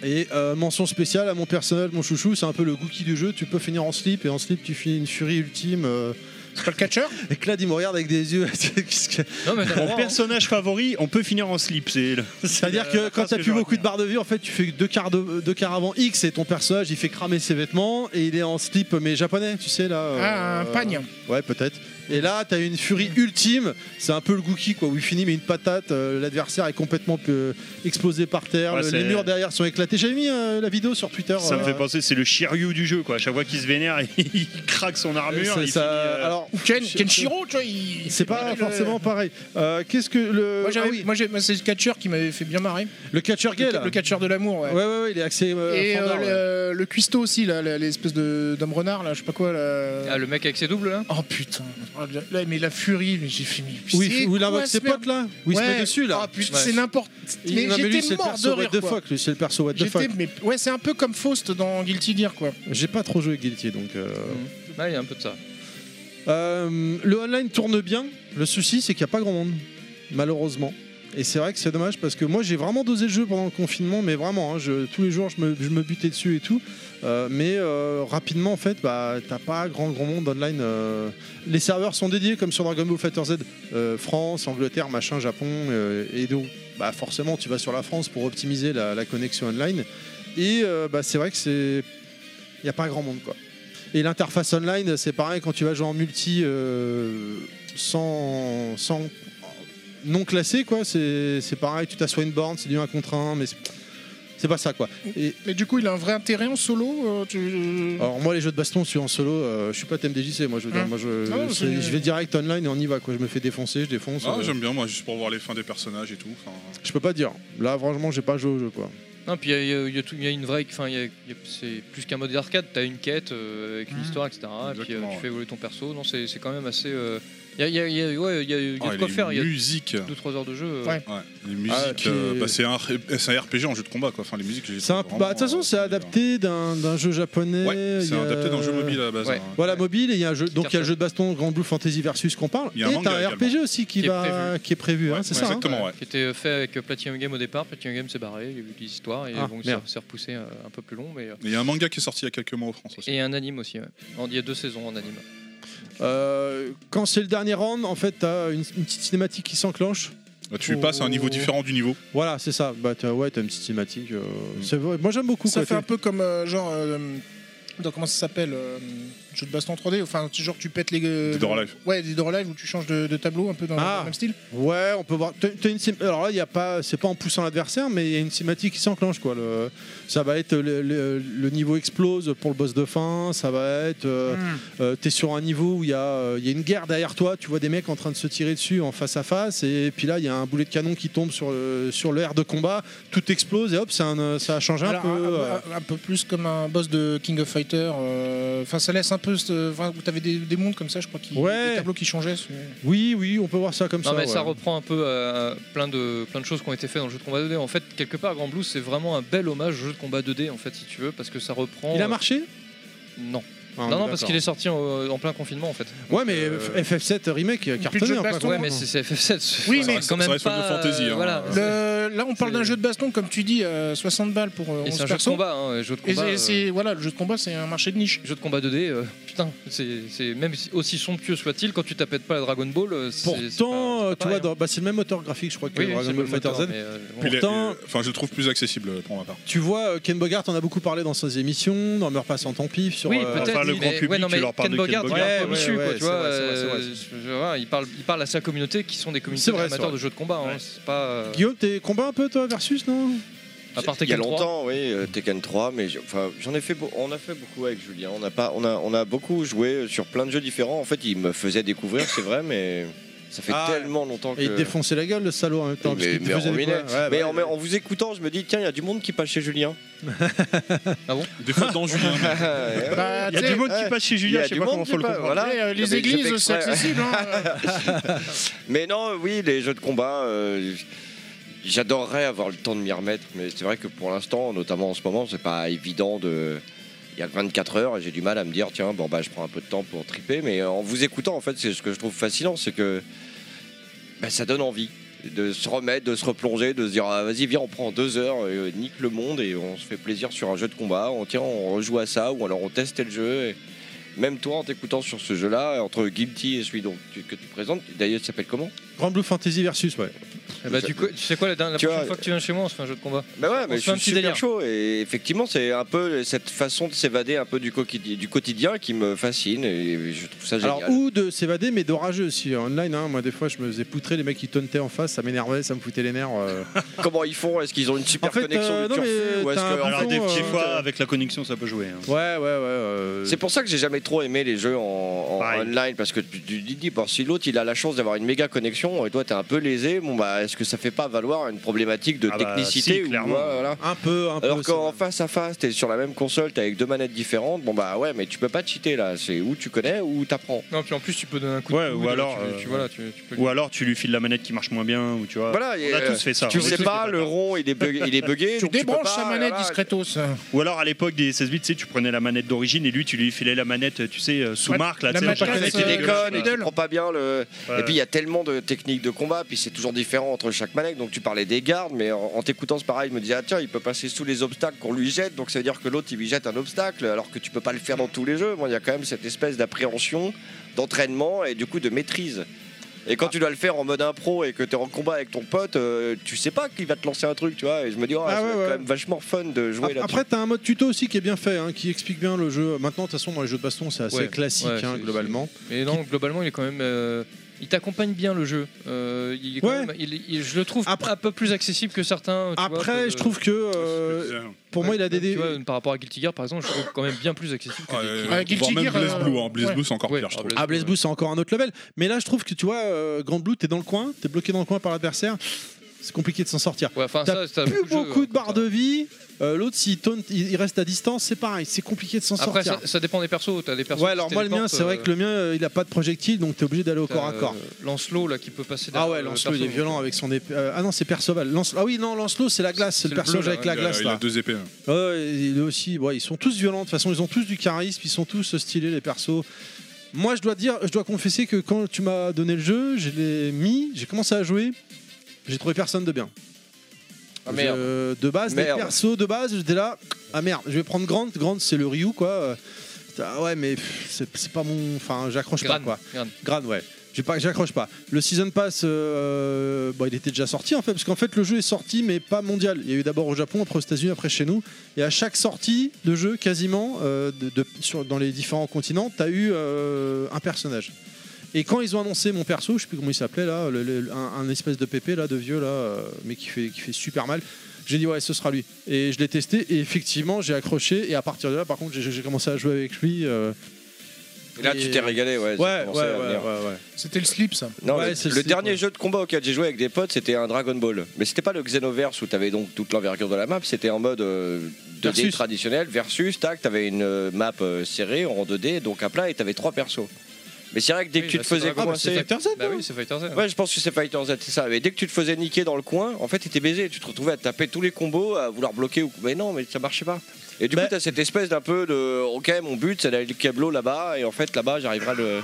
Speaker 1: Et euh, mention spéciale à mon personnage, mon chouchou, c'est un peu le gookie du jeu. Tu peux finir en slip et en slip tu finis une furie ultime. euh.
Speaker 3: C'est pas le catcher
Speaker 1: Et Clad il me regarde avec des yeux. <laughs> Qu'est-ce que-
Speaker 4: Non, mais t'as le
Speaker 6: Mon
Speaker 4: droit, hein.
Speaker 6: personnage favori, on peut finir en slip. C'est le-
Speaker 1: C'est-à-dire
Speaker 6: la-
Speaker 1: que
Speaker 6: la
Speaker 1: quand
Speaker 6: phrase
Speaker 1: t'as
Speaker 6: que
Speaker 1: plus
Speaker 6: je
Speaker 1: beaucoup de barres de vie, en fait, tu fais deux quarts de, deux quarts avant X et ton personnage il fait cramer ses vêtements et il est en slip mais japonais, tu sais là.
Speaker 3: Ah, un
Speaker 1: euh,
Speaker 3: pagne.
Speaker 1: Ouais, peut-être. Et là, t'as une furie ultime. C'est un peu le Gookie, quoi, où il finit, mais une patate. euh, L'adversaire est complètement euh, explosé par terre.
Speaker 6: Ouais,
Speaker 1: le-
Speaker 6: c'est-
Speaker 1: les murs derrière sont éclatés. J'avais mis euh, la vidéo sur Twitter.
Speaker 6: Ça me
Speaker 1: euh,
Speaker 6: fait penser, c'est le Shiryu du jeu, quoi. À chaque fois qu'il se vénère, <laughs> il craque son armure.
Speaker 1: c'est
Speaker 6: il
Speaker 1: ça.
Speaker 6: finit, euh,
Speaker 1: Alors,
Speaker 3: Ou Ken, Kenshiro, tu vois. il-
Speaker 1: c'est pas
Speaker 3: il-
Speaker 1: forcément pareil. Euh, Qu'est-ce que le.
Speaker 3: Moi, j'avais-
Speaker 1: Ah oui,
Speaker 3: moi, j'ai- moi, c'est le catcher qui m'avait fait bien marrer.
Speaker 1: le catcher gay, là.
Speaker 3: Le catcher de l'amour, ouais.
Speaker 1: Ouais, ouais, ouais, il est axé. euh,
Speaker 3: Et
Speaker 1: Fandor, ouais.
Speaker 3: euh, le, le cuistot aussi, là, la- l'espèce de- d'homme renard, là, je sais pas quoi. Là.
Speaker 4: Ah, le mec avec ses doubles là
Speaker 3: Oh putain, Oh, la- la- mais la furie, mais j'ai fait. mais
Speaker 1: Où
Speaker 3: c'est
Speaker 1: il, où il
Speaker 3: quoi,
Speaker 1: invoque
Speaker 3: ce
Speaker 1: ses
Speaker 3: merde
Speaker 1: potes là Où il se
Speaker 3: Ouais.
Speaker 1: met dessus là
Speaker 3: Ah putain,
Speaker 4: Ouais.
Speaker 3: c'est n'importe.
Speaker 1: Il-
Speaker 3: Mais
Speaker 1: non, lui,
Speaker 3: j'étais
Speaker 1: c'est le
Speaker 3: mort de
Speaker 1: perso what
Speaker 3: rire.
Speaker 1: the
Speaker 3: quoi.
Speaker 1: fuck. lui, C'est le perso what the
Speaker 3: J'étais-
Speaker 1: fuck.
Speaker 3: mais ouais, c'est un peu comme Faust dans Guilty Gear quoi.
Speaker 1: J'ai pas trop joué Guilty donc. euh,
Speaker 4: Ouais, Ah, il y a un peu de ça.
Speaker 1: Euh, le online tourne bien. Le souci, c'est qu'il n'y a pas grand monde, malheureusement. Et c'est vrai que c'est dommage parce que moi j'ai vraiment dosé le jeu pendant le confinement, mais vraiment, hein, je- tous les jours je me, je me butais dessus et tout. Euh, mais euh, rapidement en fait, bah, t'as pas grand grand monde online. euh. Les serveurs sont dédiés comme sur Dragon Ball Fighter Z, Euh, France, Angleterre, machin, Japon, euh, et donc bah, forcément tu vas sur la France pour optimiser la, la connexion online. Et euh, bah, c'est vrai que c'est, il y a pas grand monde quoi. Et l'interface online, c'est pareil quand tu vas jouer en multi euh, sans, sans non classé, quoi. C'est c'est pareil, tu t'assois une borne, c'est du 1 contre 1, mais c'est- c'est pas ça, quoi. Et
Speaker 3: Mais du coup, il a un vrai intérêt en solo. euh, tu-
Speaker 1: alors moi, les jeux de baston, je suis en solo, euh, je suis pas TMDJC, moi. Je, veux dire,
Speaker 3: Hum.
Speaker 1: moi, je,
Speaker 3: Ah non,
Speaker 1: c'est-
Speaker 3: c'est-
Speaker 1: je vais direct online et on y va, quoi. Je me fais défoncer, je défonce.
Speaker 5: Ah,
Speaker 1: euh,
Speaker 5: J'aime bien moi juste pour voir les fins des personnages et tout. enfin. euh.
Speaker 1: je peux pas dire. Là, franchement, j'ai pas joué au jeu, quoi.
Speaker 4: Non, puis il y a- il y, a- il y a tout- il y a une vraie. Enfin, il y a- il y a- c'est plus qu'un mode d'arcade, t'as une quête euh, avec une
Speaker 3: Mhm.
Speaker 4: histoire, etc. Et puis euh,
Speaker 5: Exactement,
Speaker 4: tu
Speaker 5: ouais.
Speaker 4: fais évoluer ton perso. Non, c'est c'est quand même assez. euh, Il y a, il y a- il y a- ouais, il y a- il y a
Speaker 5: Ah,
Speaker 4: de
Speaker 5: et
Speaker 4: quoi
Speaker 5: les
Speaker 4: faire, il y a
Speaker 5: musiques.
Speaker 4: 2-3 heures de jeu. euh.
Speaker 3: Ouais.
Speaker 5: Ouais, les
Speaker 1: Ah,
Speaker 5: musiques,
Speaker 1: puis-
Speaker 5: euh, bah, c'est un, c'est un RPG en jeu de combat quoi. Enfin, les musiques, j'ai
Speaker 1: C'est un-
Speaker 5: trouvé
Speaker 1: bah, De toute façon,
Speaker 5: vraiment,
Speaker 1: c'est
Speaker 5: euh,
Speaker 1: adapté euh, d'un d'un jeu japonais.
Speaker 5: Ouais,
Speaker 1: il y
Speaker 5: c'est
Speaker 1: a-
Speaker 5: adapté dans le jeu mobile à la base.
Speaker 4: Ouais.
Speaker 5: hein.
Speaker 1: Voilà, mobile, et il y a un jeu, donc il y a le
Speaker 4: cartonne.
Speaker 1: jeu de baston Grand Blue Fantasy Versus qu'on parle,
Speaker 5: Il y a un
Speaker 1: et
Speaker 5: manga
Speaker 1: t'as un RPG aussi qui,
Speaker 4: Qui est
Speaker 1: va,
Speaker 4: prévu.
Speaker 1: qui est prévu, hein, c'est
Speaker 5: Ouais,
Speaker 1: ça. hein.
Speaker 5: Exactement, ouais.
Speaker 4: Qui était fait avec Platinum Game au départ. Platinum Game s'est barré, il y a eu des histoires et
Speaker 1: Ah,
Speaker 4: donc
Speaker 1: merde.
Speaker 4: c'est repoussé euh, un peu plus long. Mais, euh,
Speaker 5: Et Il y a un manga qui est sorti il y a quelques mois en France aussi.
Speaker 4: et un anime aussi, ouais. En- il y a deux saisons en anime.
Speaker 1: Euh, quand c'est le dernier round, en fait, t'as une, une petite cinématique qui s'enclenche.
Speaker 5: Bah, tu passes à un niveau différent du niveau.
Speaker 1: Voilà, c'est ça. Bah, t'as- ouais, t'as une systématique. euh,
Speaker 5: Mm.
Speaker 1: c'est vrai. Moi, j'aime beaucoup. quoi,
Speaker 3: Ça fait
Speaker 1: t'es-
Speaker 3: un peu comme euh, genre. euh, dans- comment ça s'appelle euh, Jeu de baston 3D. Enfin, tu- genre tu pètes les. euh,
Speaker 5: Dead or Alive.
Speaker 3: Ouais, des Door Alive où tu changes de, de tableau un peu dans
Speaker 1: Ah.
Speaker 3: le même style.
Speaker 1: Ouais, on peut voir. t'as- t'as une sim- Alors là, il y a pas, c'est pas en poussant l'adversaire, mais il y a une cinématique qui s'enclenche quoi. Le- Ça va être le, le- le niveau explose pour le boss de fin. Ça va être, euh,
Speaker 4: Hmm.
Speaker 1: euh, t'es sur un niveau où il y a, euh, il y a une guerre derrière toi. Tu vois des mecs en train de se tirer dessus en face à face, et puis là, il y a un boulet de canon qui tombe sur le, sur l'air de combat. Tout explose et hop, c'est un- ça a changé
Speaker 3: Alors,
Speaker 1: un
Speaker 4: ah,
Speaker 1: peu. euh,
Speaker 3: un, un peu plus comme un boss de King of Fighter. euh, Enfin, ça laisse un peu. ce- Enfin, où t'avais des, des mondes comme ça, je crois, qui,
Speaker 1: Ouais.
Speaker 3: des tableaux qui changeaient. c'est-
Speaker 4: ah.
Speaker 1: Oui, oui, on peut voir ça comme
Speaker 4: Non
Speaker 1: ça.
Speaker 4: mais ça
Speaker 1: ouais.
Speaker 4: reprend un peu euh, plein de plein de choses qui ont été faites dans le jeu de combat 2D. En fait, quelque part, Grand Blue, c'est vraiment un bel hommage au jeu de combat 2D en fait, si tu veux, parce que ça reprend.
Speaker 1: Il a
Speaker 4: euh,
Speaker 1: marché
Speaker 4: Non.
Speaker 1: Ah,
Speaker 4: non, non,
Speaker 1: d'accord.
Speaker 4: parce qu'il est sorti en, euh, en plein confinement en fait.
Speaker 1: Ouais, mais FF7 remake euh, cartonné. hein, pas
Speaker 4: Ouais,
Speaker 1: vraiment.
Speaker 4: mais c'est c'est FF7.
Speaker 3: Oui,
Speaker 4: c'est
Speaker 3: mais-
Speaker 4: quand même
Speaker 5: Ah, Ça reste
Speaker 4: pas.
Speaker 5: le fantasy, hein.
Speaker 4: Voilà.
Speaker 3: Le- là, on parle d'un jeu de baston, comme tu dis, euh, 60 balles pour euh,
Speaker 4: Et c'est
Speaker 3: 11
Speaker 4: un jeu de
Speaker 3: persos.
Speaker 4: combat, hein, jeu de
Speaker 3: Et
Speaker 4: combat.
Speaker 3: c'est-
Speaker 4: euh,
Speaker 3: c'est voilà, le jeu de combat, c'est un marché de niche.
Speaker 4: Jeu de combat 2D, euh, putain, c'est c'est- même si- aussi somptueux soit-il, quand tu t'appelles pas la Dragon Ball, euh, c'est- c'est pas-
Speaker 1: Pourtant, euh, tu vois,
Speaker 4: pareil, hein.
Speaker 1: dans- bah, c'est le même moteur graphique, je crois, que
Speaker 4: Oui, oui, c'est
Speaker 1: Dragon
Speaker 4: le
Speaker 1: Ball
Speaker 4: même
Speaker 1: Fighter
Speaker 4: moteur,
Speaker 1: Z.
Speaker 4: mais, euh,
Speaker 5: Puis il est-
Speaker 1: Pourtant-
Speaker 5: il- Enfin, je le trouve plus accessible pour ma part.
Speaker 1: Tu vois, euh, Ken Bogart, on a beaucoup parlé dans ses émissions, dans Meurs pas sans ton pif, sur.
Speaker 4: oui,
Speaker 1: euh,
Speaker 4: peut-être.
Speaker 6: enfin, le grand
Speaker 4: mais-
Speaker 6: public,
Speaker 4: ouais, non,
Speaker 6: tu
Speaker 4: mais
Speaker 6: leur parles
Speaker 4: Ken
Speaker 6: de Ken
Speaker 4: Bogart,
Speaker 1: Bogart.
Speaker 4: il est un
Speaker 1: Ouais,
Speaker 4: peu issu,
Speaker 1: ouais,
Speaker 4: quoi,
Speaker 1: ouais,
Speaker 4: tu vois,
Speaker 1: c'est vrai, c'est vrai,
Speaker 4: euh, je- je- voilà, il parle, il parle à sa communauté qui sont des communautés
Speaker 1: vrai, c'est
Speaker 4: amateurs
Speaker 1: vrai.
Speaker 4: de jeux de combat, hein, c'est pas. euh,
Speaker 1: Guillaume, t'es combat un peu, toi, versus, non
Speaker 4: à part
Speaker 7: Il y a
Speaker 4: Tekken 3.
Speaker 7: longtemps, oui, euh, Tekken 3, mais j'ai- enfin, j'en ai fait, beau- on a fait beaucoup avec Julien. On a pas, on a, on a beaucoup joué euh, sur plein de jeux différents. En fait, il me faisait découvrir, c'est vrai, mais ça fait
Speaker 1: Ah,
Speaker 7: tellement longtemps que.
Speaker 4: euh,
Speaker 1: Et il te défonçait la gueule, le salaud, en même temps. parce
Speaker 7: mais,
Speaker 1: qu'il te
Speaker 7: mais,
Speaker 1: faisait
Speaker 7: en,
Speaker 1: des
Speaker 7: minette.
Speaker 1: coups, ouais,
Speaker 7: Mais
Speaker 1: ouais.
Speaker 7: en- mais en vous écoutant, je me dis tiens, il y a du monde qui passe
Speaker 1: <laughs>
Speaker 7: chez Julien.
Speaker 5: Des fois, dans Julien. mais-
Speaker 3: Bah,
Speaker 6: Il y
Speaker 3: tu
Speaker 6: a
Speaker 3: sais,
Speaker 6: du monde
Speaker 7: ouais.
Speaker 6: qui passe chez
Speaker 7: Il y
Speaker 6: Julien,
Speaker 7: a
Speaker 6: je sais
Speaker 7: du
Speaker 6: pas
Speaker 7: monde
Speaker 6: comment
Speaker 7: qui
Speaker 6: faut le
Speaker 7: passe,
Speaker 6: comprendre.
Speaker 7: voilà.
Speaker 3: ouais, euh,
Speaker 7: Non,
Speaker 3: les
Speaker 7: mais j'ai fait
Speaker 3: églises,
Speaker 7: exprès.
Speaker 3: c'est accessible.
Speaker 4: <laughs>
Speaker 3: hein.
Speaker 7: Mais non, oui, les jeux de combat, euh, j'adorerais avoir le temps de m'y remettre, mais c'est vrai que pour l'instant, notamment en ce moment, c'est pas évident de. Il y a que 24 heures et j'ai du mal à me dire, tiens, bon, bah, je prends un peu de temps pour triper, mais en vous écoutant, en fait, c'est ce que je trouve fascinant, c'est que bah, ça donne envie de se remettre, de se replonger, de se dire ah, vas-y viens on prend deux heures, et, euh, nique le monde et on se fait plaisir sur un jeu de combat, on tient, on rejoue à ça ou alors on teste le jeu. et Même toi en t'écoutant sur ce jeu là, entre Guilty et celui dont tu- que tu présentes, d'ailleurs il s'appelle comment
Speaker 1: Grand Blue Fantasy versus, ouais.
Speaker 4: Eh bah, du coup, tu sais quoi, la, dernière- la
Speaker 7: Tu
Speaker 4: prochaine
Speaker 7: vois,
Speaker 4: fois que tu viens chez moi, on se fait un jeu de combat.
Speaker 7: Bah ouais, mais
Speaker 4: se
Speaker 7: je
Speaker 4: fait un
Speaker 7: suis
Speaker 4: petit
Speaker 7: super
Speaker 4: délire.
Speaker 7: chaud et effectivement c'est un peu cette façon de s'évader un peu du, coquidi- du quotidien qui me fascine et je trouve ça génial.
Speaker 1: Alors, ou de s'évader, mais d'orageux aussi. Online, hein, moi, des fois, je me faisais poutrer, les mecs qui tauntaient en face, ça m'énervait, ça me foutait les nerfs.
Speaker 7: <laughs>
Speaker 1: euh.
Speaker 7: Comment ils font Est-ce qu'ils ont une super
Speaker 1: En fait,
Speaker 7: connexion
Speaker 1: euh,
Speaker 7: de
Speaker 1: non, mais
Speaker 7: turfu ou est-ce
Speaker 1: t'as un
Speaker 7: que-
Speaker 1: Alors,
Speaker 6: Alors,
Speaker 1: des
Speaker 6: des
Speaker 1: Bon, petits
Speaker 6: petits
Speaker 1: euh,
Speaker 6: fois,
Speaker 1: fois,
Speaker 6: avec la connexion, ça peut jouer. hein.
Speaker 1: Ouais, ouais, ouais. euh,
Speaker 7: C'est pour ça que j'ai jamais trop aimé les jeux en, en
Speaker 6: Pareil.
Speaker 7: online parce que tu tu te dis bon, si l'autre il a la chance d'avoir une méga connexion et toi t'es un peu lésé, bon bah est-ce que ça fait pas valoir une problématique de
Speaker 6: Ah bah,
Speaker 7: technicité
Speaker 6: si,
Speaker 7: ou
Speaker 6: clairement.
Speaker 7: ouais, voilà.
Speaker 1: Un peu, un peu.
Speaker 7: Alors
Speaker 1: c'est
Speaker 7: qu'en
Speaker 1: vrai.
Speaker 7: face à face, t'es sur la même console, t'es avec deux manettes différentes, bon bah ouais, mais tu peux pas cheater là, c'est où tu connais ou t'apprends.
Speaker 4: Non, puis en plus, tu peux donner un coup
Speaker 6: Ouais,
Speaker 4: de
Speaker 6: ou
Speaker 4: coude,
Speaker 6: alors,
Speaker 4: tu- tu,
Speaker 6: euh,
Speaker 4: voilà, tu, tu peux
Speaker 6: Ou alors, tu lui files la manette qui marche moins bien, ou tu vois.
Speaker 7: Voilà, et,
Speaker 6: On a
Speaker 7: euh,
Speaker 6: tous fait ça.
Speaker 7: Tu
Speaker 6: on a
Speaker 7: sais
Speaker 6: tous
Speaker 7: pas,
Speaker 6: fait
Speaker 7: le
Speaker 6: ça.
Speaker 7: rond il est, bugué- il est bugué,
Speaker 3: Tu
Speaker 7: donc tu peux
Speaker 3: débranches
Speaker 7: pas, euh,
Speaker 3: la manette
Speaker 7: voilà,
Speaker 3: discretos.
Speaker 6: Ou alors, à l'époque des 16 bits, tu sais, tu prenais la manette d'origine et lui, tu lui filais la manette, tu sais, euh, sous
Speaker 3: Ouais,
Speaker 6: marque, là, tu
Speaker 3: la
Speaker 6: sais,
Speaker 3: manette,
Speaker 6: pas
Speaker 7: et
Speaker 6: connectée.
Speaker 7: qui
Speaker 3: euh,
Speaker 7: déconne, et qui
Speaker 3: Lidl.
Speaker 7: prend pas bien le.
Speaker 6: Ouais.
Speaker 7: Et puis il y a tellement de techniques de combat, puis c'est toujours différent entre chaque manette. Donc tu parlais des gardes, mais en, en t'écoutant c'est pareil, je me disais ah, tiens il peut passer sous les obstacles qu'on lui jette, donc ça veut dire que l'autre il lui jette un obstacle, alors que tu peux pas le faire dans tous les jeux. Moi il y a quand même cette espèce d'appréhension, d'entraînement et du coup de maîtrise. Et quand tu dois le faire en mode impro et que t'es en combat avec ton pote, euh, tu sais pas qu'il va te lancer un truc, tu vois. Et je me dis, oh,
Speaker 1: Ah,
Speaker 7: c'est
Speaker 1: ouais, ouais.
Speaker 7: quand même vachement fun de jouer
Speaker 1: Ap-
Speaker 7: là-dessus.
Speaker 1: Après, t'as un mode tuto aussi qui est bien fait, hein, qui explique bien le jeu. Maintenant, de toute façon, dans les jeux de baston, c'est assez
Speaker 4: Ouais,
Speaker 1: classique,
Speaker 4: ouais,
Speaker 1: hein,
Speaker 4: c'est-
Speaker 1: globalement.
Speaker 4: Mais non, globalement, il est quand même. euh, il t'accompagne bien le jeu. Euh, il est quand
Speaker 1: Ouais.
Speaker 4: même- il- il- je le trouve
Speaker 1: Après-
Speaker 4: un peu plus accessible que certains. tu vois,
Speaker 1: Après,
Speaker 4: que-
Speaker 1: je trouve que euh, pour moi, il a des.
Speaker 4: Tu vois, par rapport à Guilty Gear, par exemple, je trouve quand même bien plus accessible. Que
Speaker 5: Ouais,
Speaker 4: des-
Speaker 5: euh,
Speaker 3: Ouais, Guilty
Speaker 5: voire même
Speaker 3: Gear,
Speaker 5: Blaze
Speaker 3: euh,
Speaker 5: Blue, hein. Blaze
Speaker 3: ouais.
Speaker 5: Blue c'est encore
Speaker 4: Ouais,
Speaker 5: pire, je
Speaker 4: ah,
Speaker 5: trouve.
Speaker 4: Blaze-
Speaker 1: Ah, Blaze Blue, c'est encore un autre level. Mais là, je trouve que tu vois, euh, Grand Blue, t'es dans le coin, t'es bloqué dans le coin par l'adversaire. C'est compliqué de s'en sortir.
Speaker 4: Ouais, enfin,
Speaker 1: T'as
Speaker 4: ça, ça,
Speaker 1: plus
Speaker 4: le jeu,
Speaker 1: beaucoup
Speaker 4: hein,
Speaker 1: de
Speaker 4: comme ça.
Speaker 1: barres de vie. Euh, L'autre, s'il taunte, il il reste à distance, c'est pareil. C'est compliqué de s'en
Speaker 4: Après,
Speaker 1: sortir.
Speaker 4: ça, ça dépend des persos. T'as des persos
Speaker 1: ouais,
Speaker 4: qui
Speaker 1: alors
Speaker 4: se
Speaker 1: moi, le mien,
Speaker 4: téléportent,
Speaker 1: c'est vrai
Speaker 4: euh,
Speaker 1: que le mien, euh, il a pas de projectile, donc t'es obligé d'aller au
Speaker 4: t'as,
Speaker 1: corps à corps.
Speaker 4: euh, Lancelot, là, qui peut passer
Speaker 1: Ah
Speaker 4: derrière
Speaker 1: ouais,
Speaker 4: le
Speaker 1: Lancelot, il
Speaker 4: perso,
Speaker 1: est
Speaker 4: donc,
Speaker 1: violent avec son épée. euh, ah non, c'est Perceval. Lance- Ah oui, non, Lancelot, c'est la glace, c'est
Speaker 4: C'est
Speaker 1: le
Speaker 4: le bleu,
Speaker 1: personnage
Speaker 4: là,
Speaker 1: avec la
Speaker 5: Il a-
Speaker 1: glace
Speaker 5: il a
Speaker 1: là.
Speaker 5: deux épées. hein.
Speaker 1: Ouais, il est aussi. ouais, ils sont tous violents. De toute façon, ils ont tous du charisme. Ils sont tous stylés les persos. Moi, je dois dire, je dois confesser que quand tu m'as donné le jeu, je l'ai mis, j'ai commencé à jouer. J'ai trouvé personne de bien.
Speaker 7: Ah, merde.
Speaker 1: Je- de base, les
Speaker 7: Merde.
Speaker 1: persos de base, j'étais là. Ah merde, je vais prendre Grant. Grant, c'est le Ryu quoi. Euh, Ah ouais, mais pff, c'est c'est pas mon. Enfin, j'accroche pas
Speaker 4: Gran,
Speaker 1: quoi.
Speaker 4: Gran.
Speaker 1: Gran, ouais. J'ai pas- J'accroche pas. Le Season Pass, euh, bon, il était déjà sorti en fait, parce qu'en fait le jeu est sorti mais pas mondial. Il y a eu d'abord au Japon, après aux États-Unis, après chez nous. Et à chaque sortie de jeu, quasiment, euh, de- de- sur- dans les différents continents, t'as eu euh, un personnage. Et quand ils ont annoncé mon perso, je sais plus comment il s'appelait là, le- le- un, un espèce de pépé là, de vieux là, euh, mais qui fait, qui fait super mal. J'ai dit ouais, ce sera lui. Et je l'ai testé et effectivement j'ai accroché. Et à partir de là, par contre, j'ai- j'ai commencé à jouer avec lui. euh,
Speaker 7: Et là, tu t'es régalé, ouais. ça
Speaker 1: Ouais,
Speaker 7: commençait
Speaker 1: ouais,
Speaker 7: à
Speaker 1: ouais,
Speaker 7: venir.
Speaker 1: ouais, ouais.
Speaker 3: C'était le slip, ça.
Speaker 7: Non,
Speaker 1: Ouais,
Speaker 7: le,
Speaker 1: c'est
Speaker 7: le
Speaker 1: slip,
Speaker 7: dernier jeu de combat auquel j'ai joué avec des potes, c'était un Dragon Ball. Mais c'était pas le Xenoverse où t'avais donc toute l'envergure de la map, c'était en mode euh, 2D
Speaker 3: Versus.
Speaker 7: traditionnel, versus, tac, t'avais une euh, map euh, serrée en 2D, donc à plat, et t'avais trois persos. Mais c'est vrai que dès que
Speaker 4: Oui,
Speaker 7: tu
Speaker 4: bah,
Speaker 7: te
Speaker 4: c'est
Speaker 7: faisais
Speaker 4: Dragon Ball, c'est
Speaker 7: coincer.
Speaker 4: Fighter Z, Bah non oui, c'est Fighter Z, ouais.
Speaker 7: Euh, Ouais, je pense que c'est Fighter Z, c'est ça. Mais dès que tu te faisais niquer dans le coin, en fait, t'étais baisé. Tu te retrouvais à taper tous les combos, à vouloir bloquer. Ou... Mais non, mais ça marchait pas.
Speaker 1: Bah-
Speaker 7: Et du coup, t'as cette espèce d'un peu de. Ok, mon but, c'est d'aller le câbleau là-bas, et en fait, là-bas, j'arriverai à, le-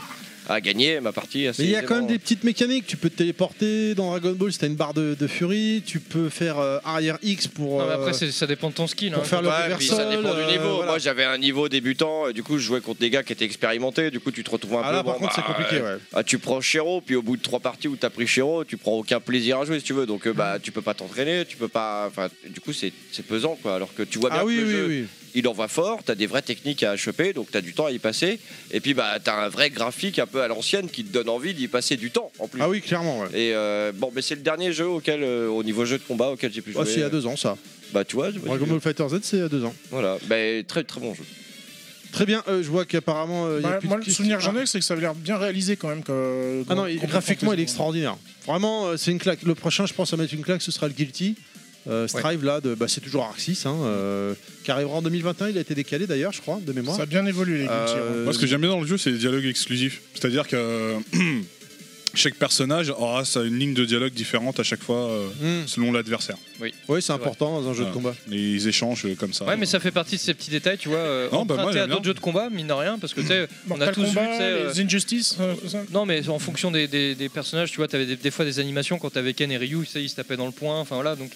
Speaker 7: à gagner ma partie. assez
Speaker 1: Mais il y a quand
Speaker 7: aisément.
Speaker 1: même des petites mécaniques. Tu peux te téléporter dans Dragon Ball si t'as une barre de, de furie. Tu peux faire euh, arrière X pour.
Speaker 4: Non, mais après,
Speaker 1: euh,
Speaker 4: c'est- ça dépend de ton skill.
Speaker 1: pour
Speaker 4: hein.
Speaker 1: faire le
Speaker 7: Ouais,
Speaker 1: reverse
Speaker 7: puis ça dépend du
Speaker 1: euh,
Speaker 7: niveau.
Speaker 1: voilà.
Speaker 7: Moi, j'avais un niveau débutant, et du coup, je jouais contre des gars qui étaient expérimentés. Du coup, tu te retrouves un
Speaker 1: Ah
Speaker 7: peu.
Speaker 1: là, par
Speaker 7: bon,
Speaker 1: contre, c'est
Speaker 7: bah,
Speaker 1: compliqué,
Speaker 7: euh,
Speaker 1: ouais.
Speaker 7: ah, tu prends Chéro, puis au bout de trois parties où t'as pris Chéro, tu prends aucun plaisir à jouer si tu veux. Donc, euh,
Speaker 1: Mm.
Speaker 7: bah, tu peux pas t'entraîner, tu peux pas. Enfin, du coup, c'est c'est pesant, quoi. Alors que tu vois bien
Speaker 1: Ah
Speaker 7: que
Speaker 1: oui,
Speaker 7: le
Speaker 1: oui,
Speaker 7: jeu,
Speaker 1: oui.
Speaker 7: il envoie fort, t'as des vraies techniques à choper, donc t'as du temps à y passer. Et puis, bah, t'as un vrai graphique un peu à l'ancienne qui te donne envie d'y passer du temps en plus.
Speaker 1: Ah oui, clairement, ouais.
Speaker 7: Et euh, bon, mais c'est le dernier jeu auquel, euh, au niveau jeu de combat auquel j'ai pu jouer.
Speaker 1: Ouais, c'est Oh, il y a deux ans, ça.
Speaker 7: Bah, tu vois, je-
Speaker 1: Dragon Ball Fighter Z, c'est il y a deux ans.
Speaker 7: voilà, bah, très très bon jeu.
Speaker 1: Très bien. euh, je vois qu'apparemment. euh, il y a
Speaker 3: Bah,
Speaker 1: plus
Speaker 3: moi,
Speaker 1: de-
Speaker 3: le souvenir que j'en ai, c'est que ça avait l'air bien réalisé quand même. Que,
Speaker 1: Ah non,
Speaker 3: qu'on-
Speaker 1: il-
Speaker 3: qu'on
Speaker 1: graphiquement, il est
Speaker 3: fantaisait.
Speaker 1: extraordinaire. Vraiment, euh, c'est une claque. Le prochain, je pense à mettre une claque, ce sera le Guilty. Euh, Strive, là, de, bah, c'est toujours Arxis, hein, euh, qui arrivera en 2021. Il a été décalé d'ailleurs, je crois, de mémoire.
Speaker 3: Ça a bien évolué, les hein. Guilty.
Speaker 1: Euh,
Speaker 5: Moi, ce que j'aime bien dans le jeu, c'est les dialogues exclusifs. C'est-à-dire que <clears throat> euh, chaque personnage aura sa- une ligne de dialogue différente à chaque fois euh, selon l'adversaire.
Speaker 1: Hmm. Oui, c'est important dans un jeu
Speaker 6: Ah.
Speaker 1: de
Speaker 5: Ouais.
Speaker 1: combat.
Speaker 5: Et ils échangent euh, comme ça.
Speaker 4: Ouais, mais ça fait partie de ces petits détails, tu vois, euh,
Speaker 5: Non, bah, moi,
Speaker 4: empruntés
Speaker 5: j'aime
Speaker 4: à d'autres
Speaker 5: bien.
Speaker 4: jeux de combat, mine de rien, parce que tu sais, on a
Speaker 3: Mortal
Speaker 4: tous vu,
Speaker 3: Kombat,
Speaker 4: tu sais, euh,
Speaker 3: les Injustice, euh, tout ça.
Speaker 4: Non, mais en fonction des, des- des personnages, tu vois, t'avais des, des fois des animations quand t'avais Ken et Ryu, tu sais, ils se tapaient dans le poing, enfin voilà. Donc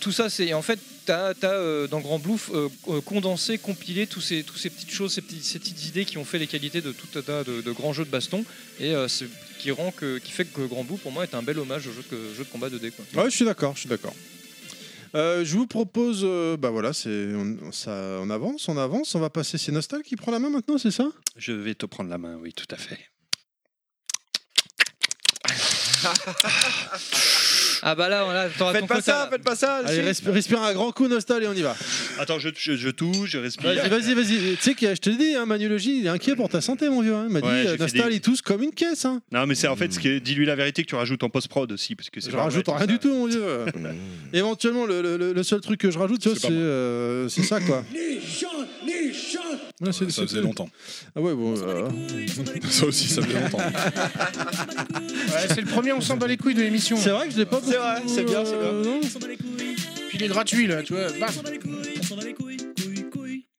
Speaker 4: tout ça, c'est en fait, t'as as, dans Grand Bluff euh, euh, condensé, compilé tous ces, tous ces petites choses, ces, petits- ces petites idées qui ont fait les qualités de tout un tas de, de grands jeux de baston et euh, c'est- qui rend que, qui fait que Grand Bluff pour moi est un bel hommage au jeu de, jeu de combat 2D. Quoi.
Speaker 1: Ouais, je suis d'accord, je suis d'accord. Euh, je vous propose, euh, bah voilà, c'est on, ça- on avance, on avance, on va passer. C'est Nostal qui prend la main maintenant, c'est ça
Speaker 12: Je vais te prendre la main, oui, tout à fait.
Speaker 4: Ah bah là, voilà, t'auras ton quota, là.
Speaker 7: faites pas ça.
Speaker 1: Allez, respi- respire un grand coup, Nostal, et on y va.
Speaker 6: Attends, je, je, je touche, je respire.
Speaker 1: Vas-y, vas-y, vas-y. Tu sais que je te l'ai dit, hein, Manuologie, il est inquiet pour ta santé, mon vieux. hein. Il m'a
Speaker 6: Ouais,
Speaker 1: dit,
Speaker 6: j'ai
Speaker 1: euh,
Speaker 6: fait
Speaker 1: Nostal,
Speaker 6: des-
Speaker 1: il tousse comme une caisse. Hein.
Speaker 6: Non, mais c'est en fait ce que dis-lui la vérité que tu rajoutes en post-prod aussi. Parce que c'est
Speaker 1: Je
Speaker 6: pas
Speaker 1: rajoute
Speaker 6: vrai,
Speaker 1: rien
Speaker 6: tout
Speaker 1: du tout, mon <laughs> vieux. Éventuellement, le, le- le seul truc que je rajoute, tu vois, c'est euh, c'est ça, quoi. Ouais, c'est-
Speaker 5: Ça
Speaker 1: c'est-
Speaker 5: faisait longtemps.
Speaker 1: Ah ouais, bon. euh,
Speaker 5: ça aussi, ça faisait
Speaker 6: <laughs>
Speaker 5: longtemps.
Speaker 6: Euh,
Speaker 3: Ouais, c'est le premier, on s'en bat les couilles de l'émission.
Speaker 1: C'est vrai que je l'ai pas.
Speaker 7: C'est vrai, c'est bien, c'est bien.
Speaker 1: euh, non.
Speaker 3: Puis il est gratuit, là, tu vois. bam.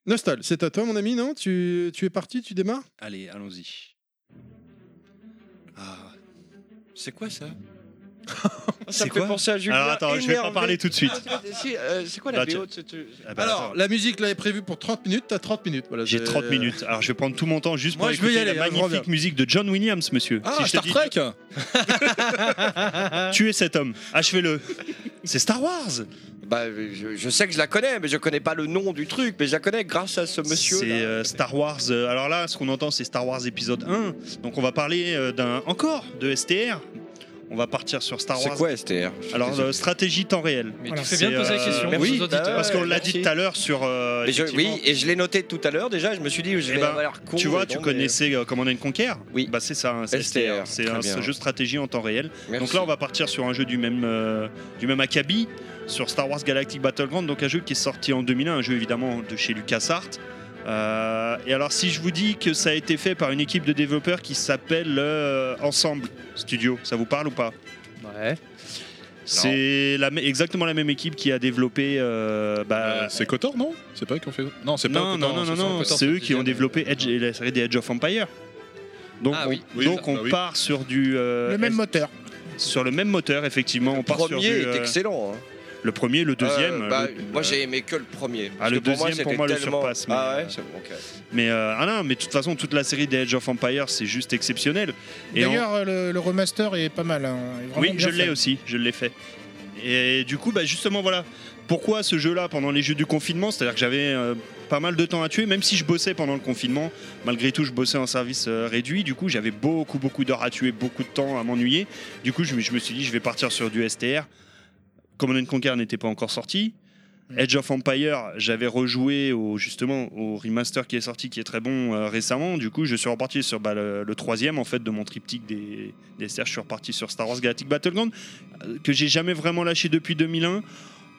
Speaker 1: Nostal, c'est à toi, mon ami, non tu, tu es parti, tu démarres
Speaker 12: Allez, allons-y. Ah,
Speaker 7: C'est quoi ça Ça
Speaker 12: C'est
Speaker 7: me fait
Speaker 12: quoi
Speaker 7: penser à Julien.
Speaker 6: Alors, attends, je vais
Speaker 7: énervé.
Speaker 6: pas parler tout de suite.
Speaker 7: Ah, si, euh, C'est quoi la
Speaker 6: Là, tu-
Speaker 7: BO de ce truc
Speaker 6: Ah bah,
Speaker 1: Alors,
Speaker 6: attends.
Speaker 1: la musique là est prévue pour 30 minutes, t'as 30 minutes. Voilà,
Speaker 6: j'ai
Speaker 1: c'est-
Speaker 6: 30 minutes. Alors, je vais prendre tout mon temps juste
Speaker 1: Moi,
Speaker 6: pour
Speaker 1: je vais
Speaker 6: écouter
Speaker 1: y aller,
Speaker 6: la
Speaker 1: hein, je reviens.
Speaker 6: magnifique musique de John Williams, monsieur.
Speaker 5: Ah,
Speaker 6: Si je te
Speaker 5: Star
Speaker 6: dis-
Speaker 5: Trek
Speaker 6: Tuez cet homme, achevez-le. C'est Star Wars.
Speaker 7: Bah, je, je sais que je la connais, mais je connais pas le nom du truc, mais je la connais grâce à ce monsieur.
Speaker 6: C'est euh, Star Wars. euh, alors là, ce qu'on entend, c'est Star Wars épisode 1. Donc on va parler euh, d'un encore de STR. On va partir sur Star
Speaker 7: C'est
Speaker 6: Wars.
Speaker 7: quoi STR
Speaker 6: alors euh, stratégie temps réel.
Speaker 4: Mais
Speaker 3: Voilà,
Speaker 4: tu fais bien de
Speaker 6: c'est,
Speaker 4: poser la
Speaker 6: euh,
Speaker 4: question
Speaker 7: merci.
Speaker 4: aux auditeurs.
Speaker 7: Bah
Speaker 6: Parce qu'on
Speaker 7: ouais,
Speaker 6: l'a
Speaker 7: merci.
Speaker 6: dit tout à l'heure sur. euh,
Speaker 7: Mais je-
Speaker 6: effectivement,
Speaker 7: Oui, et je l'ai noté tout à l'heure déjà, je me suis dit, je
Speaker 6: Eh
Speaker 7: vais
Speaker 6: ben,
Speaker 7: avoir l'air con.
Speaker 6: Tu vois,
Speaker 7: mais
Speaker 6: tu
Speaker 7: non, mais-
Speaker 6: connaissais euh, Command and Conquer
Speaker 7: Oui.
Speaker 6: Bah c'est ça, hein, c'est
Speaker 7: STR,
Speaker 6: STR. C'est
Speaker 7: très
Speaker 6: un
Speaker 7: bien.
Speaker 6: ce jeu de stratégie en temps réel.
Speaker 7: Merci.
Speaker 6: Donc là, on va partir sur un jeu du même, euh, du même acabit, sur Star Wars Galactic Battleground, donc un jeu qui est sorti en 2001, un jeu évidemment de chez LucasArts. Euh, et alors, si je vous dis que ça a été fait par une équipe de développeurs qui s'appelle euh, Ensemble Studio, ça vous parle ou pas
Speaker 4: Ouais.
Speaker 6: C'est la mê- exactement la même équipe qui a développé. euh, bah,
Speaker 5: Euh, c'est Kotor, non C'est pas eux qui ont fait. Non, c'est pas
Speaker 6: non,
Speaker 5: eux,
Speaker 6: non,
Speaker 5: Kotor,
Speaker 6: non,
Speaker 5: c'est
Speaker 6: non,
Speaker 5: ça.
Speaker 6: non,
Speaker 4: Kotor,
Speaker 6: c'est
Speaker 4: c'est
Speaker 6: eux
Speaker 4: le
Speaker 6: qui ont
Speaker 4: deuxième,
Speaker 6: développé Edge et la série des Edge of Empire. Donc,
Speaker 4: Ah
Speaker 6: on,
Speaker 4: oui.
Speaker 5: Oui,
Speaker 6: donc
Speaker 5: bah
Speaker 6: on
Speaker 5: oui.
Speaker 6: part sur du euh,
Speaker 3: Le même
Speaker 6: S-
Speaker 3: moteur.
Speaker 6: sur le même moteur effectivement.
Speaker 7: Le
Speaker 6: on part sur
Speaker 7: premier
Speaker 6: du,
Speaker 7: est
Speaker 6: euh,
Speaker 7: excellent. hein.
Speaker 6: Le premier, le deuxième.
Speaker 7: Euh, bah,
Speaker 6: le-
Speaker 7: moi j'ai aimé que le premier.
Speaker 6: Ah,
Speaker 7: Parce
Speaker 6: le
Speaker 7: que pour moi,
Speaker 6: deuxième, pour
Speaker 7: c'était
Speaker 6: moi, le
Speaker 7: tellement-
Speaker 6: surpasse, mais,
Speaker 7: Ah ouais,
Speaker 6: euh,
Speaker 7: c'est bon, ok.
Speaker 6: Mais euh, ah non, mais de toute façon, toute la série des Edge of Empire, c'est juste exceptionnel. Et en-
Speaker 3: D'ailleurs, euh, le, le remaster est pas mal. hein, est vraiment
Speaker 6: Oui,
Speaker 3: bien
Speaker 6: je l'ai
Speaker 3: fait.
Speaker 6: aussi, je l'ai fait. Et du coup, bah justement, voilà. Pourquoi ce jeu-là pendant les jeux du confinement C'est-à-dire que j'avais euh, pas mal de temps à tuer, même si je bossais pendant le confinement. Malgré tout, je bossais en service euh, réduit. Du coup, j'avais beaucoup, beaucoup d'heures à tuer, beaucoup de temps à m'ennuyer. Du coup, je, me- je me suis dit, je vais partir sur du STR. Command Conquer n'était pas encore sorti.
Speaker 5: Mm.
Speaker 6: Edge of Empire, j'avais rejoué au, justement au remaster qui est sorti, qui est très bon euh, récemment. Du coup, je suis reparti sur bah, le, le troisième en fait de mon triptyque des, des STR. Je suis reparti sur Star Wars Galactic Battleground euh, que j'ai jamais vraiment lâché depuis 2001.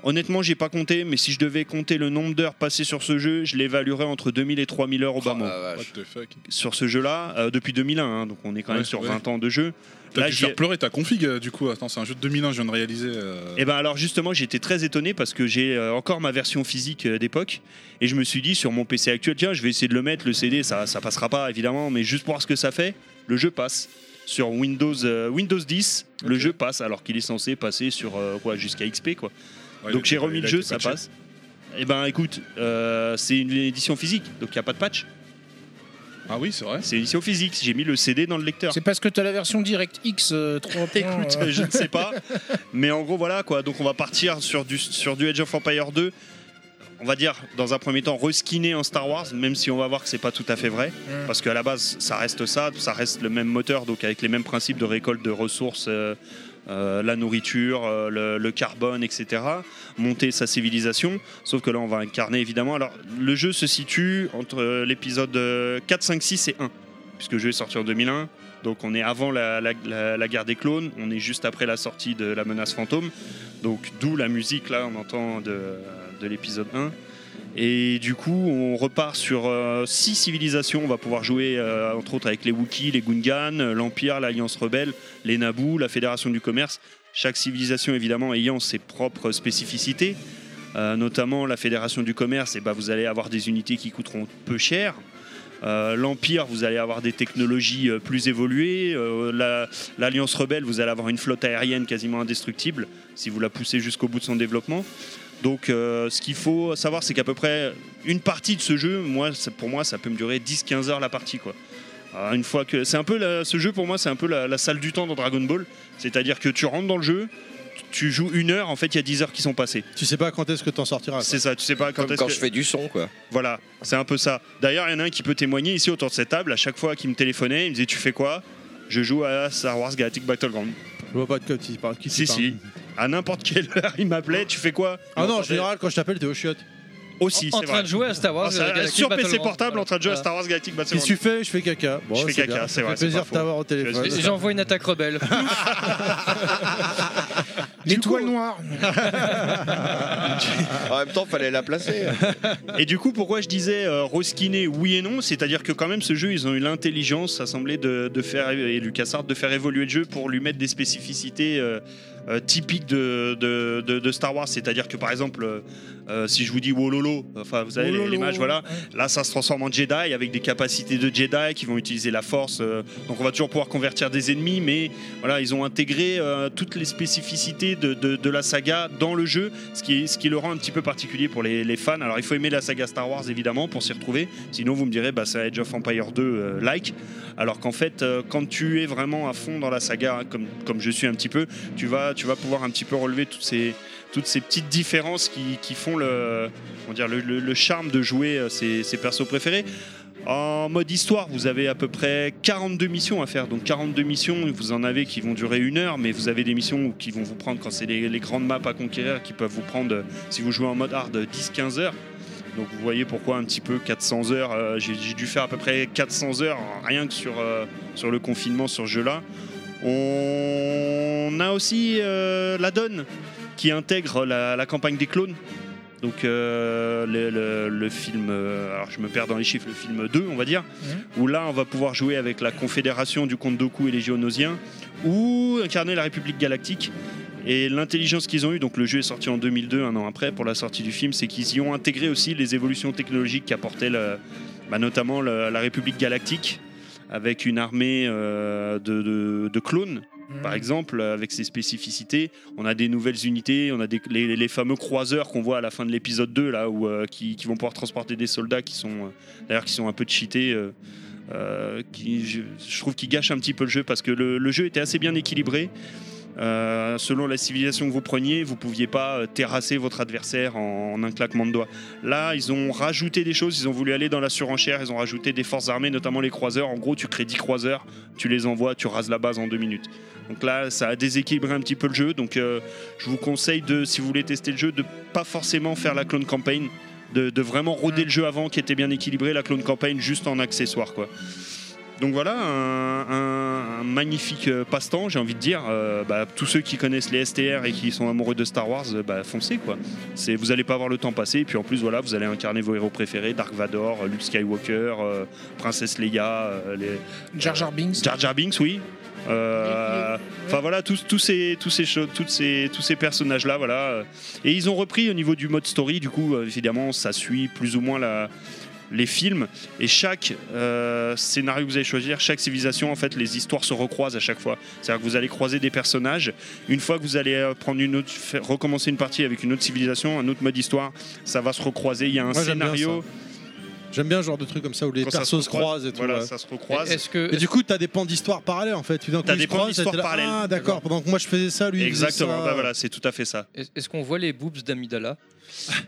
Speaker 6: Honnêtement, j'ai pas compté, mais si je devais compter le nombre d'heures passées sur ce jeu, je l'évaluerais entre 2000 et 3000 heures au
Speaker 5: Oh
Speaker 6: bas
Speaker 7: Ah,
Speaker 6: mot.
Speaker 7: bah,
Speaker 6: Sur ce jeu-là, euh, depuis 2001, hein, donc on est quand même
Speaker 5: Ouais,
Speaker 6: sur
Speaker 5: ouais.
Speaker 6: 20 ans de jeu.
Speaker 5: T'as dû
Speaker 6: j'y ai-
Speaker 5: faire pleurer ta config euh, du coup. Attends, c'est un jeu de 2001, je viens de réaliser. euh,
Speaker 6: et ben alors justement, j'étais très étonné parce que j'ai euh, encore ma version physique euh, d'époque et je me suis dit sur mon PC actuel, tiens, je vais essayer de le mettre, le CD, ça ça passera pas évidemment, mais juste pour voir ce que ça fait, le jeu passe. Sur Windows euh, Windows 10, le jeu passe alors qu'il est censé passer sur euh, quoi jusqu'à XP quoi.
Speaker 5: Ouais, il
Speaker 6: Donc
Speaker 5: était
Speaker 6: j'ai
Speaker 5: pas-
Speaker 6: remis
Speaker 5: il
Speaker 6: le
Speaker 5: a
Speaker 6: jeu,
Speaker 5: été
Speaker 6: ça
Speaker 5: patché.
Speaker 6: passe. Et ben écoute, euh, c'est une édition physique, donc il n'y a pas de patch.
Speaker 5: Ah oui, c'est vrai.
Speaker 6: C'est une édition physique, j'ai mis le CD dans le lecteur.
Speaker 3: C'est parce que t'as la version DirectX
Speaker 6: <laughs>
Speaker 3: euh, 3.
Speaker 6: Écoute, je ne sais pas. Mais en gros, voilà quoi. Donc, on va partir sur du, sur du Age of Empire 2. On va dire, dans un premier temps, reskiné en Star Wars, même si on va voir que c'est pas tout à fait vrai.
Speaker 3: Mm.
Speaker 6: Parce qu'à la base, ça reste ça. Ça reste le même moteur, donc avec les mêmes principes de récolte de ressources. euh, euh, la nourriture, euh, le, le carbone, etc. Monter sa civilisation. Sauf que là, on va incarner évidemment. Alors, le jeu se situe entre euh, l'épisode euh, 4, 5, 6 et 1. Puisque le jeu est sorti en 2001. Donc, on est avant la, la- la- la guerre des clones. On est juste après la sortie de la menace fantôme. Donc, d'où la musique, là, on entend de, de l'épisode 1. Et du coup, on repart sur euh, six civilisations. On va pouvoir jouer euh, entre autres avec les Wookiees, les Gungans, euh, l'Empire, l'Alliance Rebelle, les Naboo, la Fédération du Commerce. Chaque civilisation, évidemment, ayant ses propres spécificités. Euh, notamment la Fédération du Commerce, et ben, vous allez avoir des unités qui coûteront peu cher. Euh, L'Empire, vous allez avoir des technologies euh, plus évoluées. Euh, la- L'Alliance Rebelle, vous allez avoir une flotte aérienne quasiment indestructible si vous la poussez jusqu'au bout de son développement. Donc, euh, ce qu'il faut savoir, c'est qu'à peu près une partie de ce jeu, moi, ça- pour moi, ça peut me durer 10-15 heures la partie. quoi. Euh, une fois que c'est un peu la- ce jeu pour moi, c'est un peu la, la salle du temps dans Dragon Ball. C'est-à-dire que tu rentres dans le jeu, tu joues une heure, en fait, il y a 10 heures qui sont passées.
Speaker 1: Tu sais pas quand est-ce que t'en sortiras.
Speaker 6: C'est ça, tu sais pas quand
Speaker 7: Ah, Comme
Speaker 6: est-ce
Speaker 7: quand
Speaker 6: que-
Speaker 7: je fais du son, quoi.
Speaker 6: Voilà, c'est un peu ça. D'ailleurs, il y en a un qui peut témoigner ici autour de cette table. À chaque fois qu'il me téléphonait, il me disait Tu fais quoi Je joue à Star Wars Galactic Battleground.
Speaker 1: Je vois pas de quoi tu parles. qui tu
Speaker 6: Si,
Speaker 1: parles.
Speaker 6: si. À n'importe quelle heure, il m'appelait Tu fais quoi
Speaker 1: Ah non, en
Speaker 6: J'entendais-
Speaker 1: général, quand je t'appelle, t'es au chiotte.
Speaker 6: Aussi,
Speaker 4: En
Speaker 6: c'est
Speaker 4: train
Speaker 6: vrai.
Speaker 4: de jouer à Star Wars euh,
Speaker 6: Ah, ça,
Speaker 4: Galactic
Speaker 6: sur PC
Speaker 4: Battleground.
Speaker 6: portable, en train de jouer à
Speaker 4: Voilà.
Speaker 6: Star Wars Galactic
Speaker 1: Qu'est-ce que tu
Speaker 6: Battleground.
Speaker 1: fais Je fais caca. Bon,
Speaker 6: Je fais
Speaker 1: c'est
Speaker 6: caca,
Speaker 1: bien.
Speaker 6: c'est
Speaker 1: Ça
Speaker 6: vrai,
Speaker 1: fait
Speaker 6: c'est
Speaker 1: plaisir
Speaker 6: pas
Speaker 1: de
Speaker 6: faux.
Speaker 1: t'avoir au téléphone.
Speaker 4: Et J'envoie une attaque rebelle.
Speaker 6: euh,
Speaker 3: L'étoile noire.
Speaker 6: Ah.
Speaker 7: En même temps, fallait la placer. <laughs>
Speaker 6: Et du coup, pourquoi je disais euh, reskiné oui et non C'est-à-dire que quand même, ce jeu, ils ont eu l'intelligence, ça semblait, de, de faire et LucasArts de faire évoluer le jeu pour lui mettre des spécificités euh, euh, typiques de, de, de- de Star Wars. C'est-à-dire que par exemple, euh, euh, si je vous dis Wololo, enfin vous avez les-
Speaker 3: Wololo,
Speaker 6: l'image, voilà, là ça se transforme en Jedi avec des capacités de Jedi qui vont utiliser la Force. euh, donc on va toujours pouvoir convertir des ennemis, mais voilà, ils ont intégré euh, toutes les spécificités de, de- de la saga dans le jeu, ce qui, ce qui le rend un petit peu particulier pour les, les fans. Alors il faut aimer la saga Star Wars évidemment pour s'y retrouver, sinon vous me direz bah, c'est Age of Empire 2 euh, like. Alors qu'en fait, euh, quand tu es vraiment à fond dans la saga, hein, comme, comme je suis un petit peu, tu vas, tu vas pouvoir un petit peu relever toutes ces, toutes ces petites différences qui, qui font le, comment dire, le, le- le charme de jouer euh, ses, ses persos préférés. En mode histoire, vous avez à peu près 42 missions à faire. Donc 42 missions, vous en avez qui vont durer une heure, mais vous avez des missions qui vont vous prendre, quand c'est les, les grandes maps à conquérir, qui peuvent vous prendre, euh, si vous jouez en mode hard, 10-15 heures. Donc vous voyez pourquoi un petit peu 400 heures, euh, j'ai j'ai dû faire à peu près 400 heures rien que sur, euh, sur le confinement sur ce jeu-là. On a aussi euh, la donne qui intègre la, la campagne des clones. Donc euh, le, le- le film, euh, alors je me perds dans les chiffres, le film 2 on va dire, où là on va pouvoir jouer avec la confédération du comte Doku et les Géonosiens, ou incarner la République Galactique. Et l'intelligence qu'ils ont eue, donc le jeu est sorti en 2002, un an après, pour la sortie du film, c'est qu'ils y ont intégré aussi les évolutions technologiques qu'apportait le- bah, notamment le- la République Galactique, avec une armée euh, de, de- de clones Par exemple, euh, avec ses spécificités, on a des nouvelles unités, on a des, les, les fameux croiseurs qu'on voit à la fin de l'épisode 2, là, où, euh, qui, qui vont pouvoir transporter des soldats qui sont, euh, d'ailleurs, qui sont un peu cheatés. euh, euh, qui, je, je trouve qu'ils gâchent un petit peu le jeu parce que le, le jeu était assez bien équilibré. Euh, selon la civilisation que vous preniez, vous pouviez pas euh, terrasser votre adversaire en, en un claquement de doigts. Là, ils ont rajouté des choses, ils ont voulu aller dans la surenchère, ils ont rajouté des forces armées, notamment les croiseurs. En gros, tu crées 10 croiseurs, tu les envoies, tu rases la base en deux minutes. Donc là, ça a déséquilibré un petit peu le jeu. Donc euh, je vous conseille, de, si vous voulez tester le jeu, de pas forcément faire la clone campaign, de, de vraiment roder le jeu avant qui était bien équilibré, la clone campaign juste en accessoire. quoi. Donc voilà, un, un- un magnifique euh, passe-temps, j'ai envie de dire. Euh, bah, tous ceux qui connaissent les STR et qui sont amoureux de Star Wars, euh, bah, foncez quoi. C'est, vous allez pas voir le temps passer, et puis en plus voilà, vous allez incarner vos héros préférés, Dark Vador, euh, Luke Skywalker, euh, Princesse Leia, euh, les,
Speaker 3: Jar Jar Binks.
Speaker 6: Jar Jar Binks, oui. Euh, Enfin voilà, tous, tous ces, tous ces, cho- toutes ces, tous ces personnages-là, voilà. Et ils ont repris au niveau du mode story, du coup, euh, évidemment, ça suit plus ou moins la, les films. Et chaque euh, scénario que vous allez choisir, chaque civilisation, en fait, les histoires se recroisent à chaque fois. C'est-à-dire que vous allez croiser des personnages. Une fois que vous allez euh, prendre une autre, faire- recommencer une partie avec une autre civilisation, un autre mode histoire, ça va se recroiser. Il y a un
Speaker 1: Moi, j'aime bien
Speaker 6: scénario.
Speaker 1: ça. J'aime bien ce genre de truc comme ça où les
Speaker 6: Quand ça
Speaker 1: persos
Speaker 6: se
Speaker 1: se croisent et tout.
Speaker 6: voilà,
Speaker 1: ouais.
Speaker 6: ça se recroise.
Speaker 4: Est-ce que-
Speaker 1: Et du coup, t'as des pans d'histoire parallèles en fait. Tu d'un coup,
Speaker 6: T'as
Speaker 1: ils
Speaker 6: des
Speaker 1: se
Speaker 6: pans
Speaker 1: croisent,
Speaker 6: d'histoire
Speaker 1: t'es là,
Speaker 6: parallèles.
Speaker 1: Ah, d'accord. Pendant que moi je faisais ça, lui. il faisait
Speaker 6: Exactement,
Speaker 1: ça.
Speaker 6: bah voilà, c'est tout à fait ça.
Speaker 4: Est- Est-ce qu'on voit les boobs d'Amidala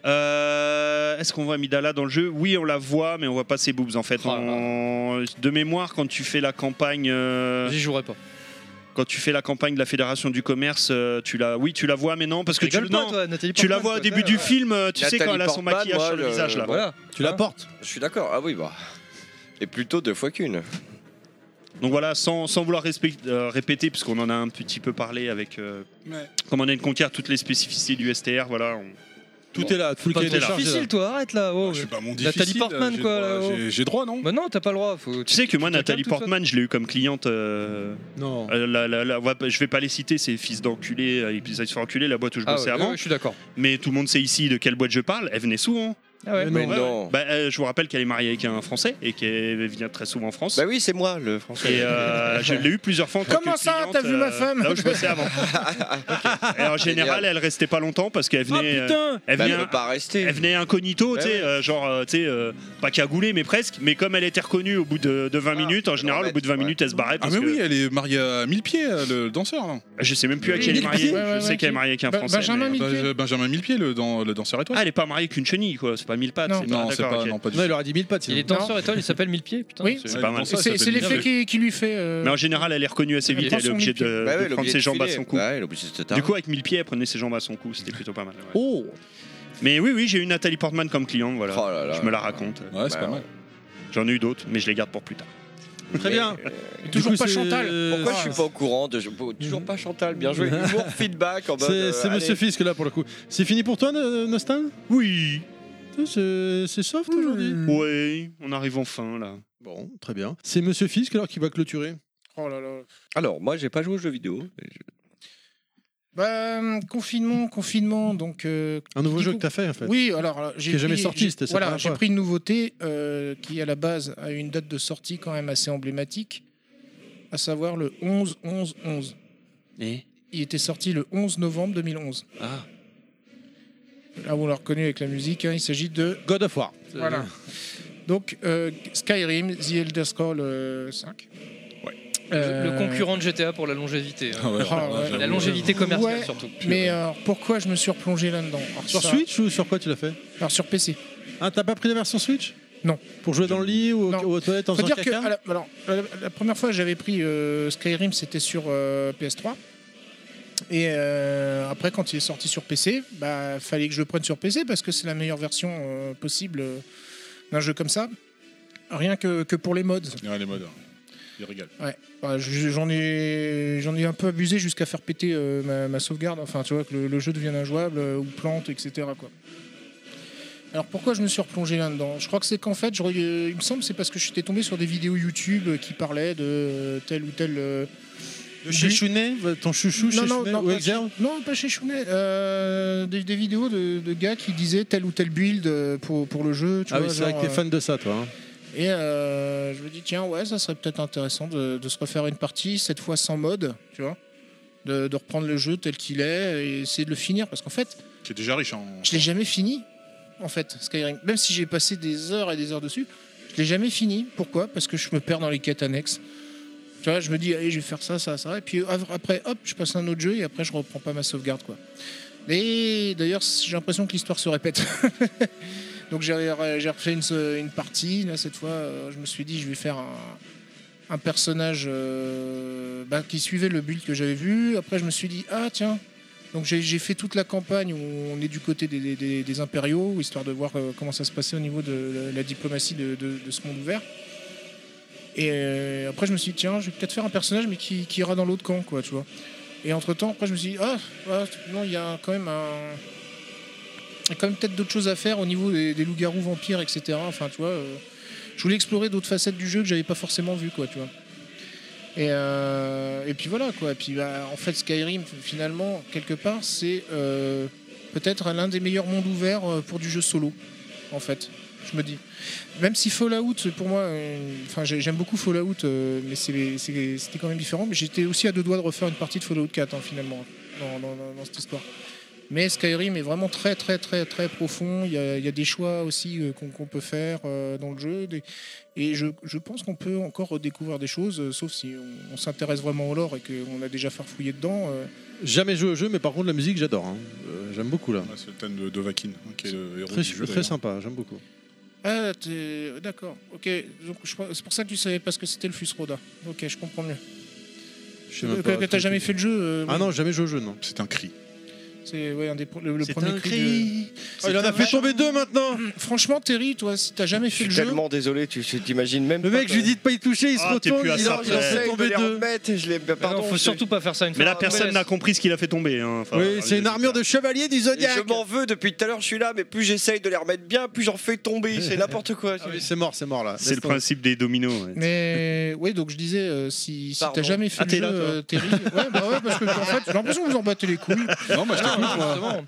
Speaker 6: Euh, Est-ce qu'on voit Amidala dans le jeu Oui, on la voit, mais on voit pas ses boobs en fait. On- De mémoire, quand tu fais la campagne. euh,
Speaker 4: J'y jouerai pas.
Speaker 6: Quand tu fais la campagne de la Fédération du commerce, euh, tu la, oui, tu la vois, mais non, parce que tu,
Speaker 4: Rigole pas,
Speaker 6: non,
Speaker 4: toi, Nathalie
Speaker 6: tu la
Speaker 4: Portman,
Speaker 6: vois au
Speaker 4: quoi.
Speaker 6: début du Ah, film, euh, tu sais
Speaker 7: Nathalie
Speaker 6: quand elle a son
Speaker 7: Portman,
Speaker 6: maquillage
Speaker 7: moi,
Speaker 6: sur le,
Speaker 7: le-
Speaker 6: visage là.
Speaker 4: Voilà.
Speaker 1: Tu la portes.
Speaker 7: Je suis d'accord. Ah oui, bah. Et plutôt deux fois qu'une.
Speaker 6: Donc voilà, sans, sans vouloir respect- euh, répéter, parce qu'on en a un petit peu parlé avec, euh,
Speaker 3: Ouais.
Speaker 6: comme on a une conquête, toutes les spécificités du STR, voilà. on-
Speaker 1: Tout est là. Tout le
Speaker 6: Pas
Speaker 1: cahier
Speaker 6: trop
Speaker 1: des charges. est là.
Speaker 4: Difficile, toi, arrête là. oh.
Speaker 5: Je suis pas mon
Speaker 4: Nathalie
Speaker 5: difficile,
Speaker 4: Portman,
Speaker 5: j'ai
Speaker 4: quoi.
Speaker 5: droit-
Speaker 4: là, oh.
Speaker 5: J'ai j'ai droit, non
Speaker 4: Bah non, t'as pas le droit. Faut...
Speaker 6: Tu sais que moi,
Speaker 4: te
Speaker 6: Nathalie
Speaker 4: calmes, toi,
Speaker 6: Portman, je l'ai eu comme cliente. euh,
Speaker 1: Non.
Speaker 6: euh, la- la- la- on va pas- je vais pas les citer, ces fils d'enculés, euh, et puis ça se fait enculer, la boîte où je
Speaker 4: Ah
Speaker 6: bossais
Speaker 4: ouais,
Speaker 6: avant.
Speaker 4: ouais, je suis d'accord.
Speaker 6: Mais tout le monde sait ici de quelle boîte je parle. Elle venait souvent.
Speaker 4: Ah ouais.
Speaker 7: Mais
Speaker 1: non.
Speaker 7: non.
Speaker 6: Bah, euh, je vous rappelle qu'elle est mariée avec un Français et qu'elle vient très souvent en France.
Speaker 7: Bah oui, c'est moi le français.
Speaker 6: Et euh, je l'ai eu plusieurs fois. en tant que
Speaker 3: Comment ça,
Speaker 6: cliente,
Speaker 3: t'as vu
Speaker 6: euh,
Speaker 3: ma femme
Speaker 6: Là où je
Speaker 7: <laughs>
Speaker 6: bossais avant. Ok. Et en général,
Speaker 7: Génial.
Speaker 6: elle restait pas longtemps parce qu'elle
Speaker 1: Ah
Speaker 6: venait. euh,
Speaker 1: putain.
Speaker 6: elle
Speaker 7: Bah,
Speaker 6: venait,
Speaker 7: elle veut pas rester.
Speaker 6: elle venait incognito,
Speaker 7: Ouais,
Speaker 3: Bah
Speaker 6: tu sais,
Speaker 7: ouais.
Speaker 6: euh, genre, euh, tu sais, euh, pas cagoulée, mais presque. Mais comme elle était reconnue au bout de, de 20
Speaker 7: Ah.
Speaker 6: minutes, en général, au bout de 20
Speaker 7: Bah, ouais.
Speaker 6: minutes, elle se barrait.
Speaker 5: Ah
Speaker 6: Parce
Speaker 5: mais
Speaker 6: que
Speaker 5: oui, elle est mariée à mille pieds, euh, le danseur. là.
Speaker 6: Je sais même plus à qui elle est
Speaker 1: Mille
Speaker 6: mariée.
Speaker 1: pieds.
Speaker 3: Ouais, ouais,
Speaker 6: je sais
Speaker 3: ouais,
Speaker 6: qu'elle est
Speaker 3: qui-
Speaker 6: mariée avec un
Speaker 3: Ba-
Speaker 6: Français.
Speaker 3: Benjamin
Speaker 6: mais-
Speaker 3: Mille
Speaker 5: Bah,
Speaker 3: pieds.
Speaker 5: euh, Benjamin Millepied, le, dan- le danseur étoile.
Speaker 6: Ah, elle est pas mariée qu'une chenille, quoi. C'est pas mille pattes.
Speaker 3: Non.
Speaker 6: c'est-
Speaker 5: non,
Speaker 6: ah,
Speaker 5: c'est
Speaker 6: d'accord,
Speaker 5: pas,
Speaker 6: ok.
Speaker 5: non, pas du
Speaker 1: Non, il
Speaker 5: tout.
Speaker 1: aurait dit mille pattes.
Speaker 4: Il
Speaker 1: sinon.
Speaker 4: est danseur étoile, il s'appelle Mille Pieds, putain.
Speaker 3: Oui.
Speaker 4: c'est-
Speaker 6: C'est pas mal.
Speaker 5: Ça, ça
Speaker 3: C'est c'est
Speaker 5: s'appelle
Speaker 3: l'effet
Speaker 5: Mille
Speaker 3: qui, qui lui fait. euh,
Speaker 6: Mais en général, elle est reconnue assez
Speaker 3: Elle
Speaker 6: vite.
Speaker 3: prend
Speaker 6: Elle est
Speaker 3: son
Speaker 6: obligée
Speaker 3: mille-pieds.
Speaker 6: de,
Speaker 7: Bah
Speaker 6: de
Speaker 7: ouais, elle est
Speaker 6: prendre
Speaker 7: obligée
Speaker 6: ses
Speaker 7: de
Speaker 6: jambes à
Speaker 7: filer. Bah
Speaker 6: son cou.
Speaker 7: Ouais, elle est obligée de se
Speaker 6: Du
Speaker 7: taire.
Speaker 6: coup, avec mille pieds, elle prenait ses jambes à son cou. C'était plutôt pas mal. ouais.
Speaker 1: Oh.
Speaker 6: Mais oui, oui, j'ai eu Nathalie Portman comme client. Voilà.
Speaker 7: Oh là là.
Speaker 6: je me la raconte.
Speaker 5: Ouais, c'est
Speaker 7: Bah,
Speaker 5: pas mal.
Speaker 6: J'en ai eu d'autres, mais je les garde pour plus tard.
Speaker 1: Très
Speaker 7: Mais-
Speaker 1: bien.
Speaker 4: Euh,
Speaker 3: et toujours
Speaker 1: Du coup,
Speaker 3: pas
Speaker 1: c'est-
Speaker 3: Chantal.
Speaker 7: Pourquoi je
Speaker 3: Ah.
Speaker 7: suis pas au courant de... Toujours pas Chantal,
Speaker 1: <laughs>
Speaker 7: bien joué. Humour, feedback en mode.
Speaker 1: C'est
Speaker 7: euh,
Speaker 1: c'est
Speaker 7: allez.
Speaker 1: Monsieur Fisk là pour le coup. C'est fini pour toi, No- Nostin
Speaker 6: Oui.
Speaker 1: C'est c'est soft aujourd'hui.
Speaker 6: Oui, on arrive enfin là.
Speaker 1: Bon, très bien. C'est Monsieur Fisk alors qui va clôturer.
Speaker 3: Oh là là.
Speaker 7: Alors, moi, j'ai pas joué aux jeux vidéo.
Speaker 3: Bah, euh, confinement, confinement, donc. euh,
Speaker 1: Un nouveau
Speaker 3: Du
Speaker 1: jeu
Speaker 3: coup-
Speaker 1: que t'as fait en fait.
Speaker 3: Oui, alors euh, j'ai
Speaker 1: Qui est jamais
Speaker 3: pris-
Speaker 1: sorti,
Speaker 3: j'ai-
Speaker 1: c'était ça, la
Speaker 3: Voilà,
Speaker 1: première
Speaker 3: j'ai
Speaker 1: fois.
Speaker 3: pris une nouveauté euh, qui à la base a une date de sortie quand même assez emblématique, à savoir le 11 11 11.
Speaker 12: Et
Speaker 3: Il était sorti le 11 novembre 2011.
Speaker 12: Ah.
Speaker 3: Là, vous l'a reconnu avec la musique, hein, il s'agit de.
Speaker 1: God of War.
Speaker 3: Voilà. Donc, euh, Skyrim, The Elder Scrolls euh, 5.
Speaker 5: Ouais.
Speaker 3: Euh,
Speaker 4: Le concurrent de GTA pour la longévité. hein.
Speaker 5: Ah ouais, alors là,
Speaker 3: ouais.
Speaker 5: j'avoue.
Speaker 4: La longévité commerciale,
Speaker 3: Ouais,
Speaker 4: surtout.
Speaker 3: Mais euh, pourquoi je me suis replongé là-dedans Alors,
Speaker 1: Sur
Speaker 3: ça-
Speaker 1: Switch ou sur quoi tu l'as fait
Speaker 3: Alors, sur PC.
Speaker 1: Ah, t'as pas pris la version Switch
Speaker 3: Non.
Speaker 1: Pour jouer dans le lit ou,
Speaker 3: Non.
Speaker 1: ou aux toilettes en
Speaker 3: Faut
Speaker 1: faisant
Speaker 3: dire que
Speaker 1: caca
Speaker 3: à la, alors, à la, la première fois que j'avais pris euh, Skyrim, c'était sur euh, PS3. Et euh, après, quand il est sorti sur PC, bah fallait que je le prenne sur PC parce que c'est la meilleure version euh, possible euh, d'un jeu comme ça. Rien que, que pour les mods.
Speaker 5: Ouais, les modes. hein. Il régale.
Speaker 3: Bah, je- J'en ai, j'en ai un peu abusé jusqu'à faire péter euh, ma, ma sauvegarde. Enfin, tu vois, que le, le jeu devienne injouable euh, ou plante, etc. Quoi. Alors pourquoi je me suis replongé là-dedans Je crois que c'est qu'en fait, je, re- il me semble, que c'est parce que j'étais tombé sur des vidéos YouTube euh, qui parlaient de euh, tel ou tel. euh,
Speaker 1: De chez Chounet, ton chouchou chez Chounet ou
Speaker 3: pas
Speaker 1: Exerve
Speaker 3: chez- non, pas chez Chounet. Euh, des, des vidéos de, de gars qui disaient tel ou tel build euh, pour, pour le jeu. Tu
Speaker 1: Ah
Speaker 3: vois,
Speaker 1: oui, c'est vrai que
Speaker 3: genre,
Speaker 1: t'es
Speaker 3: euh,
Speaker 1: fan de ça, toi. hein.
Speaker 3: et euh, je me dis, tiens, ouais, ça serait peut-être intéressant de, de se refaire une partie, cette fois sans mode, tu vois. de, de reprendre le jeu tel qu'il est et essayer de le finir. Parce qu'en fait,
Speaker 5: Qui est déjà riche hein. en.
Speaker 3: je l'ai jamais fini, en fait, Skyrim. Même si j'ai passé des heures et des heures dessus, je l'ai jamais fini. Pourquoi Parce que je me perds dans les quêtes annexes. Tu vois, je me dis, allez, je vais faire ça, ça, ça. Et puis av- après, hop, je passe à un autre jeu et après, je reprends pas ma sauvegarde, quoi. Et d'ailleurs, j'ai l'impression que l'histoire se répète. <laughs> Donc j'ai j'ai refait une, se- une partie. Là, cette fois, euh, je me suis dit, je vais faire un, un personnage euh, bah, qui suivait le build que j'avais vu. Après, je me suis dit, ah tiens. Donc j'ai j'ai fait toute la campagne où on est du côté des, des- des- des impériaux, histoire de voir euh, comment ça se passait au niveau de la, la diplomatie de, de- de ce monde ouvert. Et euh, après, je me suis dit, tiens, je vais peut-être faire un personnage, mais qui, qui ira dans l'autre camp, quoi, tu vois. Et entre-temps, après, je me suis dit, ah, ah, non, il y a quand même un, il y a quand même peut-être d'autres choses à faire au niveau des, des loups-garous, vampires, etc. Enfin, tu vois, euh, je voulais explorer d'autres facettes du jeu que j'avais pas forcément vu, quoi, tu vois. Et, euh, et puis voilà, quoi. Et puis, bah, en fait, Skyrim, finalement, quelque part, c'est euh, peut-être l'un des meilleurs mondes ouverts euh, pour du jeu solo, en fait. Je me dis. Même si Fallout, pour moi, euh, enfin, j'ai- j'aime beaucoup Fallout, euh, mais c'est- c'est- c'était quand même différent. Mais j'étais aussi à deux doigts de refaire une partie de Fallout 4, hein, finalement, dans- dans- dans- dans cette histoire. Mais Skyrim est vraiment très très très très profond. Il y a, il y a des choix aussi euh, qu'on qu'on peut faire euh, dans le jeu. Des- Et je, je pense qu'on peut encore redécouvrir des choses, euh, sauf si on, on s'intéresse vraiment au lore et qu'on a déjà farfouillé dedans. euh.
Speaker 1: Jamais joué au jeu, mais par contre, la musique, j'adore. hein. Euh, j'aime beaucoup là.
Speaker 5: Ouais, c'est le thème de Dovahkiin, hein, qui est le héros
Speaker 1: Très,
Speaker 5: du jeu.
Speaker 1: très
Speaker 5: d'ailleurs.
Speaker 1: sympa, j'aime beaucoup.
Speaker 3: Ah, t'es- d'accord. Ok, donc je crois- c'est pour ça que tu savais pas ce que c'était le Fusroda. Ok, je comprends mieux.
Speaker 1: Je sais
Speaker 3: Tu
Speaker 1: même pas
Speaker 3: T'as
Speaker 1: très-
Speaker 3: jamais fait le jeu euh,
Speaker 1: Ah
Speaker 3: oui.
Speaker 1: non, jamais joué au jeu, non.
Speaker 5: C'est un cri.
Speaker 3: C'est ouais, un des pro- le, le
Speaker 1: C'est
Speaker 3: premier
Speaker 1: un
Speaker 3: cri.
Speaker 1: cri.
Speaker 3: de-
Speaker 1: Oh, il en a
Speaker 3: C'est un-
Speaker 1: fait tomber deux maintenant.
Speaker 3: Franchement, Terry, toi, si t'as jamais
Speaker 7: Je
Speaker 3: fait le
Speaker 7: suis
Speaker 3: jeu.
Speaker 7: tellement désolé, tu tu t'imagines même
Speaker 1: Le mec, je lui dis de pas y toucher, il se
Speaker 7: Ah, t'es
Speaker 1: retourne,
Speaker 7: plus à
Speaker 1: il
Speaker 7: ça
Speaker 1: en il en
Speaker 7: près.
Speaker 1: fait
Speaker 7: Il veut
Speaker 1: tomber
Speaker 7: les
Speaker 1: deux.
Speaker 7: remettre, je les-
Speaker 4: non,
Speaker 7: pardon,
Speaker 4: faut
Speaker 7: je-
Speaker 4: surtout pas faire ça une
Speaker 6: Mais
Speaker 4: fois.
Speaker 6: la personne n'a compris ce qu'il a fait tomber. hein. Enfin,
Speaker 1: Oui, c'est une
Speaker 6: euh,
Speaker 1: armure de chevalier du
Speaker 7: Et Je
Speaker 1: Zodiac.
Speaker 7: m'en veux depuis tout à l'heure, je suis là, mais plus j'essaye de les remettre bien, plus j'en fais tomber. C'est n'importe quoi.
Speaker 1: Ah oui, C'est mort, c'est mort là.
Speaker 6: C'est
Speaker 1: Laisse
Speaker 6: le
Speaker 1: tomber.
Speaker 6: principe des dominos. ouais.
Speaker 3: Mais oui, donc je disais, euh, si, si t'as
Speaker 7: Pardon.
Speaker 3: jamais fait
Speaker 6: Ah,
Speaker 3: le
Speaker 6: t'es
Speaker 3: jeu,
Speaker 6: là, toi.
Speaker 3: euh, Terry, ouais, bah ouais, parce que en fait, j'ai l'impression que vous en battez les couilles.
Speaker 5: Non, moi je t'écoute.
Speaker 3: Non, non,
Speaker 5: moi.
Speaker 4: Ah, Justement.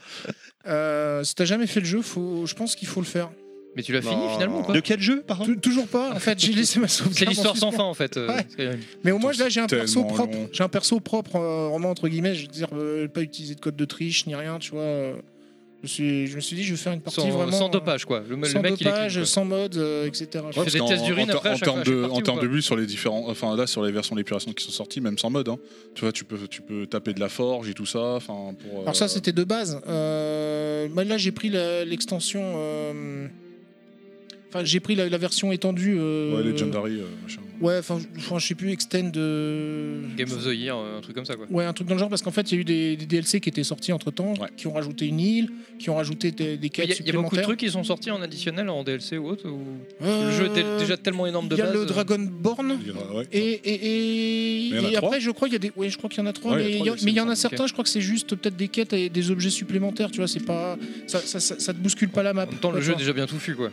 Speaker 3: Euh, si t'as jamais fait le jeu, faut, je pense qu'il faut le faire.
Speaker 4: Mais tu l'as fini
Speaker 1: Non.
Speaker 4: finalement quoi
Speaker 6: De quel jeu, par contre
Speaker 3: Tou- Toujours pas. En fait, j'ai laissé ma sauvegarde.
Speaker 4: C'est l'histoire
Speaker 3: en
Speaker 4: sans fin
Speaker 3: suspens.
Speaker 4: en fait. euh,
Speaker 3: Ouais.
Speaker 4: Skyrim.
Speaker 3: Mais au moins là, j'ai un perso
Speaker 5: Tellement
Speaker 3: propre.
Speaker 5: long.
Speaker 3: J'ai un perso propre, euh, vraiment entre guillemets. Je veux dire, euh, pas utiliser de code de triche ni rien, tu vois. euh, Je, suis, je me suis dit, je vais faire une partie
Speaker 4: Sans,
Speaker 3: vraiment
Speaker 4: sans
Speaker 3: euh,
Speaker 4: dopage quoi. Le, le
Speaker 3: sans
Speaker 4: mec
Speaker 3: dopage,
Speaker 4: il est clean, quoi.
Speaker 3: sans mode, euh, etc.
Speaker 4: Ouais, fais des
Speaker 5: qu'en-
Speaker 4: tests d'urine
Speaker 5: en ter-
Speaker 4: après à
Speaker 5: en
Speaker 4: chaque
Speaker 5: termes
Speaker 4: fois, à
Speaker 5: de
Speaker 4: chaque
Speaker 5: en termes
Speaker 4: partie,
Speaker 5: de
Speaker 4: ou
Speaker 5: bulles sur les différents enfin là sur les versions d'épuration qui sont sorties même sans mode hein, tu vois tu peux tu peux taper de la forge et tout ça enfin pour
Speaker 3: Alors ça c'était de base. Euh, bah là j'ai pris la- l'extension. euh, Enfin j'ai pris la, la version étendue. euh,
Speaker 5: ouais, legendary euh, machin
Speaker 3: Ouais, enfin je- enfin, je sais plus extend. euh,
Speaker 4: Game of the Year, euh, un truc comme ça quoi.
Speaker 3: Ouais, un truc dans le genre parce qu'en fait il y a eu des, des DLC qui étaient sortis entre temps,
Speaker 5: Ouais.
Speaker 3: qui ont rajouté une île, qui ont rajouté des, des
Speaker 4: Il
Speaker 3: quêtes
Speaker 4: y, a- il y a beaucoup de
Speaker 3: supplémentaires.
Speaker 4: trucs qui sont sortis en additionnel, en DLC ou autre. ou- Le jeu était déjà tellement énorme de
Speaker 3: Euh, Il y a
Speaker 4: base.
Speaker 3: le
Speaker 4: euh,
Speaker 3: Dragonborn.
Speaker 5: Il y en a- ouais.
Speaker 3: Et, et,
Speaker 5: Mais il y
Speaker 3: et,
Speaker 5: en a
Speaker 3: et
Speaker 5: trois.
Speaker 3: après, je crois qu'il y a des. Ouais, je crois qu'il y en a trois,
Speaker 5: Ouais, il y a
Speaker 3: mais il
Speaker 5: trois
Speaker 3: y, en-
Speaker 5: DLC,
Speaker 3: mais il y
Speaker 5: il
Speaker 3: en
Speaker 5: me
Speaker 3: a
Speaker 4: semble,
Speaker 3: certains. Je crois que c'est juste peut-être des quêtes et des objets supplémentaires. Tu vois, c'est pas. Ça, ça, ça, ça te bouscule pas la map.
Speaker 4: En même temps, le
Speaker 3: tu
Speaker 4: jeu est
Speaker 3: vois.
Speaker 4: déjà bien touffu quoi.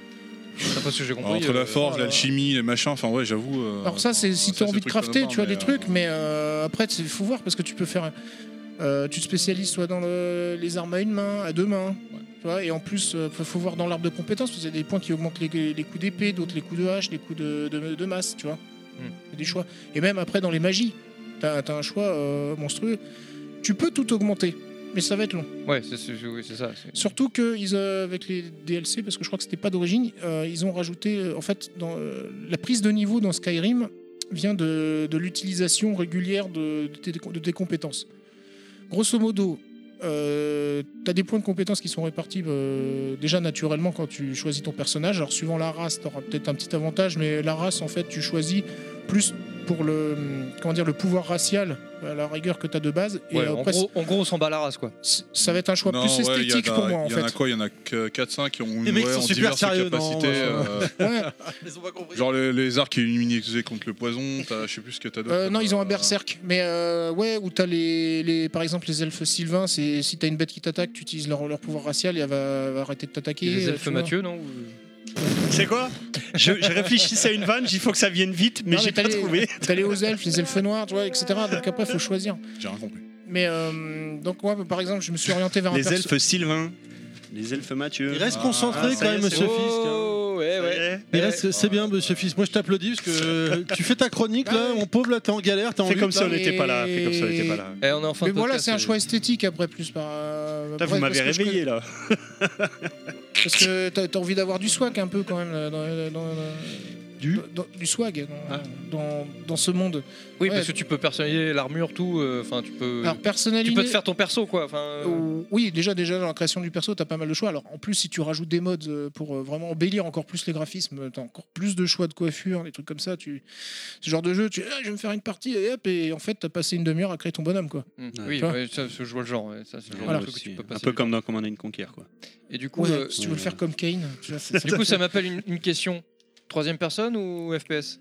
Speaker 4: C'est pas ce que j'ai
Speaker 5: Alors,
Speaker 4: compris.
Speaker 5: entre
Speaker 4: euh,
Speaker 5: la forge
Speaker 3: voilà.
Speaker 5: l'alchimie les machins enfin ouais j'avoue euh,
Speaker 3: Alors ça, c'est
Speaker 5: enfin,
Speaker 3: si
Speaker 5: ça,
Speaker 3: tu as envie
Speaker 5: des
Speaker 3: de
Speaker 5: trucs
Speaker 3: crafter,
Speaker 5: énormes,
Speaker 3: tu as des
Speaker 5: mais,
Speaker 3: trucs,
Speaker 5: euh,
Speaker 3: mais euh, après, il faut voir parce que tu peux faire. euh, tu te spécialises soit dans le- les armes à une main, à deux mains, tu vois, et en plus, il faut voir dans l'arbre de compétences, parce qu'il y a des points qui augmentent les, les coups d'épée, d'autres les coups de hache, les coups de, de- de masse, tu vois.
Speaker 4: Hmm.
Speaker 3: Il y a Des choix. Et même après, dans les magies, t'as as un choix euh, monstrueux. Tu peux tout augmenter, mais ça va être long.
Speaker 4: Ouais, c'est c'est- oui, c'est ça. c'est-
Speaker 3: Surtout que ils, euh, avec les DLC, parce que je crois que c'était pas d'origine, euh, ils ont rajouté euh, en fait dans, euh, la prise de niveau dans Skyrim vient de, de l'utilisation régulière de, de tes, de tes compétences. Grosso modo, euh, tu as des points de compétences qui sont répartis euh, déjà naturellement quand tu choisis ton personnage. Alors suivant la race, tu auras peut-être un petit avantage, mais la race en fait tu choisis plus pour le comment dire le pouvoir racial à la rigueur que tu as de base et
Speaker 4: Ouais, en,
Speaker 3: après,
Speaker 4: gros, en gros, on s'en bat la race quoi.
Speaker 3: c- ça va être un choix
Speaker 5: non,
Speaker 3: plus
Speaker 5: ouais, il y en
Speaker 3: esthétique
Speaker 5: a-
Speaker 3: pour moi en
Speaker 5: il
Speaker 3: fait
Speaker 5: y en a quoi il y en a que 4 5 qui ont
Speaker 1: Les mecs
Speaker 5: ouais,
Speaker 1: sont
Speaker 5: ont
Speaker 1: super
Speaker 5: diverses
Speaker 1: sérieux, non,
Speaker 5: capacités,
Speaker 1: moi,
Speaker 5: euh,
Speaker 3: Ouais.
Speaker 5: genre les, les arcs qui immunisés contre le poison t'as- je sais plus ce que t'as d'autre
Speaker 3: Euh, non,
Speaker 5: comme,
Speaker 3: ils ont un
Speaker 5: euh,
Speaker 3: berserk. Mais euh, ouais, où t'as les, les, par exemple les elfes sylvains, c'est si t'as une bête qui t'attaque, tu utilises leur, leur pouvoir racial et elle va, va arrêter de t'attaquer.
Speaker 4: Et les
Speaker 3: euh,
Speaker 4: elfes
Speaker 3: tu vois.
Speaker 4: Mathieu, non ou-
Speaker 6: C'est quoi je, je réfléchissais à une vanne, il faut que ça vienne vite, mais
Speaker 3: Non,
Speaker 6: j'ai
Speaker 3: t'as
Speaker 6: pas
Speaker 3: les-
Speaker 6: trouvé.
Speaker 3: <laughs> T'as les hauts elfes, les elfes noirs, tu vois, etc. Donc après, faut choisir.
Speaker 5: j'ai rien compris
Speaker 3: Mais euh, donc moi, par exemple, je me suis orienté vers un
Speaker 6: Les
Speaker 3: perso-
Speaker 6: elfes Sylvain, les elfes Mathieu.
Speaker 1: Il reste concentré
Speaker 6: Ah, ça
Speaker 1: quand
Speaker 6: y est,
Speaker 1: même, ce
Speaker 6: c'est-
Speaker 4: Oh,
Speaker 1: fisc. hein.
Speaker 7: Bravo, ouais, ouais.
Speaker 1: Il reste, c'est bien, monsieur Fils. Moi, je t'applaudis parce que euh, tu fais ta chronique là. Mon pauvre, là, t'es en galère. T'es en
Speaker 6: Fais
Speaker 1: lutte,
Speaker 6: comme si
Speaker 1: là.
Speaker 6: on n'était pas là, fais comme si on n'était pas là.
Speaker 4: Et on est en fin
Speaker 3: Mais
Speaker 4: de
Speaker 3: voilà,
Speaker 4: podcast,
Speaker 3: c'est un
Speaker 4: euh,
Speaker 3: choix esthétique après, plus par. euh,
Speaker 6: Putain, vous
Speaker 3: après,
Speaker 6: m'avez
Speaker 3: parce que je
Speaker 6: réveillé là.
Speaker 3: connais- Parce que t'as t'as envie d'avoir du swag un peu quand même. euh, dans- dans- dans-
Speaker 6: Du Ah.
Speaker 3: dans- Du swag dans, dans, dans ce monde.
Speaker 4: Oui,
Speaker 3: Ouais,
Speaker 4: parce que tu peux personnaliser l'armure, tout. euh, Enfin, tu peux.
Speaker 3: Alors, personnaliser-
Speaker 4: Tu peux te faire ton perso, quoi. Enfin. euh,
Speaker 3: Ou- Oui, déjà, déjà dans la création du perso, t'as pas mal de choix. Alors en plus, si tu rajoutes des modes euh, pour euh, vraiment embellir encore plus les graphismes, t'as encore plus de choix de coiffure, des trucs comme ça. Tu... Ce genre de jeu, tu Ah, je vais me faire une partie et hop, et en fait, t'as passé une demi-heure à créer ton bonhomme quoi.
Speaker 4: hmm,
Speaker 3: Tu
Speaker 4: Oui,
Speaker 3: vois
Speaker 4: ouais, ça, je vois le genre. ouais, ça, c'est le genre
Speaker 3: Voilà.
Speaker 4: de truc que tu peux
Speaker 6: Un
Speaker 4: passer.
Speaker 6: peu comme dans Command and Conquer quoi.
Speaker 4: Et du coup,
Speaker 3: Ouais,
Speaker 4: euh,
Speaker 3: si tu veux le faire comme Kane, tu
Speaker 4: <laughs>
Speaker 3: vois, c'est-
Speaker 4: du coup, ça m'appelle une, une question. Troisième personne ou FPS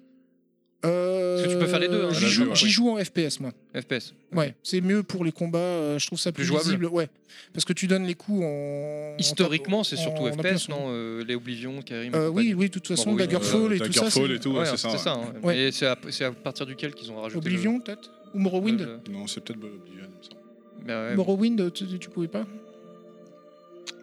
Speaker 3: Euh,
Speaker 4: Parce que tu peux faire les deux, hein.
Speaker 3: J'y
Speaker 4: Ah,
Speaker 3: joue,
Speaker 4: d'accord,
Speaker 3: j'y
Speaker 4: oui.
Speaker 3: joue en FPS, moi.
Speaker 4: FPS.
Speaker 3: Ouais, c'est mieux pour les combats. euh, je trouve ça plus,
Speaker 4: Plus jouable.
Speaker 3: lisible, Ouais, parce que tu donnes les coups en.
Speaker 4: Historiquement, c'est
Speaker 3: en-
Speaker 4: surtout
Speaker 3: en appuyant
Speaker 4: FPS,
Speaker 3: sur-
Speaker 4: non euh, Les Oblivion, Karim. et
Speaker 3: Euh,
Speaker 4: compagnie.
Speaker 3: oui, oui, de toute façon,
Speaker 4: Morrowind,
Speaker 3: Daggerfall
Speaker 4: euh,
Speaker 3: et tout ça.
Speaker 5: Daggerfall et tout, ouais,
Speaker 4: Ouais,
Speaker 5: c'est ça,
Speaker 4: c'est ça.
Speaker 5: ouais.
Speaker 4: hein.
Speaker 3: Ouais.
Speaker 4: Et c'est à, c'est à partir duquel qu'ils ont rajouté. le-
Speaker 3: Oblivion, peut-être Ou Morrowind
Speaker 4: le-
Speaker 5: Non, c'est peut-être Oblivion, il me semble.
Speaker 4: Mais ouais,
Speaker 3: Morrowind, tu, tu pouvais pas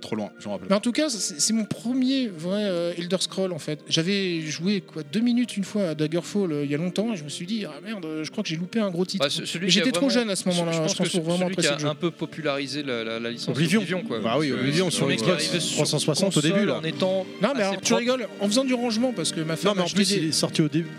Speaker 5: Trop loin, j'en rappelle.
Speaker 3: Mais en tout cas, c'est c'est mon premier vrai euh, Elder Scroll en fait. J'avais joué quoi deux minutes une fois à Daggerfall euh, il y a longtemps et je me suis dit ah merde, euh, je crois que j'ai loupé un gros titre.
Speaker 4: Bah, ce- celui
Speaker 3: Mais
Speaker 4: qui a
Speaker 3: J'étais trop
Speaker 4: vraiment-
Speaker 3: jeune à ce moment-là, hein,
Speaker 4: je pense que
Speaker 3: pour
Speaker 4: ce-
Speaker 3: vraiment
Speaker 4: celui qui
Speaker 3: apprécier
Speaker 4: a
Speaker 3: le jeu.
Speaker 4: un peu popularisé la, la, la licence
Speaker 1: Oblivion.
Speaker 4: Oblivion, quoi.
Speaker 1: Bah oui,
Speaker 4: Parce que
Speaker 1: Oblivion
Speaker 4: c'est
Speaker 1: sur
Speaker 4: le mec qui est
Speaker 1: Xbox
Speaker 4: arrivé sur
Speaker 1: 360 au
Speaker 4: console
Speaker 1: début là.
Speaker 4: En étant
Speaker 3: Non mais
Speaker 4: assez
Speaker 3: alors, tu
Speaker 4: propre.
Speaker 3: rigoles en faisant du rangement parce que ma femme
Speaker 1: Non, mais en
Speaker 3: achetait
Speaker 1: plus,
Speaker 3: des- Bah,
Speaker 1: il est sorti au début,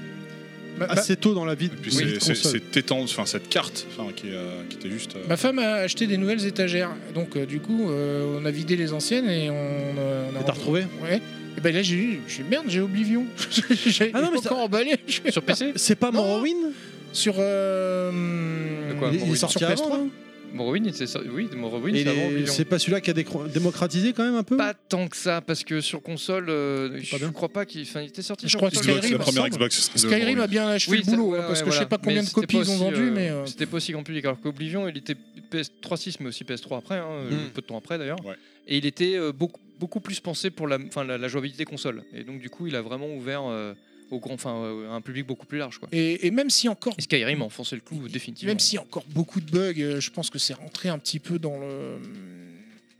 Speaker 3: ma- ma-
Speaker 1: assez tôt dans la vie.
Speaker 5: Et puis
Speaker 1: de
Speaker 5: c'est- c'est-
Speaker 1: console.
Speaker 5: c'est étendue, enfin cette carte enfin, qui, euh, qui était juste. euh,
Speaker 3: Ma femme a acheté des nouvelles étagères, donc euh, du coup euh, on a vidé les anciennes et on, euh, on a
Speaker 1: Et t'as retrouvé
Speaker 3: Ouais. Et ben là j'ai eu, j'ai dit, merde, j'ai Oblivion. <laughs> j'ai
Speaker 1: Ah non, mais
Speaker 3: encore
Speaker 1: ça-
Speaker 3: emballé
Speaker 4: Sur
Speaker 3: Ah,
Speaker 4: PC
Speaker 1: C'est pas Morrowind
Speaker 3: sur. euh,
Speaker 4: De quoi
Speaker 1: Il est- il est
Speaker 4: Morrowind.
Speaker 1: sorti
Speaker 3: sur PS3.
Speaker 1: avant. non
Speaker 4: Morrowind, c'est ça. Oui, Morrowind,
Speaker 1: Et
Speaker 4: c'est avant Oblivion.
Speaker 1: C'est pas celui-là qui a décro- démocratisé quand même un peu
Speaker 4: Pas tant que ça, parce que sur console, euh, je
Speaker 1: bien.
Speaker 4: crois pas qu'il enfin, il était sorti.
Speaker 3: Je
Speaker 4: sur
Speaker 3: crois que
Speaker 4: console.
Speaker 5: Xbox,
Speaker 3: Skyrim,
Speaker 5: la première
Speaker 3: il me
Speaker 5: Xbox. de
Speaker 3: Skyrim a
Speaker 5: Morrowind.
Speaker 3: bien achevé le
Speaker 4: ça-
Speaker 3: boulot,
Speaker 4: ouais,
Speaker 3: hein, parce
Speaker 4: ouais,
Speaker 3: que je sais
Speaker 4: voilà.
Speaker 3: pas combien
Speaker 4: Mais
Speaker 3: de copies
Speaker 4: c'était
Speaker 3: ils ont
Speaker 4: pas aussi,
Speaker 3: vendu,
Speaker 4: euh,
Speaker 3: mais. euh,
Speaker 4: C'était pas aussi compliqué. Alors qu'Oblivion, il était PS3 6, mais aussi PS3 après, hein,
Speaker 1: Mm.
Speaker 4: peu de temps après d'ailleurs.
Speaker 5: Ouais.
Speaker 4: Et il était euh, beaucoup, beaucoup plus pensé pour la, enfin, la, la jouabilité console. Et donc, du coup, il a vraiment ouvert euh, au grand, enfin, euh, à un public beaucoup plus large. Quoi.
Speaker 3: Et, et même si encore,
Speaker 4: Et Skyrim a enfoncé le clou définitivement.
Speaker 3: même si encore beaucoup de bugs, euh, je pense que c'est rentré un petit peu dans le.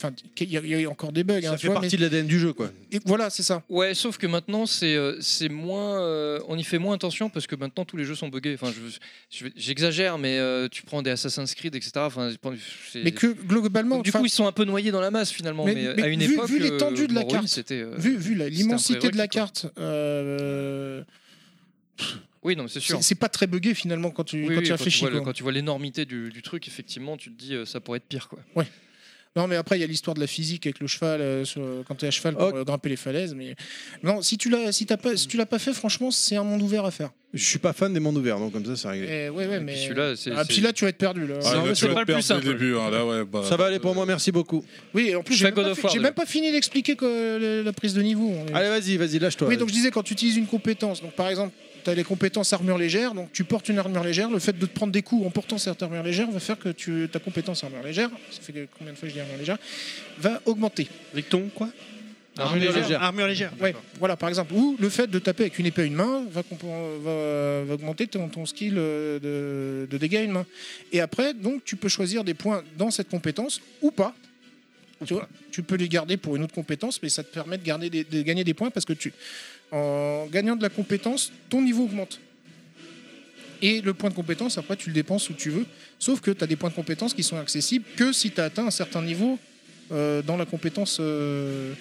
Speaker 3: Enfin, il y, a- il y a eu encore des bugs.
Speaker 1: Ça
Speaker 3: hein, tu
Speaker 1: fait
Speaker 3: vois,
Speaker 1: partie de l'ADN du jeu quoi.
Speaker 3: mais- et voilà, c'est ça.
Speaker 4: Ouais, sauf que maintenant, c'est euh, c'est moins, euh, on y fait moins attention parce que maintenant tous les jeux sont buggés. Enfin, je- je- j'exagère, mais euh, tu prends des Assassin's Creed, etc. Enfin, c'est-
Speaker 3: Mais que globalement,
Speaker 4: Donc, du
Speaker 3: enfin,
Speaker 4: coup, ils sont un peu noyés dans la masse finalement.
Speaker 3: Mais-
Speaker 4: Mais, euh,
Speaker 3: mais
Speaker 4: à une
Speaker 3: vu-
Speaker 4: époque,
Speaker 3: vu l'étendue
Speaker 4: euh,
Speaker 3: de la
Speaker 4: Morrowind,
Speaker 3: carte,
Speaker 4: c'était, euh,
Speaker 3: vu, vu la-
Speaker 4: c'était un
Speaker 3: l'immensité de la
Speaker 4: prérequis, quoi.
Speaker 3: carte, euh,
Speaker 4: Oui, non, mais c'est sûr.
Speaker 3: c'est c'est pas très buggé finalement quand tu,
Speaker 4: Oui,
Speaker 3: quand
Speaker 4: oui,
Speaker 3: tu réfléchis.
Speaker 4: vois le-
Speaker 3: quoi.
Speaker 4: quand tu vois l'énormité du, du truc, effectivement, tu te dis euh, ça pourrait être pire, quoi.
Speaker 3: Non, mais après, il y a l'histoire de la physique avec le cheval, euh, sur- quand tu es à cheval pour
Speaker 1: Ok.
Speaker 3: euh, grimper les falaises. Mais non, si tu l'as si t'as pas, si tu l'as pas fait, franchement, c'est un monde ouvert à faire.
Speaker 1: Je suis pas fan des mondes ouverts donc comme ça c'est réglé.
Speaker 3: Et ouais, ouais,
Speaker 4: Puis
Speaker 3: mais.
Speaker 4: celui-là, c'est.
Speaker 3: Ah,
Speaker 4: c'est-
Speaker 3: puis là, tu vas être perdu. Là.
Speaker 5: Ah,
Speaker 4: Non,
Speaker 5: là,
Speaker 4: mais
Speaker 5: tu
Speaker 4: c'est
Speaker 5: vas
Speaker 4: pas le
Speaker 5: te perdre
Speaker 4: plus
Speaker 5: dès le
Speaker 4: simple.
Speaker 5: début. hein, là, ouais, bah,
Speaker 1: Ça va aller pour moi, merci beaucoup.
Speaker 3: Oui, et en plus, j'ai
Speaker 4: Fais
Speaker 3: même,
Speaker 4: God
Speaker 3: pas
Speaker 4: of
Speaker 3: fait-
Speaker 4: War, Ah,
Speaker 3: j'ai
Speaker 4: déjà.
Speaker 3: même pas fini d'expliquer que le- la prise de niveau. on est-
Speaker 1: Allez vas-y, vas-y, lâche-toi.
Speaker 3: oui, donc je disais, quand tu utilises une compétence, donc par exemple, tu as les compétences armure légère, donc tu portes une armure légère, le fait de te prendre des coups en portant cette armure légère va faire que tu, ta compétence armure légère, ça fait de- combien de fois que je dis armure légère, va augmenter.
Speaker 6: Ricton quoi
Speaker 4: Armure légère.
Speaker 6: Armure légère.
Speaker 3: Ouais, voilà, par exemple. Ou le fait de taper avec une épée à une main va, compo- va- va augmenter ton, ton skill euh, de, de dégâts à une main. Et après, donc, tu peux choisir des points dans cette compétence ou pas. Tu, vois, tu peux les garder pour une autre compétence, mais ça te permet de, garder des- de gagner des points parce que tu, en gagnant de la compétence, ton niveau augmente. Et le point de compétence, après, tu le dépenses où tu veux. Sauf que tu as des points de compétence qui sont accessibles que si tu as atteint un certain niveau euh, dans la compétence euh,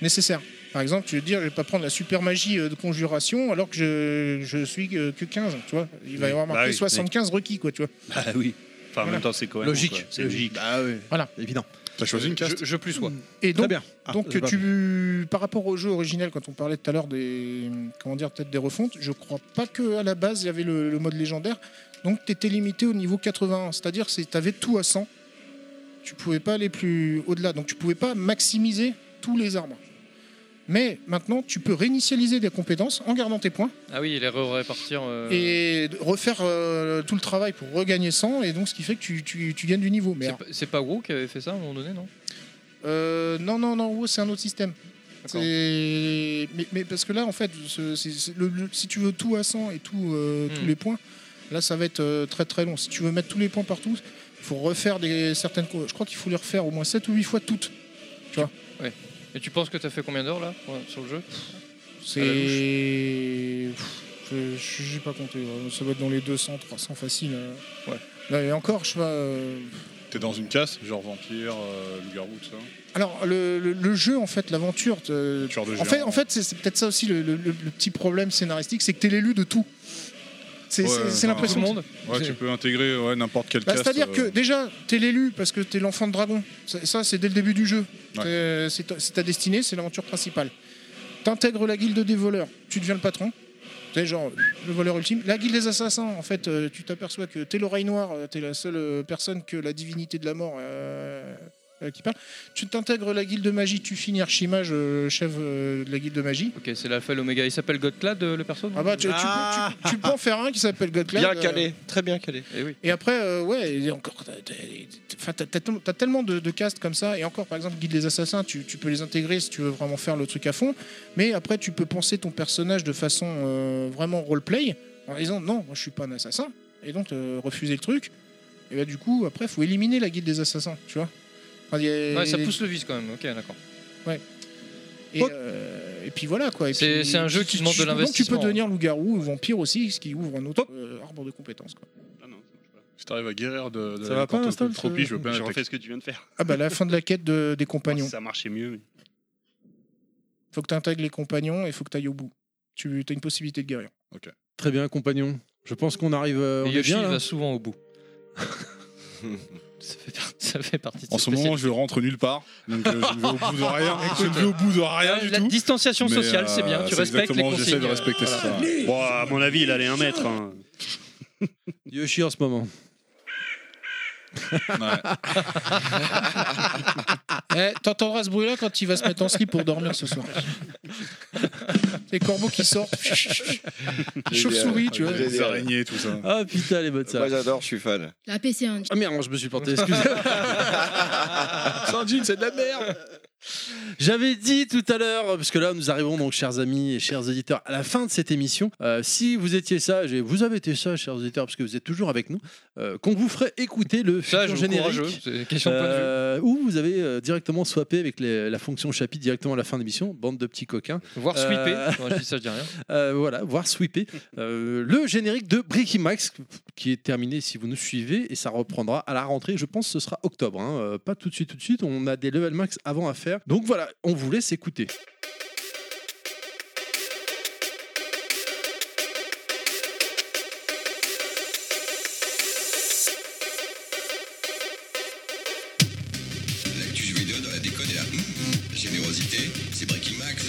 Speaker 3: nécessaire. Par exemple, tu veux dire, je vais pas prendre la super magie euh, de conjuration alors que je, je suis euh, que 15, tu vois. Il va y avoir
Speaker 6: Bah
Speaker 3: marqué
Speaker 6: oui,
Speaker 3: 75 requis, quoi, tu vois.
Speaker 6: Bah oui. Enfin, en
Speaker 3: Voilà.
Speaker 6: même temps, c'est cohérent. quoi.
Speaker 1: Logique.
Speaker 6: C'est logique.
Speaker 1: Ah oui.
Speaker 3: Voilà.
Speaker 1: Évident.
Speaker 5: T'as choisi une caste
Speaker 4: Je, je plus quoi.
Speaker 3: Et
Speaker 1: Très
Speaker 3: donc,
Speaker 1: bien. Ah,
Speaker 3: donc
Speaker 1: c'est pas bon.
Speaker 3: tu, par rapport au jeu originel, quand on parlait tout à l'heure des, comment dire, peut-être des refontes, je crois pas que à la base il y avait le, le mode légendaire. Donc tu étais limité au niveau 81, c'est-à-dire que tu avais tout à 100. Tu pouvais pas aller plus au-delà, donc tu pouvais pas maximiser tous les arbres. Mais maintenant, tu peux réinitialiser des compétences en gardant tes points
Speaker 4: Ah oui, il est répartir. euh,
Speaker 3: et de- refaire euh, tout le travail pour regagner 100, et donc ce qui fait que tu, tu- tu gagnes du niveau. Mais
Speaker 4: C'est
Speaker 3: alors,
Speaker 4: pas- C'est pas WoW qui avait fait ça à un moment donné, non
Speaker 3: euh, non, non, non, WoW, c'est un autre système.
Speaker 4: D'accord.
Speaker 3: C'est- Mais, mais parce que là, en fait, ce- c'est- c'est le- le- si tu veux tout à 100 et tout, euh, tous
Speaker 4: Hmm.
Speaker 3: les points, là, ça va être euh, très très long. Si tu veux mettre tous les points partout, il faut refaire des, certaines. co- Je crois qu'il faut les refaire au moins 7 ou 8 fois toutes.
Speaker 4: Et tu penses que t'as fait combien d'heures là pour- sur le jeu
Speaker 3: C'est. Je n'ai pas compté. ouais. Ça va être dans les 200, 300 facile. euh. Là, et encore, je sais pas, euh,
Speaker 5: T'es dans une casse, genre vampire, euh, loup-garou, tout ça
Speaker 3: Alors, le, le- le jeu, en fait, l'aventure. te-
Speaker 5: Tueur de
Speaker 3: En
Speaker 5: géants.
Speaker 3: fait, en fait c'est c'est peut-être ça aussi le, le- le- le petit problème scénaristique, c'est que t'es l'élu de tout. C'est
Speaker 5: Ouais,
Speaker 3: c'est- c'est
Speaker 5: enfin,
Speaker 3: l'impression.
Speaker 5: tout le Ouais, tu peux intégrer ouais, n'importe quel
Speaker 3: Bah,
Speaker 5: caste.
Speaker 3: C'est-à-dire
Speaker 5: euh,
Speaker 3: que déjà, t'es l'élu parce que t'es l'enfant de dragon. Ça, ça, c'est dès le début du jeu.
Speaker 5: Ouais.
Speaker 3: T'es- euh, C'est ta- c'est ta destinée, c'est l'aventure principale. T'intègres la guilde des voleurs, tu deviens le patron. C'est genre le voleur ultime. La guilde des assassins, en fait, euh, tu t'aperçois que t'es l'oreille noire, euh, t'es la seule euh, personne que la divinité de la mort euh, euh, qui parle. Tu t'intègres la guilde de magie, tu finis Archimage, euh, chef euh, de la guilde de magie.
Speaker 4: Ok, c'est l'alpha et l'oméga. Il s'appelle Godclad, euh, le perso
Speaker 3: Ah bah, tu, tu peux- tu- tu peux en faire un qui s'appelle Godclad.
Speaker 7: Bien
Speaker 3: euh,
Speaker 7: calé, très bien calé.
Speaker 4: Eh oui.
Speaker 3: et après, euh, ouais, et encore, t'as- t'as- t'as- t'as- t'as t'as tellement de, de castes comme ça, et encore, par exemple, Guide des Assassins, tu, tu peux les intégrer si tu veux vraiment faire le truc à fond, mais après, tu peux penser ton personnage de façon euh, vraiment roleplay, en disant non, moi je suis pas un assassin, et donc euh, refuser le truc, et bah du coup, après, faut éliminer la Guilde des Assassins, tu vois. Enfin, y a-
Speaker 4: Ouais, ça pousse le vice quand même. Ok, d'accord.
Speaker 3: Euh, Et, euh, et puis voilà quoi. Et
Speaker 4: C'est-
Speaker 3: puis,
Speaker 4: c'est un jeu qui
Speaker 3: tu-
Speaker 4: demande de
Speaker 3: tu- donc,
Speaker 4: l'investissement. hein.
Speaker 3: Tu peux devenir loup-garou ou vampire aussi, ce qui ouvre un autre euh, arbre de compétences. Quoi.
Speaker 5: Si t'arrives à guérir de, de
Speaker 1: Ça va pas,
Speaker 5: n'importe
Speaker 1: Install,
Speaker 5: quelle tropie,
Speaker 1: ce-
Speaker 5: je veux pas
Speaker 6: J'ai
Speaker 5: attaquer.
Speaker 6: refait ce que tu viens de faire.
Speaker 3: Ah bah la fin de la quête de- des compagnons.
Speaker 6: Ça marchait mieux. mais-
Speaker 3: faut que tu intègres les compagnons et faut que tu ailles au bout. Tu as une possibilité de guérir.
Speaker 1: Très bien, compagnon. Je pense qu'on arrive. euh, on est
Speaker 4: Et Yoshi
Speaker 1: bien
Speaker 4: il
Speaker 1: là.
Speaker 4: va souvent au bout. <laughs> ça, fait par- ça fait partie de
Speaker 5: En
Speaker 4: ses
Speaker 5: ce moment, je rentre nulle part. Donc, euh, je ne vais au bout de rien. je ne vais au bout de rien du
Speaker 4: La
Speaker 5: tout.
Speaker 4: distanciation
Speaker 5: Mais,
Speaker 4: sociale, c'est bien.
Speaker 5: euh,
Speaker 4: Tu
Speaker 5: c'est
Speaker 4: respectes les
Speaker 5: exactement,
Speaker 4: consignes.
Speaker 5: J'essaie de respecter
Speaker 4: Voilà.
Speaker 5: ça.
Speaker 6: Bon, à mon avis, il allait un mètre. hein.
Speaker 1: Yoshi en ce moment.
Speaker 3: Eh, T'entendras ce bruit-là quand il va se mettre en slip pour dormir ce soir. <laughs> les corbeaux qui sortent. Chauve-souris, tu vois.
Speaker 7: Génial.
Speaker 5: Les araignées, tout ça.
Speaker 1: Ah putain, les bonnes
Speaker 7: euh, Moi
Speaker 1: salles.
Speaker 7: j'adore, je suis fan.
Speaker 11: La PC un
Speaker 1: Ah merde, je me suis planté,
Speaker 4: <laughs>
Speaker 1: excusez-moi.
Speaker 2: Sanjin, c'est de la merde
Speaker 1: J'avais dit tout à l'heure, parce que là nous arrivons donc, chers amis et chers auditeurs, à la fin de cette émission. Euh, si vous étiez sage, et vous avez été sage, chers auditeurs, parce que vous êtes toujours avec nous, euh, qu'on vous ferait écouter le
Speaker 4: Ça, je
Speaker 1: futur
Speaker 4: vous
Speaker 1: générique.
Speaker 4: courageux. C'est une question de point de vue.
Speaker 1: euh, où vous avez euh, directement swappé avec les- la fonction chapitre directement à la fin de l'émission, bande de petits coquins.
Speaker 4: Voir
Speaker 1: euh,
Speaker 4: sweeper. Non, je dis ça, je dis rien.
Speaker 1: Euh, voilà, voir
Speaker 7: <laughs>
Speaker 1: sweeper euh, le générique de Bricky Max qui est terminé si vous nous suivez et ça reprendra à la rentrée. Je pense que ce sera octobre, hein, euh, pas tout de suite, tout de suite. On a des level max avant à faire. Donc voilà, on vous laisse écouter.
Speaker 2: L'actu vidéo dans la déconne et la hum, générosité, c'est Breaking Max,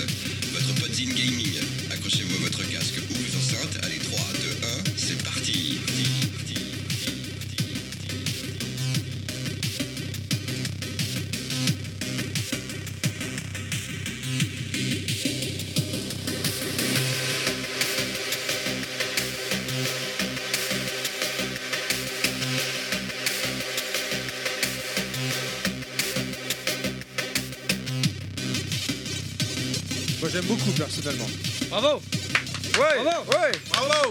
Speaker 2: votre pote Zine Gaming. Accrochez-vous à votre casque ou vos enceintes, allez 3, 2, 1, c'est parti
Speaker 3: Moi j'aime beaucoup personnellement.
Speaker 4: Bravo.
Speaker 7: Ouais,
Speaker 4: Bravo.
Speaker 7: ouais,
Speaker 4: Bravo.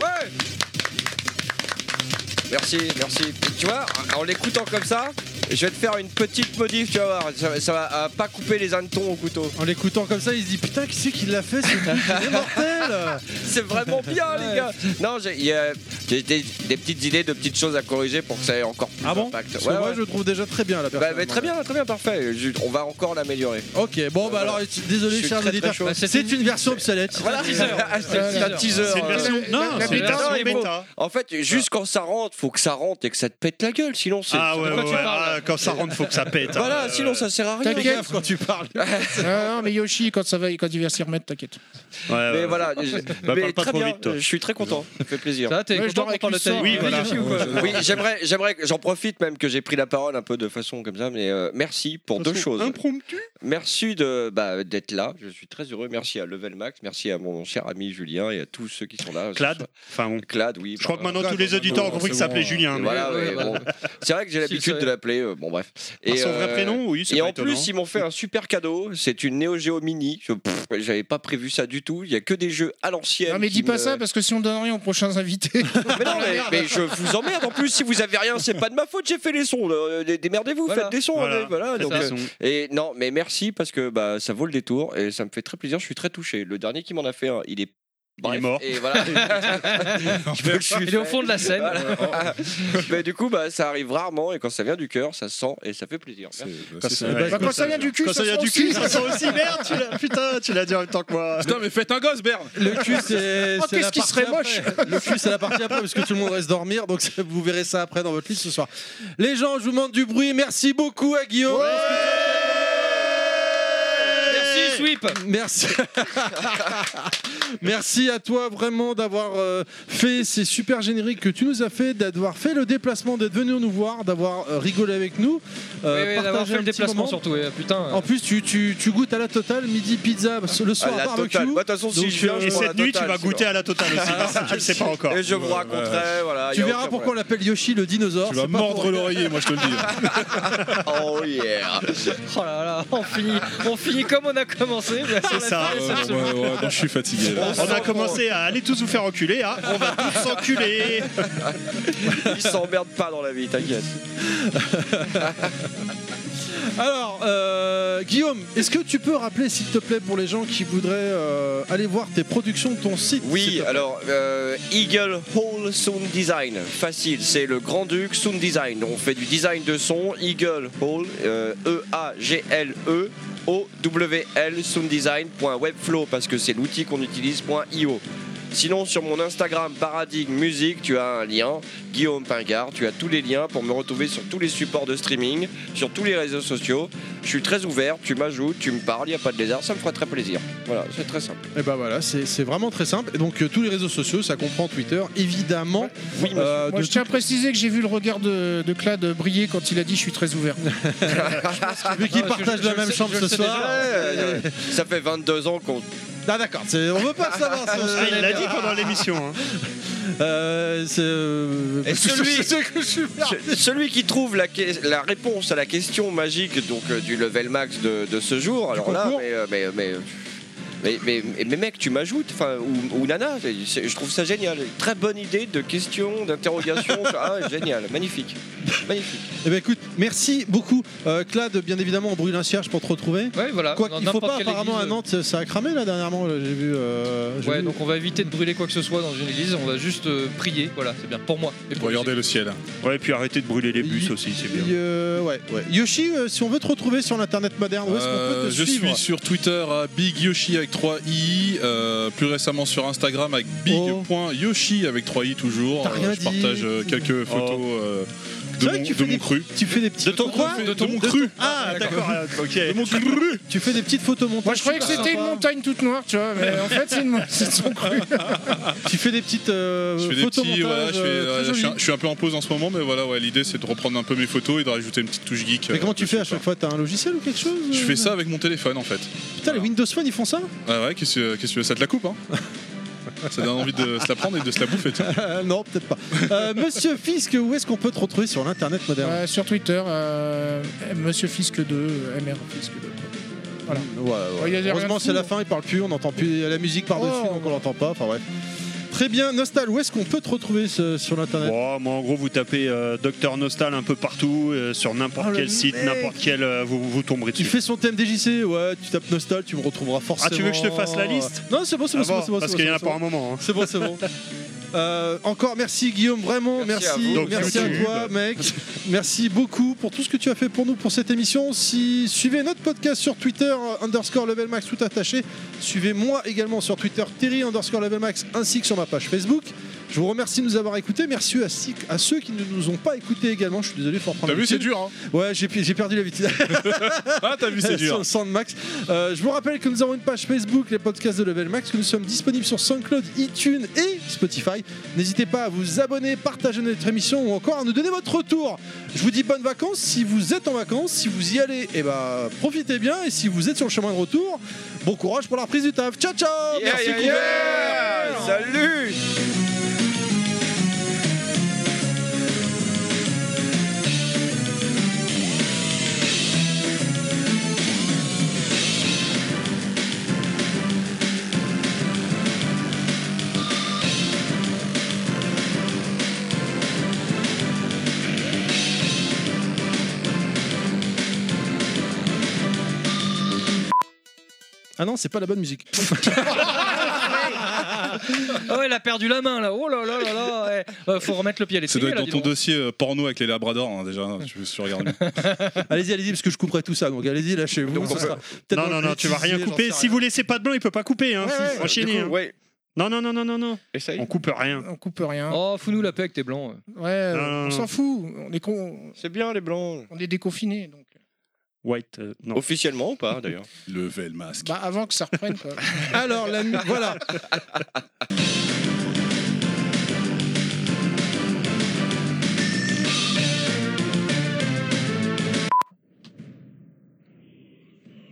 Speaker 7: merci, merci. Et tu vois, en l'écoutant comme ça, je vais te faire une petite modif, tu vas voir. Ça, va- ça va euh, pas couper les hannetons au couteau.
Speaker 1: En l'écoutant comme ça, il se dit putain, qui c'est qui l'a fait C'est
Speaker 7: <laughs>
Speaker 1: mortel
Speaker 7: C'est vraiment bien, les gars. Non, j'ai il y a- j'ai des, des petites idées, de petites choses à corriger pour que ça ait encore plus
Speaker 1: Ah bon
Speaker 7: d'impact.
Speaker 1: Parce que
Speaker 7: Ouais,
Speaker 1: moi,
Speaker 7: ouais.
Speaker 1: je le trouve déjà très bien la
Speaker 7: Bah,
Speaker 1: personne.
Speaker 7: mais très bien, très bien, parfait. Je- on va encore l'améliorer.
Speaker 1: Ok, bon, bah alors, désolé,
Speaker 7: Je suis
Speaker 1: chers
Speaker 7: très, très
Speaker 1: auditeurs.
Speaker 7: chaud.
Speaker 4: Bah,
Speaker 1: C'est une version obsolète.
Speaker 7: Voilà,
Speaker 4: C'est un teaser.
Speaker 7: <laughs> c'est un teaser.
Speaker 6: C'est une version.
Speaker 3: la-
Speaker 6: Non,
Speaker 3: la-
Speaker 6: c'est une
Speaker 4: la-
Speaker 6: version
Speaker 7: la-
Speaker 6: bêta.
Speaker 7: En fait, juste quand ça rentre, faut que ça rentre et que ça te pète la gueule, sinon c'est.
Speaker 6: Ah ouais,
Speaker 4: quoi
Speaker 6: ouais,
Speaker 4: tu
Speaker 6: ouais,
Speaker 4: parles
Speaker 6: ah, quand ça rentre, faut que ça pète.
Speaker 7: Voilà,
Speaker 6: hein.
Speaker 7: sinon ça sert à rien.
Speaker 1: Fais
Speaker 3: T'inquiète.
Speaker 1: gaffe quand tu parles.
Speaker 3: Ah, non, mais Yoshi, quand, ça va, quand il va s'y remettre, t'inquiète.
Speaker 6: Ouais, Ah ouais,
Speaker 7: Mais
Speaker 6: ouais.
Speaker 7: voilà, je- mais
Speaker 6: parle pas
Speaker 7: très
Speaker 6: trop
Speaker 7: bien,
Speaker 6: vite, toi.
Speaker 7: je suis très content, ça fait plaisir.
Speaker 4: Ça, t'es
Speaker 3: Ouais, je
Speaker 4: content
Speaker 3: dors
Speaker 4: qu'on
Speaker 3: avec
Speaker 4: parle de
Speaker 3: le sort,
Speaker 4: ta
Speaker 6: Oui,
Speaker 4: vie.
Speaker 6: voilà.
Speaker 7: Oui, j'aimerais, j'aimerais, que- j'en profite même que j'ai pris la parole un peu de façon comme ça, mais euh, merci pour deux choses.
Speaker 6: Impromptu.
Speaker 7: Merci de bah, d'être là, je suis très heureux. Merci à Level Max, merci à mon cher ami Julien et à tous ceux qui sont là.
Speaker 6: Clad. Enfin bon.
Speaker 7: Clad, oui.
Speaker 6: Je crois que
Speaker 7: pardon.
Speaker 6: maintenant tous les auditeurs ont compris que ça s'appelait Julien.
Speaker 7: Et
Speaker 6: mais- euh,
Speaker 7: voilà, ouais,
Speaker 4: Ouais,
Speaker 7: bon. C'est vrai que j'ai
Speaker 4: Si,
Speaker 7: l'habitude
Speaker 4: c'est-
Speaker 7: de l'appeler. euh, bon bref.
Speaker 6: Par son vrai
Speaker 7: euh,
Speaker 6: prénom, oui, c'est
Speaker 7: Et
Speaker 6: pas
Speaker 7: en
Speaker 6: étonnant.
Speaker 7: plus, ils m'ont fait un super cadeau. C'est une Neo Geo Mini. Je- pff, J'avais pas prévu ça du tout. Il y a que des jeux à l'ancienne.
Speaker 3: Non, mais
Speaker 7: qui
Speaker 3: dis pas
Speaker 7: me-
Speaker 3: ça parce que si on donne rien aux
Speaker 7: <laughs>
Speaker 3: prochains invités.
Speaker 7: Mais non, mais, mais je vous emmerde. En plus, si vous avez rien, c'est pas de ma faute. J'ai fait les sons. là. Dé- Démerdez-vous,
Speaker 4: Voilà.
Speaker 7: faites des sons.
Speaker 6: Voilà.
Speaker 7: mais voilà,
Speaker 6: Faites
Speaker 7: donc,
Speaker 6: <laughs> des
Speaker 7: euh,
Speaker 6: sons.
Speaker 7: et non, mais merci merci parce que bah, ça vaut le détour et ça me fait très plaisir. Je suis très touché. Le dernier qui m'en a fait, un, il est. Bref,
Speaker 6: mort.
Speaker 7: Et voilà. Je veux que je
Speaker 4: Il est au fond de la scène.
Speaker 7: Voilà. <laughs> Mais du coup, bah, ça arrive rarement et quand ça vient du cœur, ça sent et ça fait plaisir. Merci.
Speaker 6: c'est- Bah, quand ça vient du cul,
Speaker 7: Quand
Speaker 6: ça
Speaker 7: vient
Speaker 6: sent
Speaker 7: du cul,
Speaker 6: aussi.
Speaker 7: ça
Speaker 6: <laughs>
Speaker 7: sent aussi merde.
Speaker 6: tu l'as- putain, tu l'as dit en même temps que moi.
Speaker 5: Putain, mais faites un gosse, Berne
Speaker 1: Le cul,
Speaker 4: <laughs>
Speaker 1: c'est.
Speaker 4: Oh,
Speaker 1: c'est la partie après. Le cul, c'est la partie après, parce que tout le monde reste dormir, donc ça- vous verrez ça après dans votre liste ce soir. Les gens, je vous demande du bruit. Merci beaucoup à Guillaume.
Speaker 4: Merci, Sweep.
Speaker 1: Merci. <laughs> Merci à toi vraiment d'avoir euh, fait ces super génériques que tu nous as fait, d'avoir fait le déplacement, d'être venu nous voir, d'avoir euh, rigolé avec nous. euh,
Speaker 4: Oui, oui,
Speaker 1: partagé
Speaker 4: d'avoir fait
Speaker 1: un
Speaker 4: le
Speaker 1: petit
Speaker 4: déplacement
Speaker 1: moment.
Speaker 4: surtout. et, putain.
Speaker 1: En plus, tu, tu- tu goûtes à la totale, midi pizza, le soir
Speaker 7: À la
Speaker 1: barbecue.
Speaker 7: totale. Bah, de toute façon, si
Speaker 1: Donc,
Speaker 7: je viens,
Speaker 1: euh,
Speaker 7: je prends la totale, c'est bon.
Speaker 6: <laughs>
Speaker 7: Et je vous raconterai, voilà.
Speaker 1: Tu verras pourquoi on l'appelle Yoshi le dinosaure.
Speaker 5: Tu vas
Speaker 1: c'est pas
Speaker 5: mordre
Speaker 1: pour-
Speaker 5: l'oreiller, moi je te le dis.
Speaker 7: Oh yeah
Speaker 4: Oh là là, on finit, on finit comme on a commencé. mais
Speaker 6: C'est
Speaker 4: on a
Speaker 6: ça.
Speaker 4: fait
Speaker 5: Ouais,
Speaker 4: cette semaine.
Speaker 5: ouais, ouais, non, je suis fatigué là.
Speaker 6: On a commencé à aller tous vous faire enculer, hein. on va tous s'enculer.
Speaker 7: Ils s'emmerdent pas dans la vie, t'inquiète.
Speaker 1: Alors, euh, Guillaume, est-ce que tu peux rappeler, s'il te plaît, pour les gens qui voudraient euh, aller voir tes productions, de ton site
Speaker 7: Oui, alors euh, Eagle Hall Sound Design, facile, c'est le Grand Duc Sound Design. On fait du design de son, Eagle Hall, euh, E-A-G-L-E. O-W-L sounddesign.webflow parce que c'est l'outil qu'on utilise point .io. Sinon sur mon Instagram Paradigme Musique tu as un lien, Guillaume Pingard, tu as tous les liens pour me retrouver sur tous les supports de streaming, sur tous les réseaux sociaux. Je suis très ouvert, tu m'ajoutes, tu me parles, il n'y a pas de lézard, ça me fera très plaisir. Voilà, c'est très simple.
Speaker 1: Et ben voilà, c'est c'est vraiment très simple. Et donc, euh, tous les réseaux sociaux, ça comprend Twitter, évidemment. Euh,
Speaker 3: <laughs> Moi,
Speaker 1: de
Speaker 3: je tiens à préciser que j'ai vu le regard de, de Clad briller quand il a dit je suis très ouvert.
Speaker 1: Vu qu'ils
Speaker 3: Ah,
Speaker 1: partagent
Speaker 3: je- je
Speaker 1: la
Speaker 3: le
Speaker 1: même
Speaker 3: sais-
Speaker 1: chambre
Speaker 3: je
Speaker 1: ce
Speaker 3: le sais
Speaker 1: soir.
Speaker 7: Ouais, ouais, ouais. ça fait 22 ans qu'on.
Speaker 1: Ah d'accord, c'est- on veut pas le savoir. ça, on se connaît
Speaker 6: il l'a
Speaker 1: bien.
Speaker 6: dit pendant l'émission. hein.
Speaker 1: Euh, c'est, euh,
Speaker 7: Et
Speaker 1: parce que
Speaker 7: celui-
Speaker 1: je sais que je suis merde.
Speaker 7: Ce- Celui qui trouve la, que- la réponse à la question magique donc euh, du level max de, de ce jour, alors là,
Speaker 1: concours
Speaker 7: mais, euh, mais, mais, mais, mais, mais- mais mec, tu m'ajoutes, enfin, ou, ou nana, c'est- c'est- je trouve ça génial. Très bonne idée de question, d'interrogation, ah, génial, magnifique, magnifique.
Speaker 1: Eh ben écoute, merci beaucoup, euh, Clad. Bien évidemment, on brûle un cierge pour te retrouver.
Speaker 4: Ouais, voilà.
Speaker 1: Quoi
Speaker 4: Ah, dans
Speaker 1: qu'il faut
Speaker 4: n'importe
Speaker 1: pas,
Speaker 4: quelle
Speaker 1: apparemment à
Speaker 4: église.
Speaker 1: Nantes, ça a cramé là dernièrement. là, J'ai vu. euh, j'ai
Speaker 4: Ouais,
Speaker 1: vu.
Speaker 4: donc on va éviter de brûler quoi que ce soit dans une église, on va juste euh, prier, voilà, c'est bien pour moi. Et pour
Speaker 5: Regardez le ciel.
Speaker 6: Ouais, et puis arrêtez de brûler les bus aussi, c'est bien.
Speaker 1: Et, euh, ouais, ouais. Yoshi, euh, si on veut te retrouver sur l'internet moderne, où est-ce qu'on peut
Speaker 5: Euh,
Speaker 1: te
Speaker 5: je
Speaker 1: suivre
Speaker 5: suis sur Twitter à Big Yoshi avec 3 i, euh, plus récemment sur Instagram avec big.yoshi avec 3 i toujours.
Speaker 1: T'as rien
Speaker 5: je partage
Speaker 1: dit.
Speaker 5: euh, quelques photos euh, de,
Speaker 1: C'est vrai
Speaker 5: mon,
Speaker 1: que tu
Speaker 5: de
Speaker 1: fais
Speaker 5: mon
Speaker 1: des-
Speaker 5: cru.
Speaker 1: Tu fais des petites
Speaker 6: De ton
Speaker 1: photos- hein.
Speaker 6: coin
Speaker 5: de ton
Speaker 1: de
Speaker 5: cru. Euh,
Speaker 6: Ah, d'accord, ok.
Speaker 5: De mon cru.
Speaker 1: Tu fais des petites photos montées.
Speaker 3: Moi, je croyais que c'était une montagne toute noire, tu vois, mais en fait, c'est une mon- <laughs> c'est son cru.
Speaker 1: Tu fais des petites euh,
Speaker 5: Je fais des
Speaker 1: photos
Speaker 5: petits, voilà,
Speaker 1: montages.
Speaker 5: je,
Speaker 1: euh,
Speaker 5: fais, euh,
Speaker 1: très
Speaker 5: je suis un,
Speaker 1: jolies.
Speaker 5: je suis un peu en pause en ce moment, mais voilà, ouais, l'idée c'est de reprendre un peu mes photos et de rajouter une petite touche geek.
Speaker 1: Mais
Speaker 5: euh,
Speaker 1: comment tu
Speaker 5: dessus,
Speaker 1: fais à
Speaker 5: quoi.
Speaker 1: chaque fois T'as un logiciel ou quelque chose euh
Speaker 5: Je fais ça avec mon téléphone en fait.
Speaker 1: Putain, les Windows Phone, ils font
Speaker 5: <laughs>
Speaker 1: ça
Speaker 5: Ah ouais, qu'est-ce que qu'est-ce que tu veux, ça te la coupe hein Ça donne envie de se la prendre et de se la bouffer, tiens.
Speaker 1: Euh, Non, peut-être pas. Euh, Monsieur Fisk, où est-ce qu'on peut te retrouver sur l'internet moderne
Speaker 3: Euh, sur Twitter, euh, Monsieur Fisque 2, euh, MR Fisque 2. Voilà.
Speaker 1: Ouais, ouais.
Speaker 3: Ouais, y a rien
Speaker 1: Heureusement,
Speaker 3: de fou,
Speaker 1: c'est la
Speaker 3: hein.
Speaker 1: fin, il parle plus, on n'entend plus la musique par-dessus,
Speaker 3: Oh.
Speaker 1: donc on l'entend pas. Enfin, ouais. Très bien, Nostal, où est-ce qu'on peut te retrouver ce- sur l'internet
Speaker 6: Bon, moi en gros vous tapez euh, Docteur Nostal un peu partout, euh, sur n'importe
Speaker 1: Oh, le
Speaker 6: quel site,
Speaker 1: mec.
Speaker 6: n'importe quel, euh, vous, vous tomberez
Speaker 1: Tu
Speaker 6: dessus.
Speaker 1: fais son thème DJC, ouais, tu tapes Nostal, tu me retrouveras forcément.
Speaker 6: Ah, veux que je te fasse la liste
Speaker 1: Non, c'est bon, c'est bon,
Speaker 6: Ah
Speaker 1: c'est
Speaker 6: bon,
Speaker 1: bon. c'est bon,
Speaker 6: parce
Speaker 1: c'est
Speaker 6: qu'il y en
Speaker 1: bon,
Speaker 6: a
Speaker 1: c'est
Speaker 6: pour un
Speaker 1: bon.
Speaker 6: moment. hein.
Speaker 1: C'est bon, c'est bon. Euh, encore merci Guillaume, vraiment
Speaker 7: Merci à
Speaker 1: merci,
Speaker 7: vous.
Speaker 1: merci, à,
Speaker 6: Donc,
Speaker 1: toi mec, merci beaucoup pour tout ce que tu as fait pour nous pour cette émission. Si suivez notre podcast sur Twitter euh, underscore level max tout attaché, suivez moi également sur Twitter Terry underscore level max ainsi que sur ma page Facebook. Je vous remercie de nous avoir écoutés, merci à, si- à ceux qui ne nous ont pas écoutés également. Je suis désolé, faut reprendre.
Speaker 5: T'as vu, c'est
Speaker 1: l'habitude.
Speaker 5: dur,
Speaker 6: <laughs>
Speaker 5: hein
Speaker 1: Ouais, j'ai j'ai perdu l'habitude.
Speaker 5: Ah, t'as vu, c'est
Speaker 1: sur
Speaker 6: <laughs>
Speaker 5: dur.
Speaker 1: le Soundmax. Euh, je vous rappelle que nous avons une page Facebook, les podcasts de Level Max, que nous sommes disponibles sur SoundCloud, iTunes et Spotify. N'hésitez pas à vous abonner, partager notre émission ou encore à nous donner votre retour. Je vous dis bonnes vacances. Si vous êtes en vacances, si vous y allez, eh ben, profitez bien. Et si vous êtes sur le chemin de retour, bon courage pour la reprise du taf. Ciao, ciao Oh, Merci,
Speaker 7: Yeah, yeah,
Speaker 1: Couvert.
Speaker 7: yeah Salut
Speaker 5: Thank
Speaker 1: Ah non, c'est pas la bonne musique.
Speaker 4: Ah ouais, elle a perdu la main là. Oh là là là là. ouais. Euh, faut remettre le pied. Elle est
Speaker 5: Ça doit
Speaker 4: saignée,
Speaker 5: être
Speaker 4: là, dis
Speaker 5: dans ton
Speaker 4: donc.
Speaker 5: dossier euh, porno avec les labradors, hein, déjà. Je me suis regardé.
Speaker 1: allez-y, allez-y, parce que je couperai tout ça. Donc allez-y, lâchez-vous.
Speaker 5: Donc,
Speaker 1: ça
Speaker 5: on
Speaker 1: sera
Speaker 5: peut-
Speaker 1: peut-être
Speaker 6: Non,
Speaker 1: dans
Speaker 6: non,
Speaker 1: le
Speaker 6: non, tu vas rien
Speaker 1: bêtisier,
Speaker 6: couper.
Speaker 1: j'en sais
Speaker 6: Si vous laissez pas de blanc, il peut pas couper. Hein, si- enchaînez.
Speaker 7: du coup,
Speaker 6: hein.
Speaker 7: ouais.
Speaker 6: Non, non, non, non, non, non. On coupe rien.
Speaker 3: On coupe rien.
Speaker 4: Oh, fous-nous la paix avec tes blancs. euh.
Speaker 3: Ouais, euh,
Speaker 6: Non, non, non.
Speaker 3: on s'en fout. On est con.
Speaker 7: C'est bien les blancs.
Speaker 3: On est déconfinés. Donc.
Speaker 6: White, euh, non.
Speaker 7: Officiellement ou pas d'ailleurs
Speaker 5: Levez le masque.
Speaker 3: Bah, avant que ça reprenne. <laughs> quoi.
Speaker 1: rien. Alors, la, voilà.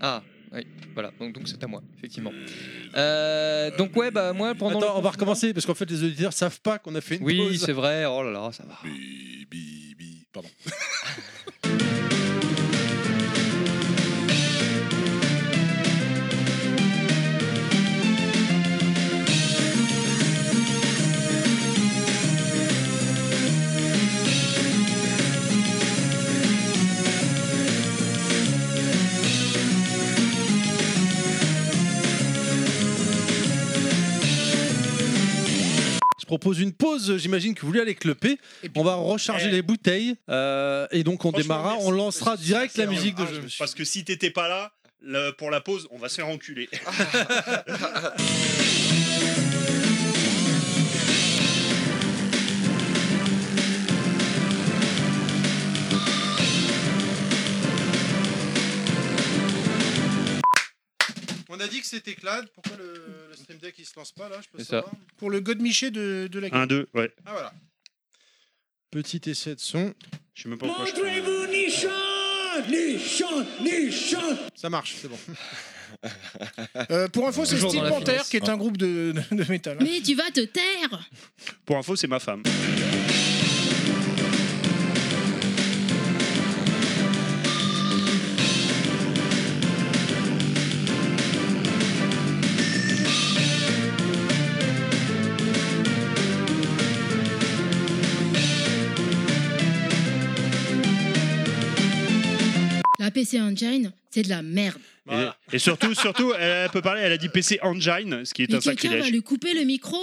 Speaker 4: Ah, oui. Voilà. Donc donc, c'est à moi, effectivement. Euh, donc ouais, bah moi pendant.
Speaker 1: Attends,
Speaker 4: le
Speaker 1: on va recommencer parce qu'en fait, les auditeurs savent pas qu'on a fait une
Speaker 4: Oui,
Speaker 1: pause.
Speaker 4: c'est vrai. Oh là là, ça va.
Speaker 5: Bi, bi, bi. Pardon.
Speaker 1: Je propose une pause. J'imagine que vous voulez aller cloper. On va recharger les bouteilles euh, et donc on
Speaker 6: Franchement,
Speaker 1: démarrera.
Speaker 6: merci.
Speaker 1: On lancera direct la musique de
Speaker 6: Ah,
Speaker 1: jeu.
Speaker 6: je- <laughs> Parce que si t'étais pas là, le- pour la pause, on va se faire enculer.
Speaker 1: On a dit que c'était Clad. Pourquoi le, stream deck il se lance pas là Je peux
Speaker 4: C'est ça. savoir
Speaker 3: Pour le God Miché de, de la
Speaker 6: <laughs> Un, deux, ouais.
Speaker 1: Ah voilà. Petit essai de son.
Speaker 6: Je sais même pas pourquoi je
Speaker 1: Ça marche, c'est bon.
Speaker 3: Euh, pour info, c'est
Speaker 4: Toujours
Speaker 3: Steel
Speaker 4: dans la
Speaker 3: Panther
Speaker 4: finesse.
Speaker 3: qui est un groupe de, de, de métal. hein.
Speaker 13: Mais tu vas te taire
Speaker 6: Pour info, c'est ma femme.
Speaker 13: La PC Engine, c'est de la merde.
Speaker 6: Et- Et, surtout, surtout, elle peut parler, elle a dit PC Engine, ce qui est
Speaker 13: Mais
Speaker 6: un
Speaker 13: quelqu'un va
Speaker 6: sacrilège.
Speaker 13: lui couper le micro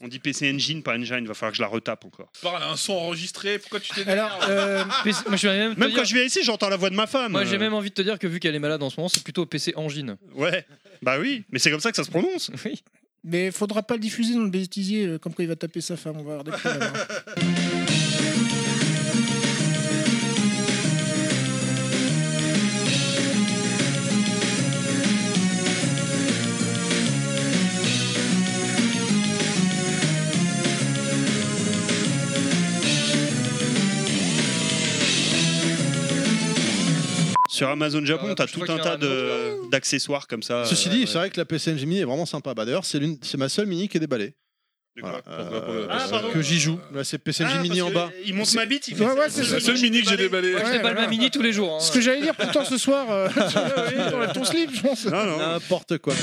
Speaker 6: On dit PC Engine, pas Engine, va falloir que je la retape encore.
Speaker 5: Parle à un son enregistré. Pourquoi tu t'es
Speaker 3: Alors, euh,
Speaker 4: Puis- Moi, je vais même, te
Speaker 6: Même
Speaker 4: dire-
Speaker 6: quand je vais ici, j'entends la voix de ma femme.
Speaker 4: Moi, j'ai
Speaker 6: Euh,
Speaker 4: même envie de te dire que vu qu'elle est malade en ce moment, c'est plutôt PC Engine.
Speaker 6: Ouais. Bah oui, mais c'est comme ça que ça se prononce.
Speaker 4: <laughs> Oui.
Speaker 3: mais faudra pas le diffuser dans le bêtisier, euh, comme quoi il va taper sa femme. On va avoir des problèmes. hein.
Speaker 6: Sur Amazon Japon,
Speaker 4: Euh,
Speaker 6: t'as
Speaker 4: je
Speaker 6: tout
Speaker 4: crois
Speaker 6: un
Speaker 4: qu'il y a
Speaker 6: tas
Speaker 5: euh,
Speaker 6: de- d'accessoires comme ça.
Speaker 1: Ceci
Speaker 6: euh,
Speaker 1: dit,
Speaker 6: ouais.
Speaker 1: c'est vrai que la PC Engine Mini est vraiment sympa. Bah, D'ailleurs, c'est l'une- c'est ma seule mini qui est déballée.
Speaker 6: De quoi
Speaker 1: Voilà,
Speaker 5: Pourquoi pour le-
Speaker 1: euh,
Speaker 5: Ah,
Speaker 6: pardon.
Speaker 1: que j'y joue. Là, c'est PC Engine
Speaker 6: Ah,
Speaker 1: Mini
Speaker 6: parce
Speaker 1: en
Speaker 6: que
Speaker 1: bas.
Speaker 6: Il monte ma bite, il fait
Speaker 3: <laughs> Ouais,
Speaker 6: ça.
Speaker 3: ouais, c'est
Speaker 5: La seule mini que j'ai déballée.
Speaker 4: Moi,
Speaker 3: Ouais,
Speaker 4: je déballe
Speaker 3: voilà.
Speaker 4: ma mini tous les jours. hein.
Speaker 3: Ce que j'allais dire, pourtant ce soir, euh, <laughs> dans ton slip, je pense.
Speaker 6: Non, non.
Speaker 1: N'importe quoi.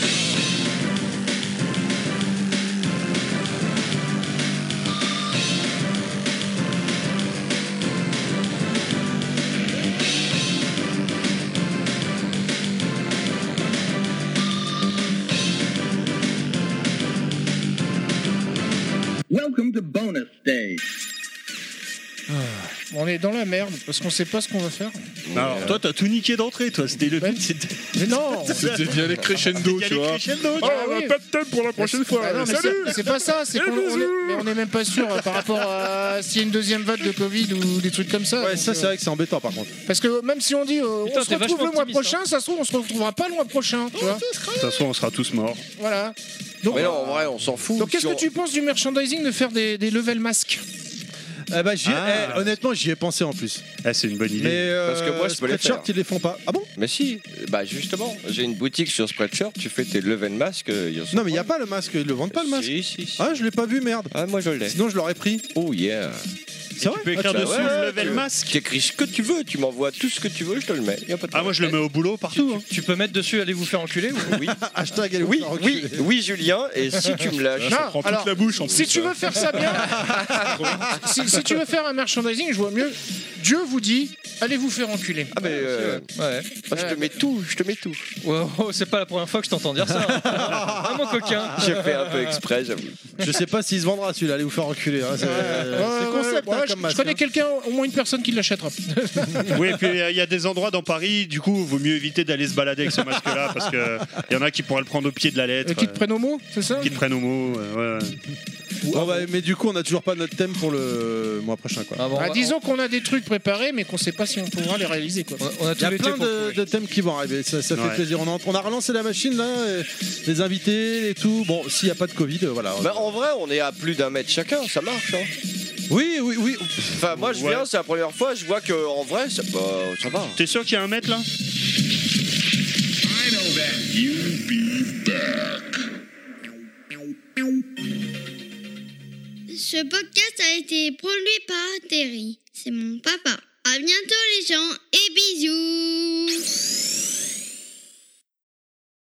Speaker 8: Welcome to bonus stage.
Speaker 3: On est dans la merde parce qu'on sait pas ce qu'on va <laughs> faire.
Speaker 6: Alors, toi, t'as tout niqué d'entrée, toi. C'était
Speaker 5: <laughs>
Speaker 6: le
Speaker 3: Ouais.
Speaker 6: but, c'était
Speaker 3: Mais <laughs> non
Speaker 5: C'était d'y aller crescendo,
Speaker 6: d'y aller
Speaker 5: tu vois.
Speaker 6: crescendo, tu
Speaker 5: Oh,
Speaker 6: vois.
Speaker 3: Ah
Speaker 5: on a
Speaker 3: oui.
Speaker 5: pas de thème pour la prochaine fois.
Speaker 6: euh,
Speaker 3: Ah non, mais
Speaker 5: Salut
Speaker 3: c'est- C'est pas ça, c'est qu'on on est, mais on est même pas sûr euh, par rapport à s'il y a une deuxième vague de Covid ou des trucs comme ça.
Speaker 1: Ouais,
Speaker 3: Donc,
Speaker 1: ça,
Speaker 3: euh,
Speaker 1: c'est vrai que c'est embêtant par contre.
Speaker 3: Parce que même si on dit euh,
Speaker 4: Putain,
Speaker 3: on se
Speaker 4: t'es
Speaker 3: retrouve
Speaker 4: vachement
Speaker 3: le mois
Speaker 4: optimiste,
Speaker 3: prochain, ça se trouve on se retrouvera pas le mois prochain, tu vois.
Speaker 6: De toute façon, on sera tous morts.
Speaker 3: Voilà. Donc,
Speaker 7: Mais non, en vrai, on s'en fout.
Speaker 3: donc qu'est-ce
Speaker 7: Si on-
Speaker 3: que tu penses du merchandising de faire des, des level masques
Speaker 1: Eh bah, j'y ai-
Speaker 6: Ah.
Speaker 1: eh, honnêtement, j'y ai pensé en plus.
Speaker 6: Ah, c'est une bonne
Speaker 1: Mais
Speaker 6: idée.
Speaker 1: euh,
Speaker 7: Parce que moi, je peux les
Speaker 1: Spreadshirt,
Speaker 7: faire.
Speaker 1: ils les font pas. Ah bon
Speaker 7: Mais si, bah justement, j'ai une boutique sur Spreadshirt, tu fais tes level masques. euh,
Speaker 1: Non, mais il y a pas le masque. Ils le vendent pas le masque.
Speaker 7: Si, si, si.
Speaker 1: Ah, je l'ai pas vu, merde.
Speaker 7: Ah, moi je l'ai.
Speaker 1: Sinon, je l'aurais pris.
Speaker 7: Oh yeah. Et
Speaker 6: tu peux
Speaker 1: Ah,
Speaker 6: écrire dessus level max.
Speaker 7: Tu écris ce que tu veux, tu m'envoies tout ce que tu veux, je te le mets.
Speaker 6: Ah, moi je le mets au boulot
Speaker 1: <laughs>
Speaker 6: partout. hein.
Speaker 4: Tu peux mettre dessus, allez vous faire enculer ou-
Speaker 7: Oui.
Speaker 1: <laughs> Hashtag allez vous
Speaker 7: Oui,
Speaker 1: faire
Speaker 7: oui,
Speaker 1: enculer.
Speaker 7: oui, Julien, et si tu
Speaker 1: <laughs>
Speaker 7: me lâches.
Speaker 3: Ça Non, prend toute alors, la
Speaker 5: bouche en
Speaker 3: Si tu veux faire ça bien, si, si tu veux faire un merchandising, je vois mieux. Dieu vous dit, allez vous faire enculer.
Speaker 7: Ah, mais. euh,
Speaker 4: Ouais.
Speaker 7: moi, je te mets tout, je te mets tout.
Speaker 4: Wow, Oh, c'est pas la première fois que je t'entends dire ça. hein. Ah, mon coquin.
Speaker 7: J'ai fait un peu exprès, j'avoue.
Speaker 1: Je sais pas s'il se vendra celui-là, allez vous faire enculer. hein, C'est
Speaker 3: Ouais,
Speaker 1: c'est
Speaker 3: ouais,
Speaker 1: concept
Speaker 3: Euh, ouais,
Speaker 1: hein,
Speaker 3: ouais,
Speaker 1: comme
Speaker 3: je, je
Speaker 1: masque.
Speaker 3: connais quelqu'un, au moins une personne qui l'achètera.
Speaker 6: Oui, et puis il y a des endroits dans Paris, du coup, vaut mieux éviter d'aller se balader avec ce masque-là parce que il y en a qui pourraient le prendre au pied de la lettre.
Speaker 3: Euh, qui te prennent au mot, c'est ça
Speaker 6: Qui te prennent au mot. euh, ouais, ouais.
Speaker 1: Bon, bah, mais du coup, on a toujours pas notre thème pour le mois prochain. Quoi.
Speaker 4: Ah, bon, on
Speaker 3: Ah,
Speaker 4: va-
Speaker 3: disons qu'on a des trucs préparés, mais qu'on sait pas si on pourra les réaliser. Quoi.
Speaker 4: on- on a
Speaker 1: Il y
Speaker 4: tous
Speaker 1: a
Speaker 4: les
Speaker 1: plein de, de thèmes qui vont arriver, ça, ça
Speaker 6: Ouais.
Speaker 1: fait plaisir. On a, on a relancé la machine là, euh, les invités et tout. Bon, s'il n'y a pas de Covid, euh, voilà.
Speaker 7: Bah, en vrai, on est à plus d'un mètre chacun, ça marche. Hein.
Speaker 1: Oui, oui, oui.
Speaker 7: Enfin, moi, je
Speaker 6: Ouais.
Speaker 7: viens, c'est la première fois, je vois que en vrai, ça, bah, ça va.
Speaker 6: T'es sûr qu'il y a un mètre là
Speaker 10: Ce podcast a été produit par Terry. C'est mon papa. À bientôt